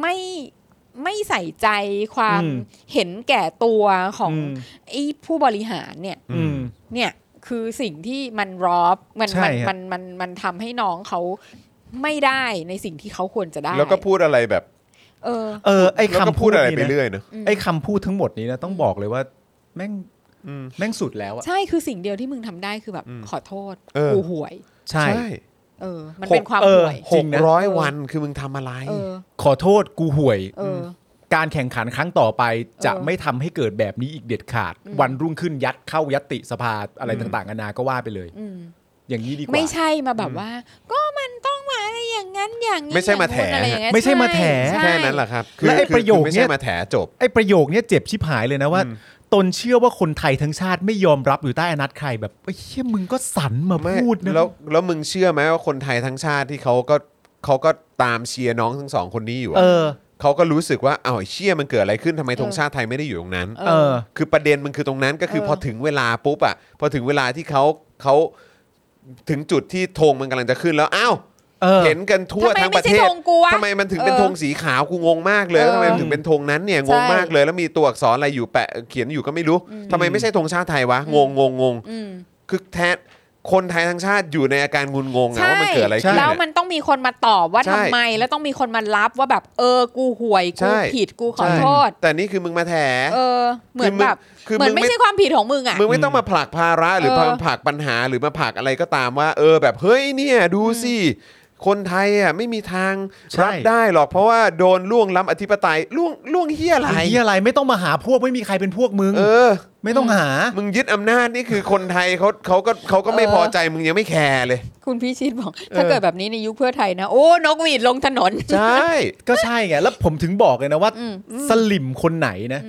[SPEAKER 4] ไม่ไม่ใส่ใจความ
[SPEAKER 3] อืม
[SPEAKER 4] เห็นแก่ตัวของ
[SPEAKER 3] อืม
[SPEAKER 4] ไอ้ผู้บริหารเนี่ย
[SPEAKER 2] อื
[SPEAKER 3] อื
[SPEAKER 2] ม
[SPEAKER 3] ม
[SPEAKER 4] เนี่ยคือสิ่งที่มันรอบ มัน
[SPEAKER 3] ใช่
[SPEAKER 4] มัน
[SPEAKER 3] ฮะ
[SPEAKER 4] มันมันมันทำให้น้องเขาไม่ได้ในสิ่งที่เขาควรจะได้
[SPEAKER 2] แล้วก็พูดอะไรแบบ
[SPEAKER 4] เออ
[SPEAKER 3] เออไอ้
[SPEAKER 2] แล้วก็
[SPEAKER 3] คำ
[SPEAKER 2] พูดอะไรไป
[SPEAKER 3] นี่น
[SPEAKER 2] เรื่อยเนอะ
[SPEAKER 4] อืม
[SPEAKER 3] ไอ้คำพูดทั้งหมดนี้นะต้องบอกเลยว่าแม่งแม่งสุดแล้วอะ
[SPEAKER 4] ใช่คือสิ่งเดียวที่มึงทำได้คือแบบขอโทษ
[SPEAKER 2] เออ
[SPEAKER 4] กูห่วย
[SPEAKER 2] ใช่
[SPEAKER 4] เออ มัน
[SPEAKER 3] หก
[SPEAKER 4] เป็นความ
[SPEAKER 3] เออ
[SPEAKER 4] ห่วย
[SPEAKER 2] ห
[SPEAKER 3] จริ
[SPEAKER 2] ก
[SPEAKER 3] งนะ
[SPEAKER 2] ร้อย
[SPEAKER 4] เออ
[SPEAKER 2] วันคือมึงทำอะไร
[SPEAKER 4] เออ
[SPEAKER 3] ขอโทษกูห่วย
[SPEAKER 4] เออ
[SPEAKER 3] การแข่งขันครั้งต่อไปจะ
[SPEAKER 4] เออ
[SPEAKER 3] ไม่ทำให้เกิดแบบนี้อีกเด็ดขาด
[SPEAKER 4] อืม
[SPEAKER 3] วันรุ่งขึ้นยัดเข้ายัตติสภาอะไรต่างๆนานาก็ว่าไปเลย
[SPEAKER 4] อืม
[SPEAKER 3] อย่างนี้ดีกว่า
[SPEAKER 4] ไม่ใช่มาแบบว่า ก็มันต้องมาอะไรอย่างนั้นอย่างนี้
[SPEAKER 2] ไม่ใช่มาแถ
[SPEAKER 4] อย่งนู้นอะไรอย่างเงี้ย
[SPEAKER 3] ไม่ใช่มาแถ
[SPEAKER 4] ใช่
[SPEAKER 2] แค่นั้นแหละครับ
[SPEAKER 3] และไอ้
[SPEAKER 2] คื
[SPEAKER 3] ประโยค
[SPEAKER 2] คือไม่
[SPEAKER 3] เนี้
[SPEAKER 2] ใช่
[SPEAKER 3] ย
[SPEAKER 2] มาแถจบ
[SPEAKER 3] ไอ้ประโยคเนี้ยเจ็บชิบหายเลยนะว่า ตนเชื่อว่าคนไทยทั้งชาติไม่ยอมรับอยู่ใต้อนัตใครแบบเฮ้ยเหี้ยมึงก็สันมา
[SPEAKER 2] ไม่
[SPEAKER 3] พูดนะ
[SPEAKER 2] แล้วแล้วมึงเชื่อไหมว่าคนไทยทั้งชาติที่เขาก็เขาก็ตามเชียร์น้องทั้งสองคนนี้อยู่อะ
[SPEAKER 3] เออ
[SPEAKER 2] เขาก็รู้สึกว่าอ้าวไอ้เชี่ยมันเกิดอะไรขึ้นทำไมธงชาติไทยไม่ได้อยู่ตรงนั้น
[SPEAKER 3] เออ
[SPEAKER 2] คือประเด็นมันคือตรงนั้นก็คือ
[SPEAKER 4] เออ
[SPEAKER 2] พอถึงเวลาปุ๊บอ่ะพอถึงเวลาที่เขาเขาถึงจุดที่ธงมันกำลังจะขึ้นแล้วอ้าว
[SPEAKER 3] เออ
[SPEAKER 2] เห็นกันทั่ว
[SPEAKER 4] ทำไม
[SPEAKER 2] ทั้งป
[SPEAKER 4] ไม่
[SPEAKER 2] ระ
[SPEAKER 4] ใช่
[SPEAKER 2] เทศ
[SPEAKER 4] ธงกูวะ
[SPEAKER 2] ทำไมมันถึงเป็น
[SPEAKER 4] เออ
[SPEAKER 2] ธงสีขาวกูงงมากเลย
[SPEAKER 4] เออ
[SPEAKER 2] แล้วทำไมมันถึงเป็นธงนั้นเนี่ยงง
[SPEAKER 4] ใช่
[SPEAKER 2] มากเลย แล้วมีตัวอักษรอะไรอยู่แปะเขียนอยู่ก็ไม่รู้ทำไมไม่ใช่ธงชาติไทยวะงงงงงง
[SPEAKER 4] ืม
[SPEAKER 2] คือแทนคนไทยทั้งชาติอยู่ในอาการงุนงงอะ
[SPEAKER 4] ใช่
[SPEAKER 2] ว่ามันเกิดอะไรขึ้น
[SPEAKER 4] แล้วมัน
[SPEAKER 2] เนี่ย
[SPEAKER 4] ต้องมีคนมาตอบว่า
[SPEAKER 2] ใช่
[SPEAKER 4] ทำไม แล้วต้องมีคนมารับว่าแบบ เออ กูห่วย
[SPEAKER 2] ใช่
[SPEAKER 4] กูผิด กูขอโทษ
[SPEAKER 2] แต่นี่คือมึงมาแถ
[SPEAKER 4] เออ เหมือน
[SPEAKER 2] คือมึง
[SPEAKER 4] แบบ
[SPEAKER 2] คือ
[SPEAKER 4] เหมือน
[SPEAKER 2] มึง
[SPEAKER 4] ไม่
[SPEAKER 2] ไม่
[SPEAKER 4] ใช่ความผิดของมึงอ่ะ
[SPEAKER 2] มึงไม่ต้องมาผลักภาระหรือ
[SPEAKER 4] เออ
[SPEAKER 2] มาผลักปัญหาหรือมาผลักอะไรก็ตามว่า เออแบบเฮ้ยเนี่ยดูสิคนไทยอ่ะไม่มีทาง
[SPEAKER 3] ใช่
[SPEAKER 2] รับได้หรอกเพราะว่าโดนล่วงล้ำอธิปไตยล่วงล่วงเฮียอะไร
[SPEAKER 3] ไอ้เหี้ยอะไรไม่ต้องมาหาพวกไม่มีใครเป็นพวกมึง
[SPEAKER 2] เออ
[SPEAKER 3] ไม่ต้องหา
[SPEAKER 2] มึงยึดอำนาจนี่คือคนไทยเขาเขาก็เขาก็ไม่
[SPEAKER 4] เออ
[SPEAKER 2] พอใจมึงยังไม่แคร์เลย
[SPEAKER 4] คุณพิชิตบอก ถ้าเกิดแบบนี้ในยุคเพื่อไทยนะ โอ้นกหวีดลงถนน
[SPEAKER 2] ใช่
[SPEAKER 3] ก็ใช่ไง แล้วผมถึงบอกเลยนะว่า
[SPEAKER 4] อืม
[SPEAKER 3] สลิมคนไหนนะ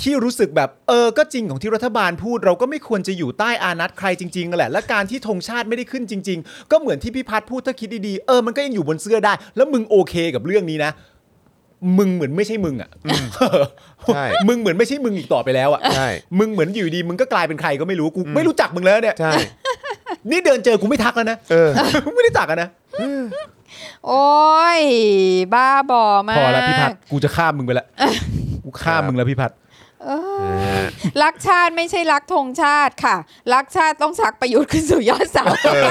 [SPEAKER 3] ที่รู้สึกแบบเออก็จริงของที่รัฐบาลพูด เราก็ไม่ควรจะอยู่ใต้อานัตใครจริงๆนั่นแหละ และการที่ธงชาติไม่ได้ขึ้นจริง ๆ ก็เหมือนที่พี่พัฒน์พูดถ้าคิดดีๆเออมันก็ยังอยู่บนเสื้อได้ แล้วมึงโอเคกับเรื่องนี้นะ มึงเหมือนไม่ใช่มึงอ่ะ
[SPEAKER 2] ใช่
[SPEAKER 3] มึงเหมือนไม่ใช่มึงอีกต่อไปแล้วอ่ะ
[SPEAKER 2] ใช่
[SPEAKER 3] มึงเหมือนอยู่ดีมึงก็กลายเป็นใครก็ไม่รู้กูไม่รู้จักมึงแล้วเนี่ย
[SPEAKER 2] ใช่
[SPEAKER 3] นี่เดินเจอกูไม่ทักแล้วนะ
[SPEAKER 2] เออ
[SPEAKER 3] ไม่รู้จักอะนะ
[SPEAKER 4] โอ้ย บ้าบอมาก
[SPEAKER 3] พอแล้วพี่พัฒน์กูจะข้ามมึงไป ละกูข้ามมึงแล้วพี่พัฒน์
[SPEAKER 4] เออรักชาติไม่ใช่รักธงชาติค่ะ รักชาติต้องชักประยุทธ์ขึ้นสู่ยอดเสา
[SPEAKER 2] เออ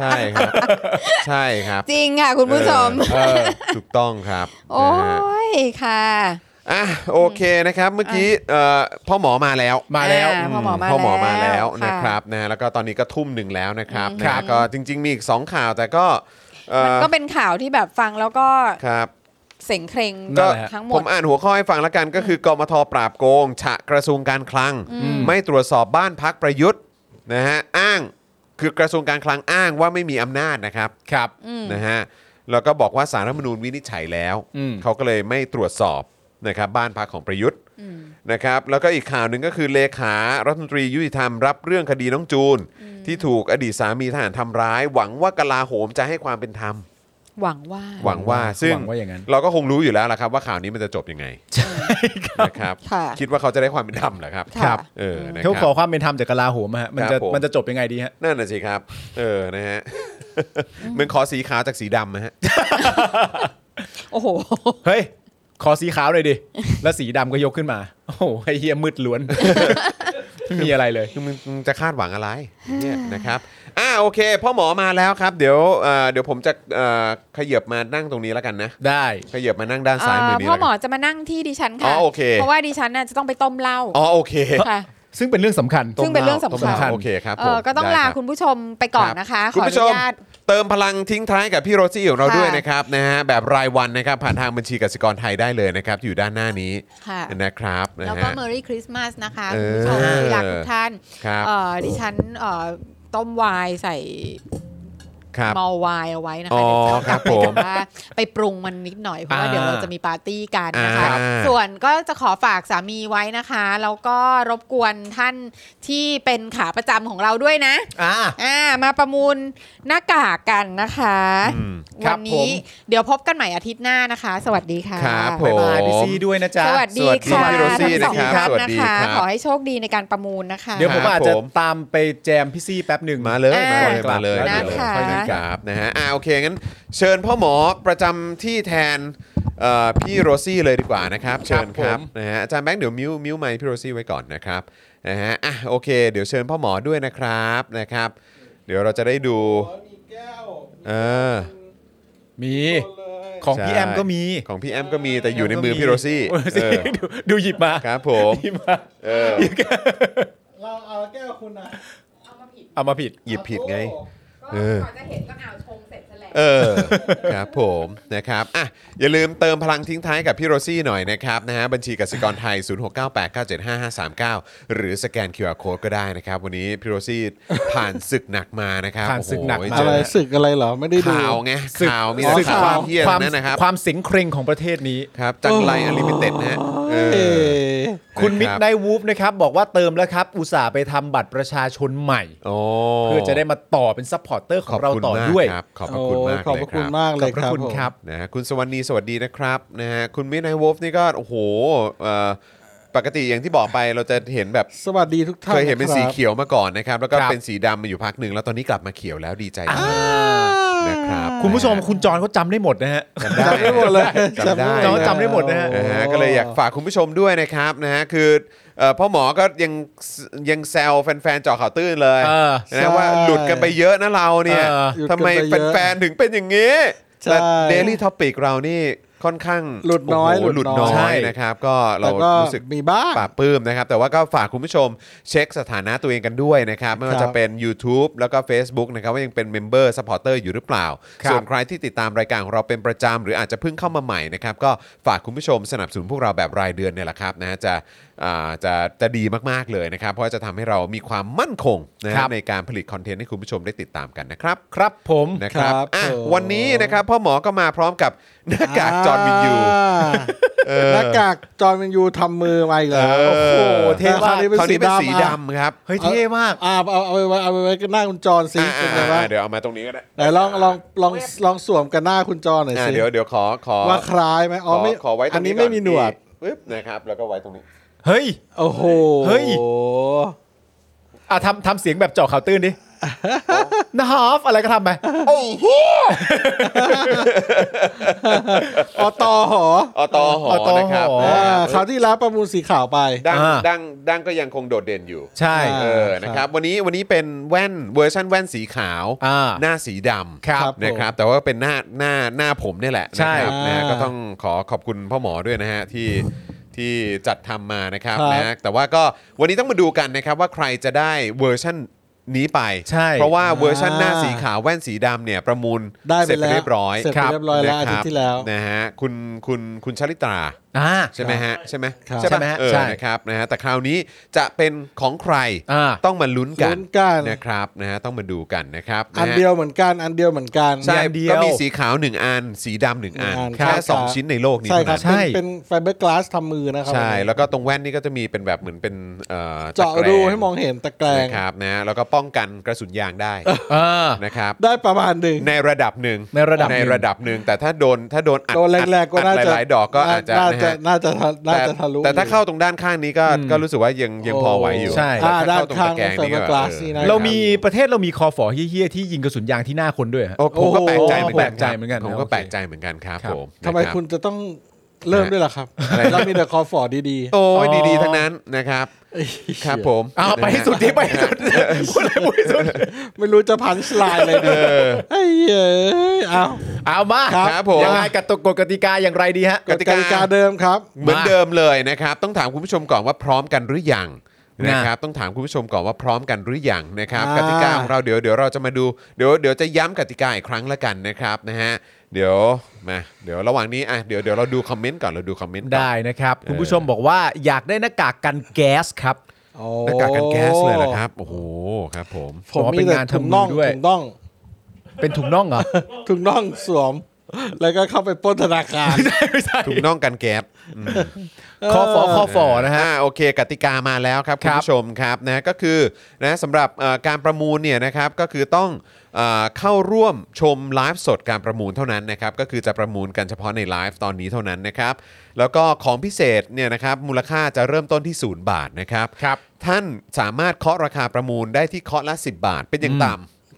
[SPEAKER 2] ใช่ครับ ใช่ครับ
[SPEAKER 4] จริงค่ะ คุณผู้ชม
[SPEAKER 2] เออเออถูกต้องครับ
[SPEAKER 4] โอ้
[SPEAKER 2] นะฮะ
[SPEAKER 4] ยค่ะ
[SPEAKER 2] อ่ะโอเคนะครับ เมื่อกี้เอ่อพ่อหมอมาแล้ว
[SPEAKER 3] มาแล้ว
[SPEAKER 4] อ่าพ่อหมอมา
[SPEAKER 2] พ่อหมอมาแล้ว
[SPEAKER 4] แล้วค่ะ
[SPEAKER 2] นะครับนะแล้วก็ตอนนี้ก็ทุ่มหนึ่งแล้วนะครับ
[SPEAKER 4] อืม
[SPEAKER 2] นะฮะก็จริง ๆ มีอีก 2 ข่าวแต่ก็เอ่อ
[SPEAKER 4] ก็เป็นข่าวที่แบบฟังแล้วก็
[SPEAKER 2] ครับ
[SPEAKER 4] เสยงเครง
[SPEAKER 3] นั่นแหละฮะ
[SPEAKER 4] ทั้งหม
[SPEAKER 2] ผ
[SPEAKER 4] ด
[SPEAKER 2] มอ่านหัวข้อให้ฟังแล้วกันก็คือกมทปราบโกง ฉะกระทรวงการคลัง ไม่ตรวจสอบบ้านพักประยุทธ์นะฮะอ้างคือกระทรวงการคลังอ้างว่าไม่มีอำนาจนะครับ
[SPEAKER 3] ครับ
[SPEAKER 2] นะฮะแล้วก็บอกว่าสารรัฐธรรมนูญวินิจฉัยแล้ว
[SPEAKER 3] อืม
[SPEAKER 2] เขาก็เลยไม่ตรวจสอบนะครับบ้านพักของประยุทธ์นะครับแล้วก็อีกข่าวหนึ่งก็คือเลขารัฐมนตรียุติธรรมรับเรื่องคดีน้องจูน ที่ถูกอดีตสามีทหารทำร้าย หวังว่ากลาโหมจะให้ความเป็นธรรม
[SPEAKER 4] หวังว่า
[SPEAKER 2] หวังว่าซึ่
[SPEAKER 3] หวังว่าอย่างนั้น
[SPEAKER 2] เราก็คงรู้อยู่แล้วล่ะครับ ว่าข่าวนี้มันจะจบยังไงนะครับ
[SPEAKER 4] ค่ะ
[SPEAKER 2] คิดว่าเขาจะได้ความเป็นธรรมเหรอครับ
[SPEAKER 4] ค่ะ
[SPEAKER 2] เออนะค
[SPEAKER 3] เขาข
[SPEAKER 2] รั
[SPEAKER 3] อบ ความเป็นธรรมจากกลาโหมอะฮะมัน
[SPEAKER 2] ครั
[SPEAKER 3] จะ
[SPEAKER 2] บผม
[SPEAKER 3] มันจะจบยังไงดีฮะ
[SPEAKER 2] นั่นน่ะสิครับ เออนะฮะเหมือนขอสีขาวจากสีดำนะฮะ
[SPEAKER 4] โอ้โห
[SPEAKER 3] เฮ้ย ขอสีขาวหน่อยดิ แล้วสีดำก็ยกขึ้นมา โอ้โหไอ้เฮียมืดล้วน ไม่มีอะไรเลย
[SPEAKER 2] คือมึงมึงจะคาดหวังอะไรเนี่ยนะครับอ่าโอเคพ่อหมอมาแล้วครับ เดี๋ยวเอ่อเดี๋ยวผมจะเอ่อขยับมานั่งตรงนี้แล้วกันนะ
[SPEAKER 3] ได้
[SPEAKER 2] ขยับมานั่งด้านซ้ายมือนี้
[SPEAKER 4] พ่อ
[SPEAKER 2] แล้ว
[SPEAKER 4] หม
[SPEAKER 2] กั
[SPEAKER 4] อน จะมานั่งที่ดิฉัน
[SPEAKER 2] อ๋
[SPEAKER 4] ค่ะ
[SPEAKER 2] อโอเค
[SPEAKER 4] เพราะว่าดิฉันน่ะจะต้องไปต้มเหล้า
[SPEAKER 2] อ๋อโอเค
[SPEAKER 4] ค่ะ
[SPEAKER 3] ซึ่งเป็นเรื่องสำคัญ
[SPEAKER 4] ซึ่งเป็นเรื่องสำคัญ
[SPEAKER 2] ต้มเหล้าโอเคครับ
[SPEAKER 4] เอ
[SPEAKER 2] ผม
[SPEAKER 4] อก็ต้อง
[SPEAKER 2] ได้
[SPEAKER 4] ลา
[SPEAKER 2] รับ
[SPEAKER 4] คุณผู้ชมไปก่อนนะคะ ข
[SPEAKER 2] คุณ
[SPEAKER 4] ออ
[SPEAKER 2] ผู้ช
[SPEAKER 4] นุ
[SPEAKER 2] ม
[SPEAKER 4] ญาต
[SPEAKER 2] เติมพลังทิ้งท้ายกับพี่โรซี่ของเรา
[SPEAKER 4] ค่ะ
[SPEAKER 2] ด้วยนะครับนะฮะแบบรายวันนะครับผ่านทางบัญชีกสิกรไทยได้เลยนะครับ อยู่ด้านหน้านี้
[SPEAKER 4] ค่ะ
[SPEAKER 2] นะครับนะ
[SPEAKER 4] แล้วก็
[SPEAKER 2] ฮะ
[SPEAKER 4] Merry Christmas นะคะ
[SPEAKER 2] เอ
[SPEAKER 4] คุ
[SPEAKER 2] อ
[SPEAKER 4] ณผู้ชมที่รักทุกท่าน
[SPEAKER 2] ครับ
[SPEAKER 4] เอ่อดิฉันเอ่อต้มไวน์ใส่
[SPEAKER 2] ครับ
[SPEAKER 4] เมาวายเอาไว้นะคะ
[SPEAKER 2] อ๋อ
[SPEAKER 4] เดี๋ยวจะ
[SPEAKER 2] ครับผม
[SPEAKER 4] แบบว่าไปปรุงมันนิดหน่อย เพราะว่า
[SPEAKER 2] อ่า
[SPEAKER 4] เดี๋ยวเราจะมีปาร์ตี้กันนะคะ
[SPEAKER 2] อ่า
[SPEAKER 4] ส่วนก็จะขอฝากสามีไว้นะคะ แล้วก็รบกวนท่านที่เป็นขาประจำของเราด้วยนะ
[SPEAKER 3] อ่า
[SPEAKER 4] อ่ามาประมูลหน้ากากกันนะคะ
[SPEAKER 3] ครั
[SPEAKER 4] วั
[SPEAKER 3] บผ
[SPEAKER 4] นนี้
[SPEAKER 3] ม
[SPEAKER 4] เดี๋ยวพบกันใหม่อาทิตย์หน้านะคะ สวัสดีค่ะ
[SPEAKER 2] ครับผ
[SPEAKER 3] บาย
[SPEAKER 2] ม
[SPEAKER 3] บายพี่ซีด้วยนะจ๊ะ
[SPEAKER 4] สวัสดีค่ะ
[SPEAKER 2] สวัสดีพี่โรซี่
[SPEAKER 4] ทั้งสอง
[SPEAKER 2] นะครับสวัส
[SPEAKER 4] ท่านนะ
[SPEAKER 2] ดี
[SPEAKER 4] คะ
[SPEAKER 2] ครับ
[SPEAKER 4] ขอให้โชคดีในการประมูลนะคะ
[SPEAKER 3] เดี๋ยวผมอาจจะ
[SPEAKER 2] ผม
[SPEAKER 3] ตามไปแจมพี่ซี่แป๊บหนึ่ง
[SPEAKER 2] มาเลยมา
[SPEAKER 4] อ่าม
[SPEAKER 2] เลยมาเลย
[SPEAKER 3] นะ
[SPEAKER 2] เดี๋ยว
[SPEAKER 4] คะ
[SPEAKER 2] ค่อยมีกราฟนะฮะอ่าโอเคงั้นเชิญพ่อหมอประจำที่แทนเอ่อพี่โรซี่เลยดีกว่านะครับ เชิญครับ
[SPEAKER 3] ผม
[SPEAKER 2] นะฮะอาจารย์แบงค์เดี๋ยวมิวมิวไมค์พี่โรซี่ไว้ก่อนนะครับนะฮะอ่ะโอเค เดี๋ยวเชิญพ่อหมอด้วยนะครับนะครับ เดี๋ยวเราจะได้ดูเออ
[SPEAKER 3] มีของพี่
[SPEAKER 2] ใช่
[SPEAKER 3] แอมก็มี
[SPEAKER 2] ของพี่แอมก็มีแต่อยู่ในมือพี่โรซี่
[SPEAKER 3] โอ้ย
[SPEAKER 2] เออ
[SPEAKER 3] ดูดูหยิบมา
[SPEAKER 2] ครับผม
[SPEAKER 3] หยิบมา
[SPEAKER 2] เออ
[SPEAKER 5] เราเอาแก้วคุณนะ
[SPEAKER 3] เอามาผิด
[SPEAKER 2] หยิบผิดไง เออ
[SPEAKER 4] ก่อนจะเห็นก็เอาชงเสร็จแล้ว
[SPEAKER 2] เออ ครับผมนะครับอ่ะอย่าลืมเติมพลังทิ้งท้ายกับพี่โรซี่หน่อยนะครับนะฮะบัญชีกสิกรไทย 0698975539 หรือสแกน QR Code ก็ได้นะครับ วันนี้พี่โรซี่ผ่านศึกหนักมานะครับ
[SPEAKER 3] ผ่านศึกหนักมา
[SPEAKER 5] อะไร
[SPEAKER 2] โโเจ
[SPEAKER 5] ศึกอะไรเหรอ ไม่ได้ดู
[SPEAKER 2] ข่าวไง
[SPEAKER 3] ศึก
[SPEAKER 2] ข่าวมีแต่
[SPEAKER 5] ศึก
[SPEAKER 2] ข่าวควา
[SPEAKER 5] คาว
[SPEAKER 2] ม มเฮี้ยน
[SPEAKER 3] ความ
[SPEAKER 2] นั่นนะครับ
[SPEAKER 3] ความเสียงเคร่งของประเทศนี้
[SPEAKER 2] ครับจังไรอลิมิเต็ดนะฮะเออ
[SPEAKER 5] เอ่อ
[SPEAKER 3] คุณมิ
[SPEAKER 2] นะ
[SPEAKER 3] ด
[SPEAKER 2] รับ
[SPEAKER 3] ไนวูฟนะครับ บอกว่าเติมแล้วครับ อุตส่าห์ไปทำบัตรประชาชนใหม่
[SPEAKER 2] โอ้
[SPEAKER 3] เพื่อจะได้มาต่อเป็นซัพพอร์ตเตอร์ข
[SPEAKER 2] ข
[SPEAKER 3] อ
[SPEAKER 2] อง บ
[SPEAKER 3] เรา
[SPEAKER 2] คุณ
[SPEAKER 3] ต่อ
[SPEAKER 2] มาก
[SPEAKER 3] ด้วย
[SPEAKER 2] ครับขอบพระคุณมาก
[SPEAKER 5] โอ้ขอบ
[SPEAKER 2] เลย
[SPEAKER 5] พระ
[SPEAKER 2] ค
[SPEAKER 5] คุ
[SPEAKER 2] รั
[SPEAKER 5] ณ
[SPEAKER 2] บ
[SPEAKER 5] มากเลย
[SPEAKER 3] ขอบพ
[SPEAKER 5] ค
[SPEAKER 3] ระ
[SPEAKER 5] รับ
[SPEAKER 3] คุณ
[SPEAKER 5] ผม
[SPEAKER 3] ครับ
[SPEAKER 2] นะฮะคุณสวรรณีสวัสดีนะครับนะฮะคุณมิดไนวอฟนี่ก็โอ้โหเอ่อปกติอย่างที่บอกไปเราจะเห็นแบบ
[SPEAKER 5] สวัสดีทุกท่าน
[SPEAKER 2] เคยเห็นเป็นสี
[SPEAKER 5] ะครับ
[SPEAKER 2] เขียวมาก่อนนะครับ แล้วก็
[SPEAKER 3] ครับ
[SPEAKER 2] เป็นสีดำมาอยู่พักหนึ่งแล้วตอนนี้กลับมาเขียวแล้วดีใจมากนะครับ
[SPEAKER 3] คุณผู้ชมคุณจอนเขาจำได้หมดนะฮะ
[SPEAKER 5] จำได้หมดเลย
[SPEAKER 2] จำได้
[SPEAKER 3] จำจำได้หมดนะฮะ
[SPEAKER 2] นะฮะก็เลยอยากฝากคุณผู้ชมด้วยนะครับนะฮะคือเอ่อพ่อหมอก็ยังยังแซวแฟนๆเจาะข่าวตื้นเลย
[SPEAKER 3] เออ
[SPEAKER 2] นะว่าหลุดกันไปเยอะนะเราเนี่ย
[SPEAKER 3] เออ
[SPEAKER 5] หยุดกั
[SPEAKER 2] ทำ
[SPEAKER 5] น
[SPEAKER 2] ไม
[SPEAKER 5] ปเยอะ
[SPEAKER 2] แฟนๆถึงเป็นอย่างนี้
[SPEAKER 5] ใช่
[SPEAKER 2] แต่ Daily Topic เรานี่ค่อนข้าง
[SPEAKER 5] หลุดน้อย
[SPEAKER 2] โโหห
[SPEAKER 5] หลุ
[SPEAKER 2] ลุด
[SPEAKER 5] ดน้
[SPEAKER 2] น้
[SPEAKER 5] อ
[SPEAKER 2] อ
[SPEAKER 5] ย
[SPEAKER 2] ยนะครับ ก็เรา
[SPEAKER 5] แต่ก็
[SPEAKER 2] รู้สึก
[SPEAKER 5] มีบ้าง
[SPEAKER 2] ปราบปลื้มนะครับ แต่ว่าก็ฝากคุณผู้ชมเช็คสถานะตัวเองกันด้วยนะครับ ไม่ว่า
[SPEAKER 5] ครับ
[SPEAKER 2] จะเป็น YouTube แล้วก็ Facebook นะครับ ว่ายังเป็นเมมเบอร์สปอร์เตอร์อยู่หรือเปล่า
[SPEAKER 3] ครับ
[SPEAKER 2] ส่วนใครที่ติดตามรายการของเราเป็นประจำหรืออาจจะเพิ่งเข้ามาใหม่นะครับ ก็ฝากคุณผู้ชมสนับสนุนพวกเราแบบรายเดือนเนี่ยแหละครับนะฮะจะอ่าจะจะดีมากๆเลยนะครับ เพราะว่าจะทำให้เรามีความมั่นคงนะฮะ
[SPEAKER 3] ครับ
[SPEAKER 2] ในการผลิตคอนเทนต์ให้คุณผู้ชมได้ติดตามกันนะครับ
[SPEAKER 3] ครับผม
[SPEAKER 2] นะครับ
[SPEAKER 5] ครับ
[SPEAKER 2] อ่ะ
[SPEAKER 5] ผม
[SPEAKER 2] วันนี้นะครับพ่อหมอก็มาพร้อมกับหน้ากากจอร์นวินยู
[SPEAKER 5] อ่า
[SPEAKER 2] เออ
[SPEAKER 5] หน้ากากจอร์นวินยูทำมือมาอีกแล้ว
[SPEAKER 2] เออ
[SPEAKER 5] โอ้โห
[SPEAKER 3] เท่มาก
[SPEAKER 2] ค
[SPEAKER 5] แต่
[SPEAKER 2] ราวนี้เป็นสี
[SPEAKER 5] อ่ะ
[SPEAKER 2] ดำครับ
[SPEAKER 3] เฮ้ยเท่มาก
[SPEAKER 5] อ่าเอาเอาเอาไว้เอาไว้กันหน้าคุณจอร์นซิ
[SPEAKER 2] อ่ะ
[SPEAKER 5] เป็นไงบ้าง
[SPEAKER 2] อ่ะเดี๋ยวเอามาตรงนี้ก็ได้
[SPEAKER 5] ไหนลองลองลองลองสวมกันหน้าคุณจอร์นหน่อย
[SPEAKER 2] อ่ะ
[SPEAKER 5] สิ
[SPEAKER 2] เดี๋ยวเดี๋ยวขอขอ
[SPEAKER 5] ว่าคล้ายไหม
[SPEAKER 2] ข
[SPEAKER 5] อ๋อ
[SPEAKER 2] อ
[SPEAKER 5] ไม่
[SPEAKER 2] ขอไว้ตรง
[SPEAKER 5] อันนี้ไม่มีหนวด
[SPEAKER 2] ปึ๊บนะครับ แล้วก็ไว้ตรงนี้
[SPEAKER 3] เฮ้ย
[SPEAKER 5] โอ้โห
[SPEAKER 3] เฮ้ย อ่ะทำทำเสียงแบบเจาะข่าวตื้นดินะฮอฟอะไรก็ทำไป
[SPEAKER 5] อตอหอ
[SPEAKER 2] อตอหอ
[SPEAKER 3] อตอหอ
[SPEAKER 2] นะครับ
[SPEAKER 3] อ๋อ
[SPEAKER 5] อ่าค
[SPEAKER 2] ครั
[SPEAKER 5] ราว
[SPEAKER 2] บ
[SPEAKER 5] ที่แล้วประมูลสีขาวไป
[SPEAKER 2] ดัง
[SPEAKER 3] อ่า
[SPEAKER 2] ดังดังก็ยังคงโดดเด่นอยู่
[SPEAKER 3] ใช่
[SPEAKER 5] อ่า
[SPEAKER 2] เออนะครับ วันนี้วันนี้เป็นแว่นเวอร์ชันแว่นสีขาว
[SPEAKER 3] อ่า
[SPEAKER 2] หน้าสีด
[SPEAKER 3] ครับ
[SPEAKER 2] ำนะครับ แต่ว่าเป็นหน้าหน้าหน้าผมเนี่ยแหละ
[SPEAKER 3] ใช่
[SPEAKER 2] นะครับนะฮะ
[SPEAKER 5] อ่า
[SPEAKER 2] ก็ต้องขอขอบคุณพ่อหมอด้วยนะฮะที่ที่จัดทำมานะครับ
[SPEAKER 5] ครับ
[SPEAKER 2] นะฮะแต่ว่าก็วันนี้ต้องมาดูกันนะครับว่าใครจะได้เวอร์ชันนี้ไป
[SPEAKER 3] ใช่
[SPEAKER 2] เพราะว่าเวอร์ชันหน้าสีขาวแว่นสีดำเนี่ยประมูล
[SPEAKER 5] ได้
[SPEAKER 2] เสร็จไป
[SPEAKER 5] แล้ว
[SPEAKER 2] เรียบร้อย
[SPEAKER 5] เสร็จไปเรียบร้อยแล้วอา
[SPEAKER 2] นะค
[SPEAKER 5] ทิตย์ที่แล้ว
[SPEAKER 2] นะฮะคุณคุณคุณชลิตรา
[SPEAKER 3] อ่า
[SPEAKER 2] ใช่ไหมฮะใช่ไหม
[SPEAKER 5] ครั
[SPEAKER 2] ป
[SPEAKER 5] บ
[SPEAKER 3] ใช่ไหมฮะ
[SPEAKER 2] เออ
[SPEAKER 3] ใช่
[SPEAKER 2] นะครับนะฮะแต่คราวนี้จะเป็นของใคร
[SPEAKER 3] อ่า
[SPEAKER 2] ต้องมาลุ้นกั
[SPEAKER 5] ลุ้
[SPEAKER 2] น
[SPEAKER 5] นกัน
[SPEAKER 2] นะครับนะฮะต้องมาดูกันนะครับ
[SPEAKER 5] อันเดียวเหมือนกันอันเดียวเหมือนกัน
[SPEAKER 2] นะฮะใช่
[SPEAKER 3] อันเดียว
[SPEAKER 2] ก็มีสีขาวหนึ่งอัน สีดำหนึ่งอัน
[SPEAKER 5] หนึ่งอัน
[SPEAKER 2] แค่
[SPEAKER 5] ครับ
[SPEAKER 2] สองชิ้นในโลกนี้
[SPEAKER 5] ใช่ครั
[SPEAKER 2] เท่านั้น
[SPEAKER 5] บ
[SPEAKER 3] ใช่
[SPEAKER 5] เป็นเป็นไฟเบอร์กลาสทำมือนะครับ
[SPEAKER 2] ใช่แล้วก็ตรงแว่นนี่ก็จะมีเป็นแบบเหมือนเป็นเอ่อ
[SPEAKER 5] เจาะ
[SPEAKER 2] ตแกรง
[SPEAKER 5] รูให้มองเห็นตะแกรง
[SPEAKER 2] นะครับนะฮะแล้วก็ป้องกันกระสุนยางได้
[SPEAKER 3] เออ
[SPEAKER 2] นะครับ
[SPEAKER 5] ได้ประมาณหนึ่ง
[SPEAKER 2] ในระดับหนึ่ง
[SPEAKER 3] ในระดับหนึ่
[SPEAKER 2] ใน
[SPEAKER 3] ง
[SPEAKER 2] ระดับหนึ่งแต่ถ้าโดนถ้าโดนอัด
[SPEAKER 5] โดนแร
[SPEAKER 2] อั
[SPEAKER 5] กๆก็น่า
[SPEAKER 2] อั
[SPEAKER 5] จะ
[SPEAKER 2] หลายๆดอกก็อาจจะ
[SPEAKER 5] น่า
[SPEAKER 2] นะ
[SPEAKER 5] จะ
[SPEAKER 2] ฮะ
[SPEAKER 5] น่าจะทะน่าจะ
[SPEAKER 2] แต่
[SPEAKER 5] ทะลุ
[SPEAKER 2] แต่ถ้า
[SPEAKER 5] อยู่
[SPEAKER 2] เข้าตรงด้านข้างนี้ก็ก็รู้สึกว่ายังยังพอไหวอยู่
[SPEAKER 3] ใช่
[SPEAKER 2] แต่
[SPEAKER 5] อ่า
[SPEAKER 2] ถ้าเข้าตรงตะ
[SPEAKER 5] ด้านข้าง
[SPEAKER 2] แกรงนี่ก็
[SPEAKER 5] ของ Fiberglass นี่นะ
[SPEAKER 3] เรามีประเทศเรามีคอฝอเฮี้ยๆที่ยิงกระสุนยางที่หน้าคนด้วยฮะ
[SPEAKER 2] โอ้ผมก็แปลกใจเหมือน
[SPEAKER 3] แป
[SPEAKER 2] กั
[SPEAKER 3] ล
[SPEAKER 2] น
[SPEAKER 3] กใจเหมือนกัน
[SPEAKER 2] ผมก็
[SPEAKER 3] โอเค
[SPEAKER 2] แปลกใจเหมือนกันครับ
[SPEAKER 3] ครับ
[SPEAKER 2] ผม
[SPEAKER 5] ทำไม
[SPEAKER 2] นะครับ
[SPEAKER 5] คุณจะต้องเริ่มด้วยล่ะครับ เรามีแต่คอฟอร์ดดี
[SPEAKER 2] โอ้ยดีๆทั้งนั้นนะครับครับผม
[SPEAKER 3] เอาไปให้สุดที่ไปให้สุดพูดเลยพูดให้สุด
[SPEAKER 5] ๆ ไม่รู้จะพันชลายเลยดี
[SPEAKER 2] เออ
[SPEAKER 5] เอ้ยเอ้ยเอา
[SPEAKER 3] เอามา
[SPEAKER 2] ครับผม
[SPEAKER 3] ยังไงกติกากติกาอย่างไรดีฮะ
[SPEAKER 2] กติกา
[SPEAKER 5] กติกาเดิมครับ
[SPEAKER 2] เหมือนเดิมเลยนะครับต้องถามคุณผู้ชมก่อนว่าพร้อมกันหรือยังนะครับต้องถามคุณผู้ชมก่อนว่าพร้อมกันหรือยังนะครับ
[SPEAKER 5] อ่าก ก
[SPEAKER 2] ติกาของเราเดี๋ยวเดี๋ยวเราจะมาดูเดี๋ยวเดี๋ยวจะย้ำกติกาอีกครั้งละกันนะครับนะฮะเดี๋ยวมาเดี๋ยวระหว่างนี้อ่ะเดี๋ยวเดี๋ยวเราดูคอมเมนต์ก่อนเราดูคอมเมนต์ก่อน
[SPEAKER 3] ได้นะครับ คุณผู้ชม
[SPEAKER 2] เออ
[SPEAKER 3] บอกว่าอยากได้หน้ากากกันแก๊สครับ
[SPEAKER 2] หน้ากากกันแก๊สเลยนะครับโอ้โหครับผม
[SPEAKER 5] ผม
[SPEAKER 3] ผมว่ามี
[SPEAKER 5] มีแต่
[SPEAKER 3] งาน
[SPEAKER 5] ถุง
[SPEAKER 3] ทำมือ
[SPEAKER 5] น่อง
[SPEAKER 3] ด้วย
[SPEAKER 5] ถุงน่อง
[SPEAKER 3] เป็นถุงน่องเหรอ
[SPEAKER 5] ถุงน่องสวม แล้วก็เข้าไปปล้นธนาคาร
[SPEAKER 3] ไม่ใช่
[SPEAKER 2] ถุงน่องกันแก๊ส
[SPEAKER 3] คอฟอคอฟอนะฮะ
[SPEAKER 2] อ่าโอเค กติกามาแล้วครับ
[SPEAKER 3] ค
[SPEAKER 2] คุณ
[SPEAKER 3] รับ
[SPEAKER 2] ผู้ชมครับนะก็คือนะสำหรับเอ่อการประมูลเนี่ยนะครับก็คือต้องเอ่อเข้าร่วมชมไลฟ์สดการประมูลเท่านั้นนะครับก็คือจะประมูลกันเฉพาะในไลฟ์ตอนนี้เท่านั้นนะครับแล้วก็ของพิเศษเนี่ยนะครับมูลค่าจะเริ่มต้นที่ 0 บาทนะครับ
[SPEAKER 3] ครับ
[SPEAKER 2] ท่านสามารถเคาะราคาประมูลได้ที่เคาะละ 10 บาทเป็นอย่างต่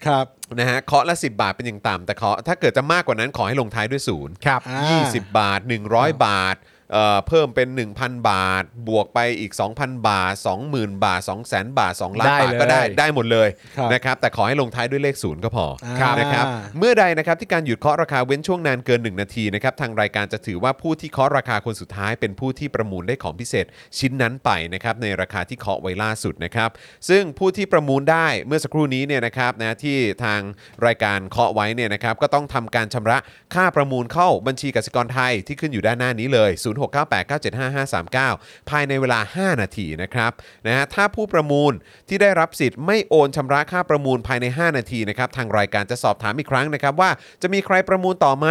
[SPEAKER 5] ครับ
[SPEAKER 2] ำนะฮะเคาะละ 10 บาทเป็นอย่างต่ำแต่เคาะถ้าเกิดจะมากกว่านั้นขอให้ลงท้ายด้วยศูนย์
[SPEAKER 3] ครับ
[SPEAKER 5] อ่า
[SPEAKER 2] 20 บาท 100 บาทเอ่อเพิ่มเป็น 1,000 บาท บวกไปอีก 2,000 บาท 20,000 บาท 200,000 บาท 2 ล้าน
[SPEAKER 3] ได้
[SPEAKER 2] บาท
[SPEAKER 3] เลย
[SPEAKER 2] ก็ได้ได้หมดเลย
[SPEAKER 5] ครับ
[SPEAKER 2] นะครับแต่ขอให้ลงท้ายด้วยเลขศูนย์ก็พอ
[SPEAKER 5] ครับ
[SPEAKER 2] นะครับ
[SPEAKER 5] อ่า
[SPEAKER 2] เมื่อใดนะครับที่การหยุดเคาะราคาเว้นช่วงนานเกิน 1 นาทีนะครับทางรายการจะถือว่าผู้ที่เคาะราคาคนสุดท้าย เป็นผู้ที่ประมูลได้ของพิเศษชิ้นนั้นไปนะครับในราคาที่เคาะไว้ล่าสุดนะครับซึ่งผู้ที่ประมูลได้เมื่อสักครู่นี้เนี่ยนะครับนะที่ทางรายการเคาะไว้เนี่ยนะครับก็ต้องทำการชำระค่าประมูลเข้าบัญชีกสิกรไทยที่ขึ้นอยู่ด้านหน้านี้เลย 0698975539 ภายในเวลา 5 นาทีนะครับนะฮะถ้าผู้ประมูลที่ได้รับสิทธิ์ไม่โอนชำระค่าประมูลภายใน 5 นาทีนะครับทางรายการจะสอบถามอีกครั้งนะครับว่าจะมีใครประมูลต่อไหม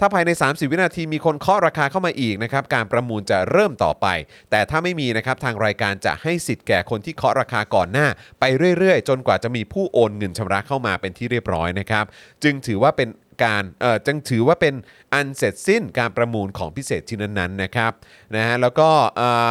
[SPEAKER 2] ถ้าภายใน 30 วินาทีมีคนเคาะราคาเข้ามาอีกนะครับการประมูลจะเริ่มต่อไป แต่ถ้าไม่มีนะครับทางรายการจะให้สิทธิ์แก่คนที่เคาะราคาก่อนหน้า ไปเรื่อยๆ จนกว่าจะมีผู้โอนเงินชำระเข้ามาเป็นที่เรียบร้อยนะครับจึงถือว่าเป็น การเอ่อจึงถือว่าเป็นอันเสร็จสิ้นการประมูลของพิเศษชิ้นนั้นๆนะครับนะฮะแล้วก็เอ่อ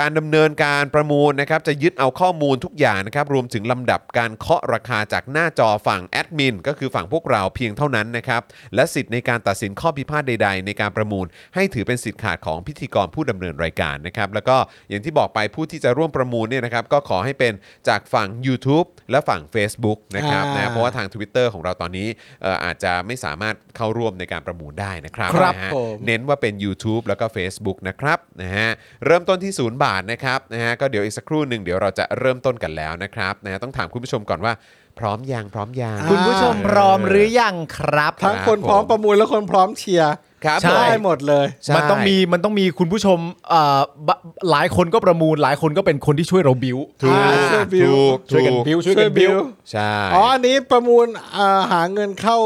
[SPEAKER 2] การดำเนินการประมูลนะครับจะยึดเอาข้อมูลทุกอย่างนะครับรวมถึงลำดับการเคาะราคาจากหน้าจอฝั่งแอดมินก็คือฝั่งพวกเราเพียงเท่านั้นนะครับและสิทธิ์ในการตัดสินข้อพิพาทใด ๆ ในการประมูล ให้ถือเป็นสิทธิ์ขาดของพิธีกรผู้ดำเนินรายการนะครับแล้วก็อย่างที่บอกไปผู้ที่จะร่วมประมูลเนี่ยนะครับก็ขอให้เป็นจากฝั่ง YouTube และฝั่ง Facebook นะครับนะ
[SPEAKER 5] อ่า
[SPEAKER 2] เพราะว่า ทาง Twitter ของเราตอนนี้เอ่ออาจจะไม่สามารถเข้าร่วมในการประมูลได้นะครับ
[SPEAKER 5] ครับ
[SPEAKER 2] นะฮะ
[SPEAKER 5] ผม
[SPEAKER 2] เน้นว่าเป็น YouTube แล้วก็ Facebook นะครับนะฮะเริ่มต้นที่ 0 บาทนะครับนะฮะก็เดี๋ยวอีกสักครู่หนึ่งเดี๋ยวเราจะเริ่มต้นกันแล้วนะครับนะฮะต้องถามคุณผู้ชมก่อนว่าพร้อมยังพร้อมยัง
[SPEAKER 3] คุณผู้ชมพร้อมหรือยังครับ
[SPEAKER 5] ทั้งคนพร้อมประมูลและคนพร้อมเชียร์
[SPEAKER 2] ครับ
[SPEAKER 3] ใช่
[SPEAKER 2] ผม
[SPEAKER 5] ได้หมดเลย
[SPEAKER 2] ใช่
[SPEAKER 3] มันต้องมีมันต้องมีคุณผู้ชมเอ่อบะหลายคนก็ประมูลหลายคนก็เป็นคนที่ช่วยเราบิว
[SPEAKER 2] ถูก
[SPEAKER 5] อ่าช่วยบิว
[SPEAKER 2] ถูก
[SPEAKER 3] ช่วยกันบิว ช่วยกันบิว
[SPEAKER 2] ใช่
[SPEAKER 5] อ๋ออันนี้ประมูลอ่าหาเงินเข้า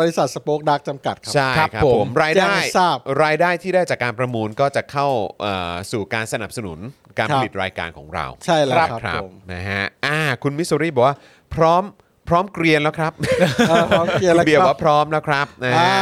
[SPEAKER 5] บริษัทสป o อคดักจำกัดครับ
[SPEAKER 2] ใช่ครับ
[SPEAKER 3] ครับ
[SPEAKER 2] ผ
[SPEAKER 3] ผม ม
[SPEAKER 2] รายได้
[SPEAKER 5] แจ้งให้ทราบ
[SPEAKER 2] รายได้ที่ได้จากการประมูลก็จะเข้าเอ่อสู่การสนับสนุนการ
[SPEAKER 5] ครั
[SPEAKER 2] ผ
[SPEAKER 5] บ
[SPEAKER 2] ลิตรายการของเรา
[SPEAKER 5] ใช่แล้ว
[SPEAKER 2] ค
[SPEAKER 5] ค
[SPEAKER 2] รั
[SPEAKER 5] รั
[SPEAKER 2] บบ ครับ
[SPEAKER 5] ผม
[SPEAKER 2] นะฮะอ่าคุณมิสซูรีบอกว่าพร้อมพร้อมเกรียนแล้วครับ
[SPEAKER 5] เออพร้อมเชียร์แล้ว
[SPEAKER 2] เบียร์บ
[SPEAKER 5] ค
[SPEAKER 2] อก
[SPEAKER 5] รับ
[SPEAKER 2] ว่าพร้อมแล้วครับนะ
[SPEAKER 5] อ่า
[SPEAKER 2] ฮะ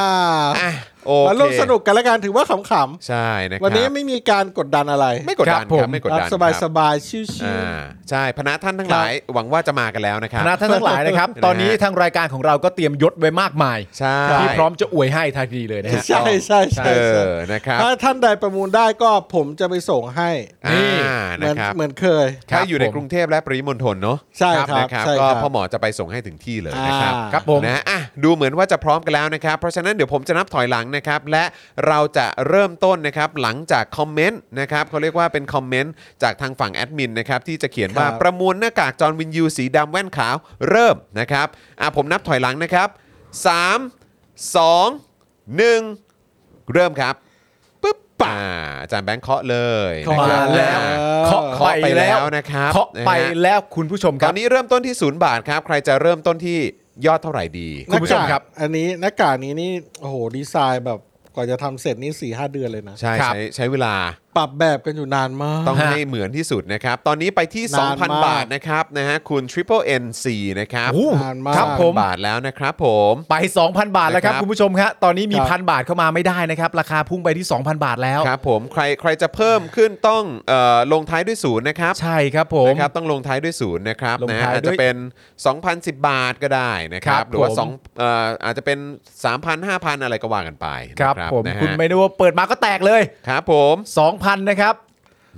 [SPEAKER 2] อ่ะโอเค
[SPEAKER 5] มาร่วมสนุกกันแล้วกันถือว่าขำ
[SPEAKER 2] ใช่นะครั
[SPEAKER 5] ๆ
[SPEAKER 2] บ
[SPEAKER 5] วันนี้ไม่มีการกดดันอะไร
[SPEAKER 2] ไม่กดดัน
[SPEAKER 3] ครับ
[SPEAKER 2] ค
[SPEAKER 3] ผม
[SPEAKER 2] รับไม่กดดัน
[SPEAKER 5] สบาย
[SPEAKER 2] ค
[SPEAKER 5] ส
[SPEAKER 2] รับ
[SPEAKER 5] บายๆชิ
[SPEAKER 2] อ่
[SPEAKER 5] ว
[SPEAKER 2] าใช่พนักท่านทั้งหลายหวังว่าจะมากันแล้วนะครับ
[SPEAKER 3] คณะท่านทั้งหลายนะครับ
[SPEAKER 2] นะฮะ
[SPEAKER 3] ตอนนี้ทางรายการของเราก็เตรียมยศไว้มากมาย
[SPEAKER 2] ใช่
[SPEAKER 3] ที่พร้อมจะอวยให้ทันทีเลยนะฮะ
[SPEAKER 5] ใช่ใช่ใช่
[SPEAKER 2] เอ
[SPEAKER 5] ใช่
[SPEAKER 2] อนะครับ
[SPEAKER 5] ถ้าท่านใดประมูลได้ก็ผมจะไปส่งให้
[SPEAKER 3] นี่
[SPEAKER 2] อ่า
[SPEAKER 5] เห
[SPEAKER 2] นะ
[SPEAKER 5] มือน
[SPEAKER 2] ครับ
[SPEAKER 5] เหมือนเคย
[SPEAKER 2] ถ้าอยู่ใน
[SPEAKER 3] ผม
[SPEAKER 2] กรุงเทพและปริมณฑลเนาะ
[SPEAKER 5] ใช่ครับ
[SPEAKER 2] นะครับ
[SPEAKER 5] ใช่ครั
[SPEAKER 2] ก็
[SPEAKER 5] บ
[SPEAKER 2] พ่อหมอจะไปส่งให้ถึงที่เลยนะครับ
[SPEAKER 5] อ่า
[SPEAKER 3] ครับผม
[SPEAKER 2] นะอ่ะดูเหมือนว่าจะพร้อมกันแล้วนะครับ เพราะฉะนั้นเดี๋ยวผมจะนับถอยหลังนะครับ และเราจะเริ่มต้นนะครับ หลังจากคอมเมนต์นะครับเขาเรียกว่าเป็นคอมเมนต์จากทางฝั่งแอดมินนะครับ ที่จะเขียนว่า
[SPEAKER 5] ครับ
[SPEAKER 2] ประมวลหน้ากากจอห์นวินยูสีดำแว่นขาวเริ่มนะครับอ่ะผมนับถอยหลังนะครับ 3 2 1 เริ่มครับปึ๊บป่าอาจารย์แบงค์เคาะเลย
[SPEAKER 5] เข้ามา
[SPEAKER 2] นะครับ
[SPEAKER 5] แล้ว
[SPEAKER 2] อ่า
[SPEAKER 3] เคาะไปแล้ว
[SPEAKER 2] นะครับ
[SPEAKER 3] เคาะไปแล้วคุณผู้ชมค
[SPEAKER 2] ต
[SPEAKER 3] รั
[SPEAKER 2] อบ นนี้เริ่มต้นที่ศูนย์บาทครับ ใครจะเริ่มต้นที่ยอดเท่าไหร่ดี
[SPEAKER 3] คุณ ผู้ชมครับ
[SPEAKER 5] หน้ากากอันนี้หน้ากากนี้นี่โอ้โหดีไซน์แบบกว่าจะทำเสร็จนี่สี่ห้าเดือนเลยนะ
[SPEAKER 2] ใช่
[SPEAKER 3] ครับ
[SPEAKER 2] ใช้ใช้เวลา
[SPEAKER 5] ปรับแบบกันอยู่นานมาก
[SPEAKER 2] ต้องให้เหมือนที่สุดนะครับ ตอนนี้ไปที่
[SPEAKER 5] นานมาก
[SPEAKER 2] 2,000 บาทนะครับนะฮะคุณ Triple NC นะครับ
[SPEAKER 3] โอ้
[SPEAKER 5] นานมาก
[SPEAKER 3] ครับผม
[SPEAKER 2] บาทแล้วนะครับผม
[SPEAKER 3] ไป 2,000 บาทแล้วครับ
[SPEAKER 2] นะครับ
[SPEAKER 3] คุณผู้ชมฮะตอนนี้มี
[SPEAKER 5] ครับ
[SPEAKER 3] พันบาทเข้ามาไม่ได้นะครับ ราคาพุ่งไปที่ 2,000 บาทแล้ว
[SPEAKER 2] ครับผมใครใครจะเพิ่มขึ้นต้องเอ่อลงท้ายด้วยศูนย์นะครับ
[SPEAKER 3] ใช่ครับผม
[SPEAKER 2] นะครับต้องลงท้ายด้วยศูนย์นะครับ
[SPEAKER 3] ลง
[SPEAKER 2] นะ
[SPEAKER 3] ท้าย
[SPEAKER 2] อาจ
[SPEAKER 3] ด้
[SPEAKER 2] จะ
[SPEAKER 3] วย
[SPEAKER 2] เป็น 2,010 บาทก็ได้นะครับ
[SPEAKER 3] ครับ
[SPEAKER 2] หรือว่า
[SPEAKER 3] ผม
[SPEAKER 2] สองเอ่ออาจจะเป็น 3,000 5,000 อะไรก็ว่ากันไปนะครับ
[SPEAKER 3] ผม
[SPEAKER 2] นะฮะ
[SPEAKER 3] คุณไม่ได้ว่าเปิดมาก็แตกเลย
[SPEAKER 2] ครับผม
[SPEAKER 3] 2,000 นะครับ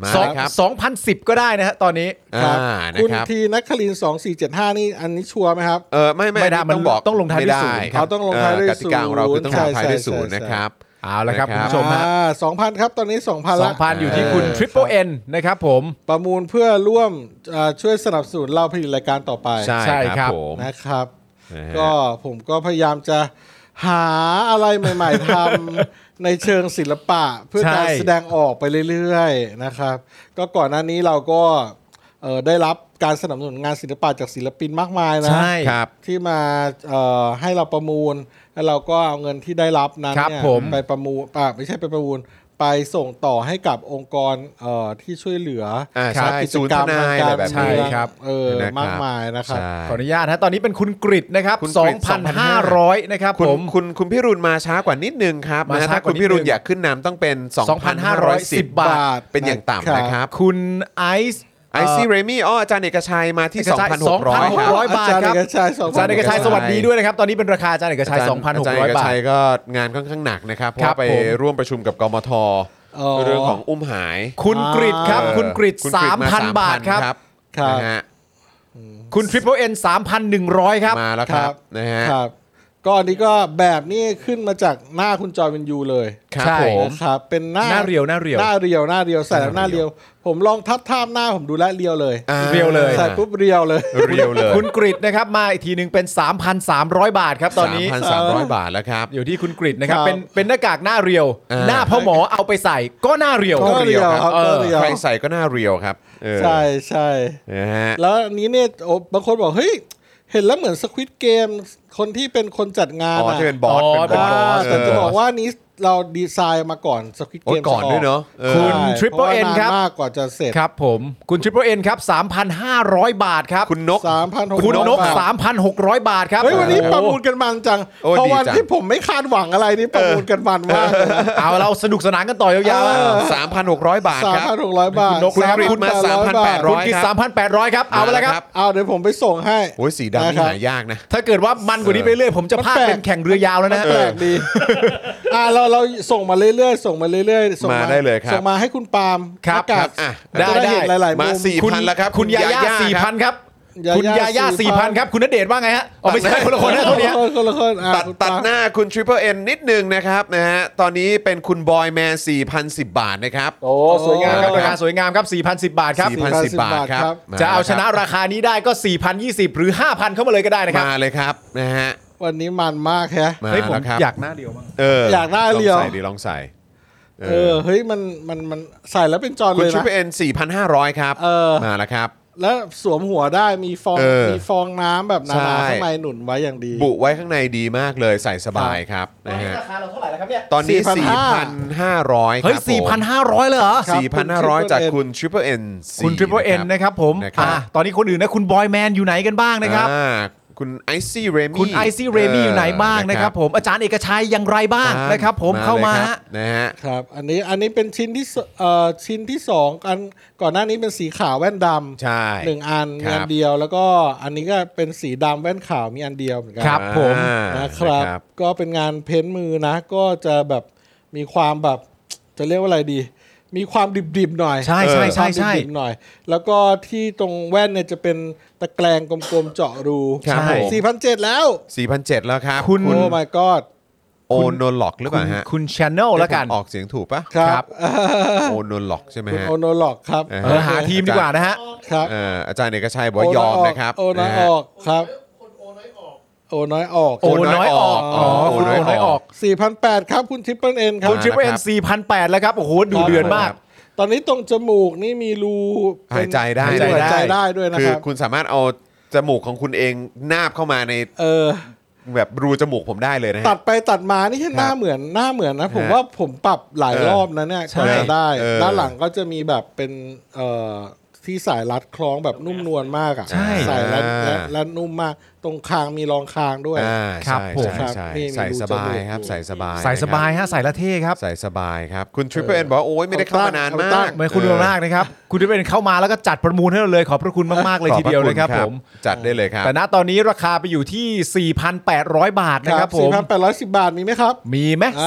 [SPEAKER 2] มา
[SPEAKER 3] สอง
[SPEAKER 2] เลยครับ
[SPEAKER 3] สองพันสิบก็ได้นะฮะตอนนี้
[SPEAKER 2] อ่านะ
[SPEAKER 5] คุณ
[SPEAKER 2] ครับ
[SPEAKER 5] ทีนักคลินสองสี่เจ็ดห้านี่อันนี้ชัวร์ไหมครับ
[SPEAKER 2] เออไม่ไม่
[SPEAKER 3] ไม่ได้
[SPEAKER 2] อั
[SPEAKER 3] มันต้องลงท้ายด้วยศูนย์
[SPEAKER 2] ไม่ไครับ
[SPEAKER 5] เขาต้องลงท้ายด้วย
[SPEAKER 2] เกติกาของเราคือต้องลงท้ายด้วย
[SPEAKER 5] ใช่ใช่
[SPEAKER 2] ศูนย์
[SPEAKER 5] ใช่
[SPEAKER 2] นะครับ
[SPEAKER 3] เอาละครับ
[SPEAKER 2] นะครั
[SPEAKER 3] คุณ
[SPEAKER 2] บ
[SPEAKER 3] ผู้ชมฮะ
[SPEAKER 5] สองพันครับตอนนี้สองพัน
[SPEAKER 3] สอ
[SPEAKER 5] ละ
[SPEAKER 3] งพันอยู่ที่คุณ Triple N นะครับผม
[SPEAKER 5] ประมูลเพื่อร่วมอ่าช่วยสนับสนุนเราผลิตรายการต่อไป
[SPEAKER 2] ใช่
[SPEAKER 3] ใช่
[SPEAKER 2] ค
[SPEAKER 3] ครั
[SPEAKER 2] รับบ ผม
[SPEAKER 5] นะครับ
[SPEAKER 2] นะฮะ
[SPEAKER 5] ก็ผมก็พยายามจะหาอะไรใหม่ ๆทำ ในเชิงศิลปะ เพื่อ
[SPEAKER 3] ใช่
[SPEAKER 5] การแสดงออกไปเรื่อยๆนะครับ ก็ก่อนหน้านี้เราก็ เอ่อได้รับการสนับสนุนงานศิลปะจากศิลปินมากมายนะ
[SPEAKER 3] ใช่
[SPEAKER 2] ครับ
[SPEAKER 5] ที่มาเอ่อให้เราประมูล แล้วเราก็เอาเงินที่ได้รับนั้น
[SPEAKER 3] ครับ
[SPEAKER 5] เนี่ย
[SPEAKER 3] ผม
[SPEAKER 5] ไปประมูลอ่ะไม่ใช่ไปประมูล ไปส่งต่อให้กับองค์กรเอ่อที่ช่วยเหลือ
[SPEAKER 2] อ่าใช่
[SPEAKER 5] กิจกรร
[SPEAKER 2] ศูน
[SPEAKER 5] ม
[SPEAKER 2] ย์ทนายอะไรแบบนี้
[SPEAKER 5] ทางกาเมือง
[SPEAKER 3] ครับ
[SPEAKER 5] เออ
[SPEAKER 2] นะครับ
[SPEAKER 5] มากมายนะครับ
[SPEAKER 2] ใช่
[SPEAKER 3] ขออนุญาตฮะตอนนี้เป็นคุณกริดนะครับ
[SPEAKER 2] คุณกริต2,500
[SPEAKER 3] 2,500 นะครับ
[SPEAKER 2] คุณ
[SPEAKER 3] ผม
[SPEAKER 2] คุณคุณพี่รุนมาช้ากว่านิดนึงครับ
[SPEAKER 3] มา
[SPEAKER 2] นะ
[SPEAKER 3] ช้า
[SPEAKER 2] ถ้ากคุ
[SPEAKER 3] ว่า
[SPEAKER 2] ณพี่รุน
[SPEAKER 3] นิดนึง
[SPEAKER 2] อยากขึ้นนำต้องเป็น 2,510
[SPEAKER 3] 2,510
[SPEAKER 2] บาท เป็นอย่าง
[SPEAKER 5] ครั
[SPEAKER 2] ต่ำ
[SPEAKER 5] บ
[SPEAKER 2] นะครับ
[SPEAKER 3] คุณไอซ์
[SPEAKER 2] ไอซี่เรมี่อ้ออาจารย์เอกชัยมาที่
[SPEAKER 3] เอกชัย
[SPEAKER 2] 2,600 ครับ
[SPEAKER 3] 2,600 บาทครับ
[SPEAKER 5] อจย์เอกชัยสอง
[SPEAKER 3] อาจารย์เอกชัย
[SPEAKER 2] 2,600
[SPEAKER 3] สวัสดีด้วยนะครับ ตอนนี้เป็นราคาอาจารย์เอกชัย
[SPEAKER 2] อาจารย์เอก
[SPEAKER 3] 2,600 บาท
[SPEAKER 2] ชัยก็งานค่อนข้างหนักนะครับ เพราะ
[SPEAKER 3] ครั
[SPEAKER 2] ว่า
[SPEAKER 3] บ
[SPEAKER 2] ไป
[SPEAKER 3] ผม
[SPEAKER 2] ร่วมประชุมกับกมทเรื่องของอุ้มหาย
[SPEAKER 3] คุณกริดครับ
[SPEAKER 2] เออ
[SPEAKER 3] คุณกริด
[SPEAKER 2] คุณริตม
[SPEAKER 3] 3,000 บาทครับ
[SPEAKER 5] ครับ
[SPEAKER 2] นะฮะ
[SPEAKER 3] คุณทริปเปิลเอ็น3,100 ครับ
[SPEAKER 2] มาแล้วครั
[SPEAKER 5] ครับ บ
[SPEAKER 2] นะฮะ
[SPEAKER 5] ครับก็อันนี้ก็แบบนี้ขึ้นมาจากหน้าคุณจอห์นวินยูเลย
[SPEAKER 2] ครับ
[SPEAKER 3] ใช่
[SPEAKER 2] ผม
[SPEAKER 5] นะครับเป็นหน้า
[SPEAKER 3] หน้าเรียวหน้าเรียว
[SPEAKER 5] หน้าเรียวหน้าเรียวใส่แล้วหน้าเรียว ผมลองทับท่ามหน้าผมดูแลวเรียวเลย
[SPEAKER 2] อ่า
[SPEAKER 3] เรียวเลย
[SPEAKER 5] ใส่ปุ๊บเรียวเลย
[SPEAKER 2] เรียวเลย
[SPEAKER 3] คุณกริดนะครับมาอีกทีหนึ่งเป็น 3,300 บาทครับตอนนี้
[SPEAKER 2] 3,300 บาทแล้วครับ
[SPEAKER 3] อยู่ที่คุณกริดนะครับ
[SPEAKER 5] ครับ
[SPEAKER 3] เป็นเป็นหน้ากากหน้าเรียว
[SPEAKER 2] อ่า
[SPEAKER 3] หน้าพ่อหมอเอาไปใส่ก็หน้าเรียว
[SPEAKER 5] ก็เรียวครับ
[SPEAKER 3] เออ
[SPEAKER 5] ก็เรียว
[SPEAKER 2] ใครใส่ก็หน่าเรียวครับเออ
[SPEAKER 5] ใช่ใช่
[SPEAKER 2] นะฮะ
[SPEAKER 5] แล้วอันนี้เนี่ยโอ้บางคนบอกเฮ้ยเห็นแล้วเหมือนสควิตเกมคนที่เป็นคนจัดงาน
[SPEAKER 2] อ๋อ
[SPEAKER 5] อะ
[SPEAKER 2] ที่เป็นบอส
[SPEAKER 3] อ๋อ
[SPEAKER 2] เป็นบอส
[SPEAKER 5] แต่จะ
[SPEAKER 2] เ
[SPEAKER 5] บอกว่านี้เราดีไซน์มาก่อนสควิต
[SPEAKER 2] โอ้
[SPEAKER 5] เก
[SPEAKER 2] ย
[SPEAKER 5] ม
[SPEAKER 2] ก่อนด้วยเนาะเออ
[SPEAKER 3] คุณ Triple N ครับ
[SPEAKER 5] มากกว่าจะเสร็จ
[SPEAKER 3] ครับผมคุณทริปเปิลเอ็นครับ 3,500 บาทครับ
[SPEAKER 2] คุณนก
[SPEAKER 5] สามพันหก
[SPEAKER 3] คุณนก
[SPEAKER 5] สาม
[SPEAKER 3] 3,600 บาทครับ
[SPEAKER 5] เฮ้ยวันนี้
[SPEAKER 3] โอ้โห
[SPEAKER 5] ประมูลกันมันจัง
[SPEAKER 2] โอ้
[SPEAKER 5] เพราะ
[SPEAKER 2] ดี
[SPEAKER 5] วัน
[SPEAKER 2] จัง
[SPEAKER 5] ที่ผมไม่คาดหวังอะไรนี่ประมูลกันมันมากเลยนะ
[SPEAKER 3] เอาเราสนุกสนานกันต่อยาวๆอะ
[SPEAKER 2] สามพันหกร้อยบาท
[SPEAKER 5] สาม
[SPEAKER 2] ครับ
[SPEAKER 5] พันหกร้อยบาท
[SPEAKER 2] คุณนกคุณกรีดมา
[SPEAKER 5] 3,800
[SPEAKER 2] 3,800
[SPEAKER 3] คุณกิจ
[SPEAKER 2] ครับ
[SPEAKER 3] 3,800 ครับ เอาไปแล้วครับ
[SPEAKER 5] เอาเดี๋ยวผมไปส่งให้
[SPEAKER 2] โอ้ยสีดำนี่
[SPEAKER 5] นะครับ
[SPEAKER 2] หายากนะ
[SPEAKER 3] ถ้าเกิดว่ามันกว่านี้ไปเรื่อยผมจะพากเป็นแข่งเรือยาวแล้วนะ
[SPEAKER 5] แปลกดีอ่าเราเราส่งมาเรื่อยๆ ส่งมาเรื่อยๆส่ง
[SPEAKER 2] มาได้เลยครับ
[SPEAKER 5] ส่งมาให้คุณปาล์ม
[SPEAKER 3] ครับ
[SPEAKER 5] หน้า
[SPEAKER 3] ค
[SPEAKER 5] กา
[SPEAKER 3] รั
[SPEAKER 5] ก
[SPEAKER 3] บอ่ะ
[SPEAKER 5] จะ
[SPEAKER 3] ได้
[SPEAKER 5] เห็น
[SPEAKER 3] ได้
[SPEAKER 5] หลายๆ
[SPEAKER 2] มา
[SPEAKER 5] มุม
[SPEAKER 2] สี่พันแล้วครับ
[SPEAKER 3] คุณยาย่า
[SPEAKER 2] ครับ
[SPEAKER 3] 4,000 ครับ
[SPEAKER 5] ยาย่า
[SPEAKER 3] คุณยาย่า
[SPEAKER 5] 4,000
[SPEAKER 3] 4,000 ครับ คุณณเดชน์ว่าไงฮะอ๋อไม่ใช่คนละคนนะค
[SPEAKER 5] ค
[SPEAKER 3] น น
[SPEAKER 5] ละ
[SPEAKER 3] เนี้ย
[SPEAKER 5] คนคนละคนอ่ะ
[SPEAKER 2] ตัด
[SPEAKER 5] คุณ
[SPEAKER 2] ตัด
[SPEAKER 5] ปาล์ม
[SPEAKER 2] หน้าคุณ Triple N นิดนึงนะครับนะฮะตอนนี้เป็นคุณบอยแมน4,010 บาทนะครับ
[SPEAKER 3] โอ้สวยงามครับราคาสวยงามครับ4,010 บาทครับ
[SPEAKER 2] 4,010 บาทครับม
[SPEAKER 3] จะเอาชนะ
[SPEAKER 2] แล้วค
[SPEAKER 3] ราคานี้ได้ก็ 4,020 หรือ 5,000 เข้ามาเลยก็ได้
[SPEAKER 2] รับ
[SPEAKER 3] นะครับ
[SPEAKER 2] มาเลยครับนะฮะ
[SPEAKER 5] วันนี้มันมากแฮะ
[SPEAKER 2] มา
[SPEAKER 3] เฮ้ยผม
[SPEAKER 2] แล้วครับ
[SPEAKER 3] อยากหน้าเดียวมั้ง
[SPEAKER 2] เอออย
[SPEAKER 5] อากหน้าเรียว
[SPEAKER 2] ลองใส่ดีลองใส่เอ
[SPEAKER 5] เอ
[SPEAKER 2] อ
[SPEAKER 5] อเฮ้ยมันมันมันใส่แล้วเป็นจอน
[SPEAKER 2] คุณ
[SPEAKER 5] เลยนะ
[SPEAKER 2] Triple N 4,500 ครับ
[SPEAKER 5] เออ
[SPEAKER 2] มาแล้วครับ
[SPEAKER 5] แล้วสวมหัวได้มีฟอง
[SPEAKER 2] เออ
[SPEAKER 5] มีฟองน้ำแบบห
[SPEAKER 2] ใช่
[SPEAKER 5] นาๆข้างในหนุนไว้อย่างดี
[SPEAKER 2] บุไว้ข้างในดีมากเลยใส่สบายครับนะฮะ
[SPEAKER 3] ราคาเราเท่าไหร่แล้วครับเนี่ย
[SPEAKER 2] ตอนนี้ 4,500
[SPEAKER 5] 4,500
[SPEAKER 2] ครั
[SPEAKER 3] เฮ้ย
[SPEAKER 2] บผม
[SPEAKER 3] 4,500 เลยเหรอ
[SPEAKER 5] ครับ
[SPEAKER 2] 4,500 จากคุณ Triple N 4
[SPEAKER 3] คุณ Triple N นะครับผม
[SPEAKER 2] ครับ
[SPEAKER 3] อ่ะ ตอนนี้คนอื่นนะ คุณบอยแมนอยู่ไหนกันบ้างนะครับ
[SPEAKER 2] อ่าคุณไอซี่เรมี่
[SPEAKER 3] คุณไอซี่เรมี่อยู่ไหนบ้างนะครับผม อาจารย์เอกชัยอย่างไรบ้างนะครับผม เข้ามา
[SPEAKER 2] ลยค
[SPEAKER 3] ฮะ
[SPEAKER 2] รับนะฮะ
[SPEAKER 5] ครับ อันนี้อันนี้เป็นชิ้นที่สเอ่อชิ้นที่สองอันก่อนหน้านี้เป็นสีขาวแว่นดำ
[SPEAKER 2] ใช่
[SPEAKER 5] หนึ่งอัน
[SPEAKER 2] ครับ
[SPEAKER 5] มีอันเดียว แล้วก็อันนี้ก็เป็นสีดำแว่นขาวมีอันเดียวเหมือนกั
[SPEAKER 3] ครับผม
[SPEAKER 2] อ่า
[SPEAKER 5] นะ
[SPEAKER 2] นะ
[SPEAKER 5] ค
[SPEAKER 2] ค
[SPEAKER 5] รั
[SPEAKER 2] รั
[SPEAKER 5] บบ ก็เป็นงานเพ้นท์มือนะ ก็จะแบบมีความแบบจะเรียกว่าอะไรดี มีความดิบๆหน่อย
[SPEAKER 3] ใช่ใช่ใช่ใช่
[SPEAKER 5] ความดิบๆหน่อย แล้วก็ที่ตรงแว่นเนี่ยจะเป็นตะแกรงกลมๆเจาะรู
[SPEAKER 2] ครับผม
[SPEAKER 5] สี่พันเจ็ดแล้ว
[SPEAKER 2] 4,700 แล้วครับ
[SPEAKER 3] คุณ
[SPEAKER 5] โอ้ my god
[SPEAKER 2] โอโนล็อกหรือเปล่าฮะ
[SPEAKER 3] คุณชานลแล้วกัน
[SPEAKER 2] ออกเสียงถูกปะ
[SPEAKER 5] ครับ
[SPEAKER 2] โอโนล็อกใช่ไหม
[SPEAKER 5] คุณ
[SPEAKER 2] ฮะ
[SPEAKER 5] โอโนล็อกครับ
[SPEAKER 2] เออ
[SPEAKER 3] เออ หาทีมดีกว่านะฮะ
[SPEAKER 5] ครับ
[SPEAKER 2] เอ่ออาจารย์เอกชัยบอกว่ายอมนะครับ
[SPEAKER 5] โอน้อย
[SPEAKER 2] ะ
[SPEAKER 5] อ
[SPEAKER 2] ฮะ
[SPEAKER 5] อกครับโอน้อยออก
[SPEAKER 3] โอน้อยออกอ๋อคุณโอน้อยออก
[SPEAKER 5] 4,800 ครับ คุณทริปเปิลเอ็นครั
[SPEAKER 3] คุ
[SPEAKER 5] บ
[SPEAKER 3] ณ Triple N 4,800แล้วครับ โอ้โห ดูเดือนมาก
[SPEAKER 5] ตอนนี้ตรงจมูกนี่มีรู
[SPEAKER 2] หายใจได้
[SPEAKER 5] เป็น
[SPEAKER 3] หายใจ
[SPEAKER 5] รูหายใจได้ด้วยนะ
[SPEAKER 2] คื
[SPEAKER 5] ค
[SPEAKER 2] อ
[SPEAKER 5] รับ
[SPEAKER 2] คุณสามารถเอาจมูกของคุณเองนาบเข้ามาใน
[SPEAKER 5] เออ
[SPEAKER 2] แบบรูจมูกผมได้เลยนะฮะ
[SPEAKER 5] ตัดไปตัดมานี่แค่หน้าเหมือนหน้าเหมือนนะ ผม
[SPEAKER 2] ฮะ
[SPEAKER 5] ว่าผมปรับหลาย
[SPEAKER 2] เออ
[SPEAKER 5] รอบนะเนี่ย
[SPEAKER 3] ใช่
[SPEAKER 5] ก็จะได้
[SPEAKER 2] เออ
[SPEAKER 5] ด้านหลังก็จะมีแบบเป็นเอ่อที่สายรัดคล้องแบบนุ่มนวลมากอ่ะ
[SPEAKER 2] ใช่
[SPEAKER 5] สายรัดและ
[SPEAKER 2] อ่า
[SPEAKER 5] และนุ่มมาก ตรงคางมีรองคางด้วย
[SPEAKER 2] อ่า
[SPEAKER 3] ครับ
[SPEAKER 2] ใช่
[SPEAKER 3] ผม
[SPEAKER 2] ใช่ใช่
[SPEAKER 5] ครับนี่มี
[SPEAKER 2] ใส่
[SPEAKER 5] รู
[SPEAKER 2] ส
[SPEAKER 5] จมู
[SPEAKER 2] บาย
[SPEAKER 5] ก
[SPEAKER 2] ครับ
[SPEAKER 5] อยู่
[SPEAKER 2] ใส่สบาย
[SPEAKER 3] ใส่สบาย
[SPEAKER 2] นะครั
[SPEAKER 3] ฮะ ใส่ละเท่ครับ
[SPEAKER 2] ใส่สบายครับ คุณ Triple N บอกว่าโอ้ยไม่ได้เข้ามานานมาก
[SPEAKER 3] ไม่คุณโดนมากนะครับ คุณที่เป็นเข้ามาแล้วก็จัดประมูลให้เราเลย ขอบพระคุณมากๆเลยทีเดียวเลยครับ
[SPEAKER 2] ขอ
[SPEAKER 3] ผ
[SPEAKER 2] ณ
[SPEAKER 3] ม
[SPEAKER 2] จัดได้เลยครับ
[SPEAKER 3] แต่ณตอนนี้ราคาไปอยู่ที่ 4,800 บาทนะครับผม
[SPEAKER 5] 4,810 บาทมีไหมครับ
[SPEAKER 3] มีไหม
[SPEAKER 5] อ่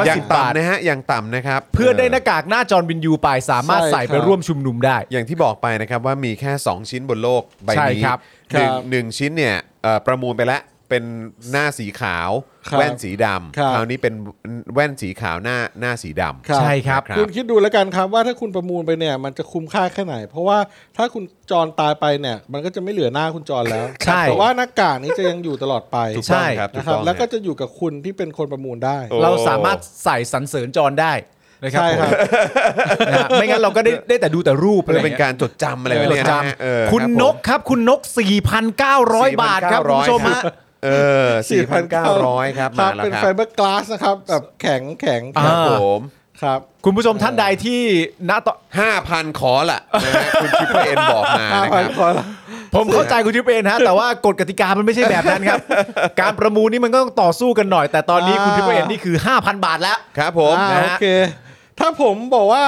[SPEAKER 5] า
[SPEAKER 2] อย่าง
[SPEAKER 3] 4,810 บาท
[SPEAKER 2] ต่ำนะฮะ อย่างต่ำนะครับ
[SPEAKER 3] เพื่อได้หน้ากากหน้าจอร์นวินยูไปสามารถ
[SPEAKER 5] ใช่
[SPEAKER 3] ใส่ไป
[SPEAKER 5] ครับ
[SPEAKER 3] ร่วมชุมนุมได้
[SPEAKER 2] อย่างที่บอกไปนะครับว่ามีแค่ 2 ชิ้นบนโลกใบ
[SPEAKER 3] ใช่
[SPEAKER 2] นี้
[SPEAKER 3] ครับ
[SPEAKER 2] หนึ่ง
[SPEAKER 5] ครับ
[SPEAKER 2] หนึ่งชิ้นเนี่ยเอ่อประมูลไปแล้ว เป็นหน้าสีขาว
[SPEAKER 5] ครับ
[SPEAKER 2] แว่นสีด
[SPEAKER 5] ครับ
[SPEAKER 2] ำคราวนี้เป็นแว่นสีขาวหน้าหน้าสีดำ
[SPEAKER 3] ใช่ครับ
[SPEAKER 5] คุณคิดดูแล้วกันครับว่าถ้าคุณประมูลไปเนี่ยมันจะคุ้มค่าแค่ไหน เพราะว่าถ้าคุณจรตายไปเนี่ย มันก็จะไม่เหลือหน้าคุณจรแล้ว
[SPEAKER 3] ใช่
[SPEAKER 5] แต่ว่าหน้ากากนี้จะยังอยู่ตลอดไป
[SPEAKER 2] ถูกต้อง
[SPEAKER 3] ใช่
[SPEAKER 2] ครับถู
[SPEAKER 5] นะ
[SPEAKER 2] ก
[SPEAKER 5] ครับ
[SPEAKER 2] ต้อง
[SPEAKER 5] แล้วก็
[SPEAKER 2] ฮะ
[SPEAKER 5] จะอยู่กับคุณที่เป็นคนประมูลได้
[SPEAKER 2] โอ้
[SPEAKER 3] เราสามารถใส่สันเสริญจอร์นได้ นะครับ
[SPEAKER 5] ใช่
[SPEAKER 3] ผม
[SPEAKER 5] ครับ
[SPEAKER 3] นะฮะไม่งั้นเราก็ได้ได้แต่ดูแต่รูปอะ
[SPEAKER 2] เพื่
[SPEAKER 3] ไร
[SPEAKER 2] อเป็นการจดจำอะไรไว้เนี่ย
[SPEAKER 3] จ
[SPEAKER 2] นะฮะเออ
[SPEAKER 3] ำคุณ
[SPEAKER 2] รับผ
[SPEAKER 3] น
[SPEAKER 2] ม
[SPEAKER 3] กครับ คุณนก 4,900 บาทครับคุณผู้ชมฮะ
[SPEAKER 2] เออ4,900 ครับ
[SPEAKER 5] ค
[SPEAKER 2] มา
[SPEAKER 5] รับ
[SPEAKER 2] แล้ว
[SPEAKER 5] เป็น
[SPEAKER 2] ครั
[SPEAKER 5] ไฟ
[SPEAKER 2] บ
[SPEAKER 5] เบอร์กลาสนะครับแบบแข็งแข็ง
[SPEAKER 2] ค
[SPEAKER 3] อ่า
[SPEAKER 2] รับผม
[SPEAKER 5] ครับ
[SPEAKER 3] คุณผู้ชมท่านใดที่ณตอน
[SPEAKER 2] 5,000 ขอละนะฮะคุณทิพย์เอ็นบอกมา
[SPEAKER 5] ห้า
[SPEAKER 2] นะค
[SPEAKER 5] พัน
[SPEAKER 2] รับ
[SPEAKER 5] กว่าละ
[SPEAKER 3] ผมเข้าใจคุณทิพย์เองนะฮะแต่ว่ากฎกติกามันไม่ใช่แบบนั้นครับ การประมูลนี่มันก็ต้องต่อสู้กันหน่อย แต่ตอนนี้คุณทิพย์เองนี่คือ 5,000 บาทแล้ว
[SPEAKER 2] ครับผม
[SPEAKER 5] อ่า
[SPEAKER 3] นะฮะ
[SPEAKER 5] โอเค ถ้าผมบอกว่า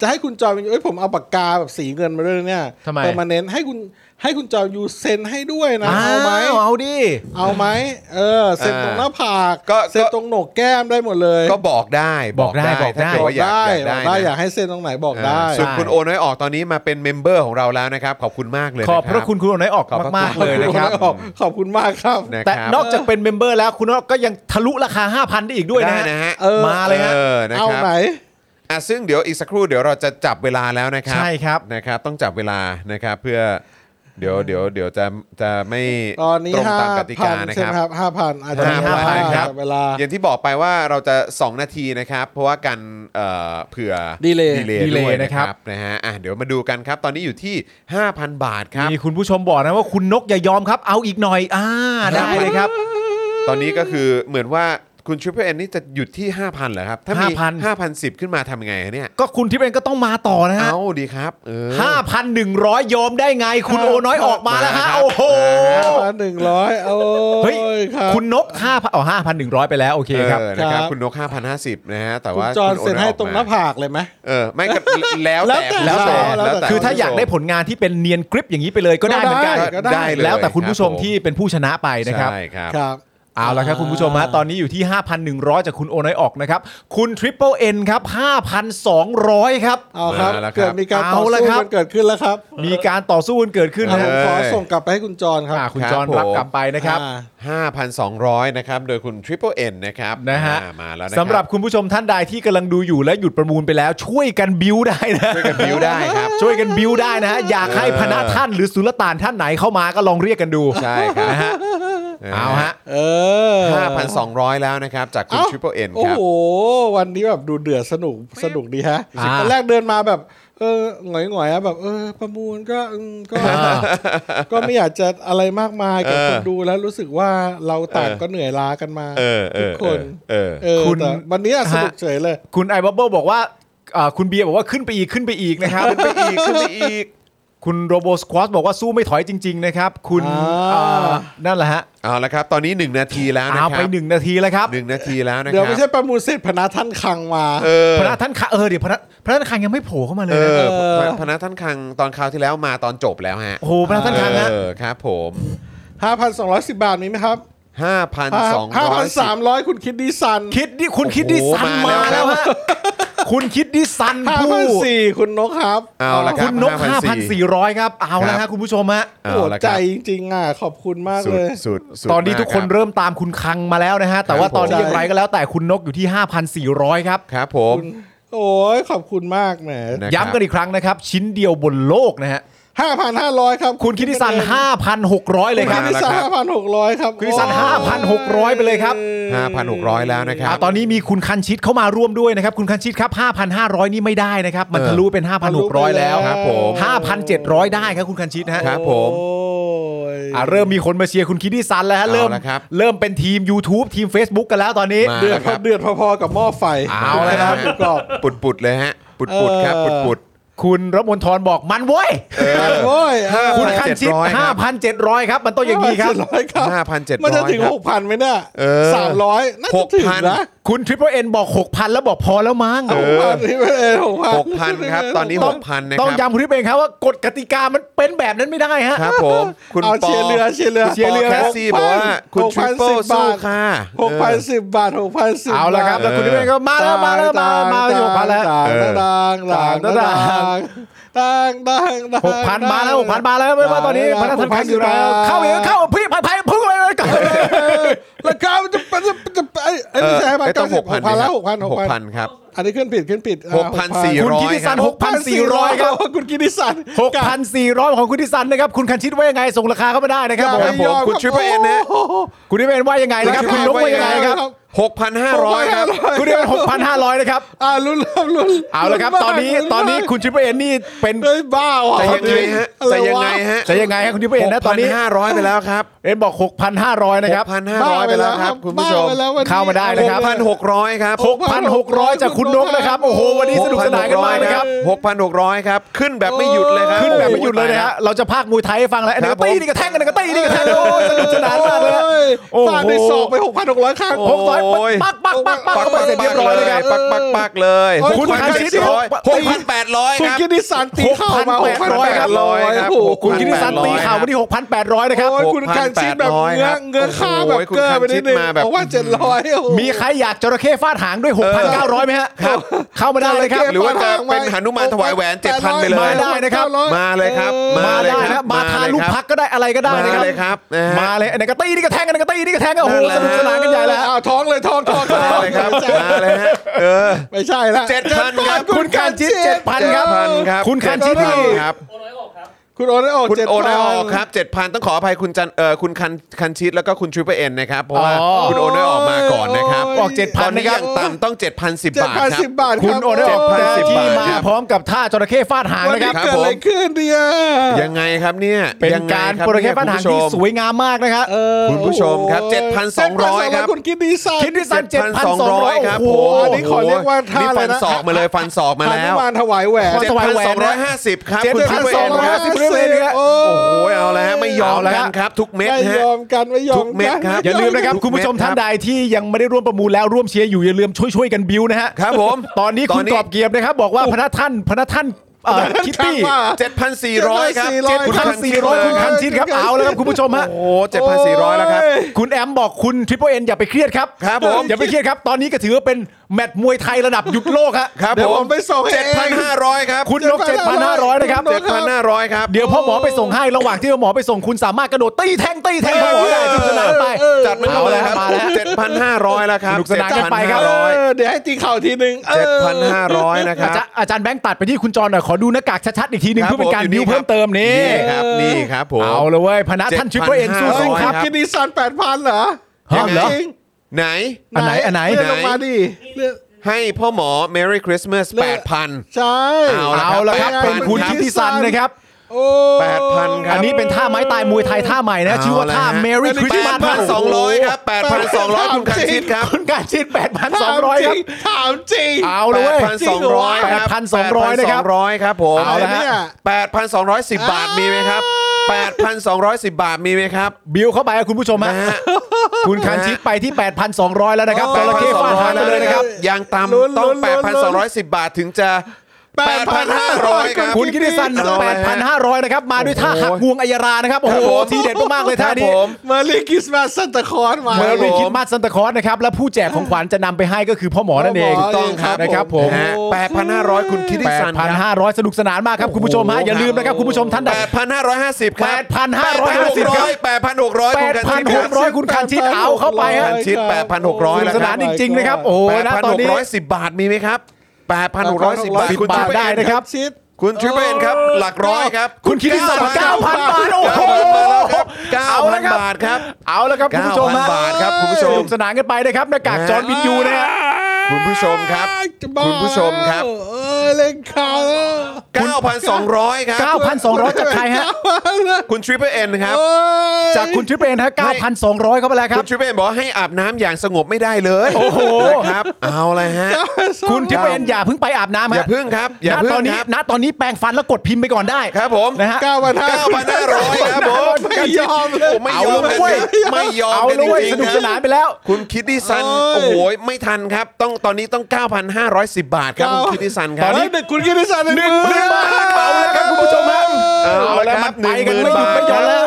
[SPEAKER 5] จะให้คุณจอยวินยูเอ้ยผมเอาปากกาแบบสีเงินมาด้วยนะเนี่ย
[SPEAKER 3] ทำไม
[SPEAKER 5] เปอร์มาเนนให้คุณให้คุณจอยวินยูเซ็นให้ด้วยนะเอาไหม
[SPEAKER 3] วเอาดิ
[SPEAKER 5] เอาไหมเออเซ็นตรงหน้าผาก
[SPEAKER 2] ก็ก็
[SPEAKER 5] เซ็นตรงโหนกแก้มได้หมดเลย
[SPEAKER 2] ก็บอกได้
[SPEAKER 3] บอกได้บอกได้
[SPEAKER 2] ถ้าเกิด
[SPEAKER 5] บอก
[SPEAKER 2] ว่าอยาก
[SPEAKER 5] ได้
[SPEAKER 2] อยาก
[SPEAKER 5] บ
[SPEAKER 2] ได้
[SPEAKER 5] อกได้อยาก
[SPEAKER 2] นะ
[SPEAKER 5] ให้เซ็นตรงไหนบอก
[SPEAKER 2] อ่า
[SPEAKER 5] ได้
[SPEAKER 2] ส่วนคุณโอน้อยออกตอนนี้มาเป็นเมมเบอร์ของเราแล้วนะครับ ขอบคุณมากเลยน
[SPEAKER 3] ขอบพระ
[SPEAKER 2] บ
[SPEAKER 3] คุณคุณน้อยออก
[SPEAKER 2] ขอบพระคุณ
[SPEAKER 3] มากๆเลยนะครับ
[SPEAKER 5] ขอบขอบคุณมากครับ
[SPEAKER 2] นะ
[SPEAKER 3] แต่
[SPEAKER 2] ครับ
[SPEAKER 3] นอกจากเป็นเมมเบอร์แล้วคุณนกก็ยังทะลุราคา 5,000 ได้อีกด้วยนะ
[SPEAKER 2] ได้
[SPEAKER 3] ฮะ
[SPEAKER 2] นะฮะ
[SPEAKER 5] เออ
[SPEAKER 3] มาเลยฮะ
[SPEAKER 2] ออนะ
[SPEAKER 5] เอา
[SPEAKER 2] ครับ
[SPEAKER 5] ไหน
[SPEAKER 2] อ่ะซึ่งเดี๋ยวอีกสักครู่เดี๋ยวเราจะจับเวลาแล้วนะครับ
[SPEAKER 3] ใช่ครับ
[SPEAKER 2] นะครับ ต้องจับเวลานะครับเพื่อเดี๋ยวเดี๋ยวเดี๋ยวจะจะไม่
[SPEAKER 5] ตอนนี้
[SPEAKER 2] ตรง
[SPEAKER 5] ห้า
[SPEAKER 2] ตามกติ
[SPEAKER 5] พั
[SPEAKER 2] กาน นะ
[SPEAKER 5] ใช่
[SPEAKER 2] ค
[SPEAKER 5] ไห
[SPEAKER 2] รับ
[SPEAKER 5] มครับห้าพันอาจจะมี
[SPEAKER 2] ห้าพันครับ
[SPEAKER 5] เวลา
[SPEAKER 2] อย่างที่บอกไปว่าเราจะ 2 นาทีนะครับ เพราะว่ากันเอ่อเผื่อ
[SPEAKER 5] Delay
[SPEAKER 2] ด้
[SPEAKER 3] Delay
[SPEAKER 2] วยนะ
[SPEAKER 3] นะ
[SPEAKER 2] ค
[SPEAKER 3] ครั
[SPEAKER 2] รับบ นะฮะอ่ะเดี๋ยวมาดูกันครับ ตอนนี้อยู่ที่ 5,000 บาทครับ
[SPEAKER 3] มีคุณผู้ชมบอกนะว่าคุณนกอย่ายอมครับ เอาอีกหน่อยอ่าได้เลยครับ
[SPEAKER 2] ตอนนี้ก็คือเหมือนว่าคุณทริปเปิลนี่จะหยุดที่ 5,000เหรอครับ ถ้ามี
[SPEAKER 3] 5,000
[SPEAKER 2] 5,010 ขึ้นมาทำยังไงเนี่ย
[SPEAKER 3] ก็คุณทิพย์เองก็ต้องมาต่อนะฮะ
[SPEAKER 2] เอาดีครับเออ
[SPEAKER 3] ห้าพันหนึ่งร้อยยอมได้ไง คุณโอน้อยออกมาแล้วฮะ
[SPEAKER 2] มาครับ
[SPEAKER 3] โอ้โห
[SPEAKER 5] ห้าพันหนึ่งร้อยโอ้
[SPEAKER 3] เฮ้ย
[SPEAKER 5] ยครับ
[SPEAKER 3] คุณนกห้าพันอ๋อห้าพันหนึ่งร้อยไปแล้ว โอเคครับ
[SPEAKER 2] เออนะครับ
[SPEAKER 5] ครับ
[SPEAKER 2] คุณนก 5,050 นะฮะ แต่
[SPEAKER 5] คุณ
[SPEAKER 2] ว่า
[SPEAKER 5] จอน
[SPEAKER 2] คุณโ
[SPEAKER 5] เซ็นให้ตรงหน้าผากเลยไหม
[SPEAKER 2] เออไม่ก็แล้วแต่
[SPEAKER 5] แล้วแต่
[SPEAKER 2] คุณผู้ชม
[SPEAKER 5] แล้วแต่
[SPEAKER 3] คือถ้าอยากได้ผลงานที่เป็นเนียนกริปอย่างนี้ไปเลยก็ได้เหมือนกัน
[SPEAKER 2] ก็ได้เลย
[SPEAKER 3] แล้วแต่คุณผู้ชม
[SPEAKER 2] รับ
[SPEAKER 3] ที่เป็นผู้ชนะไปนะครับ
[SPEAKER 2] ใช่ครับ
[SPEAKER 5] ครับ
[SPEAKER 3] เอาละครับคุณผู้ชมฮะตอนนี้อยู่ที่ 5,100 จากคุณโอน้อยออกนะครับ คุณทริปเปิลเอ็นครับ 5,200 ครับ
[SPEAKER 5] เอาครับ
[SPEAKER 2] มาแล้วครับ
[SPEAKER 5] เกิดมีการต่อ
[SPEAKER 3] เอาละ
[SPEAKER 5] สู้
[SPEAKER 3] ครับ
[SPEAKER 5] กันเกิดขึ้นแล้วครับ
[SPEAKER 3] มีการต่อสู้กันเกิดขึ้น
[SPEAKER 5] เอา
[SPEAKER 3] นะ
[SPEAKER 5] ผม
[SPEAKER 3] ฮะ
[SPEAKER 5] ขอส่งกลับไปให้คุณจอนครับ
[SPEAKER 3] อ่าคุณ
[SPEAKER 2] ครับ
[SPEAKER 3] จอห์น
[SPEAKER 2] ผม
[SPEAKER 3] รับกลับไปนะครับ
[SPEAKER 5] อ่า
[SPEAKER 2] 5,200 นะครับ โดยคุณ Triple N นะครับ
[SPEAKER 3] นะฮะ
[SPEAKER 2] อ่ามาแล้วนะค
[SPEAKER 3] สำหรับคุณผู้ชมท่านใดที่กำลังดูอยู่และหยุดประมูลไปแล้ว ช่วยกันบิวได้นะ
[SPEAKER 2] ช่วยกันบิวได้ครับ
[SPEAKER 3] ช่วยกันบิวได้นะฮะอยากให้พนะท่านหรือสุลต่านท่านไหนเข้ามาก็ลองเรียกกันดู
[SPEAKER 2] ใช่ครับ
[SPEAKER 3] นะฮะเอาฮะ
[SPEAKER 5] เออ
[SPEAKER 2] 5,200 แล้วนะครับ จากคุณ
[SPEAKER 5] เอ้า
[SPEAKER 2] Triple N
[SPEAKER 5] โอ้
[SPEAKER 2] ครับ
[SPEAKER 5] โห วันนี้แบบดูเดือดสนุกสนุกดีฮะ
[SPEAKER 3] อ่า
[SPEAKER 5] ตอนแรกเดินมาแบบ เออหงอยๆอะแบบ เออ ประมูลก็อืมก็ ก็ไม่อยากจะอะไรมากมายกับ
[SPEAKER 2] เออ
[SPEAKER 5] คนดูแล้วรู้สึกว่าเราต่าง
[SPEAKER 2] เออ
[SPEAKER 5] ก็เหนื่อยล้ากันมา
[SPEAKER 2] เออเอ
[SPEAKER 5] ทุก
[SPEAKER 2] อ
[SPEAKER 5] คน
[SPEAKER 2] เออเออ
[SPEAKER 5] เออ
[SPEAKER 3] คุณ
[SPEAKER 5] แต่วันนี้อะสนุก
[SPEAKER 3] ฮะ
[SPEAKER 5] เฉยเลย
[SPEAKER 3] คุณไอบับเบิลบอกว่าเอ่อคุณเบียร์บอกว่าขึ้นไปอีกขึ้นไปอีกนะครับ
[SPEAKER 2] ขึ้นไปอีกขึ้นไปอีก
[SPEAKER 3] คุณโรโบสควอ s บอกว่าสู้ไม่ถอยจริง ๆ นะครับ คุณ
[SPEAKER 5] อ่า
[SPEAKER 3] เอ่อนั่นแหละฮะ
[SPEAKER 2] เอาละครับ ตอนนี้ 1 นาทีแล้วนะ
[SPEAKER 3] เอา
[SPEAKER 2] ครั
[SPEAKER 3] ไป
[SPEAKER 2] บ
[SPEAKER 3] หนึ่งนาทีแล้วครับ
[SPEAKER 2] หนึ่งนาทีแล้วนะค
[SPEAKER 5] เดี๋ยว
[SPEAKER 2] รั
[SPEAKER 5] ไม่ใช่ประมูลเสร็จพนักท่านคังมา
[SPEAKER 2] เออ
[SPEAKER 3] พระท่านคะเออเดี๋ยวพระพระท่านคังยังไม่โผล่เข้ามาเล
[SPEAKER 2] เอยอ
[SPEAKER 3] นะ
[SPEAKER 5] เออ
[SPEAKER 2] พระพนักท่านคังตอนคราวที่แล้วมาตอนจบแล้วฮะ
[SPEAKER 3] โอ้โหพระท่านคังฮะ
[SPEAKER 2] เออครับผม
[SPEAKER 5] ห้าพันสองร้อยสิบบาทมีไหมครับห้าพันสาม
[SPEAKER 2] 5,200
[SPEAKER 5] ร้อยคุณคิดดีสัน
[SPEAKER 3] คิดดิคุณคิดดิซัน
[SPEAKER 2] โอ้โห
[SPEAKER 3] มา
[SPEAKER 2] มาแล้ว
[SPEAKER 3] แล้วฮะคุณคิดดิซัน
[SPEAKER 5] ห้า
[SPEAKER 3] ผู้
[SPEAKER 5] พันสี่คุณนกครับ
[SPEAKER 2] เอาละค
[SPEAKER 3] คุ
[SPEAKER 2] รับ
[SPEAKER 3] ณนก 5,400 ครับเอาแล้
[SPEAKER 2] ค
[SPEAKER 3] ว
[SPEAKER 2] รั
[SPEAKER 3] ฮะ
[SPEAKER 2] บ
[SPEAKER 3] คุณผู้ชมฮะ
[SPEAKER 2] เอา
[SPEAKER 5] หัว
[SPEAKER 2] ละค
[SPEAKER 5] ใจ
[SPEAKER 2] รับ
[SPEAKER 5] จริงๆอ่ะขอบคุณมาก
[SPEAKER 2] สุ
[SPEAKER 5] เล
[SPEAKER 2] ด
[SPEAKER 5] ย
[SPEAKER 2] สุดสุด
[SPEAKER 3] ตอนนี้ทุกคน
[SPEAKER 2] มากรับ
[SPEAKER 3] เริ่มตามคุณคังมาแล้วนะฮะแต่ว่า
[SPEAKER 2] ครับผม
[SPEAKER 3] ตอนนี้อย่างไรก็แล้วแต่คุณนกอยู่ที่ 5,400 ครับ
[SPEAKER 2] ครับผม
[SPEAKER 5] โอ้ยขอบคุณมากแหม
[SPEAKER 2] นะครับ
[SPEAKER 3] ย้ำกันอีกครั้งนะครับ ชิ้นเดียวบนโลกนะฮะ
[SPEAKER 5] ห้าพันห้าร้อยครับ
[SPEAKER 3] คุณคิดดิซัน 5,600 เลย
[SPEAKER 5] ค
[SPEAKER 3] ค
[SPEAKER 5] ณ
[SPEAKER 3] รับ
[SPEAKER 5] คิดดีสัน
[SPEAKER 2] มาแล้วครับ
[SPEAKER 5] ห้าพันหกร้อยครับ
[SPEAKER 3] คุณคิดดีสัน
[SPEAKER 5] โอ้ย
[SPEAKER 3] 5,600ไปเลยครับ
[SPEAKER 2] 5,600 แล้วนะครับ
[SPEAKER 3] อ่ะตอนนี้มีคุณคันชิตเข้ามาร่วมด้วยนะครับ คุณคันชิตครับ 5,500 นี่ไม่ได้นะครับ มัน
[SPEAKER 2] เออ
[SPEAKER 3] ทะลุเป็น 5,600 แล้ว
[SPEAKER 2] ครับผม
[SPEAKER 3] 5,700 ได้ครับคุณคันชิตฮะ
[SPEAKER 2] ครับผม
[SPEAKER 5] โอ้ย
[SPEAKER 3] อ่ะเริ่มมีคนมาเชียร์คุณคิดดิซันแล้วฮะ
[SPEAKER 2] เอา
[SPEAKER 3] เริ่ม
[SPEAKER 2] ละครับ
[SPEAKER 3] เริ่มเป็นทีม YouTube ทีม Facebook กันแล้วตอนนี้
[SPEAKER 2] มา
[SPEAKER 5] เดือดพอเดือดพอๆกับหม้อไฟ
[SPEAKER 3] เอาละครับ
[SPEAKER 5] กรอบ
[SPEAKER 2] ปุดปุดๆเลยฮะ ปุดปุดๆครับ
[SPEAKER 5] เอ
[SPEAKER 2] ปุด
[SPEAKER 5] อ
[SPEAKER 2] ปุด
[SPEAKER 3] คุณรมนทรบอกมันเว้ย
[SPEAKER 5] โอ้ยเออ
[SPEAKER 3] คุณคันชิต
[SPEAKER 2] 5,700
[SPEAKER 3] 5,700 ครับ มันต้องอย่างนี้ครับ
[SPEAKER 5] ห้าพันเจ็ดร้
[SPEAKER 2] 5,700
[SPEAKER 5] อยครับมันจะถึง
[SPEAKER 2] ครับ
[SPEAKER 5] หกพันไหมเนี่ย
[SPEAKER 2] เออ
[SPEAKER 5] สามร้อยน่าจะถึง
[SPEAKER 2] 6,000
[SPEAKER 5] นะ
[SPEAKER 3] คุณทริปเปเอ็นบอก 6,000 แล้วบอกพอแล้วมั้ง
[SPEAKER 5] หกพันที่เป็นเอหกพัน
[SPEAKER 2] หกพันครับ ตอนนี้ห
[SPEAKER 3] ต้อง
[SPEAKER 2] กพันนะ
[SPEAKER 3] ต้อง
[SPEAKER 2] ครับ
[SPEAKER 3] ย้ำคุณทริปเปเอ็นครับว่ากฎกติกามันเป็นแบบนั้นไม่ได้ฮะ
[SPEAKER 2] ครับผมคุณ
[SPEAKER 5] เอา
[SPEAKER 2] ปอ
[SPEAKER 5] เชียร์เรือเชียร์เรือ
[SPEAKER 3] เชียร์เรือ
[SPEAKER 2] แคสซี่บอกว่าคุณทริปเปิลสู้ค่ะ
[SPEAKER 5] หกพัน
[SPEAKER 2] เออ
[SPEAKER 5] สิบบาทหกพันสิบ
[SPEAKER 3] เอาละครับแล้วคุณทริปเปเอ็นก็มาแล้วมาแล้วมามาอยู่พันแล้ว
[SPEAKER 5] ต่างต่างต่างต่างต่างต่างต่างต่าง
[SPEAKER 3] หกพันมาแล้วหกพันมาแล้วไม่ว่าตอนนี้
[SPEAKER 5] ได้
[SPEAKER 3] พนักงาน
[SPEAKER 5] ได้
[SPEAKER 3] ขายอยู่แล้ว
[SPEAKER 5] ได้
[SPEAKER 3] เข้าไปเข้าพี่ผัดไทยพุ่งไปเลยก่อน
[SPEAKER 5] ราคามันจะมันจะมันจะไอ้ไอ้ไม่ใช่พัน
[SPEAKER 2] เอ้ยต้อ
[SPEAKER 5] เก้างสิบหกพันแล้วหกพันห
[SPEAKER 2] ห
[SPEAKER 5] ก
[SPEAKER 2] ก
[SPEAKER 5] พั
[SPEAKER 2] พั
[SPEAKER 5] น
[SPEAKER 2] นครับ
[SPEAKER 5] อันนี้ขึ้นผิดขึ้นผิดอ่า
[SPEAKER 2] หกพันสี่
[SPEAKER 3] คุณกิติสันหกพันสี่ร้อยครับ
[SPEAKER 5] คุณกิติสัน
[SPEAKER 3] หกพันสี่ร้อยของคุณกิติสันนะครับ คุณคันชิตว่ายังไงส่งราคาเข้ามาได้นะค
[SPEAKER 5] อ
[SPEAKER 3] รับผ
[SPEAKER 5] ย่าไป
[SPEAKER 3] ม
[SPEAKER 5] ยอม
[SPEAKER 2] คุณ Triple N นะ
[SPEAKER 5] โโห
[SPEAKER 3] คุณนิเวนว่ายังไงนะครับ คุณนกว่ายังไงครับ
[SPEAKER 2] 6,500 ครับ
[SPEAKER 3] คุณเรียกหกพันห้าร้อยนะครับ
[SPEAKER 5] อ่ารุนครับรุน
[SPEAKER 3] เอาละครับ ตอนนี้ตอนนี้คุณทิพย์เอ็นนี่เป็น
[SPEAKER 5] เฮ้ยบ้าว่ะ
[SPEAKER 2] จะยังไงฮะ
[SPEAKER 5] อะไร
[SPEAKER 2] จะยัง
[SPEAKER 5] ว
[SPEAKER 2] ไงฮะ
[SPEAKER 3] จะยังไงครับคุณทิพย์เอ็นนะตอนนี้
[SPEAKER 2] 6,500 ไปแล้วครับ
[SPEAKER 3] เอ็นบอกหกพันห้าร้อยนะครับ
[SPEAKER 2] 6,500 ไปแล้วครับ คุณผู้ชม
[SPEAKER 5] บ้ไปแล้ววันนี้
[SPEAKER 3] เข้ามาได้นะ ครับ
[SPEAKER 2] 6,600 ครับ
[SPEAKER 3] หกพันหกร้อยจากคุณนกนะครับ โอ้โห วันนี้สนุกสนานกันมากนะครับ
[SPEAKER 2] 6,600 ครับ ขึ้นแบบไม่หยุดเลยครับ
[SPEAKER 3] ขึ้นแบบไม่หยุดเลยนะฮะ เราจะพากมวยไทยให้ฟังแล้วอันนี้
[SPEAKER 2] ครับ
[SPEAKER 3] ก็
[SPEAKER 2] ผม
[SPEAKER 3] ตีนี่ก็แท่งกันนะก็ตีนี่ก็แท่งโอ้ยสนุกสนานมากเลยฮะ
[SPEAKER 5] โอ้ย
[SPEAKER 3] โอ้โห
[SPEAKER 5] ฟาดในศอกไปหกพันหกร้อยครั้ง
[SPEAKER 2] โอ้
[SPEAKER 3] หกร้อย
[SPEAKER 2] โย
[SPEAKER 3] ปักปักปักปัก
[SPEAKER 2] ปัก
[SPEAKER 3] เข้าไป
[SPEAKER 2] ปัก
[SPEAKER 3] เสร็จเรียบร้อยเลยครับ
[SPEAKER 2] ปักปักปักเลย
[SPEAKER 5] โอ้ย
[SPEAKER 2] คุณคันชิตหกพันแปดร้อย
[SPEAKER 5] คุ
[SPEAKER 2] ค
[SPEAKER 5] ณ
[SPEAKER 2] รับ
[SPEAKER 5] กิติสันตีเข้ามาหกพันแปดร้อย
[SPEAKER 2] ครับ
[SPEAKER 5] โอ้โห
[SPEAKER 3] คุณกิติสันตีข่าววันที่6,800 นะครับ
[SPEAKER 5] โอ้ยคุณการชิดแบบเงื้อเงื้อข้าแบบเกอร์ไปนิดนึง
[SPEAKER 2] โอ้โหคุณคันชิดมาแบบ
[SPEAKER 5] เพราะว่าเจ็ดร้อยโอ้โห
[SPEAKER 3] มีใครอยากจระเข้ฟาดหางด้วย 6,900ไหมฮะครับ เข้ามาได้เลยครับ
[SPEAKER 2] หรือว่าจะเป็นหนุมานถวายแหวน7,000ไปเลย
[SPEAKER 3] มาได้นะครับ
[SPEAKER 2] มาเลยครับ
[SPEAKER 3] มา
[SPEAKER 2] มาเล
[SPEAKER 3] ได้
[SPEAKER 2] ยครั
[SPEAKER 3] นะ
[SPEAKER 2] บ
[SPEAKER 3] มาทานลูกพักก็ได้อะไรก็ได้
[SPEAKER 2] มา
[SPEAKER 3] นะ
[SPEAKER 2] เลย
[SPEAKER 3] ค
[SPEAKER 2] ค
[SPEAKER 3] รั
[SPEAKER 2] รั
[SPEAKER 3] บบ
[SPEAKER 2] นะฮะ
[SPEAKER 3] มาเลยอันไหนก็ตีนี่ก็แทงอันไหนก็ตีนี่ก็แทงกันโอ้โห
[SPEAKER 2] นั่นแหละ
[SPEAKER 3] สนุกสนานกันใหญ่แล้ว
[SPEAKER 5] อ้าวท้องเลยท้องท้องท้อง
[SPEAKER 2] มาเลยครับมาเลยฮะเออ
[SPEAKER 5] ไม่ใช่ละ
[SPEAKER 2] เจ็ดพันครับ
[SPEAKER 3] คุณการชิด7,000ครับ
[SPEAKER 2] 7,000ครับ
[SPEAKER 3] คุณคันชิดนี่
[SPEAKER 2] 7,000ครับ
[SPEAKER 5] คุณโอนได้ออก
[SPEAKER 2] คุณ
[SPEAKER 5] เจ็ด
[SPEAKER 2] โอ
[SPEAKER 5] พัน
[SPEAKER 2] นอยออกครับ7,000 ต้องขออภัยคุณจันเออคุณคันคันชิดแล้วก็คุณทริปเปอร์เอ็นนะครับ เพราะว่า
[SPEAKER 3] อ๋อ
[SPEAKER 2] คุณโอน้อยออกมาก่อนนะครับ
[SPEAKER 5] ออก
[SPEAKER 2] ตอนนี้
[SPEAKER 5] 7,000
[SPEAKER 2] อย่างต่ำต้อง 7,010
[SPEAKER 5] เจ็ด
[SPEAKER 2] บาท
[SPEAKER 5] พัน
[SPEAKER 2] ครับ
[SPEAKER 5] สิบบาท
[SPEAKER 3] คุณโอเดอร์ออก
[SPEAKER 2] 7,000สิบ
[SPEAKER 3] ที่
[SPEAKER 2] บาท
[SPEAKER 3] มา
[SPEAKER 2] ครับ
[SPEAKER 3] พร้อมกับท่าจระเข้ฟาดหาง
[SPEAKER 5] วัน
[SPEAKER 3] นะค
[SPEAKER 5] นี้
[SPEAKER 3] รับ
[SPEAKER 5] เกิดอะไรขึ้นเนี่ย
[SPEAKER 2] ยังไงครับเนี่ย
[SPEAKER 3] เป็น
[SPEAKER 2] ยังไง
[SPEAKER 3] การ
[SPEAKER 2] คบ
[SPEAKER 3] โปรแกร
[SPEAKER 2] เนี่
[SPEAKER 3] ม
[SPEAKER 2] ย
[SPEAKER 3] ฟาดหางที่
[SPEAKER 2] คุณผู้ช
[SPEAKER 3] ส
[SPEAKER 2] ม
[SPEAKER 3] วยงามมากนะครับ
[SPEAKER 5] เออ
[SPEAKER 2] คุณผู้ชมครับ
[SPEAKER 5] โโห
[SPEAKER 2] 7,200ครับ
[SPEAKER 5] คุณกิติสัน
[SPEAKER 3] คิดด้วยซ้ำเจ็ดพันสองร้อย
[SPEAKER 2] 7,200 ค
[SPEAKER 3] ค
[SPEAKER 2] รั
[SPEAKER 3] รั
[SPEAKER 2] บบ ผ
[SPEAKER 3] ผม ม
[SPEAKER 5] อันนี้ขอเรียกว่าท่า
[SPEAKER 2] นี่
[SPEAKER 5] อะไร
[SPEAKER 2] ฟัน
[SPEAKER 5] นะ
[SPEAKER 2] ศอกมาเลยฟันศอกมา
[SPEAKER 5] พัน
[SPEAKER 2] แล้ว
[SPEAKER 5] มานถวายแหวน
[SPEAKER 3] ถวายแหวนนะ
[SPEAKER 2] 7,250 ครับ
[SPEAKER 3] เจ็ด
[SPEAKER 2] คุณ
[SPEAKER 3] พัน
[SPEAKER 2] ผู้ช
[SPEAKER 3] สอง
[SPEAKER 2] ม
[SPEAKER 3] ร้อ
[SPEAKER 2] ค
[SPEAKER 3] ยห้า
[SPEAKER 2] รับ
[SPEAKER 3] สิบเรื่องเลยเนี่ย
[SPEAKER 5] โอ้
[SPEAKER 2] โอ้โหเอาแล้วฮะไม่ยอม
[SPEAKER 3] เอาละ
[SPEAKER 2] กั
[SPEAKER 3] ฮะ
[SPEAKER 2] นครับ ทุกเม็ด
[SPEAKER 5] ไม่
[SPEAKER 2] ฮะ
[SPEAKER 5] ยอมกันไม่ยอ
[SPEAKER 2] ทุ
[SPEAKER 5] ม
[SPEAKER 2] กเม็ด
[SPEAKER 5] กัน
[SPEAKER 2] ครับ
[SPEAKER 3] อย่าลืมนะครับ
[SPEAKER 2] ทุก
[SPEAKER 3] คุณผู้ชม
[SPEAKER 2] เม็ดครับ
[SPEAKER 3] ท่านใดที่ยังไม่ได้ร่วมประมูลแล้วร่วมเชียร์อยู่อย่าลืมช่วยช่วยๆกันบิวนะฮะ
[SPEAKER 2] ครับผม
[SPEAKER 3] ตอนนี้
[SPEAKER 2] ต
[SPEAKER 3] คุ
[SPEAKER 2] อน
[SPEAKER 3] ณ
[SPEAKER 2] นี้
[SPEAKER 3] กอบเกียบนะครับ บอกว่าพนักท่านพนักท่านเอ่อคิตตี้
[SPEAKER 5] ข้างว่า
[SPEAKER 2] 7,400 ครับ7,400
[SPEAKER 5] 7,400
[SPEAKER 3] พันสี่ร้อยคุณคันชิดครับเอาแล้วครับคุณผู้ชมฮะ
[SPEAKER 2] โอ้โห7,400 แล้วครับ
[SPEAKER 3] คุณแอมบอกคุณทริปเปิลเอ็นอย่าไปเครียดครับ
[SPEAKER 2] ครับผม
[SPEAKER 3] อย่าไปเครียดครับ ตอนนี้ก็ถือว่าเป็นแมตช์มวยไทยระดับยุดโลกฮะ
[SPEAKER 2] ครับ
[SPEAKER 5] เดี๋ยว
[SPEAKER 2] ผ
[SPEAKER 5] ผมมไปส่งให้เอง
[SPEAKER 2] 7,500 ครับ
[SPEAKER 3] คุณนก7,500นะครับ
[SPEAKER 2] 7,500 ครับ
[SPEAKER 3] เดี๋ยวพ่อหมอไปส่งให้ระหว่างที่พ่อหมอไปส่งคุณสามารถกระโดดตีแทงตีแทงพ่อหมอได้สนุกสนานไป
[SPEAKER 2] จัดไม่
[SPEAKER 3] เอา
[SPEAKER 2] เล
[SPEAKER 3] แล้
[SPEAKER 2] ยวครับ
[SPEAKER 3] มาแล้ว
[SPEAKER 2] 7,500 แล้วครับ
[SPEAKER 3] สนุกสนานกันไปครับ
[SPEAKER 5] เอ
[SPEAKER 2] 7,500
[SPEAKER 5] อเดี๋ยวให้ตีเข่าทีนึงเออ
[SPEAKER 2] 7,500 นะครับ
[SPEAKER 3] อาจารย์อาจารย์แบงค์ตัดไปที่คุณจรหน่อยขอดูหน้ากากชัดๆอีกทีหนึง
[SPEAKER 2] คบ
[SPEAKER 3] เพื่อเป็นการ
[SPEAKER 2] ผ
[SPEAKER 3] ดิว
[SPEAKER 2] ยู่
[SPEAKER 3] เพิ่มเติมนี่
[SPEAKER 2] ครับนี่ครับผม
[SPEAKER 3] เอาเลยเว้ยพนักท่านชิปเปอร์เอ็นสู้
[SPEAKER 2] 7,500
[SPEAKER 3] ๆครับ
[SPEAKER 2] บ
[SPEAKER 5] กิติสันแปดพันเหรอ
[SPEAKER 3] ฮะเหรอ
[SPEAKER 5] จง
[SPEAKER 2] ไหน
[SPEAKER 3] อันไหนอันไหน
[SPEAKER 5] เลื่อนลงมาดิเลื่อน
[SPEAKER 2] ให้พ่อหมอ Merry Christmas
[SPEAKER 5] เลิก
[SPEAKER 2] 8,000
[SPEAKER 5] ใช่
[SPEAKER 2] เอาละ
[SPEAKER 3] เอาละครับ
[SPEAKER 2] เป็
[SPEAKER 3] เป็น น
[SPEAKER 2] ไง
[SPEAKER 3] คุณทิติสันนะครับ
[SPEAKER 5] โอ้
[SPEAKER 2] 8,000 ครับ
[SPEAKER 3] อันนี้เป็นท่าไม้ตายมวยไทยท่าใหม่นะชื่อว่าท่า Merry Christmas
[SPEAKER 2] 8,200 ครับ 8,200 คุณคันชิดครับ
[SPEAKER 3] คุณการชิด
[SPEAKER 5] ถามจ
[SPEAKER 3] 8,200ค
[SPEAKER 5] ริ
[SPEAKER 3] รับ
[SPEAKER 5] งถามจริง
[SPEAKER 3] เอาเลยเว้ย
[SPEAKER 2] 8,200 ครับ
[SPEAKER 3] 8,200นะครับ
[SPEAKER 2] 8,200 ครับผม
[SPEAKER 3] เอาละฮะ
[SPEAKER 2] 8,210 บาทมีไหมครับ 8,210 บาทมีไหมครับ
[SPEAKER 3] บิวเข้าไปครับคุณผู้ชมฮะ
[SPEAKER 2] นะฮะ
[SPEAKER 3] คุณคันชิดไปที่ 8,200 แล้วนะครับ
[SPEAKER 5] โอ้
[SPEAKER 3] จระเข้ฟาดหางไปเลยนะครับ
[SPEAKER 2] ยาง
[SPEAKER 5] ลุ้
[SPEAKER 2] ต่ำต้อง
[SPEAKER 5] นๆๆ
[SPEAKER 2] 8,210 บาทถึงจะ 8,500 ครับ
[SPEAKER 3] คุณกิติสัน
[SPEAKER 2] เอาละฮะ
[SPEAKER 3] 8,500 นะครับ มาด้วยท่าหักงวงอัยรานะครับ โอ้
[SPEAKER 2] ครั
[SPEAKER 3] โห
[SPEAKER 2] บผม
[SPEAKER 3] ทีเด็ดมากๆเลยท่า
[SPEAKER 2] ครับผ
[SPEAKER 3] นี้
[SPEAKER 2] ม
[SPEAKER 5] มารีคริสต์มาสซันตาคลอสมา
[SPEAKER 3] เมอ
[SPEAKER 2] ผ
[SPEAKER 3] รี่คิดมาสซันตาคลอสนะครับ และผู้แจกของขวัญจะนำไปให้ก็คือพ่อหมอนั่นเอง
[SPEAKER 5] พ่อหมอถูกต้องครับ
[SPEAKER 3] นะครับผม
[SPEAKER 2] นะฮะ8,500 คุณคิดดิสันครับ
[SPEAKER 3] 8,500 สนุกสนานมากครับ คุณผู้ชมฮะ
[SPEAKER 2] โอ้โห
[SPEAKER 3] อย่าลืมนะครับ คุณผู้ชมท่านใด
[SPEAKER 2] 8,550 ครับ
[SPEAKER 3] 8,550ครับ
[SPEAKER 2] 8,600 คุณกันชิดครับ
[SPEAKER 3] 8,600 คุณคันชิดเอาเข้าไปฮะ
[SPEAKER 2] คันชิด
[SPEAKER 3] ส
[SPEAKER 2] 8,600
[SPEAKER 3] นุ
[SPEAKER 2] แล้
[SPEAKER 3] ก
[SPEAKER 2] ว
[SPEAKER 3] ส
[SPEAKER 2] ครั
[SPEAKER 3] นา
[SPEAKER 2] บ
[SPEAKER 3] นจริงๆนะครับ โอ้โหนะตอนนี้
[SPEAKER 2] 8,610 บาทมีไหมครับ 8,610 บาท คุณ
[SPEAKER 3] บาทได้นะครับ
[SPEAKER 5] ชิด
[SPEAKER 2] คุณทริปเปอร์เอ็นครับ หลักร้อยครับ
[SPEAKER 3] คุณคิดดิสัน9,000 บาท โอ้โห เอาละค
[SPEAKER 2] 9,000
[SPEAKER 3] รับ
[SPEAKER 2] บาทครับ
[SPEAKER 3] เอาละครับคุณผู้ชมฮะ
[SPEAKER 2] 9,000บาทครับคุณผู้ชม
[SPEAKER 3] สนุกสนานกันไปนะครับหน้ากากจอร์นวินยูนะฮะ
[SPEAKER 2] คุณผู้ชมครับ
[SPEAKER 5] จะบ้า
[SPEAKER 2] คุณผู้ชมครับ
[SPEAKER 5] เออเล่นข่าวแล้ว
[SPEAKER 2] 9,200 ครับ
[SPEAKER 3] 9,200 จากใครฮะ
[SPEAKER 2] คุณทริปเปอร์เอ็นครับ
[SPEAKER 5] เอ้ย
[SPEAKER 3] จากคุณทริปเปนฮะ 9,200 เข้าไปแล้วครั
[SPEAKER 2] คุ
[SPEAKER 3] บ
[SPEAKER 2] ณทริปเปอร์เอ็นบอกว่าให้อาบน้ำอย่างสงบไม่ได้เลย โอ้โหนะครับ เอาเลยฮะ
[SPEAKER 3] คุณทริปเปนอย่าเพิ่งไปอาบน้ำ
[SPEAKER 2] อย่า
[SPEAKER 3] ฮะ
[SPEAKER 2] พึ่งครับ อย่า
[SPEAKER 3] ณ
[SPEAKER 2] พึ่ง
[SPEAKER 3] ตอนนี้
[SPEAKER 2] ครับ
[SPEAKER 3] ณตอนนี้แปรงฟันแล้วกดพิมพ์ไปก่อนได้
[SPEAKER 2] ครับผม
[SPEAKER 3] นะฮะ
[SPEAKER 5] เก้าพันห้า
[SPEAKER 2] 9,500ครับผม
[SPEAKER 5] ไม่ยอมเลย
[SPEAKER 2] ผมไม่ยอมกันค
[SPEAKER 3] เอาละเว้ย
[SPEAKER 2] รับไม่ยอม
[SPEAKER 3] เอา
[SPEAKER 2] กัน
[SPEAKER 3] เล
[SPEAKER 2] จ
[SPEAKER 3] ยเว้ย
[SPEAKER 2] ริง
[SPEAKER 3] สนุ
[SPEAKER 2] ๆ
[SPEAKER 3] ก
[SPEAKER 2] ค
[SPEAKER 3] ส
[SPEAKER 2] รั
[SPEAKER 3] นาน
[SPEAKER 2] บ
[SPEAKER 3] ไปแล้ว
[SPEAKER 2] คุณคิดดิสัน
[SPEAKER 5] โอ้ย
[SPEAKER 2] โอ้โหไม่ทันครับ ต้องตอนนี้ต้อง 9,510 บาทครับคุณคิดดิสันครับ
[SPEAKER 5] ตอนนี้คุณกิติสันหนึ่งหมื่นบาท
[SPEAKER 3] เอาแล้วครับคุณผู้ชมฮะ
[SPEAKER 2] เอาแล้วครับ
[SPEAKER 3] ไปกัน
[SPEAKER 2] 10,000
[SPEAKER 3] ไม่หยุดไม่หย่
[SPEAKER 2] บาท
[SPEAKER 3] อนแล้ว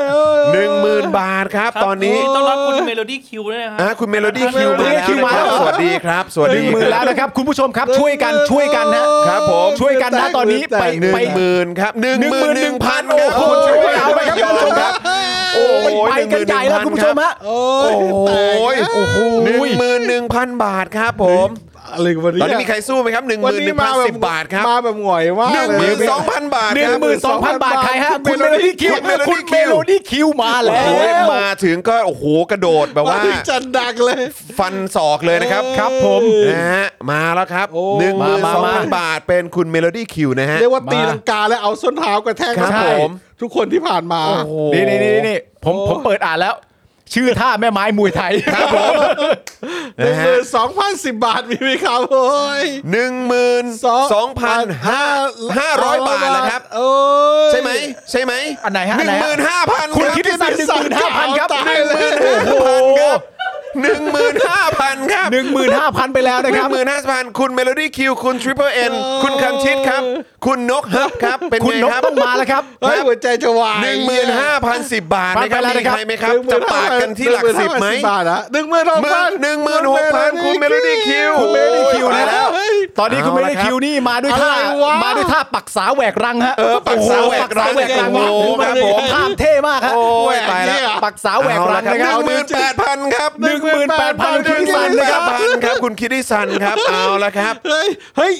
[SPEAKER 2] หนึ่งหมื่นบาทครับ ตอนนี้
[SPEAKER 6] ต้อนรับคุณเมโลดี้คิวด้วยนะค
[SPEAKER 2] อ่ะ
[SPEAKER 6] รับ
[SPEAKER 2] คุณเมโลดี้คิวมาแล้ว
[SPEAKER 3] คิวมา
[SPEAKER 2] นะค
[SPEAKER 3] แล้
[SPEAKER 2] รับ
[SPEAKER 3] ว
[SPEAKER 2] สวัสดีครับ สวัส
[SPEAKER 3] หนึ่
[SPEAKER 2] ดี
[SPEAKER 3] งหมื่นแล้วนะครับ คุณผู้ชมครับช่วยกันช่วยกันนะ
[SPEAKER 2] ครับผม
[SPEAKER 3] ช่วยกันนะตอนนี้ไป
[SPEAKER 2] หนึ่ง
[SPEAKER 3] ไป
[SPEAKER 2] หมื่นครับหนึ่งหมื่นหนึ่งพัน
[SPEAKER 3] โอ้โห
[SPEAKER 2] คุณช่วย
[SPEAKER 3] เอาไปครับคุณผู้ชมครับ
[SPEAKER 2] โอ้โห
[SPEAKER 3] ไปกันใหญ่แล้วคุณผู้ชมฮะ
[SPEAKER 5] โอ้
[SPEAKER 2] โอ้
[SPEAKER 5] ย
[SPEAKER 2] โห
[SPEAKER 5] แตก
[SPEAKER 2] โอ้โหห
[SPEAKER 3] โอ้
[SPEAKER 2] นึ่ง
[SPEAKER 3] ย
[SPEAKER 2] หมื่นหนึ่งพันบาทครับผม
[SPEAKER 5] เอ อะไรวัน
[SPEAKER 2] ตอน
[SPEAKER 5] นี้
[SPEAKER 2] นี้มีใครสู้ไหมครับหนึ่งห
[SPEAKER 5] วัน
[SPEAKER 2] มื่นห
[SPEAKER 5] นี้
[SPEAKER 2] นึ่งพั
[SPEAKER 5] มาน แบบ
[SPEAKER 2] สิบบาทครับ
[SPEAKER 5] มาแบบหงอยมาก
[SPEAKER 2] หนึ่ง
[SPEAKER 5] เลย
[SPEAKER 2] หมื่นสองพันบาท
[SPEAKER 3] ห
[SPEAKER 2] ค
[SPEAKER 3] นึ่ง
[SPEAKER 2] รับ
[SPEAKER 3] หมื่นสองพันบาทใครฮะคุณเมโลดี้คิว
[SPEAKER 2] คุณ Melody
[SPEAKER 3] คุณ
[SPEAKER 2] Q
[SPEAKER 3] เมโลดี้คิวมาแล้
[SPEAKER 2] โอ้ยว มาถึงก็โอ้โหกระโดดแบบ
[SPEAKER 5] มา
[SPEAKER 2] ว่า
[SPEAKER 5] ถึงจันดักเลย
[SPEAKER 2] ฟันศอกเลยนะครับ
[SPEAKER 3] ครับผม
[SPEAKER 2] นะฮะมาแล้วครับหนึ่งหมื่น
[SPEAKER 3] มา
[SPEAKER 2] สอง
[SPEAKER 3] มา
[SPEAKER 2] พันบาทเป็นคุณเมโลดี้คิวนะฮะ
[SPEAKER 5] เรียกว่าตี
[SPEAKER 3] มา
[SPEAKER 5] ลังกาแล้วเอาส้นเท้ากระแทก
[SPEAKER 2] ครับ
[SPEAKER 5] ใช่
[SPEAKER 2] ผม
[SPEAKER 5] ทุกคนที่ผ่านมา
[SPEAKER 2] โอ้โห
[SPEAKER 3] นี่นี่นี่นี่ผมผมเปิดอ่านแล้ว ชื่อท่าแม่ไม้มวยไทย
[SPEAKER 2] ครับผม
[SPEAKER 5] หนึ่
[SPEAKER 2] นะ
[SPEAKER 5] งห
[SPEAKER 2] ฮะ
[SPEAKER 5] มื่นสองพันสิบบาทมีไหมครับโอ้ย
[SPEAKER 2] หนึ่งหมื่นสองพันห้าห้าร้อยบาทแล้วครับ
[SPEAKER 5] โอ้ย
[SPEAKER 2] ใช่ไหมใช่ไหม
[SPEAKER 3] อันไหนฮะ
[SPEAKER 2] ห
[SPEAKER 3] อั
[SPEAKER 2] นึ่
[SPEAKER 3] น
[SPEAKER 2] งห
[SPEAKER 3] ไหนฮะ
[SPEAKER 2] มื่นห้าพัน
[SPEAKER 3] คุณ
[SPEAKER 2] รับ
[SPEAKER 3] คิดได้สักหนึ่งหมื่นห้าพันครับ
[SPEAKER 2] หนึ่งหมื่นห้าพันครับหนึ่งหมื่นห้าพันครับ
[SPEAKER 3] หนึ่งหมื่นห้าพันไปแล้ว
[SPEAKER 2] ห
[SPEAKER 3] นะ
[SPEAKER 2] นึ่
[SPEAKER 3] ครั
[SPEAKER 2] ง
[SPEAKER 3] บ
[SPEAKER 2] หมื่นห้าพันคุณเมโลดี้คิวคุณทริปเปอร์เอ็นคุณคันชิดครับ คุณนกฮับครับ เป็น
[SPEAKER 3] คุณ
[SPEAKER 2] ไง
[SPEAKER 3] นก
[SPEAKER 2] ครับ
[SPEAKER 3] ต้องมาแล้วครับ
[SPEAKER 5] เฮ้ยหัวใจจะวาย
[SPEAKER 2] หนึ่งหมื่นห้าพันสิบบาท
[SPEAKER 3] พั
[SPEAKER 2] นะ
[SPEAKER 3] น
[SPEAKER 2] ค
[SPEAKER 3] ไป
[SPEAKER 2] รับ
[SPEAKER 3] แล้ว
[SPEAKER 2] มี
[SPEAKER 3] นะครับ
[SPEAKER 2] ใครไหมครับ จะปาดกันที่หลักสิบไหม
[SPEAKER 5] บาทนะหนึ่งหมื่นหกพัน
[SPEAKER 2] หนึ่งหมื่นหกพันคุณ Melody Q
[SPEAKER 5] คุณเมโลดี้คิว
[SPEAKER 2] โอ้ย
[SPEAKER 5] แล้ว
[SPEAKER 3] ตอนนี้คุณเมโลดี้คิวนี่มาด้วยท่า
[SPEAKER 5] อะไรวะ
[SPEAKER 3] มาด้วยท่าปักษาแหวกรังฮะ
[SPEAKER 2] เออปักษาแหวกรัง
[SPEAKER 3] ปัษาแหวกรัง
[SPEAKER 2] โอ้โหค
[SPEAKER 3] มา
[SPEAKER 2] รับผ
[SPEAKER 3] ดู
[SPEAKER 2] ม
[SPEAKER 3] ท่าเท่มากฮะ
[SPEAKER 2] โอ้ยตายแล้ว
[SPEAKER 3] ปักษาแหวกรังนะค
[SPEAKER 2] ห
[SPEAKER 3] รั
[SPEAKER 2] นึ่งหมื่
[SPEAKER 3] บ
[SPEAKER 2] นแปดพันครับ
[SPEAKER 3] หนึ่งหมื่นแปดพัน
[SPEAKER 2] หนึ่งหมื่นแปดพันครับ คุณคิดดิสันครับ เอาละครับ
[SPEAKER 5] เฮ้ยเฮ้ย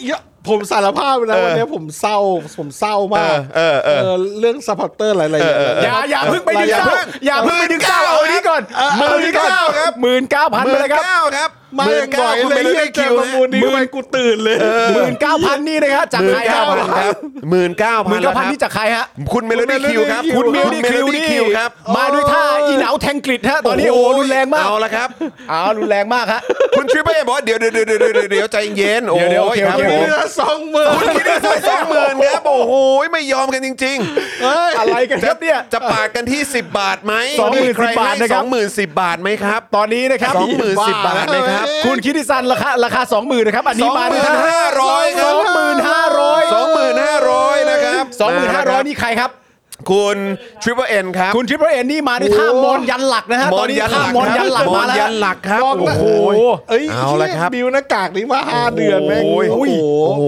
[SPEAKER 5] ผมสารภาพนะ
[SPEAKER 2] เออ
[SPEAKER 5] วันนี้ผมเศร้าผมเศร้า
[SPEAKER 2] เอ
[SPEAKER 5] มาก
[SPEAKER 2] อเออเออ
[SPEAKER 5] เออเรื่องซัพพอร์เตอร์หลายๆอย่าง
[SPEAKER 2] เออเออ
[SPEAKER 3] อย่าอย่าเพิ่งไปดึง
[SPEAKER 5] อย่า
[SPEAKER 3] เก้า
[SPEAKER 5] เพิ่ง
[SPEAKER 3] อย่าเพิ่งไปดึงเก้าเอาอันนี้ก่อน
[SPEAKER 2] เอา
[SPEAKER 3] หมื่น
[SPEAKER 2] เอา
[SPEAKER 3] เก้า
[SPEAKER 2] เอา
[SPEAKER 3] ครับหมื่นเก้าพันไปเลยครับ
[SPEAKER 2] เก้าครับ
[SPEAKER 5] มา
[SPEAKER 2] หมื่
[SPEAKER 5] อน ย่างบ่
[SPEAKER 2] เก้า
[SPEAKER 5] อย
[SPEAKER 2] คุณ
[SPEAKER 5] เล
[SPEAKER 2] เม
[SPEAKER 5] ย
[SPEAKER 2] โล
[SPEAKER 5] เฮี
[SPEAKER 2] ดี้
[SPEAKER 5] ยเจ
[SPEAKER 2] คิ
[SPEAKER 5] อ
[SPEAKER 2] ว
[SPEAKER 5] ประมูลนี้ไปกูตื่นเลย
[SPEAKER 3] หมื่นเก้าพันนี่นะฮะจาก
[SPEAKER 2] หมื่
[SPEAKER 3] ใคน ร
[SPEAKER 2] เก้า
[SPEAKER 3] ฮะ
[SPEAKER 2] พันครับหมื่นเก้า
[SPEAKER 3] ห
[SPEAKER 2] พั
[SPEAKER 3] มื่
[SPEAKER 2] น
[SPEAKER 3] น
[SPEAKER 2] แล้
[SPEAKER 3] เก้าว พัน
[SPEAKER 2] ครับ
[SPEAKER 3] นี่จากใครฮะ
[SPEAKER 2] คุณเมโลดี้คิวครับ
[SPEAKER 3] คุณเมโลดี้คิว
[SPEAKER 2] คุณ Melody
[SPEAKER 3] นี่
[SPEAKER 2] Q ครับ
[SPEAKER 3] มาด้วยท่าอีหนาวแทงกริดฮะตอนนี้โอ้โหรุนแรงมาก
[SPEAKER 2] เอาละครับ
[SPEAKER 3] อ้าวรุนแรงมากฮะ
[SPEAKER 2] คุณทริปเปอร์บอกว่าเดี๋ยวเดี๋ยวเดี๋ยวเดี๋ยวเดี๋ยวใจเย็นโอ้
[SPEAKER 3] เดี๋ยวเดี๋ยวโอเค
[SPEAKER 2] ยครับ
[SPEAKER 3] โอเค
[SPEAKER 2] ผม
[SPEAKER 5] เดือนสองหมื่น
[SPEAKER 2] คุณคิดดิสันสองหมื่นครับโอ้โหไม่ยอมกันจริง ๆ
[SPEAKER 5] เฮ้ย
[SPEAKER 3] อะไรกันค
[SPEAKER 2] จะ
[SPEAKER 3] รับเนี่ย
[SPEAKER 2] จะปาดกันที่ 10 บาทไหม
[SPEAKER 3] สองหมื่น
[SPEAKER 2] ใคร
[SPEAKER 3] สิบบาท
[SPEAKER 2] ให้
[SPEAKER 3] นะค
[SPEAKER 2] ส
[SPEAKER 3] รับ
[SPEAKER 2] องหมื่นสิบบาทไหมครับ
[SPEAKER 3] ตอนนี้นะครับ
[SPEAKER 2] สองหมื่นสิบบาทไหมครับ
[SPEAKER 3] คุณคิดิซันราคาราคาสองหมื่นนะครับอัน
[SPEAKER 2] ส
[SPEAKER 3] นี้
[SPEAKER 2] อง
[SPEAKER 3] มา
[SPEAKER 2] หมื่นห้าร้อยค
[SPEAKER 3] ส
[SPEAKER 2] รั
[SPEAKER 3] อบงหมื่นห้าร้อย
[SPEAKER 2] สองหมื่นห้าร้อยนะครับ
[SPEAKER 3] สองหมื่นห้าร้อยนี่ใครครับ
[SPEAKER 2] คุณทริปเปอร์เอ็นครับ
[SPEAKER 3] คุณทริปเปอร์เอ็นนี่มาด้วยท่ามอนยันหลักนะฮะ
[SPEAKER 2] มอ
[SPEAKER 3] ตอน
[SPEAKER 2] น
[SPEAKER 3] นี้
[SPEAKER 2] ยันห
[SPEAKER 3] ท่า
[SPEAKER 2] ลัก
[SPEAKER 3] มอนยันหลัก
[SPEAKER 2] มอ
[SPEAKER 3] มานแล้
[SPEAKER 2] ยั
[SPEAKER 3] ว
[SPEAKER 2] นหลักครับ
[SPEAKER 5] มอง
[SPEAKER 2] โอ้
[SPEAKER 5] นะ
[SPEAKER 2] โห
[SPEAKER 5] เอ้ย
[SPEAKER 2] เอาละครับ
[SPEAKER 5] บิวหน้ากากนี้มาห้าเดือนแม่ง
[SPEAKER 2] โอ้ยโอ้โห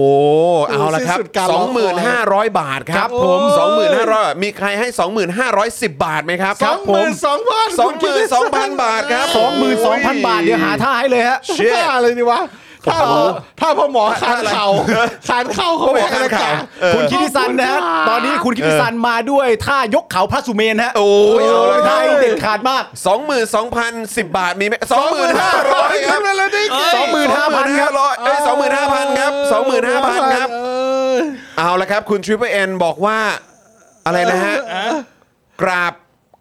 [SPEAKER 2] เอาละครับ
[SPEAKER 5] สิ้นสุดการรอค
[SPEAKER 2] ส
[SPEAKER 5] อ
[SPEAKER 2] อย งหมื่นห้าร้อยบาทค
[SPEAKER 3] ค
[SPEAKER 2] รั
[SPEAKER 3] รั
[SPEAKER 2] บบ
[SPEAKER 3] ผม
[SPEAKER 2] สองหมื่นห้าร้อยมีใครให้สองหมื่นห้าร้อยสิบบาทไหมครับ
[SPEAKER 5] สองหมื่นสองพัน
[SPEAKER 2] สองหมื่นสองพันบาทครับ
[SPEAKER 3] สองหมื่นสองพันบาทเดี๋ยวหาท่าให้เลยฮะ
[SPEAKER 2] เชี่ย
[SPEAKER 5] ท่าอะไรนี่วะถ้าพอถ้าพอหมอคาน เข่าคานเข่าเขาบอก
[SPEAKER 2] คานเข่า
[SPEAKER 3] คุณคิดิซันนะฮะตอนนี้คุณคิดิซันมาด้วยท่ายกเขาพระสุเมนฮะ
[SPEAKER 2] โอ้ยเอาละค
[SPEAKER 3] ท่า
[SPEAKER 2] รับ
[SPEAKER 3] เด็ดขาดมาก
[SPEAKER 2] สองหมื่นสองพันสิบบาทมีไหมสองหมื่นห้าร้อยครับ
[SPEAKER 5] เมโลดี้คิว
[SPEAKER 3] สองหมื่นห้าพันครับ
[SPEAKER 2] ร้อยเอ้ยสองหมื่นห้าพันครับสองหมื่นห้าพันครับ
[SPEAKER 5] เออ
[SPEAKER 2] เอาละครับ คุณทริปเปอร์เอ็นบอกว่าอะไรนะฮะ กราบ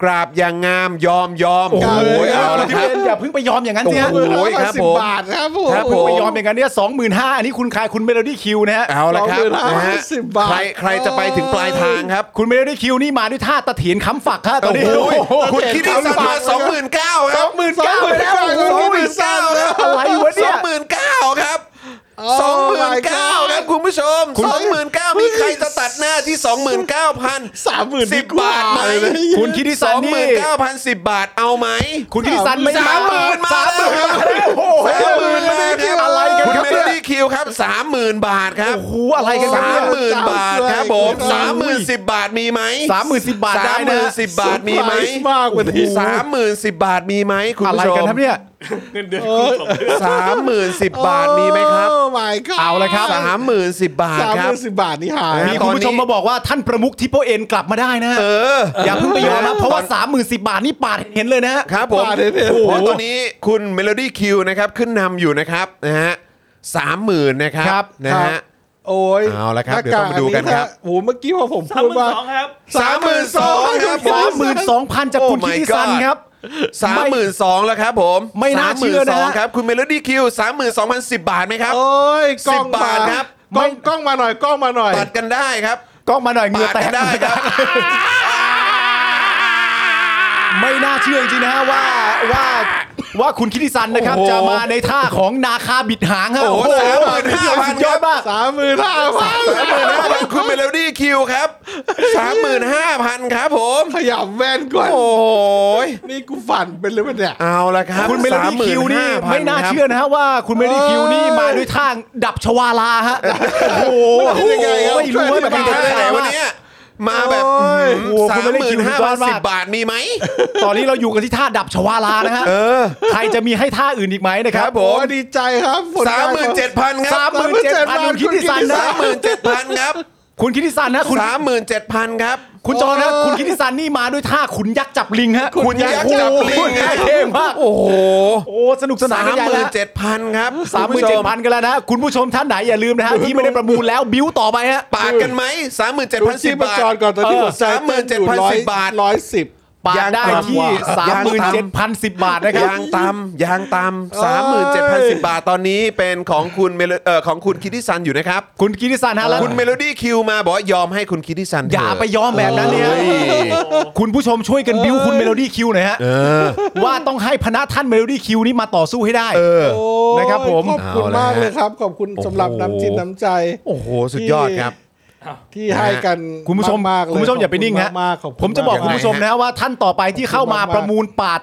[SPEAKER 2] กราบอย่างงามยอมยอมโอ้ยเอาละครับ
[SPEAKER 3] อย่าเพิ่งไปยอมอย่างนั้นสิฮะ
[SPEAKER 2] โอ้ยครับ
[SPEAKER 5] สิ
[SPEAKER 2] ผม
[SPEAKER 5] บาทครับผม
[SPEAKER 2] ครับผ
[SPEAKER 3] คุณไปยอมอย่างนั้นเนี่ยสองหมื่นห้าอันนี้คุณขายคุณเมโลดี้คิวนะฮะ
[SPEAKER 2] เอาละครับนะฮะ
[SPEAKER 5] สิบบาท
[SPEAKER 2] ใครใครจะไปถึงปลายทางครับ
[SPEAKER 3] คุณเมโลดี้คิวนี่มาด้วยท่าตะเถียนค้ำฝักฮะตอนนี้
[SPEAKER 2] โอ้ย
[SPEAKER 3] โอ้โห
[SPEAKER 2] คุณคิดดีสักมาสองหมื่นเก้าค
[SPEAKER 5] ส
[SPEAKER 2] รั
[SPEAKER 5] อบ งหมื่นสองพันแล้ว
[SPEAKER 2] สองหมื่น
[SPEAKER 5] สา
[SPEAKER 2] เก้าม ครับ
[SPEAKER 3] อะไรวะ
[SPEAKER 2] ส
[SPEAKER 3] เนี่
[SPEAKER 2] อง
[SPEAKER 3] ย
[SPEAKER 2] หมื่นเก้าครับสอง
[SPEAKER 5] Oh
[SPEAKER 2] หมื่น
[SPEAKER 5] my
[SPEAKER 2] เก้า
[SPEAKER 5] God
[SPEAKER 2] ครับคุณผู้ชมสองหมื่นเก้ามีใครจะตัดหน้าที่สองหมื่นเก้าพัน
[SPEAKER 5] สามหมื่น
[SPEAKER 2] สิบบาทไหม
[SPEAKER 3] คุณคิดดิสั
[SPEAKER 2] สอ
[SPEAKER 3] น
[SPEAKER 2] ง
[SPEAKER 3] นี่
[SPEAKER 2] หมื่นเก้าพันสิบบาทเอาไหม
[SPEAKER 3] คุณกิติสันไม่ได้
[SPEAKER 2] สามหมื่นมา
[SPEAKER 3] สามหมื่น
[SPEAKER 2] แล้วครับ
[SPEAKER 3] โอ้โห
[SPEAKER 2] สามหมื่นมาครับ
[SPEAKER 3] อะไรกัน
[SPEAKER 2] คุณ
[SPEAKER 3] ครับ
[SPEAKER 2] เมโล
[SPEAKER 3] เนี่ย
[SPEAKER 2] ดี้คิวครับสามหมื่นบาทครับ
[SPEAKER 3] โอ้โหอะไรกันครับ
[SPEAKER 2] สาม
[SPEAKER 3] เนี่ย
[SPEAKER 2] หมื่นบาทครับผมสามหมื่นสิบบาทมีไหม
[SPEAKER 3] สามหมื่นสิบบาท
[SPEAKER 2] สา
[SPEAKER 3] ได้
[SPEAKER 2] มห
[SPEAKER 3] นะ
[SPEAKER 2] มื่นสิบบาทมีไหม
[SPEAKER 5] มากกว่านี้
[SPEAKER 2] สามหมื่นสิบบาทมีไหมคุณ
[SPEAKER 3] อะไร
[SPEAKER 2] ผู้ช
[SPEAKER 3] กัน
[SPEAKER 2] ม
[SPEAKER 3] ครับเนี่ย
[SPEAKER 6] เงินเดือนคุณสองเดือน
[SPEAKER 2] สามหมื่นสิบบาทมีไหมครับ
[SPEAKER 5] Oh my god
[SPEAKER 3] เอาละครับ
[SPEAKER 2] สามหมื่นสิบบาท
[SPEAKER 5] สาม
[SPEAKER 2] ค
[SPEAKER 5] ห
[SPEAKER 2] รับ
[SPEAKER 5] มื่นสิบบาทนี่หาย
[SPEAKER 2] นะ
[SPEAKER 3] มีคุณผู้ชมมาบอกว่าท่านประมุขทิปเปิลเอ็นกลับมาได้นะฮะ
[SPEAKER 2] เออ
[SPEAKER 3] อย่าเพิ่งไปยอมนะเพราะว่า
[SPEAKER 2] ตอน
[SPEAKER 3] สามหมื่นสิบบาทนี่ปาดเห็นเลยนะฮะ
[SPEAKER 2] ครับผม
[SPEAKER 5] ปาดเลยเนี่ย
[SPEAKER 2] โอ้โหตอนนี้คุณเมโลดี้คิวนะครับขึ้นนำอยู่นะครับนะฮะสามหมื่นนะครับ
[SPEAKER 3] ครับ
[SPEAKER 2] นะฮะ
[SPEAKER 5] โอ้ย
[SPEAKER 2] เอาละครับ
[SPEAKER 5] หน้
[SPEAKER 2] เดี๋ยวต้องมาดูกันครับ
[SPEAKER 5] โอ้โหเมื่อกี้พอผม
[SPEAKER 6] สาม
[SPEAKER 5] พูด
[SPEAKER 6] หมื่น
[SPEAKER 5] ว่า
[SPEAKER 6] สองครับ
[SPEAKER 2] สามหมื่นสองครับผ
[SPEAKER 3] สาม
[SPEAKER 2] ม
[SPEAKER 3] หมื่นสองพันจากคุณ
[SPEAKER 2] Oh
[SPEAKER 3] คิ
[SPEAKER 2] my
[SPEAKER 3] ติสัน
[SPEAKER 2] God
[SPEAKER 3] ครับ
[SPEAKER 2] สามหมื่นสองแล้วครับผม
[SPEAKER 3] ไม่น่าเชื่อนะฮะ
[SPEAKER 2] 32,000ครับคุณเมโลดี้คิวสามหมื่นสองพันสิบบาทไหมครับ
[SPEAKER 5] โอ้ยกล้อง
[SPEAKER 2] สิบบาท
[SPEAKER 5] ม
[SPEAKER 2] ครับ
[SPEAKER 5] กล้องกล้องมาหน่อยกล้องมาหน่อย
[SPEAKER 2] ตัดกันได้ครับ
[SPEAKER 3] กล้องมาหน่อยเหงื่อ
[SPEAKER 2] ปาด
[SPEAKER 3] แต
[SPEAKER 2] กั
[SPEAKER 3] ก
[SPEAKER 2] นได้ครับ
[SPEAKER 3] ไม่น่าเชื่อจริงๆนะฮะว่าว่าว่าคุณคิติสันนะครับ
[SPEAKER 2] โอ้โห
[SPEAKER 3] จะมาในท่าของนาคาบิดหางฮะ
[SPEAKER 2] โอ้โห35,000
[SPEAKER 3] สุดยอดมาก
[SPEAKER 5] สามหมื่นห้าพัน
[SPEAKER 2] สามหมื่นห้าพันคุณเมโลดี้คิวครับสามหมื่นห้าพันครับผม
[SPEAKER 5] ขยับแว่นก่อน
[SPEAKER 2] โอ้ย
[SPEAKER 5] นี่กูฝันเป็นหรือเปล่าเนี่ย
[SPEAKER 2] เอาละครับ
[SPEAKER 3] คุณเมโลดี้คิวนี่
[SPEAKER 2] 35,000
[SPEAKER 3] ไม่น่า
[SPEAKER 2] ครับ
[SPEAKER 3] เชื่อนะฮะว่าคุณเมโลดี้คิวนี่มาด้วยท่าดับชวาลาฮะโอ้โห
[SPEAKER 5] มันเป็นยังไงครับ
[SPEAKER 3] ไม่รู้ว่ามันเป็น
[SPEAKER 2] ท่า
[SPEAKER 3] ท่า
[SPEAKER 2] ไห
[SPEAKER 3] ไห
[SPEAKER 2] น
[SPEAKER 3] น
[SPEAKER 2] วัน
[SPEAKER 3] วะ
[SPEAKER 2] นี้ มาแบบ
[SPEAKER 3] โอ้ย
[SPEAKER 2] หื
[SPEAKER 3] โอ้
[SPEAKER 2] ม
[SPEAKER 3] โหคุ
[SPEAKER 2] สา
[SPEAKER 3] ณ
[SPEAKER 2] ม
[SPEAKER 3] ไม่ได้
[SPEAKER 2] หมื่
[SPEAKER 3] คิ
[SPEAKER 2] น
[SPEAKER 3] ว
[SPEAKER 2] ห้า
[SPEAKER 3] ก้
[SPEAKER 2] พั
[SPEAKER 3] อน
[SPEAKER 2] นสิ
[SPEAKER 3] มาก
[SPEAKER 2] บบาทมีไหม
[SPEAKER 3] ตอนนี้เราอยู่กันที่ท่าดับชวาลานะฮะ
[SPEAKER 2] เออ
[SPEAKER 3] ใครจะมีให้ท่าอื่นอีกไหมนะครั
[SPEAKER 2] ครับ บผม
[SPEAKER 5] โอ้ยดีใจครับผล
[SPEAKER 2] สาง ม
[SPEAKER 5] น
[SPEAKER 2] หมื่นเจ็ดพันค
[SPEAKER 3] สา
[SPEAKER 2] รั
[SPEAKER 3] ม
[SPEAKER 2] บ
[SPEAKER 3] หมื่นเจ็ดพันคุณคิดดิสันนะ
[SPEAKER 2] สามหมื่นเจ็ดพันครับ
[SPEAKER 3] คุณคิดดิสันนะคุณ
[SPEAKER 2] สามหมื่นเจ็ดพันครับ
[SPEAKER 3] คุณจอนะคุณคิดดิสันนี่มาด้วยท่าขุนยักษ์จับลิงฮะ
[SPEAKER 2] ขุนยักษ์จับลิง
[SPEAKER 3] โอ้โหเท่มาก
[SPEAKER 2] โอ้โห
[SPEAKER 3] โอ้สนุกสนาน
[SPEAKER 2] สาม
[SPEAKER 3] กันใหญ่
[SPEAKER 2] หมื่
[SPEAKER 3] แล้
[SPEAKER 2] น
[SPEAKER 3] ว
[SPEAKER 2] เจ็ดพันครับ
[SPEAKER 3] สามหมื่นเจ็ดพันกันแล้วนะ คุณผู้ชมท่านไหนอย่าลืมนะฮะ ที่ไม่ได้ประมูลแล้วบิ้วต่อไปฮะ
[SPEAKER 2] ปาดกันไหมสามหมื่นเจ็ด
[SPEAKER 5] ดู
[SPEAKER 2] พันสิ
[SPEAKER 5] ที่
[SPEAKER 2] บ
[SPEAKER 5] ประ
[SPEAKER 2] บาท
[SPEAKER 5] จรก่อนตอนที่
[SPEAKER 3] เออ
[SPEAKER 5] หัวใจเต้นอยู่
[SPEAKER 2] 37,000
[SPEAKER 5] ร้อย
[SPEAKER 2] บาท
[SPEAKER 5] ร้อยสิบ
[SPEAKER 3] ปาดได้ที่สาม
[SPEAKER 2] ยาง
[SPEAKER 3] หมื่นเจ็ด
[SPEAKER 2] ต่ำ
[SPEAKER 3] พันสิบบาทนะครั
[SPEAKER 2] ยา
[SPEAKER 3] บ
[SPEAKER 2] งตำยางตำสามหมื่นเจ็ดพันสิบบาทตอนนี้เป็นของคุณเมโลเอ่อของคุณคิติซันอยู่นะครับ
[SPEAKER 3] คุณกิติสันฮะแล้ว
[SPEAKER 2] คุณเมโลดี้คิวมาบอกว่ายอมให้คุณคิติซันเถะ
[SPEAKER 3] อย่าไปยอมแบบนั้นเนี่ย
[SPEAKER 2] เฮ้ย
[SPEAKER 3] คุณผู้ชมช่วยกันบิ้วคุณเมโลดี้คิวหน่อยฮะ
[SPEAKER 2] เออ
[SPEAKER 3] ว่าต้องให้พนะท่านเมโลดี้คิวนี้มาต่อสู้ให้ได้
[SPEAKER 2] เออ
[SPEAKER 5] โอ้ย
[SPEAKER 3] นะครับผม
[SPEAKER 5] ขอบคุณมากเลยครับ ขอบคุณสำหรับน้ำจิตน้ำใจ
[SPEAKER 2] โอ้โห สุดยอดครับ
[SPEAKER 5] ที่ให้กัน
[SPEAKER 3] คุณผู้ชม
[SPEAKER 5] มากๆเลย
[SPEAKER 3] คุณผู้ชมอย่าไปนิ่งฮะ
[SPEAKER 5] ขอบคุณมากๆขอบคุณ
[SPEAKER 3] ผมจะบอก
[SPEAKER 5] า
[SPEAKER 3] คุ
[SPEAKER 5] ก
[SPEAKER 3] ณ
[SPEAKER 5] ๆ
[SPEAKER 3] ผู้ชมนะฮะว่าท่านต่อไปที่เข้ามาประมูลปาด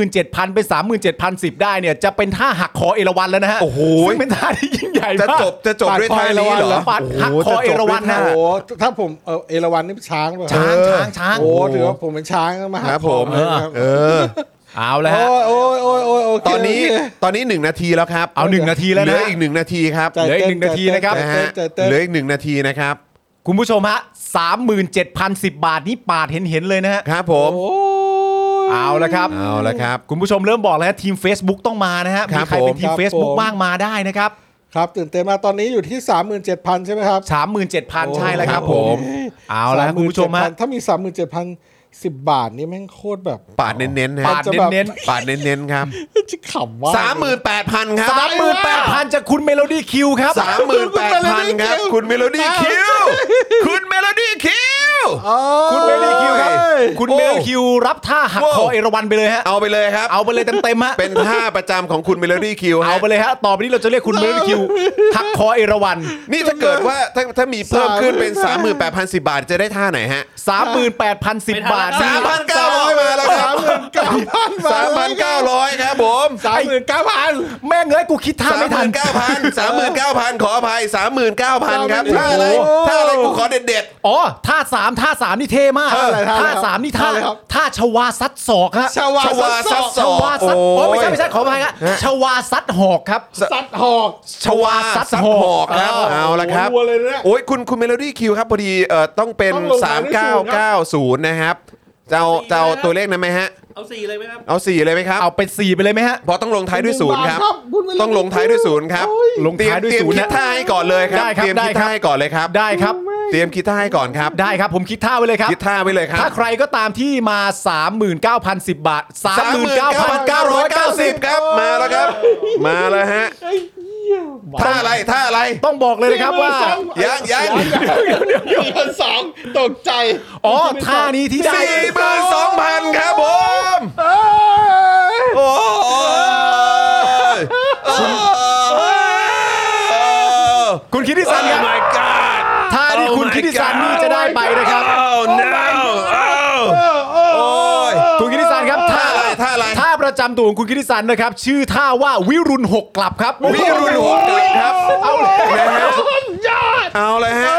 [SPEAKER 3] 37,000 เป็น 37,010 ได้เนี่ยจะเป็นท่าหักคอเอราวันแล้วนะฮะ
[SPEAKER 2] โอ้โห
[SPEAKER 3] ซึ่งเป็นท่าที่ยิ่งใหญ่
[SPEAKER 2] จะ
[SPEAKER 3] มาก
[SPEAKER 2] จบจะจบด้วยท่านี้เหรอ
[SPEAKER 3] ปัดหักคอเอราวัณนะ
[SPEAKER 2] โอ้
[SPEAKER 5] โอ้
[SPEAKER 2] โห
[SPEAKER 5] โหถ้าผมเออเอราวันนี่ช้างเปล่า
[SPEAKER 3] ช้าง
[SPEAKER 2] เออ
[SPEAKER 3] ช้างช้าง
[SPEAKER 5] โอ้โหถือว่าผมเป็นช้างมา
[SPEAKER 2] ค
[SPEAKER 5] หา
[SPEAKER 2] รับผม
[SPEAKER 5] ขอเลยครับ
[SPEAKER 2] เออ
[SPEAKER 3] เอาแล้วฮะ
[SPEAKER 5] โอ้ยโอ้ยโอ้ยโยโเค
[SPEAKER 2] ตอนนี้
[SPEAKER 5] โเค
[SPEAKER 2] ตอนนี้ 1 นาทีแล้วครับ
[SPEAKER 3] เอาหนึ่งนาทีแล้ว
[SPEAKER 2] เหลือ
[SPEAKER 3] นะ
[SPEAKER 2] อีก 1 นาทีครับ
[SPEAKER 5] ใจ
[SPEAKER 3] เหลืออีกหนึ่งนาทีนะครับ
[SPEAKER 2] นะฮะ
[SPEAKER 5] ใจเต้น
[SPEAKER 2] เหลืออีก 1 นาทีนะครับ
[SPEAKER 3] คุณผู้ชมฮะ37,010 บาทนี้ปาดเห็นเห็นๆเลยนะฮะ
[SPEAKER 2] ครับผม
[SPEAKER 5] โอ้ย
[SPEAKER 3] เอาละครับ
[SPEAKER 2] เอาละครับ
[SPEAKER 3] คุณผู้ชมเริ่มบอกแล้วฮะทีม Facebook ต้องมานะฮะ
[SPEAKER 2] ครั
[SPEAKER 3] มี
[SPEAKER 2] บ
[SPEAKER 3] ใครเป็น
[SPEAKER 2] ผม
[SPEAKER 3] ทีม
[SPEAKER 5] ครับ
[SPEAKER 3] Facebook บ้างมาได้นะครับ
[SPEAKER 5] ครับตื่นเต้นมากตอนนี้อยู่ที่ 37,000 ใช่ไหมครับ โอ้
[SPEAKER 3] 37,000 ใช่แล้วครับผม เอาละครับ
[SPEAKER 5] 37,000
[SPEAKER 3] คุณผู้ชมฮะ
[SPEAKER 5] ถ้ามี 37,000 10 บาทนี่แม่งโคตรแบบ
[SPEAKER 2] ปาดเน้นๆนะ
[SPEAKER 3] ปาด
[SPEAKER 5] จะแบบ
[SPEAKER 3] เน้น
[SPEAKER 2] ปาดเน้นๆครับ
[SPEAKER 5] จะขำว่า
[SPEAKER 2] 38,000 ครับ
[SPEAKER 3] ๆสามหมื่นแปดพันจากคุณเมโลดี้คิวครับ
[SPEAKER 2] สามหมื่นแปดพันครับ คุณเมโลดี้คิว คุณเมโลดี้คิว
[SPEAKER 3] คุณเมโลดี้คิวครับ
[SPEAKER 2] โอ้ย
[SPEAKER 3] คุณเมโลดี้คิวรับท่าหัก
[SPEAKER 2] โอ้
[SPEAKER 3] คอเอราวันไปเลยฮะ
[SPEAKER 2] เอาไปเลยครับ
[SPEAKER 3] เอาไปเลยเต็มๆฮะ
[SPEAKER 2] เป็นท่าประจำของคุณเมโลดี้คิวฮะ
[SPEAKER 3] เอาไปเลยฮะ ต่อไปนี้เราจะเรียกคุณเมโลดี้คิวหักคอเอราวัน
[SPEAKER 2] นี่ถ้าเกิดว่าถ้าถ้ามีเพิ่มขึ้นเป็น
[SPEAKER 5] สามหมื่น
[SPEAKER 2] 38,010 บาทจะได้ท่าไหนฮะ
[SPEAKER 6] ไม่
[SPEAKER 3] 38,010
[SPEAKER 6] ทั
[SPEAKER 3] บาน ท
[SPEAKER 6] แล้ว
[SPEAKER 3] นี่
[SPEAKER 2] 3,900 มาแล้วครับ 3,900 ครับผม
[SPEAKER 5] สามหมื่นเก้าพัน
[SPEAKER 3] แม่งเอ้ยกูคิดท่าไม่ทัน
[SPEAKER 2] 39,000 39,000 ขออภัย 39,000 ครับ ท่าอะไร
[SPEAKER 5] โอ้โห
[SPEAKER 2] ท่าอะไรกูขอเด็ด
[SPEAKER 3] อ๋อท่าสามท่าสามนี่เท่มาก
[SPEAKER 5] ท่าอะไรท่าอะไร
[SPEAKER 3] สามนี่ท่า
[SPEAKER 5] ท่าอะไรครับ
[SPEAKER 3] ท่าชวาซัดศอกฮะ
[SPEAKER 5] ชวา
[SPEAKER 2] ชวาซั
[SPEAKER 5] ซั
[SPEAKER 2] ด
[SPEAKER 5] ด
[SPEAKER 2] ศ
[SPEAKER 5] ศ
[SPEAKER 2] อ
[SPEAKER 5] อก ก
[SPEAKER 3] วาซัด
[SPEAKER 2] โอ้ย
[SPEAKER 3] โอ้ไม่ใช่ไม่ใช่ขออภัยฮะชวาซัดหอกครับ
[SPEAKER 5] ซัดหอก
[SPEAKER 2] ๆ ชวาซัดหอกครับ เอาละครับ
[SPEAKER 5] รัวเลยนะ
[SPEAKER 2] โอ้ยคุณคุณเมโลดี้คิวครับพอดีเอ่อต้องเป็น
[SPEAKER 5] ต้องลงท้ายด้วยศูนย์ครับ
[SPEAKER 2] 3990 นะครับ จะเอาจะเอาตัวเลขนั้นไหมฮะ
[SPEAKER 6] เอาสี่เลยไหมครับ
[SPEAKER 2] เอา 4 เลยไหมครับ
[SPEAKER 3] เอาเป็นสี่ไปเลยไหมฮะ
[SPEAKER 2] เพราะต้องลงท้ายด้วยศูนย์ครับ
[SPEAKER 5] คุณเมโลดี้
[SPEAKER 2] ต้องลงท้ายด้วยศูนย์ครับ
[SPEAKER 5] โอ้ย
[SPEAKER 3] ลงท้ายด้วย
[SPEAKER 2] เตรี
[SPEAKER 3] ศูนย์
[SPEAKER 2] เตรีมคิดท่าให้ก่อนเลยครับ
[SPEAKER 3] ได้ครับ
[SPEAKER 2] เตรียม
[SPEAKER 3] ได้
[SPEAKER 2] คิด
[SPEAKER 3] ครับ
[SPEAKER 2] ท่าให้ก่อนเลยครับ
[SPEAKER 3] ได้ครับ
[SPEAKER 2] เตรียมคิดท่าให้ก่อนครับ
[SPEAKER 3] ได้ครับผมคิดท่าไว้เลยครับ
[SPEAKER 2] คิดท่าไว้เลยครั
[SPEAKER 3] ถ้า
[SPEAKER 2] บ
[SPEAKER 3] ใครก็ตามที่มา 39,010 บาท 39,990
[SPEAKER 2] 39,990 ครับมาแล้วครับ มาแล้วฮะท่าอะไรท่าอะไร
[SPEAKER 3] ต้องบอกเลยนะครับว่า
[SPEAKER 2] ยังยัง
[SPEAKER 5] เดี๋ยวพันสองตกใจ
[SPEAKER 3] อ๋อท่านี้ที่ได้
[SPEAKER 2] สี่หมื่นสองพันครับผมโอ้ยโอ้ย
[SPEAKER 3] คุณคิดดิสันครับ
[SPEAKER 2] my god
[SPEAKER 3] ท่าที่คุณคิดดิสันนี่จะได้ไปนะครับ
[SPEAKER 2] oh no oh โอ้ย
[SPEAKER 3] คุณกิติสันครับท่า
[SPEAKER 2] ท่าอะไรท่าอะไร
[SPEAKER 3] ท่าประจำตัวของคุณกิติสันนะครับ ชื่อท่าว่าวิรุณหกกลับครับ
[SPEAKER 2] วิรุณหกกลับครับ
[SPEAKER 3] เอาเลย
[SPEAKER 2] เอาเลยฮะ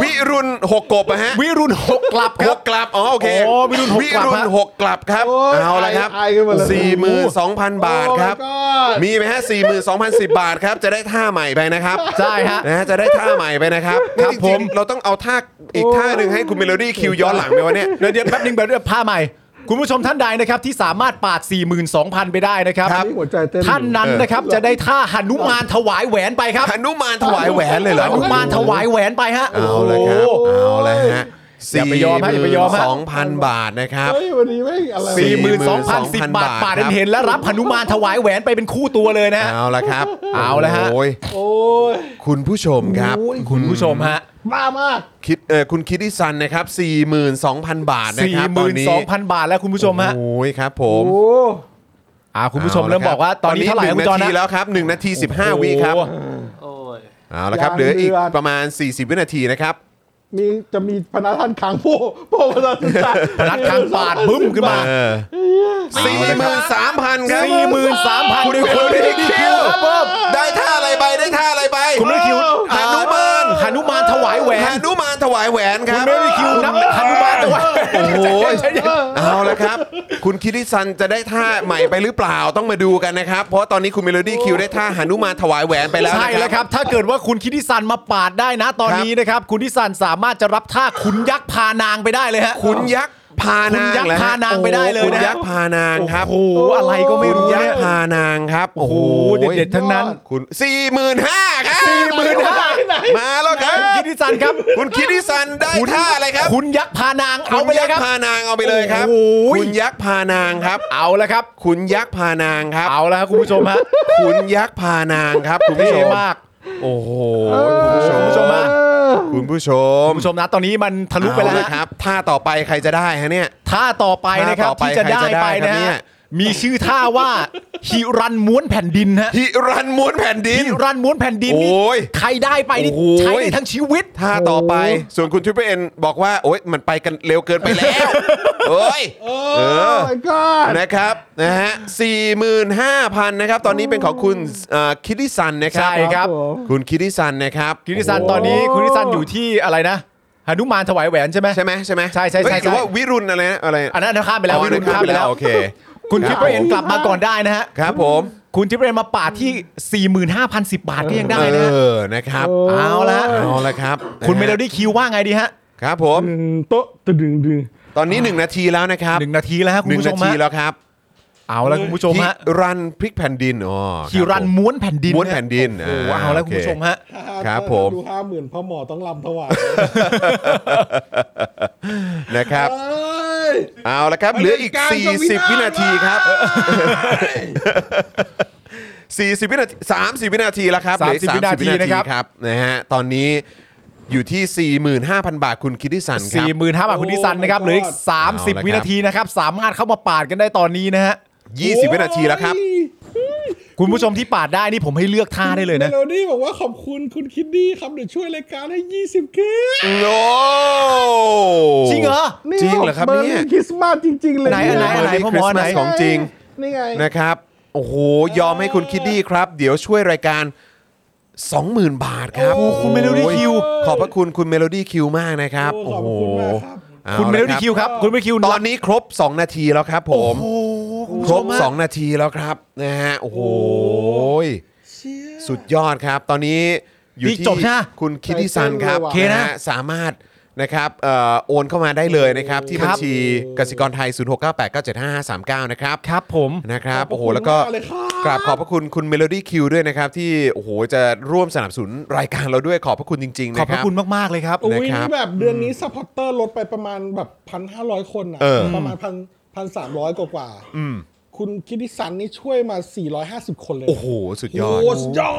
[SPEAKER 2] วิรุณหกกบอะฮะ
[SPEAKER 3] วิรุณหกกลับค
[SPEAKER 2] ห
[SPEAKER 3] รับ
[SPEAKER 2] กกลับ อ๋อ โอเค
[SPEAKER 3] โอ้วิรุณหกกลับฮะ
[SPEAKER 2] วิรุณหกกลับครับ
[SPEAKER 5] โย
[SPEAKER 2] เอาละครับ
[SPEAKER 5] อายขึ้นมาเลย
[SPEAKER 2] สี่หมื่นสองพันบาทครับ
[SPEAKER 5] Oh my god
[SPEAKER 2] มีไหมฮะสี่หมื่นสองพันสิบบาทครับ จะได้ท่าใหม่ไปนะครับ
[SPEAKER 3] ใช่ฮะ
[SPEAKER 2] นะฮะจะได้ท่าใหม่ไปนะครับ
[SPEAKER 3] ครับ
[SPEAKER 2] นี่จงๆ
[SPEAKER 3] ผม
[SPEAKER 2] เราต้องเอาท่าอีกท่าหนึ่งให้คุณเมโลดี้คิวย้อนหลังไหมวะเนี่ย
[SPEAKER 3] เดี๋ยวเดี๋ยวแป๊บนึงแบบเดี๋ยวผ้าใหม่ คุณผู้ชมท่านใดนะครับที่สามารถปาด 42,000 ไปได้นะครับ
[SPEAKER 5] ครับนี่หัวใจเต้น
[SPEAKER 3] ท่านนั้นนะครับจะได้ท่าหนุมานถวายแหวนไปครับ
[SPEAKER 2] หนุมานถวายแหวนเลยเหรอ
[SPEAKER 3] หนุมานถวายแหวนไปฮะ
[SPEAKER 2] เอาละครับ เอาละฮะ
[SPEAKER 3] อย่าไปยอมฮะอย่าไปยอมฮะ
[SPEAKER 2] สองพันบาทนะครับ
[SPEAKER 5] เฮ้ยวันนี้ไม่งอะไรวะ
[SPEAKER 2] สี่
[SPEAKER 3] 42,010
[SPEAKER 2] 42,000
[SPEAKER 3] บาทปาด
[SPEAKER 2] ครับ
[SPEAKER 3] เห็นๆแล้วรับหนุมานถวายแหวนไปเป็นคู่ตัวเลยนะฮะ
[SPEAKER 2] เอาละครับ
[SPEAKER 3] เอาละฮะ
[SPEAKER 2] โอ้ย
[SPEAKER 5] โอ้ย
[SPEAKER 2] คุณผู้ชมครับ
[SPEAKER 3] คุณผู้ชมฮะ
[SPEAKER 5] บ้ามาก
[SPEAKER 2] คิดเออคุณคิดดิซันนะครับ 42,000 บาทนะครับตอนนี้
[SPEAKER 3] 42,000 บาทแล้วคุณผู้ชมฮะ
[SPEAKER 2] โอ้ยครับผม
[SPEAKER 5] โอ้
[SPEAKER 3] อ่าคุณผู้ชมเริ่มบอกว่าตอนนี้เท่าไหร่
[SPEAKER 2] ห
[SPEAKER 3] คุ
[SPEAKER 2] นึ่
[SPEAKER 3] ณ
[SPEAKER 2] ง
[SPEAKER 3] จอ
[SPEAKER 2] นา
[SPEAKER 3] ห์น
[SPEAKER 2] ที
[SPEAKER 3] นะ
[SPEAKER 2] แล้วครับหนึ่งนาที 15 วิครับ
[SPEAKER 3] โอ้โห
[SPEAKER 6] โอ้ย
[SPEAKER 2] เอาละครับเหลืออีกประมาณ 40 วินาทีนะครับ
[SPEAKER 5] มีจะมีพนักท่านขังโป้โป้พนักท่านขัง
[SPEAKER 3] พนักทางปาดบึ้มขึ้นมา
[SPEAKER 2] เออ43,000 ครับ
[SPEAKER 3] 43,000
[SPEAKER 2] คุณเป็นคนที่คิด
[SPEAKER 3] ครับผม
[SPEAKER 2] ได้ท่าอะไรไปได้ท่าอะไรไป
[SPEAKER 3] คุณไม่คิว
[SPEAKER 2] หนุมาน
[SPEAKER 3] หนุมานถวายแหว แหวน
[SPEAKER 2] หานุมานถวายแหวนค
[SPEAKER 3] คุ
[SPEAKER 2] รับ
[SPEAKER 3] ณไม่มีคิวนับเป็นพันนุมานแต่ว่า
[SPEAKER 2] โอ้โหเอาละครับ คุณคิริซันจะได้ท่าใหม่ไปหรือเปล่าต้องมาดูกันนะครับ เพราะตอนนี้คุณเมโลดี้คิวได้ท่าหานุมานถวายแหวนไปแล้วนะ
[SPEAKER 3] ใช่แล้วครับ ถ้าเกิดว่าคุณคิดดิสันมาปาดได้นะ ตอน
[SPEAKER 2] ครับ
[SPEAKER 3] นี้นะครับ คุณดิสันสามารถจะรับท่าขุนยักษ์พานางไปได้เลยฮะ
[SPEAKER 2] คุณยักษ์พานาง
[SPEAKER 3] คุณยักษ์
[SPEAKER 2] เหรอฮะ
[SPEAKER 3] พานางไปได้เลยนะ
[SPEAKER 2] โอ้โหคุณยักษ์พานางครับ
[SPEAKER 3] โอ้โหอะไรก็ไม่
[SPEAKER 2] คุณ
[SPEAKER 3] รู้
[SPEAKER 2] ยัก
[SPEAKER 3] เนี่ย
[SPEAKER 2] ษ์พานางครับ
[SPEAKER 3] โอ้โหเด็ดๆทั้งนั้น
[SPEAKER 2] คุณสี่หมื่นห้าครับสี่หมื่นห้ามาแล้วครับ
[SPEAKER 3] คุณคิดดิสันครับ
[SPEAKER 2] คุณคิริซันได้ท่าอะไรครับ
[SPEAKER 3] คุณยักษ์พานางเอาไป
[SPEAKER 2] คุณ
[SPEAKER 3] เล
[SPEAKER 2] ยั
[SPEAKER 3] ย
[SPEAKER 2] ก
[SPEAKER 3] ครั
[SPEAKER 2] ษ์
[SPEAKER 3] บ
[SPEAKER 2] พานางเอาไปเลยครับ
[SPEAKER 3] โอ้โห
[SPEAKER 2] คุณยักษ์พานางครับ
[SPEAKER 3] เอาแล้วครับ
[SPEAKER 2] คุณยักษ์พานางครับ
[SPEAKER 3] เอาแล้วครับคุณผู้ชมฮะ
[SPEAKER 2] คุณยักษ์พานางครับคุณผู้
[SPEAKER 3] เท่
[SPEAKER 2] ชม
[SPEAKER 3] มาก โอ้โห
[SPEAKER 2] คุณ
[SPEAKER 3] คุณ
[SPEAKER 2] ผู้ช
[SPEAKER 3] ผู้ช
[SPEAKER 2] ม
[SPEAKER 3] มฮะ
[SPEAKER 2] คุณผู้ชม
[SPEAKER 3] คุณผู้ชมนะตอนนี้มันทะลุไปแล้ว
[SPEAKER 2] เอาะ
[SPEAKER 3] ฮะ
[SPEAKER 2] ครับท่าต่อไปใครจะได้ฮะเนี่ย
[SPEAKER 3] ท่าต่อไปนะค
[SPEAKER 2] ท่า
[SPEAKER 3] รับ
[SPEAKER 2] ต่อไป
[SPEAKER 3] ที่จะได้
[SPEAKER 2] ใครจะได้
[SPEAKER 3] ไปนะครับ
[SPEAKER 2] เนี่
[SPEAKER 3] ฮะ
[SPEAKER 2] ย
[SPEAKER 3] มีชื่อท่า ว่า ฮิรันม้วนแผ่นดินฮะ
[SPEAKER 2] ฮิรันม้วนแผ่นดิน
[SPEAKER 3] ฮิรันม้วนแผ่นดินนี่
[SPEAKER 2] โอ้ย
[SPEAKER 3] ใครได้ไปนี่
[SPEAKER 2] โอ้ย
[SPEAKER 3] ใช้ได้ทั้งชีวิต
[SPEAKER 2] ท่าต่อไปส่วนคุณทริปเปอร์เอ็นบอกว่า โอ๊ย มันไปกันเร็วเกินไปแล้วเอ้ยเออ
[SPEAKER 7] my god
[SPEAKER 2] นะครับนะฮะ45,000นะครับตอนนี้เป็นของคุณคิดิซันนะครับ
[SPEAKER 3] ใช่ครับ
[SPEAKER 2] คุณคิดิซันนะครับ
[SPEAKER 3] คิริซันตอนนี้คุณคิริซันอยู่ที่อะไรนะหนุมานถวายแหวนใช่ไหม
[SPEAKER 2] ใช่ไหมใช่ไหม
[SPEAKER 3] ใช่ใช่ใช่
[SPEAKER 2] เฮ้ยหรือ
[SPEAKER 3] ใช่
[SPEAKER 2] ว่าวิรุณอะไรนะอะไรนะ
[SPEAKER 3] อันนั้นข้ามไปแล้ว
[SPEAKER 2] อ๋อ
[SPEAKER 3] ไม่
[SPEAKER 2] อั
[SPEAKER 3] รู้
[SPEAKER 2] นนั้น
[SPEAKER 3] ข้ามไปแล้ว
[SPEAKER 2] โอเค
[SPEAKER 3] คุณ
[SPEAKER 2] ครั
[SPEAKER 3] ทิ
[SPEAKER 2] บ
[SPEAKER 3] ปเปอร์เอ็นกลับมาก่อนได้นะฮะ
[SPEAKER 2] ครับผม
[SPEAKER 3] คุณทิปเปอร์เอ็นมาปาดที่ 45,010 บาทก็ยังได้
[SPEAKER 2] เอ
[SPEAKER 3] นะฮะ
[SPEAKER 2] อนะครับ
[SPEAKER 3] เอาละ
[SPEAKER 2] เอาละครับ
[SPEAKER 3] คุณเม
[SPEAKER 2] นะฮะ
[SPEAKER 3] โลดี้คิวว่าไงดีฮะ
[SPEAKER 2] ครับผม
[SPEAKER 7] หนึ่งโต๊ะตะดึงดึง
[SPEAKER 2] ตอนนี้ 1 นาทีแล้วนะครับ
[SPEAKER 3] หนึ่งนาทีแล้วฮะคุณ
[SPEAKER 2] หนึ่ง
[SPEAKER 3] ผู้ช
[SPEAKER 2] นาม ที
[SPEAKER 3] ฮะ
[SPEAKER 2] แล้วครับ
[SPEAKER 3] เอาละคุณผู้ชมฮะ
[SPEAKER 2] ฮิรันพริกแผ่นดินอ๋อครับ
[SPEAKER 3] ฮิรัน
[SPEAKER 2] ผม
[SPEAKER 3] ม้วนแผ่นดิน
[SPEAKER 2] ม้วนแผ่นดิน
[SPEAKER 3] โอ้โหเอาละ
[SPEAKER 2] โ
[SPEAKER 3] คุณผู้ชมฮะ
[SPEAKER 2] ครับผม
[SPEAKER 5] ดูห้าหมื่นพ่อหมอต้องลำถวาย
[SPEAKER 2] นะครับ
[SPEAKER 5] เอ้ย
[SPEAKER 2] เอาละครับ เหลืออีก
[SPEAKER 5] การจะวินาศ
[SPEAKER 2] 40 วินาทีครับ 40 วินาที30 วินาทีแล้วครับเหลืออีก
[SPEAKER 3] 30วินาที
[SPEAKER 2] 30
[SPEAKER 3] นะครับ
[SPEAKER 2] ครับนะฮะตอนนี้อยู่ที่ 45,000 บาทคุณคิดดิสันครับ
[SPEAKER 3] สี่หมื่นห้าบาทคุณดิสันนะครับ
[SPEAKER 5] โอ้ my
[SPEAKER 3] เหลืออีก
[SPEAKER 5] god
[SPEAKER 3] สามสิบ
[SPEAKER 2] เอาละครับ
[SPEAKER 3] วินาทีนะครับ สามารถเข้ามาปาดกันได้ตอนนี้นะฮะ
[SPEAKER 2] 20 วินาทีแล้วครับ
[SPEAKER 3] คุณผู้ชมที่ปาดได้นี่ผมให้เลือกท่าได้เลย
[SPEAKER 5] เม
[SPEAKER 3] นะ
[SPEAKER 5] โลดี้บอกว่าขอบคุณคุณคิดดี้ครับเดี๋ยวช่วยรายการให้ 20 k
[SPEAKER 2] โอ้
[SPEAKER 3] จริงเหรอ
[SPEAKER 2] จริงเหรอครับเนี่ย
[SPEAKER 7] คริสต์มาสจริง ๆ เลย
[SPEAKER 3] ไหนอันไหนอันไหน
[SPEAKER 2] Merry
[SPEAKER 3] พ่อหมอ
[SPEAKER 2] Christmas
[SPEAKER 3] ไหน
[SPEAKER 2] ของจริง
[SPEAKER 7] นี่ไง
[SPEAKER 2] นะครับ โอ้โห ยอมให้คุณคิดดี้ครับ เดี๋ยวช่วยรายการ 20,000 บาทครับ
[SPEAKER 3] โอ้โหคุณ Melody
[SPEAKER 2] โอ้ย
[SPEAKER 3] Q
[SPEAKER 2] ขอบพระคุณคุณเมโลดี้คิวมากนะครับ
[SPEAKER 5] โอ้
[SPEAKER 2] โอ้
[SPEAKER 5] ขอบ
[SPEAKER 2] โห
[SPEAKER 5] คุณมากครับ
[SPEAKER 2] เอา
[SPEAKER 3] คุณเมโล
[SPEAKER 2] ละรั
[SPEAKER 3] ดี้
[SPEAKER 2] บ
[SPEAKER 3] คิวครับ คุณเมโลดี้คิว
[SPEAKER 2] ตอนนี้ครบ 2 นาทีแล้วครับผม
[SPEAKER 3] โอ้โหคุณ
[SPEAKER 2] ค
[SPEAKER 3] ผู้
[SPEAKER 2] ร
[SPEAKER 3] ช
[SPEAKER 2] บ
[SPEAKER 3] มฮะ
[SPEAKER 2] 2 นาทีแล้วครับนะฮะโอ้โห
[SPEAKER 5] เชี่ย
[SPEAKER 2] สุดยอดครับ ตอนนี้อยู่ที่
[SPEAKER 3] จบใช่ไหม
[SPEAKER 2] คุณคิดดี้ซันครับ
[SPEAKER 7] โอ
[SPEAKER 3] เคนะ
[SPEAKER 2] ฮสามารถนะครับเอ่อโอนเข้ามาได้เลยนะครับ ที่บัญชีกสิกรไทย 0698975539 นะครับ
[SPEAKER 3] ครับผม
[SPEAKER 2] นะครับ
[SPEAKER 5] ข
[SPEAKER 2] โอ้
[SPEAKER 5] บ
[SPEAKER 2] โห
[SPEAKER 5] คุณ
[SPEAKER 2] แล้วก็
[SPEAKER 5] มาเลยครับ
[SPEAKER 2] กราบขอบพระคุณคุณเมโลดี้คิวด้วยนะครับ ที่โอ้โหจะร่วมสนับสนุนรายการเราด้วยขอบพระคุณจริง ๆ
[SPEAKER 3] ขอบ
[SPEAKER 2] นะค
[SPEAKER 3] พระ
[SPEAKER 2] รับ
[SPEAKER 3] คุณมาก ๆ เลยครับ
[SPEAKER 5] อุ้ย
[SPEAKER 2] นะครับ
[SPEAKER 5] นี่แบบเดือนนี้ซัพพอร์เตอร์ลดไปประมาณแบบพันห้าร้อยคนอะ
[SPEAKER 2] เออ
[SPEAKER 5] ประมาณพันพันสามร้อยกว่าๆคุณคิดดิสันนี่ช่วยมา 450 คนเลยนะ
[SPEAKER 2] โอ้โห สุดยอด
[SPEAKER 5] โอ้สุดยอ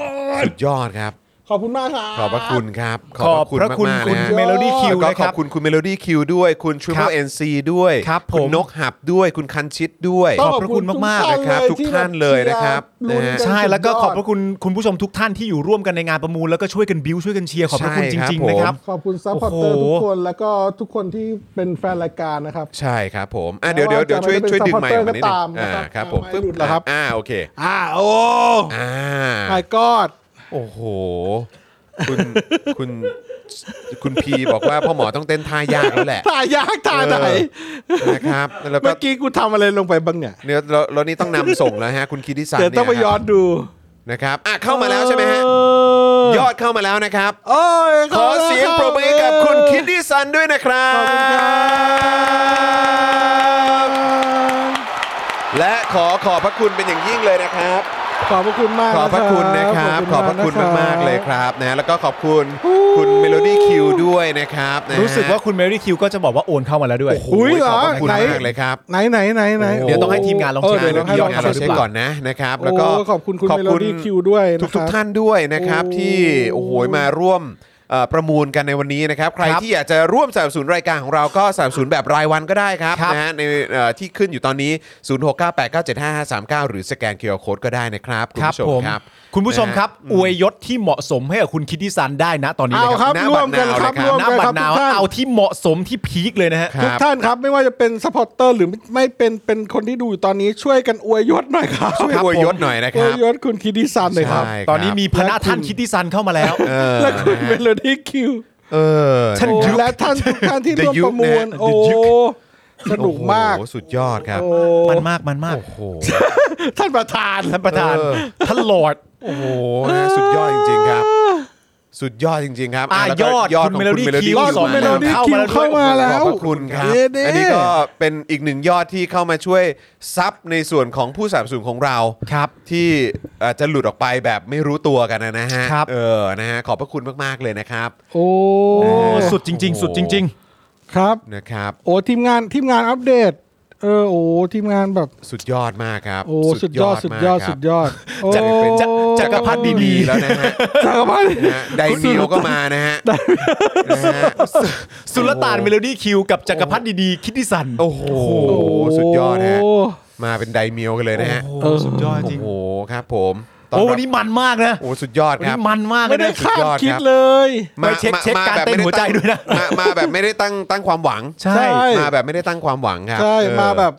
[SPEAKER 5] ด
[SPEAKER 2] สุดยอดครับ
[SPEAKER 5] ขอบคุณมากครับ
[SPEAKER 2] ขอบพระคุณครับ
[SPEAKER 3] ขอบพระคุณ
[SPEAKER 2] มากๆ
[SPEAKER 3] คุณ
[SPEAKER 2] นะฮะ
[SPEAKER 3] เมโลดี้คิว
[SPEAKER 2] แล้วก็ข
[SPEAKER 3] นะค
[SPEAKER 2] อ
[SPEAKER 3] รั
[SPEAKER 2] บบ คุณคุณเมโลดี้คิวด้วยคุณทริป
[SPEAKER 3] ครั
[SPEAKER 2] เปิล
[SPEAKER 3] บ
[SPEAKER 2] เอ็นซีด้วย
[SPEAKER 3] ครับผม
[SPEAKER 2] ณนกหับด้วยคุณคันชิดด้วย
[SPEAKER 3] ขอบพระคุณมากๆ
[SPEAKER 2] นะครับทุกท่านเลยนะครับ
[SPEAKER 5] ที่แบบ
[SPEAKER 2] นะฮะ
[SPEAKER 5] เชียร์
[SPEAKER 3] ใช่ แล้วก็ขอบพระ
[SPEAKER 5] นสุดย
[SPEAKER 3] คุณคุณผู้ชมทุกท่านที่อยู่ร่วมกันในงานประมูลแล้วก็ช่วยกันบิ้วช่วยกันเชียร์ขอบพระคุณจริง ๆ นะครับ
[SPEAKER 5] ดขอบคุณซัพพอร์เตอร์
[SPEAKER 3] โอ้โห
[SPEAKER 5] ทุกคนแล้วก็ทุกคนที่เป็นแฟนรายการนะครับ
[SPEAKER 2] ใช่ครับผมอ่ะเดี๋ยวเดี๋ยวเดี๋ยวช่วย
[SPEAKER 5] ไม่ว่าจะ
[SPEAKER 2] ช่วยดึงไมค์ออกมานิดนึง
[SPEAKER 5] เป็น supporter ก็ตามนะ
[SPEAKER 2] อ่า
[SPEAKER 5] ค
[SPEAKER 2] ค
[SPEAKER 5] รับ
[SPEAKER 2] รับผม
[SPEAKER 5] ไม่หลุดแล้วครับ
[SPEAKER 2] อ่าโอเค
[SPEAKER 5] อ่าโอ้
[SPEAKER 2] อ่า
[SPEAKER 5] ไอกอด
[SPEAKER 2] โอ้โห คุณ คุณ คุณพีบอกว่าพ่อหมอต้องเต้นท่ายากแล้วแหละ
[SPEAKER 5] ถ่ายยากถ่ายไหน
[SPEAKER 2] เออ นะครับ แล้วก็
[SPEAKER 5] เมื่อกี้กูทำอะไรลงไปบ้างเนี่ย
[SPEAKER 2] เนี่ยเราเรานี่ต้องนำส่งแล้วฮะ คุณคิดิสัน
[SPEAKER 5] เดี๋ยวต้องไปย้อนดู
[SPEAKER 2] นะครับ อ่ะ เข้ามาแล้วใช่ไหมฮะ ยอดเข้ามาแล้วนะครับ
[SPEAKER 5] โอ้ย
[SPEAKER 2] ขอเสียงปรบมือให้กับคุณคิดดิสันด้วยนะครับ และขอขอบพระคุณเป็นอย่างยิ่งเลยนะครับ
[SPEAKER 5] ขอบพระคุณมาก
[SPEAKER 2] ขอบพระคุณนะครับ ขอบพระคุณมาก ๆ เลย
[SPEAKER 5] บ
[SPEAKER 2] ครับนะแล้วก็ขอบคุณคุณเมโลดี้คิวด้วยนะครับนะฮะ
[SPEAKER 3] รู้สึกว่าคุณเมโลดี้คิวก็จะบอกว่าโอนเข้ามาแล้วด้วย
[SPEAKER 2] โอ้โห
[SPEAKER 5] อุ๊ยเหร
[SPEAKER 2] ขอบ
[SPEAKER 5] อ
[SPEAKER 2] พะคุณมากเลยครับ
[SPEAKER 5] ไหนไหนไหนไหน
[SPEAKER 2] โอ้โห
[SPEAKER 3] เดี๋ยวต้องให้ทีมงานลอง
[SPEAKER 5] เอ
[SPEAKER 3] เช็
[SPEAKER 5] อ
[SPEAKER 3] ค
[SPEAKER 5] เดี๋ย
[SPEAKER 3] นะ
[SPEAKER 5] วให้
[SPEAKER 3] พี่ย
[SPEAKER 5] ล
[SPEAKER 3] อ
[SPEAKER 5] อ
[SPEAKER 3] ม
[SPEAKER 5] ง
[SPEAKER 2] เดี๋ยวเรา
[SPEAKER 5] เช็
[SPEAKER 2] เช็ค
[SPEAKER 5] ค
[SPEAKER 2] ก่
[SPEAKER 5] ก่
[SPEAKER 2] อ
[SPEAKER 5] อน น
[SPEAKER 2] นะนะครับ แล้วก็
[SPEAKER 5] โอ้ขอบคุณคุณ Melody Q ด้วยนะครับ
[SPEAKER 2] ทุกๆท่านด้วยนะครับที่โอ้โหมาร่วมเอ่อประมูลกันในวันนี้นะครับ ใครที่อยากจะร่วมสนับสนุนรายการของเราก็สนับสนุนแบบรายวันก็ได้ครับนะฮะในเอ่อที่ขึ้นอยู่ตอนนี้ 0698975539 หรือสแกนเคอร์โคดก็ได้นะครับคุณ
[SPEAKER 3] ครับ
[SPEAKER 2] ผู้ชม
[SPEAKER 3] ผม
[SPEAKER 2] ครับ
[SPEAKER 3] คุณผู้ชม
[SPEAKER 2] นะฮะ
[SPEAKER 3] ครับอวยยศที่เหมาะสมให้กับคุณคิดดิสันได้นะตอนนี้
[SPEAKER 5] เอา
[SPEAKER 3] เลยค
[SPEAKER 5] ครั
[SPEAKER 3] รั
[SPEAKER 5] บบ
[SPEAKER 2] หน้า
[SPEAKER 5] ร่วมกัน
[SPEAKER 2] บัตร
[SPEAKER 5] ครั
[SPEAKER 2] นาว
[SPEAKER 5] บ
[SPEAKER 2] เลยครับ
[SPEAKER 5] ร่วม
[SPEAKER 3] หน้า
[SPEAKER 5] กัน
[SPEAKER 3] บัต
[SPEAKER 5] ครับ
[SPEAKER 3] รหนาว
[SPEAKER 5] ทุกท่าน
[SPEAKER 3] เอาที่เหมาะสมที่พีคเลยนะฮะ
[SPEAKER 2] ค
[SPEAKER 5] ทุ
[SPEAKER 2] รั
[SPEAKER 5] ก
[SPEAKER 2] บ
[SPEAKER 5] ท่านครับไม่ว่าจะเป็นสปอร์เตอร์หรือไม่ไม่เป็นเป็นคนที่ดูอยู่ตอนนี้ช่วยกันอวยยศหน่อยครับ
[SPEAKER 2] ช่วยอวยยศหน่อยนะครั
[SPEAKER 5] อวย
[SPEAKER 2] บ
[SPEAKER 5] ยศคุณคิดดิซันหน่อยครับ
[SPEAKER 2] ใช่ครับ
[SPEAKER 3] ตอนนี้มีพระหน้าท่านคิดดิสันเข้ามาแล้ว
[SPEAKER 2] เออ
[SPEAKER 5] และคุณ
[SPEAKER 2] นะ
[SPEAKER 5] เม
[SPEAKER 2] ฮะ
[SPEAKER 5] โลดี้คิว
[SPEAKER 2] เออ
[SPEAKER 5] โอ้
[SPEAKER 2] ครับ
[SPEAKER 5] และท่านทุกท่านที่
[SPEAKER 2] The
[SPEAKER 5] ร่วมประมูล
[SPEAKER 2] Youth นะ The
[SPEAKER 5] โอ้
[SPEAKER 2] Youth
[SPEAKER 5] สนุกมาก
[SPEAKER 2] โอ้โหสุดยอดครับ
[SPEAKER 5] โอ้
[SPEAKER 3] มันมากมันมาก
[SPEAKER 2] โอ้โห
[SPEAKER 5] ท่านประธาน
[SPEAKER 3] ท่านประธาน
[SPEAKER 2] เออ
[SPEAKER 3] ท่านหลอด
[SPEAKER 2] โอ้โหนะสุดยอดจริง ๆครับ สุดยอดจริง ๆ ครับ
[SPEAKER 3] อ่ะ
[SPEAKER 2] แล้วก็
[SPEAKER 3] ยอด
[SPEAKER 2] ยอด
[SPEAKER 3] คุ
[SPEAKER 2] ขอ
[SPEAKER 3] ณ
[SPEAKER 2] ง
[SPEAKER 3] Melody
[SPEAKER 2] คุณเมโลดี้
[SPEAKER 3] Key
[SPEAKER 5] ยอด
[SPEAKER 3] ส
[SPEAKER 5] ข
[SPEAKER 3] อ
[SPEAKER 5] อง
[SPEAKER 3] ง
[SPEAKER 5] เมโลดี้
[SPEAKER 3] เข้า
[SPEAKER 5] คิว
[SPEAKER 3] มาแล้ว
[SPEAKER 5] เข้ามาแล้
[SPEAKER 2] ขอบพ
[SPEAKER 5] ว
[SPEAKER 2] ระคุณครับ
[SPEAKER 5] เย้เด้
[SPEAKER 2] อันนี้ก็เป็นอีกหนึ่งยอดที่เข้ามาช่วยซับในส่วนของผู้สนับสนุนของเรา
[SPEAKER 3] ครับ
[SPEAKER 2] ที่อาจจะหลุดออกไปแบบไม่รู้ตัวกันนะฮะ
[SPEAKER 3] ครับ
[SPEAKER 2] เออ นะฮะ ขอบพระคุณมาก ๆ เลยนะครับ
[SPEAKER 5] โอ้
[SPEAKER 2] โอ้
[SPEAKER 3] สุดจริง ๆ สุดจริง
[SPEAKER 5] ครับ
[SPEAKER 2] นะครับ
[SPEAKER 5] โอ้ทีมงานทีมงานอัปเดต เออโอ้ทีมงานแบบ
[SPEAKER 2] สุดยอดมากครับ
[SPEAKER 5] โอ้สุดยอดสุดยอด
[SPEAKER 2] มาก
[SPEAKER 5] สุดยอดโอ้
[SPEAKER 2] ครับเป็น
[SPEAKER 3] จะจักรพรรดิดี
[SPEAKER 2] ๆแล้วนะฮะ
[SPEAKER 5] จักรพรรดิ
[SPEAKER 2] นะฮะไดมิวก็มานะฮะนะฮะ
[SPEAKER 3] ๆ สุลต่านเมโลดี้คิวกับจักรพรรดิดีๆคิดดิสัน
[SPEAKER 2] โอ้โห สุดยอดฮะ
[SPEAKER 5] โ
[SPEAKER 2] มาเป็นไดมิวกันเลยนะฮะ
[SPEAKER 5] เออ
[SPEAKER 3] สุดยอด
[SPEAKER 2] โอ้
[SPEAKER 3] จริง
[SPEAKER 2] โห ครับผมต้
[SPEAKER 3] โอ้
[SPEAKER 2] รับ
[SPEAKER 3] วันนี้มันมากนะ
[SPEAKER 2] โอ้สุดยอด
[SPEAKER 3] วัน
[SPEAKER 2] ครับ
[SPEAKER 3] นี้มันมากเลย
[SPEAKER 5] ไม่
[SPEAKER 3] นะ
[SPEAKER 5] ได้คาดคิดเลย
[SPEAKER 3] ไปเช็คเช็คการเต้นหัวใจด้วยนะ
[SPEAKER 2] มามาแบบไม่ได้ตั้งตั้งความหวัง
[SPEAKER 3] ใช่
[SPEAKER 5] ใช่
[SPEAKER 2] มาแบบไม่ได้ตั้งความหวังครับ
[SPEAKER 5] ใช่
[SPEAKER 2] เออ
[SPEAKER 5] มาแบบ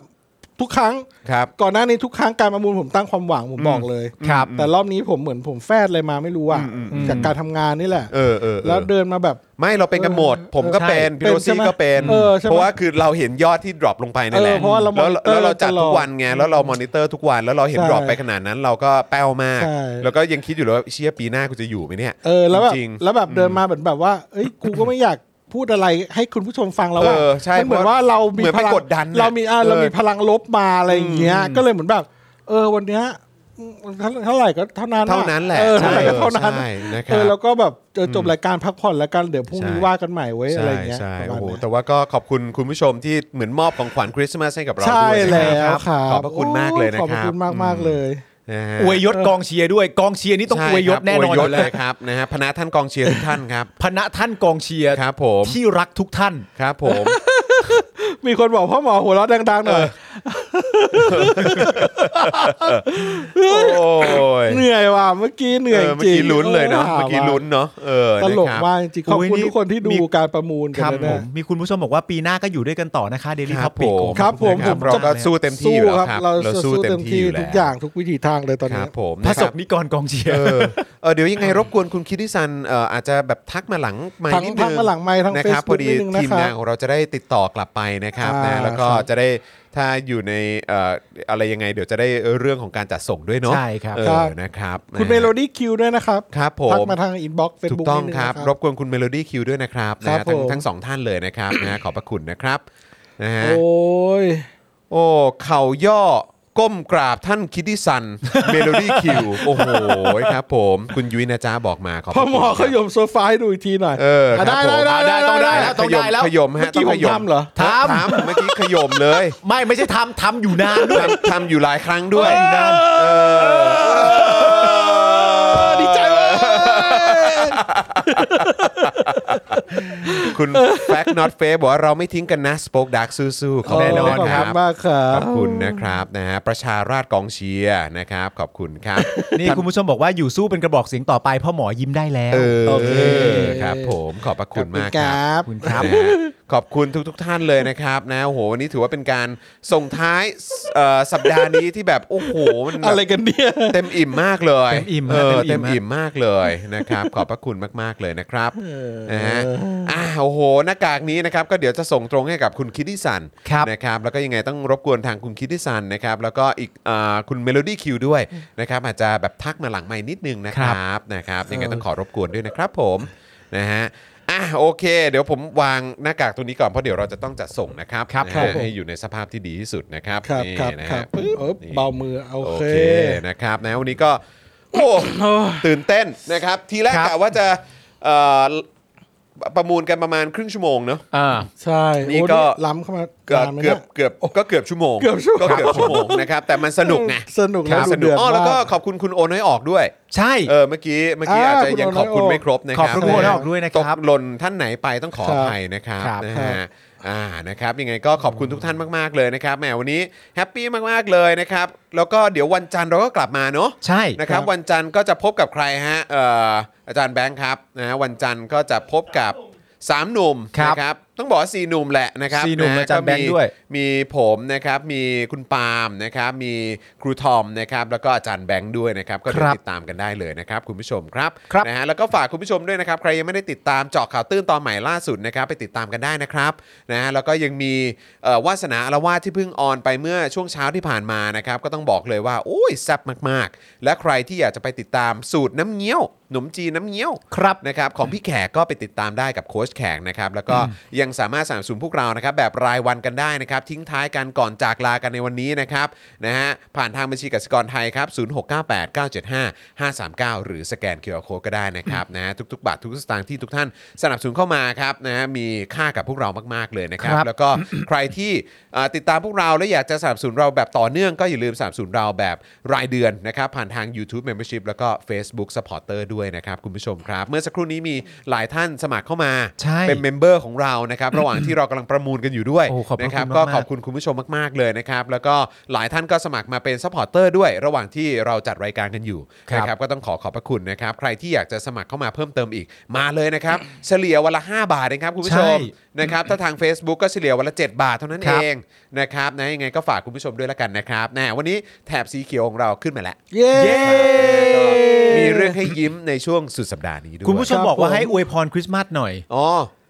[SPEAKER 5] ทุกครั้ง
[SPEAKER 2] ครับ
[SPEAKER 5] ก่อนหน้านี้ทุกครั้งการประมูลผมตั้งความหวังผมบอกเลย
[SPEAKER 3] ครับ
[SPEAKER 5] แต่รอบนี้ผมเหมือนผมแฟดอะไรมาไม่รู้อ่ะจากการทำงานนี่แหละ
[SPEAKER 2] เออเออเออ
[SPEAKER 5] แล้วเดินมาแบบ
[SPEAKER 2] ไม่เราเป็นกันหมด ผมก็เป็นพี่
[SPEAKER 5] เป็
[SPEAKER 2] โร
[SPEAKER 5] นใช่
[SPEAKER 2] ซี่
[SPEAKER 5] ไหม
[SPEAKER 2] ก็เป็น
[SPEAKER 5] เออใช่ไหม
[SPEAKER 2] เพราะว่าคือเราเห็นยอดที่ดรอปลงไปนั่นแหละ
[SPEAKER 5] เออเพราะว่าเรา
[SPEAKER 2] แล้วแล้ว
[SPEAKER 5] มอนิเตอร์
[SPEAKER 2] เราจัด
[SPEAKER 5] ตล
[SPEAKER 2] ทุ
[SPEAKER 5] อด
[SPEAKER 2] กวันไงแล้วเรามอนิเตอร์ทุกวันแล้วเราเห็น
[SPEAKER 5] ใช่
[SPEAKER 2] ดรอปไปขนาดนั้น เราก็แป้วมาก
[SPEAKER 5] ใช่
[SPEAKER 2] แล้วก็ยังคิดอยู่เลยว่าเชียปีหน้ากูจะอยู่ไหมเนี่ย
[SPEAKER 5] เออแล้วแบบ
[SPEAKER 2] จริง
[SPEAKER 5] แล้วแบบเดินมาเหมือนแบบว่าเอ้ยกูก็ไม่อยากพูดอะไรให้คุณผู้ชมฟังแล้วว่า
[SPEAKER 2] เออใช่
[SPEAKER 5] มันเหมือนว่าเรามี
[SPEAKER 2] เหมือน
[SPEAKER 5] พ
[SPEAKER 2] ไป
[SPEAKER 5] ลัง
[SPEAKER 2] กดดันน่ะ
[SPEAKER 5] เรามีอ่ะ
[SPEAKER 2] เออ
[SPEAKER 5] เรามีพลังลบมาอะไรอย่างเงี้ยก็เลยเหมือนแบบ เออวันเนี้ยเท่าเท่าไหร่ก็เท่านั้น
[SPEAKER 2] เท่านั้นแหละ
[SPEAKER 5] เออเท่า
[SPEAKER 2] ใช่
[SPEAKER 5] ไหร่ก็เท่านั้น
[SPEAKER 2] ใช่นะครั
[SPEAKER 5] เออบ แล้วก็แบบเจอจบรายการพักผ่อนแล้วกันเดี๋ยวพรุ่งนี้
[SPEAKER 2] ใช่
[SPEAKER 5] ว่ากันใหม่ไว้ยอะไรอย่างเงี้ย
[SPEAKER 2] ใช่
[SPEAKER 5] ป
[SPEAKER 2] โอ้
[SPEAKER 5] ระมาณ
[SPEAKER 2] โห
[SPEAKER 5] เนี้ย
[SPEAKER 2] แต่ว่าก็ขอบคุณคุณผู้ชมที่เหมือนมอบของขวัญคริสต์มาสให้กับเรา
[SPEAKER 5] ใช่
[SPEAKER 2] ด้วยนะ
[SPEAKER 5] แล้ว
[SPEAKER 2] ค
[SPEAKER 5] ค
[SPEAKER 2] รั
[SPEAKER 5] รับ
[SPEAKER 2] ขอบพระคุณมากเลยนะ
[SPEAKER 5] ขอบ
[SPEAKER 2] ค
[SPEAKER 5] พระ
[SPEAKER 2] รับ
[SPEAKER 5] คุณมากมากๆเลย
[SPEAKER 2] นะฮะ
[SPEAKER 3] อวยยศกองเชียร์ด้วยกองเชียร์นี่ต้อง
[SPEAKER 2] ใช่
[SPEAKER 3] อวยยศ
[SPEAKER 2] ครับ
[SPEAKER 3] แน่นอน
[SPEAKER 2] วย
[SPEAKER 3] อย
[SPEAKER 2] ศ
[SPEAKER 3] ยู่แล้
[SPEAKER 2] เล
[SPEAKER 3] วย
[SPEAKER 2] ครับนะฮะพนะท่านกองเชียร์ทุกท่าน ครับ
[SPEAKER 3] พณะท่านกองเชียร์
[SPEAKER 2] ครับผม
[SPEAKER 3] ที่รักทุกท่าน
[SPEAKER 2] ครับผม
[SPEAKER 5] มีคนบอกพ่อหมอหัวเราะดังๆหน่อย
[SPEAKER 2] โอ้ย
[SPEAKER 5] เหนื่อยว่ะเมื่อกี้เหนื่อย
[SPEAKER 2] เออเมื่
[SPEAKER 5] จ
[SPEAKER 2] อ
[SPEAKER 5] ริง
[SPEAKER 2] กี้ลุ้นเลยเนาะเมื่อกี้ลุ้นเนาะเออ
[SPEAKER 5] ต
[SPEAKER 2] นะ
[SPEAKER 5] ลก
[SPEAKER 2] ครับ
[SPEAKER 5] มากจริงๆขอบ
[SPEAKER 3] โอ้ย
[SPEAKER 5] คุณ
[SPEAKER 3] นี่
[SPEAKER 5] ทุกคนที่ดู
[SPEAKER 3] มี
[SPEAKER 5] การประมูลกัน
[SPEAKER 3] ครับ
[SPEAKER 5] เลย
[SPEAKER 3] ผ
[SPEAKER 5] นะ
[SPEAKER 3] มมีคุณผู้ชมบอกว่าปีหน้าก็อยู่ด้วยกันต่อนะคะ Daily
[SPEAKER 2] ค
[SPEAKER 3] t
[SPEAKER 2] รั
[SPEAKER 3] o
[SPEAKER 2] บ
[SPEAKER 3] p
[SPEAKER 2] ผ
[SPEAKER 3] i c
[SPEAKER 2] ม
[SPEAKER 5] ครับผม
[SPEAKER 2] นะค
[SPEAKER 5] ผ
[SPEAKER 2] รับ
[SPEAKER 5] ม
[SPEAKER 2] เราก็สู้เต็มที่
[SPEAKER 5] สู้
[SPEAKER 2] อยู่แล้ว
[SPEAKER 5] ครับ
[SPEAKER 2] ครับ
[SPEAKER 5] เราจะสู้เต็มที่
[SPEAKER 2] แล้ว
[SPEAKER 5] ทุกอย่างทุกวิถีทางเลยตอน
[SPEAKER 2] ค
[SPEAKER 5] นี้
[SPEAKER 2] รับผม
[SPEAKER 3] พ
[SPEAKER 2] น
[SPEAKER 3] ระ
[SPEAKER 2] ค
[SPEAKER 3] ส
[SPEAKER 2] รับ
[SPEAKER 3] งฆ์นิกรกองเชียร์
[SPEAKER 2] เออเออเดี๋ยวยังไงรบกวนคุณคิดดิซันเอ่ออาจจะแบบทักมาหลังไมค์
[SPEAKER 5] ทั้ง
[SPEAKER 2] นิดนึ
[SPEAKER 5] ทั้ง
[SPEAKER 2] ง
[SPEAKER 5] มาหลังไม้ทั้ง
[SPEAKER 2] นะ
[SPEAKER 5] เฟ
[SPEAKER 2] ค
[SPEAKER 5] ซ
[SPEAKER 2] รับพ
[SPEAKER 5] บุ๊
[SPEAKER 2] อก ดี
[SPEAKER 5] นิดนึงนะ
[SPEAKER 2] ทีม
[SPEAKER 5] ค
[SPEAKER 2] งา
[SPEAKER 5] รั
[SPEAKER 2] น
[SPEAKER 5] บ
[SPEAKER 2] ของเราจะได้ติดต่อกลับไปนะครับนะ
[SPEAKER 5] อ่า
[SPEAKER 2] แล้วก็
[SPEAKER 5] ครับ
[SPEAKER 2] จะได้ถ้าอยู่ในเอ่ออะไรยังไง เดี๋ยวจะได้เรื่องของการจัดส่งด้วยเนาะ
[SPEAKER 3] ใช่ครับ
[SPEAKER 2] เออนะครับ
[SPEAKER 5] คุณเมโลดี้คิวด้วยนะครับ
[SPEAKER 2] ครับผ
[SPEAKER 5] ทัก
[SPEAKER 2] ม
[SPEAKER 5] มาทางอินบ็อกซ์เฟซ
[SPEAKER 2] ถู
[SPEAKER 5] บุ๊
[SPEAKER 2] ก
[SPEAKER 5] ก
[SPEAKER 2] ต้อง
[SPEAKER 5] นิดนึ
[SPEAKER 2] ค
[SPEAKER 5] งนะค
[SPEAKER 2] รั
[SPEAKER 5] รั
[SPEAKER 2] บบ รบกวนคุณเมโลดี้คิวด้วยนะครับนะ
[SPEAKER 5] ครั
[SPEAKER 2] ฮะ
[SPEAKER 5] บ
[SPEAKER 2] ทั้ง
[SPEAKER 5] ผม
[SPEAKER 2] ทั้งสองท่านเลยนะครับนะฮะขอบพระคุณนะครับนะฮะ
[SPEAKER 5] โอ้ย
[SPEAKER 2] โอ้เข่าย่อก้มกราบท่านคิดดิซันเมโลดี้คิวโอ้โหครับผมคุณยุ้ยนะจ๊ะบอกมาขอบพ
[SPEAKER 5] พ่
[SPEAKER 2] ระ
[SPEAKER 5] อ
[SPEAKER 2] คุณ
[SPEAKER 5] หมอ
[SPEAKER 2] ค
[SPEAKER 5] ข
[SPEAKER 2] รับ
[SPEAKER 5] ยมโซฟาให้ดูอีกทีหน่อย
[SPEAKER 2] เออ
[SPEAKER 5] อ่ะ
[SPEAKER 2] ค
[SPEAKER 5] ได้
[SPEAKER 2] รับผม
[SPEAKER 5] ได้ได้
[SPEAKER 3] อ่ะได้ต้องได้แล้ว
[SPEAKER 2] ขยมขยมฮะ
[SPEAKER 5] เมื่อกี้ผมทำเหรอ
[SPEAKER 2] ทำท
[SPEAKER 3] ทำ
[SPEAKER 2] ำเมื่อกี้ขยมเลย
[SPEAKER 3] ไม่ไม่ใช่ทำทำอยู่นานด้วย
[SPEAKER 2] ทำทำอยู่หลายครั้งด้วย
[SPEAKER 3] เออ
[SPEAKER 2] เออ
[SPEAKER 5] ดีใจเว้ย
[SPEAKER 2] คุณแฟกต์น็อตเฟบอกว่าเราไม่ทิ้งกันนะสป o อ e ดักสู้ๆขอบคุณ
[SPEAKER 5] ขอบ
[SPEAKER 2] นะครั
[SPEAKER 5] คุ
[SPEAKER 2] บ
[SPEAKER 5] ณมากครั
[SPEAKER 2] ข
[SPEAKER 5] บ
[SPEAKER 2] อบคุณนะครับนะฮะประชาราชกองเชียร์นะครับ ขอบคุณครับ
[SPEAKER 3] นี่คุณผู้ชมบอกว่าอยู่สู้เป็นกระบอกเสียงต่อไปพ่อหมอยิ้มได้แล้ว
[SPEAKER 2] เออ
[SPEAKER 5] โอเค
[SPEAKER 2] ครับ ผมขอบพระคุณมากครับ
[SPEAKER 5] บ
[SPEAKER 3] คุณครับ
[SPEAKER 2] นะฮะขอบคุณทุกๆท่านเลยนะครับนะโอ้โหวันนี้ถือว่าเป็นการส่งท้ายเอ่อสัปดาห์นี้ที่แบบโอ้โหมันแบบ
[SPEAKER 5] อะไรกันเนี่ย
[SPEAKER 2] เต็มอิ่มมากเลย
[SPEAKER 3] เต็มอิ่ม
[SPEAKER 2] เอ
[SPEAKER 3] ฮะ
[SPEAKER 2] อ
[SPEAKER 3] เต็
[SPEAKER 2] เต็ม
[SPEAKER 3] มอิ่ม
[SPEAKER 2] อิ่มมากเลยนะครับ ขอบพระคุณมากๆเลยนะครับนะฮะอ่าโอ้โหหน้ากากนี้นะครับก็เดี๋ยวจะส่งตรงให้กับคุณคิดดิสัน
[SPEAKER 3] ครับ
[SPEAKER 2] นะครับแล้วก็ยังไงต้องรบกวนทางคุณคิดดิสันนะครับแล้วก็อีกอ่าคุณเมโลดี้คิวด้วยนะครับอาจจะแบบทักมาหลังไม่นิดนึงนะค
[SPEAKER 3] ครั
[SPEAKER 2] รับ บ ครับนะครับยังไงต้องขอรบกวนด้วยนะครับผมนะฮะอ่ะโอเค เดี๋ยวผมวางหน้ากากตัวนี้ก่อนเพราะเดี๋ยวเราจะต้องจัดส่งนะครับ
[SPEAKER 3] ครับ
[SPEAKER 2] นะ
[SPEAKER 5] ครั
[SPEAKER 2] ฮะ
[SPEAKER 5] บผม
[SPEAKER 2] ให้อยู่ในสภาพที่ดีที่สุดนะครับ
[SPEAKER 5] ครับ
[SPEAKER 2] นี่
[SPEAKER 5] ครับ
[SPEAKER 2] นะ
[SPEAKER 5] ครั
[SPEAKER 2] ฮะ
[SPEAKER 5] บปึ๊บเออ
[SPEAKER 2] นี่
[SPEAKER 5] เบามือโอ
[SPEAKER 2] โอ
[SPEAKER 5] เค
[SPEAKER 2] เคนะครับนะวันนี้ก็โอ้ตื่นเต้นนะครับ ทีแรก
[SPEAKER 3] ครับ
[SPEAKER 2] กะว่าจะเอ่อประมูลกันประมาณครึ่งชั่วโมงเนาะ
[SPEAKER 3] อ่า
[SPEAKER 5] ใช่
[SPEAKER 2] นี่
[SPEAKER 5] โอ้
[SPEAKER 2] ก็
[SPEAKER 5] ล้ำเข้ามา
[SPEAKER 2] เกือบ
[SPEAKER 5] นานไหม
[SPEAKER 2] เกือบ
[SPEAKER 5] นี่ย
[SPEAKER 2] เกือบก็เกือบชั่วโมง
[SPEAKER 5] เกือบชั่วโมง
[SPEAKER 2] ก็เกือบชั่วโมงนะครับแต่มันสนุกไง
[SPEAKER 5] สนุก
[SPEAKER 2] ค
[SPEAKER 5] นะ
[SPEAKER 2] รับสนุ
[SPEAKER 5] ดู
[SPEAKER 2] ก
[SPEAKER 5] เดือด
[SPEAKER 2] อ๋อแล้วก็
[SPEAKER 5] มาก
[SPEAKER 2] ขอบคุณคุณโอน้อยออกด้วย
[SPEAKER 3] ใช่
[SPEAKER 2] เออเมื่อกี้เมื่อกี้
[SPEAKER 5] อ่า
[SPEAKER 2] อาจจะยัง
[SPEAKER 5] คุณ
[SPEAKER 2] ขอ
[SPEAKER 5] โอ
[SPEAKER 2] บคุณ
[SPEAKER 5] น้อยออก
[SPEAKER 2] ไม่ครบนะค
[SPEAKER 3] ขอ
[SPEAKER 2] รับบ
[SPEAKER 3] คุณโอน้อยออกด้วยนะครับ
[SPEAKER 2] ตกหล่นท่านไหนไปต้องขออภัยนะครับ
[SPEAKER 3] ครับ
[SPEAKER 2] นะ
[SPEAKER 5] ครั
[SPEAKER 2] ฮะ
[SPEAKER 5] บ
[SPEAKER 2] อ่านะครับยังไงก็ขอบคุณทุกท่านมากๆเลยนะครับแหมวันนี้แฮปปี้มากๆเลยนะครับแล้วก็เดี๋ยววันจันทร์เราก็กลับมาเนาะ
[SPEAKER 3] ใช่
[SPEAKER 2] นะครับวันจันทร์ก็จะพบกับใครฮะเอ่ออาจารย์แบงค์ครับนะฮะวันจันทร์ก็จะพบกับสามหนุ่ม
[SPEAKER 3] ครับ
[SPEAKER 2] นะครับ ต้องบอกว่าสี่หนุ่มแหละนะครับ
[SPEAKER 3] สี่หนุ่ม
[SPEAKER 2] ะ
[SPEAKER 3] อาจารย์แบงค์ด้วย
[SPEAKER 2] มีผมนะครับ มีคุณปาล์มนะครับ มีครูทอมนะครับ แล้วก็อาจารย์แบงค์ด้วยนะครับ ก็เดี๋ย
[SPEAKER 3] คว รับ
[SPEAKER 2] ติดตามกันได้เลยนะครับ คุณผู้ชมครับ
[SPEAKER 3] ครับ
[SPEAKER 2] นะฮะแล้วก็ฝากคุณผู้ชมด้วยนะครับ ใครยังไม่ได้ติดตามเจาะข่าวตื้นตอนใหม่ล่าสุดนะครับ ไปติดตามกันได้นะครับนะฮะแล้วก็ยังมีเอ่อวาสนาอารวาสที่เพิ่งออนไปเมื่อช่วงเช้าที่ผ่านมานะครับ ก็ต้องบอกเลยว่าโอ้ยแซ่บมากๆ และใครที่อยากจะไปติดตามสูตรน้ำเงี้ยวหนมจีนน้ำเงี้ยว
[SPEAKER 3] ครับ
[SPEAKER 2] นะครับของพี่แขกก็ไปติดตามได้กับโค้ชแขกนะครับแล้วก็ยังสามารถสนับสนุนพวกเรานะครับแบบรายวันกันได้นะครับทิ้งท้ายกันก่อนจากลากันในวันนี้นะครับนะฮะผ่านทางบัญชีกสิกรไทยครับ0698 975 539 หรือสแกน QR Code ก็ได้นะครับนะฮะทุกๆ บาททุกสตางค์ที่ทุกท่านสนับสนุนเข้ามาครับนะฮะมีค่ากับพวกเรามากๆเลยนะครับ
[SPEAKER 3] ครับ
[SPEAKER 2] แล้วก็ ใครที่เอ่อติดตามพวกเราและอยากจะสนับสนุนเราแบบต่อเนื่องก็อย่าลืมสนับสนุนเราแบบรายเดือนนะครับ ผ่านทาง YouTube Membership แล้วก็ Facebook Supporter ด้วยนะครับ คุณผู้ชมครับ เมื่อสักครู่นี้มีหลายท่านสมัครเข้ามา
[SPEAKER 3] ใช่
[SPEAKER 2] เป็นเมมเบอร์ของเรานะครับ ระหว่างที่เรากำลังประมูลกันอยู่ด้วย
[SPEAKER 3] โอ้ขอบพระคุณ
[SPEAKER 2] นะครับ
[SPEAKER 3] มากๆ
[SPEAKER 2] ก็ขอบคุณคุณผู้ชมมาก ๆ เลยนะครับ แล้วก็หลายท่านก็สมัครมาเป็น Supporter ด้วย ระหว่างที่เราจัดรายการกันอยู่นะครับก็ต้องขอขอบพระคุณนะครับใครที่อยากจะสมัครเข้ามาเพิ่มเติมอีกมาเลยนะครับ เฉลี่ยวันละ 5 บาทเองครับคุณผู้ชม
[SPEAKER 3] ใช่
[SPEAKER 2] นะครับถ้าทาง Facebook ก็เฉลี่ยวันละ 7 บาทเท่านั้น
[SPEAKER 3] ค
[SPEAKER 2] เอ
[SPEAKER 3] รับ
[SPEAKER 2] งนะครับนะยังไงก็ฝากคุณผู้ชมด้วยละกันนะครับแน่วันนี้แถบสีเขียวของเราขึ้นมาแล้ว
[SPEAKER 5] เย้
[SPEAKER 2] ก็มีเรื่องให้ยิ้มในช่วงสุดสัปดาห์นี้ด้วย
[SPEAKER 3] คุณผู้ชมบอกว่าให้อวยพรคริสต์มาสหน่อย
[SPEAKER 2] อ๋อ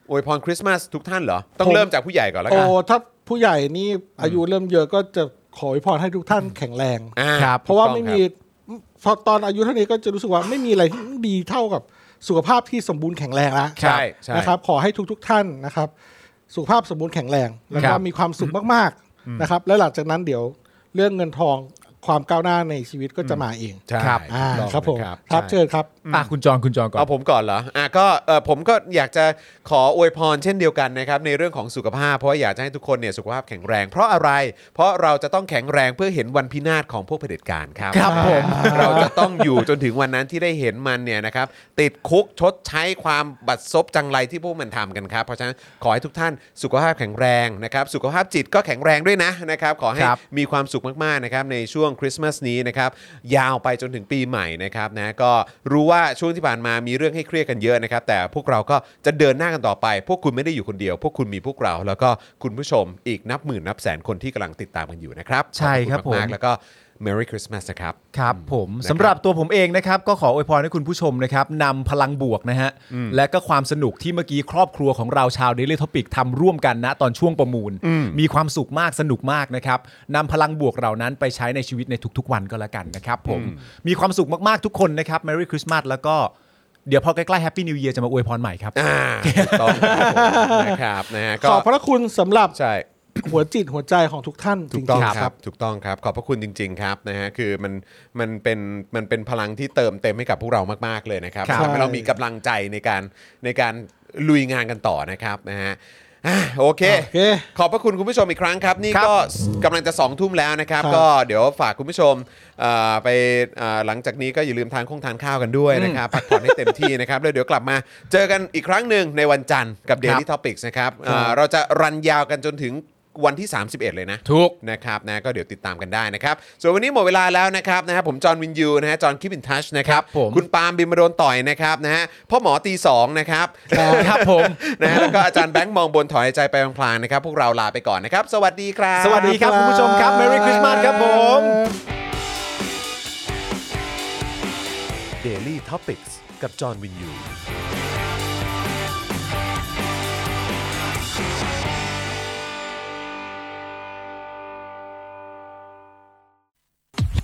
[SPEAKER 2] อวยพรคริสต์มาสทุกท่านเหรอ ต้องเริ่มจากผู้ใหญ่ก่อนละ
[SPEAKER 5] โอ้
[SPEAKER 2] กัน
[SPEAKER 5] ถ้าผู้ใหญ่นี่อายุเริ่มเยอะก็จะขออวยพรให้ทุกท่านแข็งแรง
[SPEAKER 2] อ่า
[SPEAKER 3] ครับ
[SPEAKER 5] เพราะว่า
[SPEAKER 2] ถูก
[SPEAKER 5] ไม่
[SPEAKER 2] ต้อง
[SPEAKER 5] มี
[SPEAKER 2] คบ
[SPEAKER 5] พอตอนอายุเท่านี้ก็จะรู้สึกว่าไม่มีอะไรที่ดีเท่ากับสุขภาพที่สมบูรณ์แข็งแรงแล้ว
[SPEAKER 2] ใช่ใช่
[SPEAKER 5] นะครับขอให้ทุกๆทท่านนะครับ สุขภาพสมบูรณ์แข็งแรง แล้ว
[SPEAKER 3] ค
[SPEAKER 5] ก็
[SPEAKER 3] รับ
[SPEAKER 5] มีความสุขมากๆนะครับ และหลังจากนั้นเดี๋ยวเรื่องเงินทองความก้าวหน้าในชีวิตก็จะมาเอง
[SPEAKER 2] ใช่
[SPEAKER 3] ครับ
[SPEAKER 5] อ่า
[SPEAKER 2] ถูกต้อง
[SPEAKER 5] ครับผม
[SPEAKER 2] นะครับ
[SPEAKER 5] ครับ
[SPEAKER 2] ใช่
[SPEAKER 5] เชิญครับ
[SPEAKER 3] อ่ะคุณจอนคุณจอนก่อน
[SPEAKER 2] เอาผมก่อนเหรอ อ่ะก็เออผมก็อยากจะขออวยพรเช่นเดียวกันนะครับในเรื่องของสุขภาพ เพราะว่าอยากจะให้ทุกคนเนี่ยสุขภาพแข็งแรง เพราะอะไร เพราะเราจะต้องแข็งแรงเพื่อเห็นวันพินาศของพวกเผด็จการครับ
[SPEAKER 3] ครับผม
[SPEAKER 2] เราจะต้องอยู่จนถึงวันนั้นที่ได้เห็นมันเนี่ยนะครับติดคุกชดใช้ความบัดซบจังไรที่พวกมันทำกันครับ เพราะฉะนั้นขอให้ทุกท่านสุขภาพแข็งแรงนะครับสุขภาพจิตก็แข็งแรงด้วยนะนะครับขอให้
[SPEAKER 3] ครับ
[SPEAKER 2] มีความสุขมาก ๆ นะครับ ในช่วงคริสต์มาสนี้นะครับ ยาวไปจนถึงปีใหม่นะครับนะก็รู้ว่าช่วงที่ผ่านมามีเรื่องให้เครียดกันเยอะนะครับ แต่พวกเราก็จะเดินหน้ากันต่อไป พวกคุณไม่ได้อยู่คนเดียว พวกคุณมีพวกเรา แล้วก็คุณผู้ชมอีกนับหมื่นนับแสนคนที่กำลังติดตามกันอยู่นะครับ
[SPEAKER 3] ใช่ครับ
[SPEAKER 2] ขอณาก
[SPEAKER 3] ผ
[SPEAKER 2] ๆ
[SPEAKER 3] ม
[SPEAKER 2] แล้วก็ Merry Christmas นะครับ
[SPEAKER 3] ครับผม
[SPEAKER 2] นะครับ
[SPEAKER 3] สำหรับตัวผมเองนะครับ ก็ขออวยพรให้คุณผู้ชมนะครับนำพลังบวกนะฮะ และก็ความสนุกที่เมื่อกี้ครอบครัวของเราชาว Daily Topic ทำร่วมกันนะตอนช่วงประมูล มีความสุขมากสนุกมากนะครับนำพลังบวกเหล่านั้นไปใช้ในชีวิตในทุกๆวันก็แล้วกันนะครับผมมีความสุขมากๆทุกคนนะครับ Merry Christmas แล้วก็เดี๋ยวพอใกล้ๆ Happy New Year จะมาอวยพรใหม่ครับ
[SPEAKER 2] อ่าถูกต้องครับผม นะครับนะฮะก็
[SPEAKER 5] ขอบพระคุณสำหรับ
[SPEAKER 2] ใช่
[SPEAKER 5] หัวจิตหัวใจของทุกท่านจ
[SPEAKER 2] ถู
[SPEAKER 5] ริ
[SPEAKER 2] กต้อง
[SPEAKER 5] ง
[SPEAKER 2] ค
[SPEAKER 5] ๆค
[SPEAKER 2] รั
[SPEAKER 5] รั
[SPEAKER 2] บบ ถูกต้องครับ ขอบพระคุณจริง ๆ ครับนะฮะคือมันมันเป็นมันเป็นพลังที่เติมเต็มให้กับพวกเรามากๆเลยนะครับ
[SPEAKER 3] ครับ
[SPEAKER 2] ทำให้เรามีกำลังใจในการในการลุยงานกันต่อนะครับนะฮะอ่ะโอเค
[SPEAKER 5] โอเค
[SPEAKER 2] ขอบพระคุณคุณผู้ชมอีกครั้งครับ นี่ก็กำลังจะสองทุ่มแล้วนะครับ
[SPEAKER 5] ครับ
[SPEAKER 2] ก็เดี๋ยวฝากคุณผู้ชมเอ่อไปเอ่อหลังจากนี้ก็อย่าลืมทานคงทานข้าวกันด้วยนะครับพักผ่อนให้เต็มที่นะครับแล้วเดี๋ยวกลับมาเจอกันอีกครั้งหนึ่งในวันจันทร์กับ Daily Topics นะครับเอ่อเราจะรันยาวกันจนถึงวันที่ 31 เลยนะ
[SPEAKER 3] ถูก
[SPEAKER 2] นะครับนะก็เดี๋ยวติดตามกันได้นะครับ ส่วนวันนี้หมดเวลาแล้วนะครับนะฮะผมจอห์นวินยูนะฮะจอห์นคิปินทัชนะครับ
[SPEAKER 3] ครับผม
[SPEAKER 2] คุณปาล์มบินมาโดนต่อยนะครับนะฮะพ่อหมอตีสองนะครับ
[SPEAKER 3] ครับผม
[SPEAKER 2] นะฮะแล้วก็อาจารย์แบงค์มองบนถอยใจไปพลางๆนะครับ พวกเราลาไปก่อนนะครับ สวัสดีครับ
[SPEAKER 3] สวัสดีครับคุณผู้ชมครับ Merry Christmas ครับผม
[SPEAKER 1] Daily Topics กับจอห์นวินยู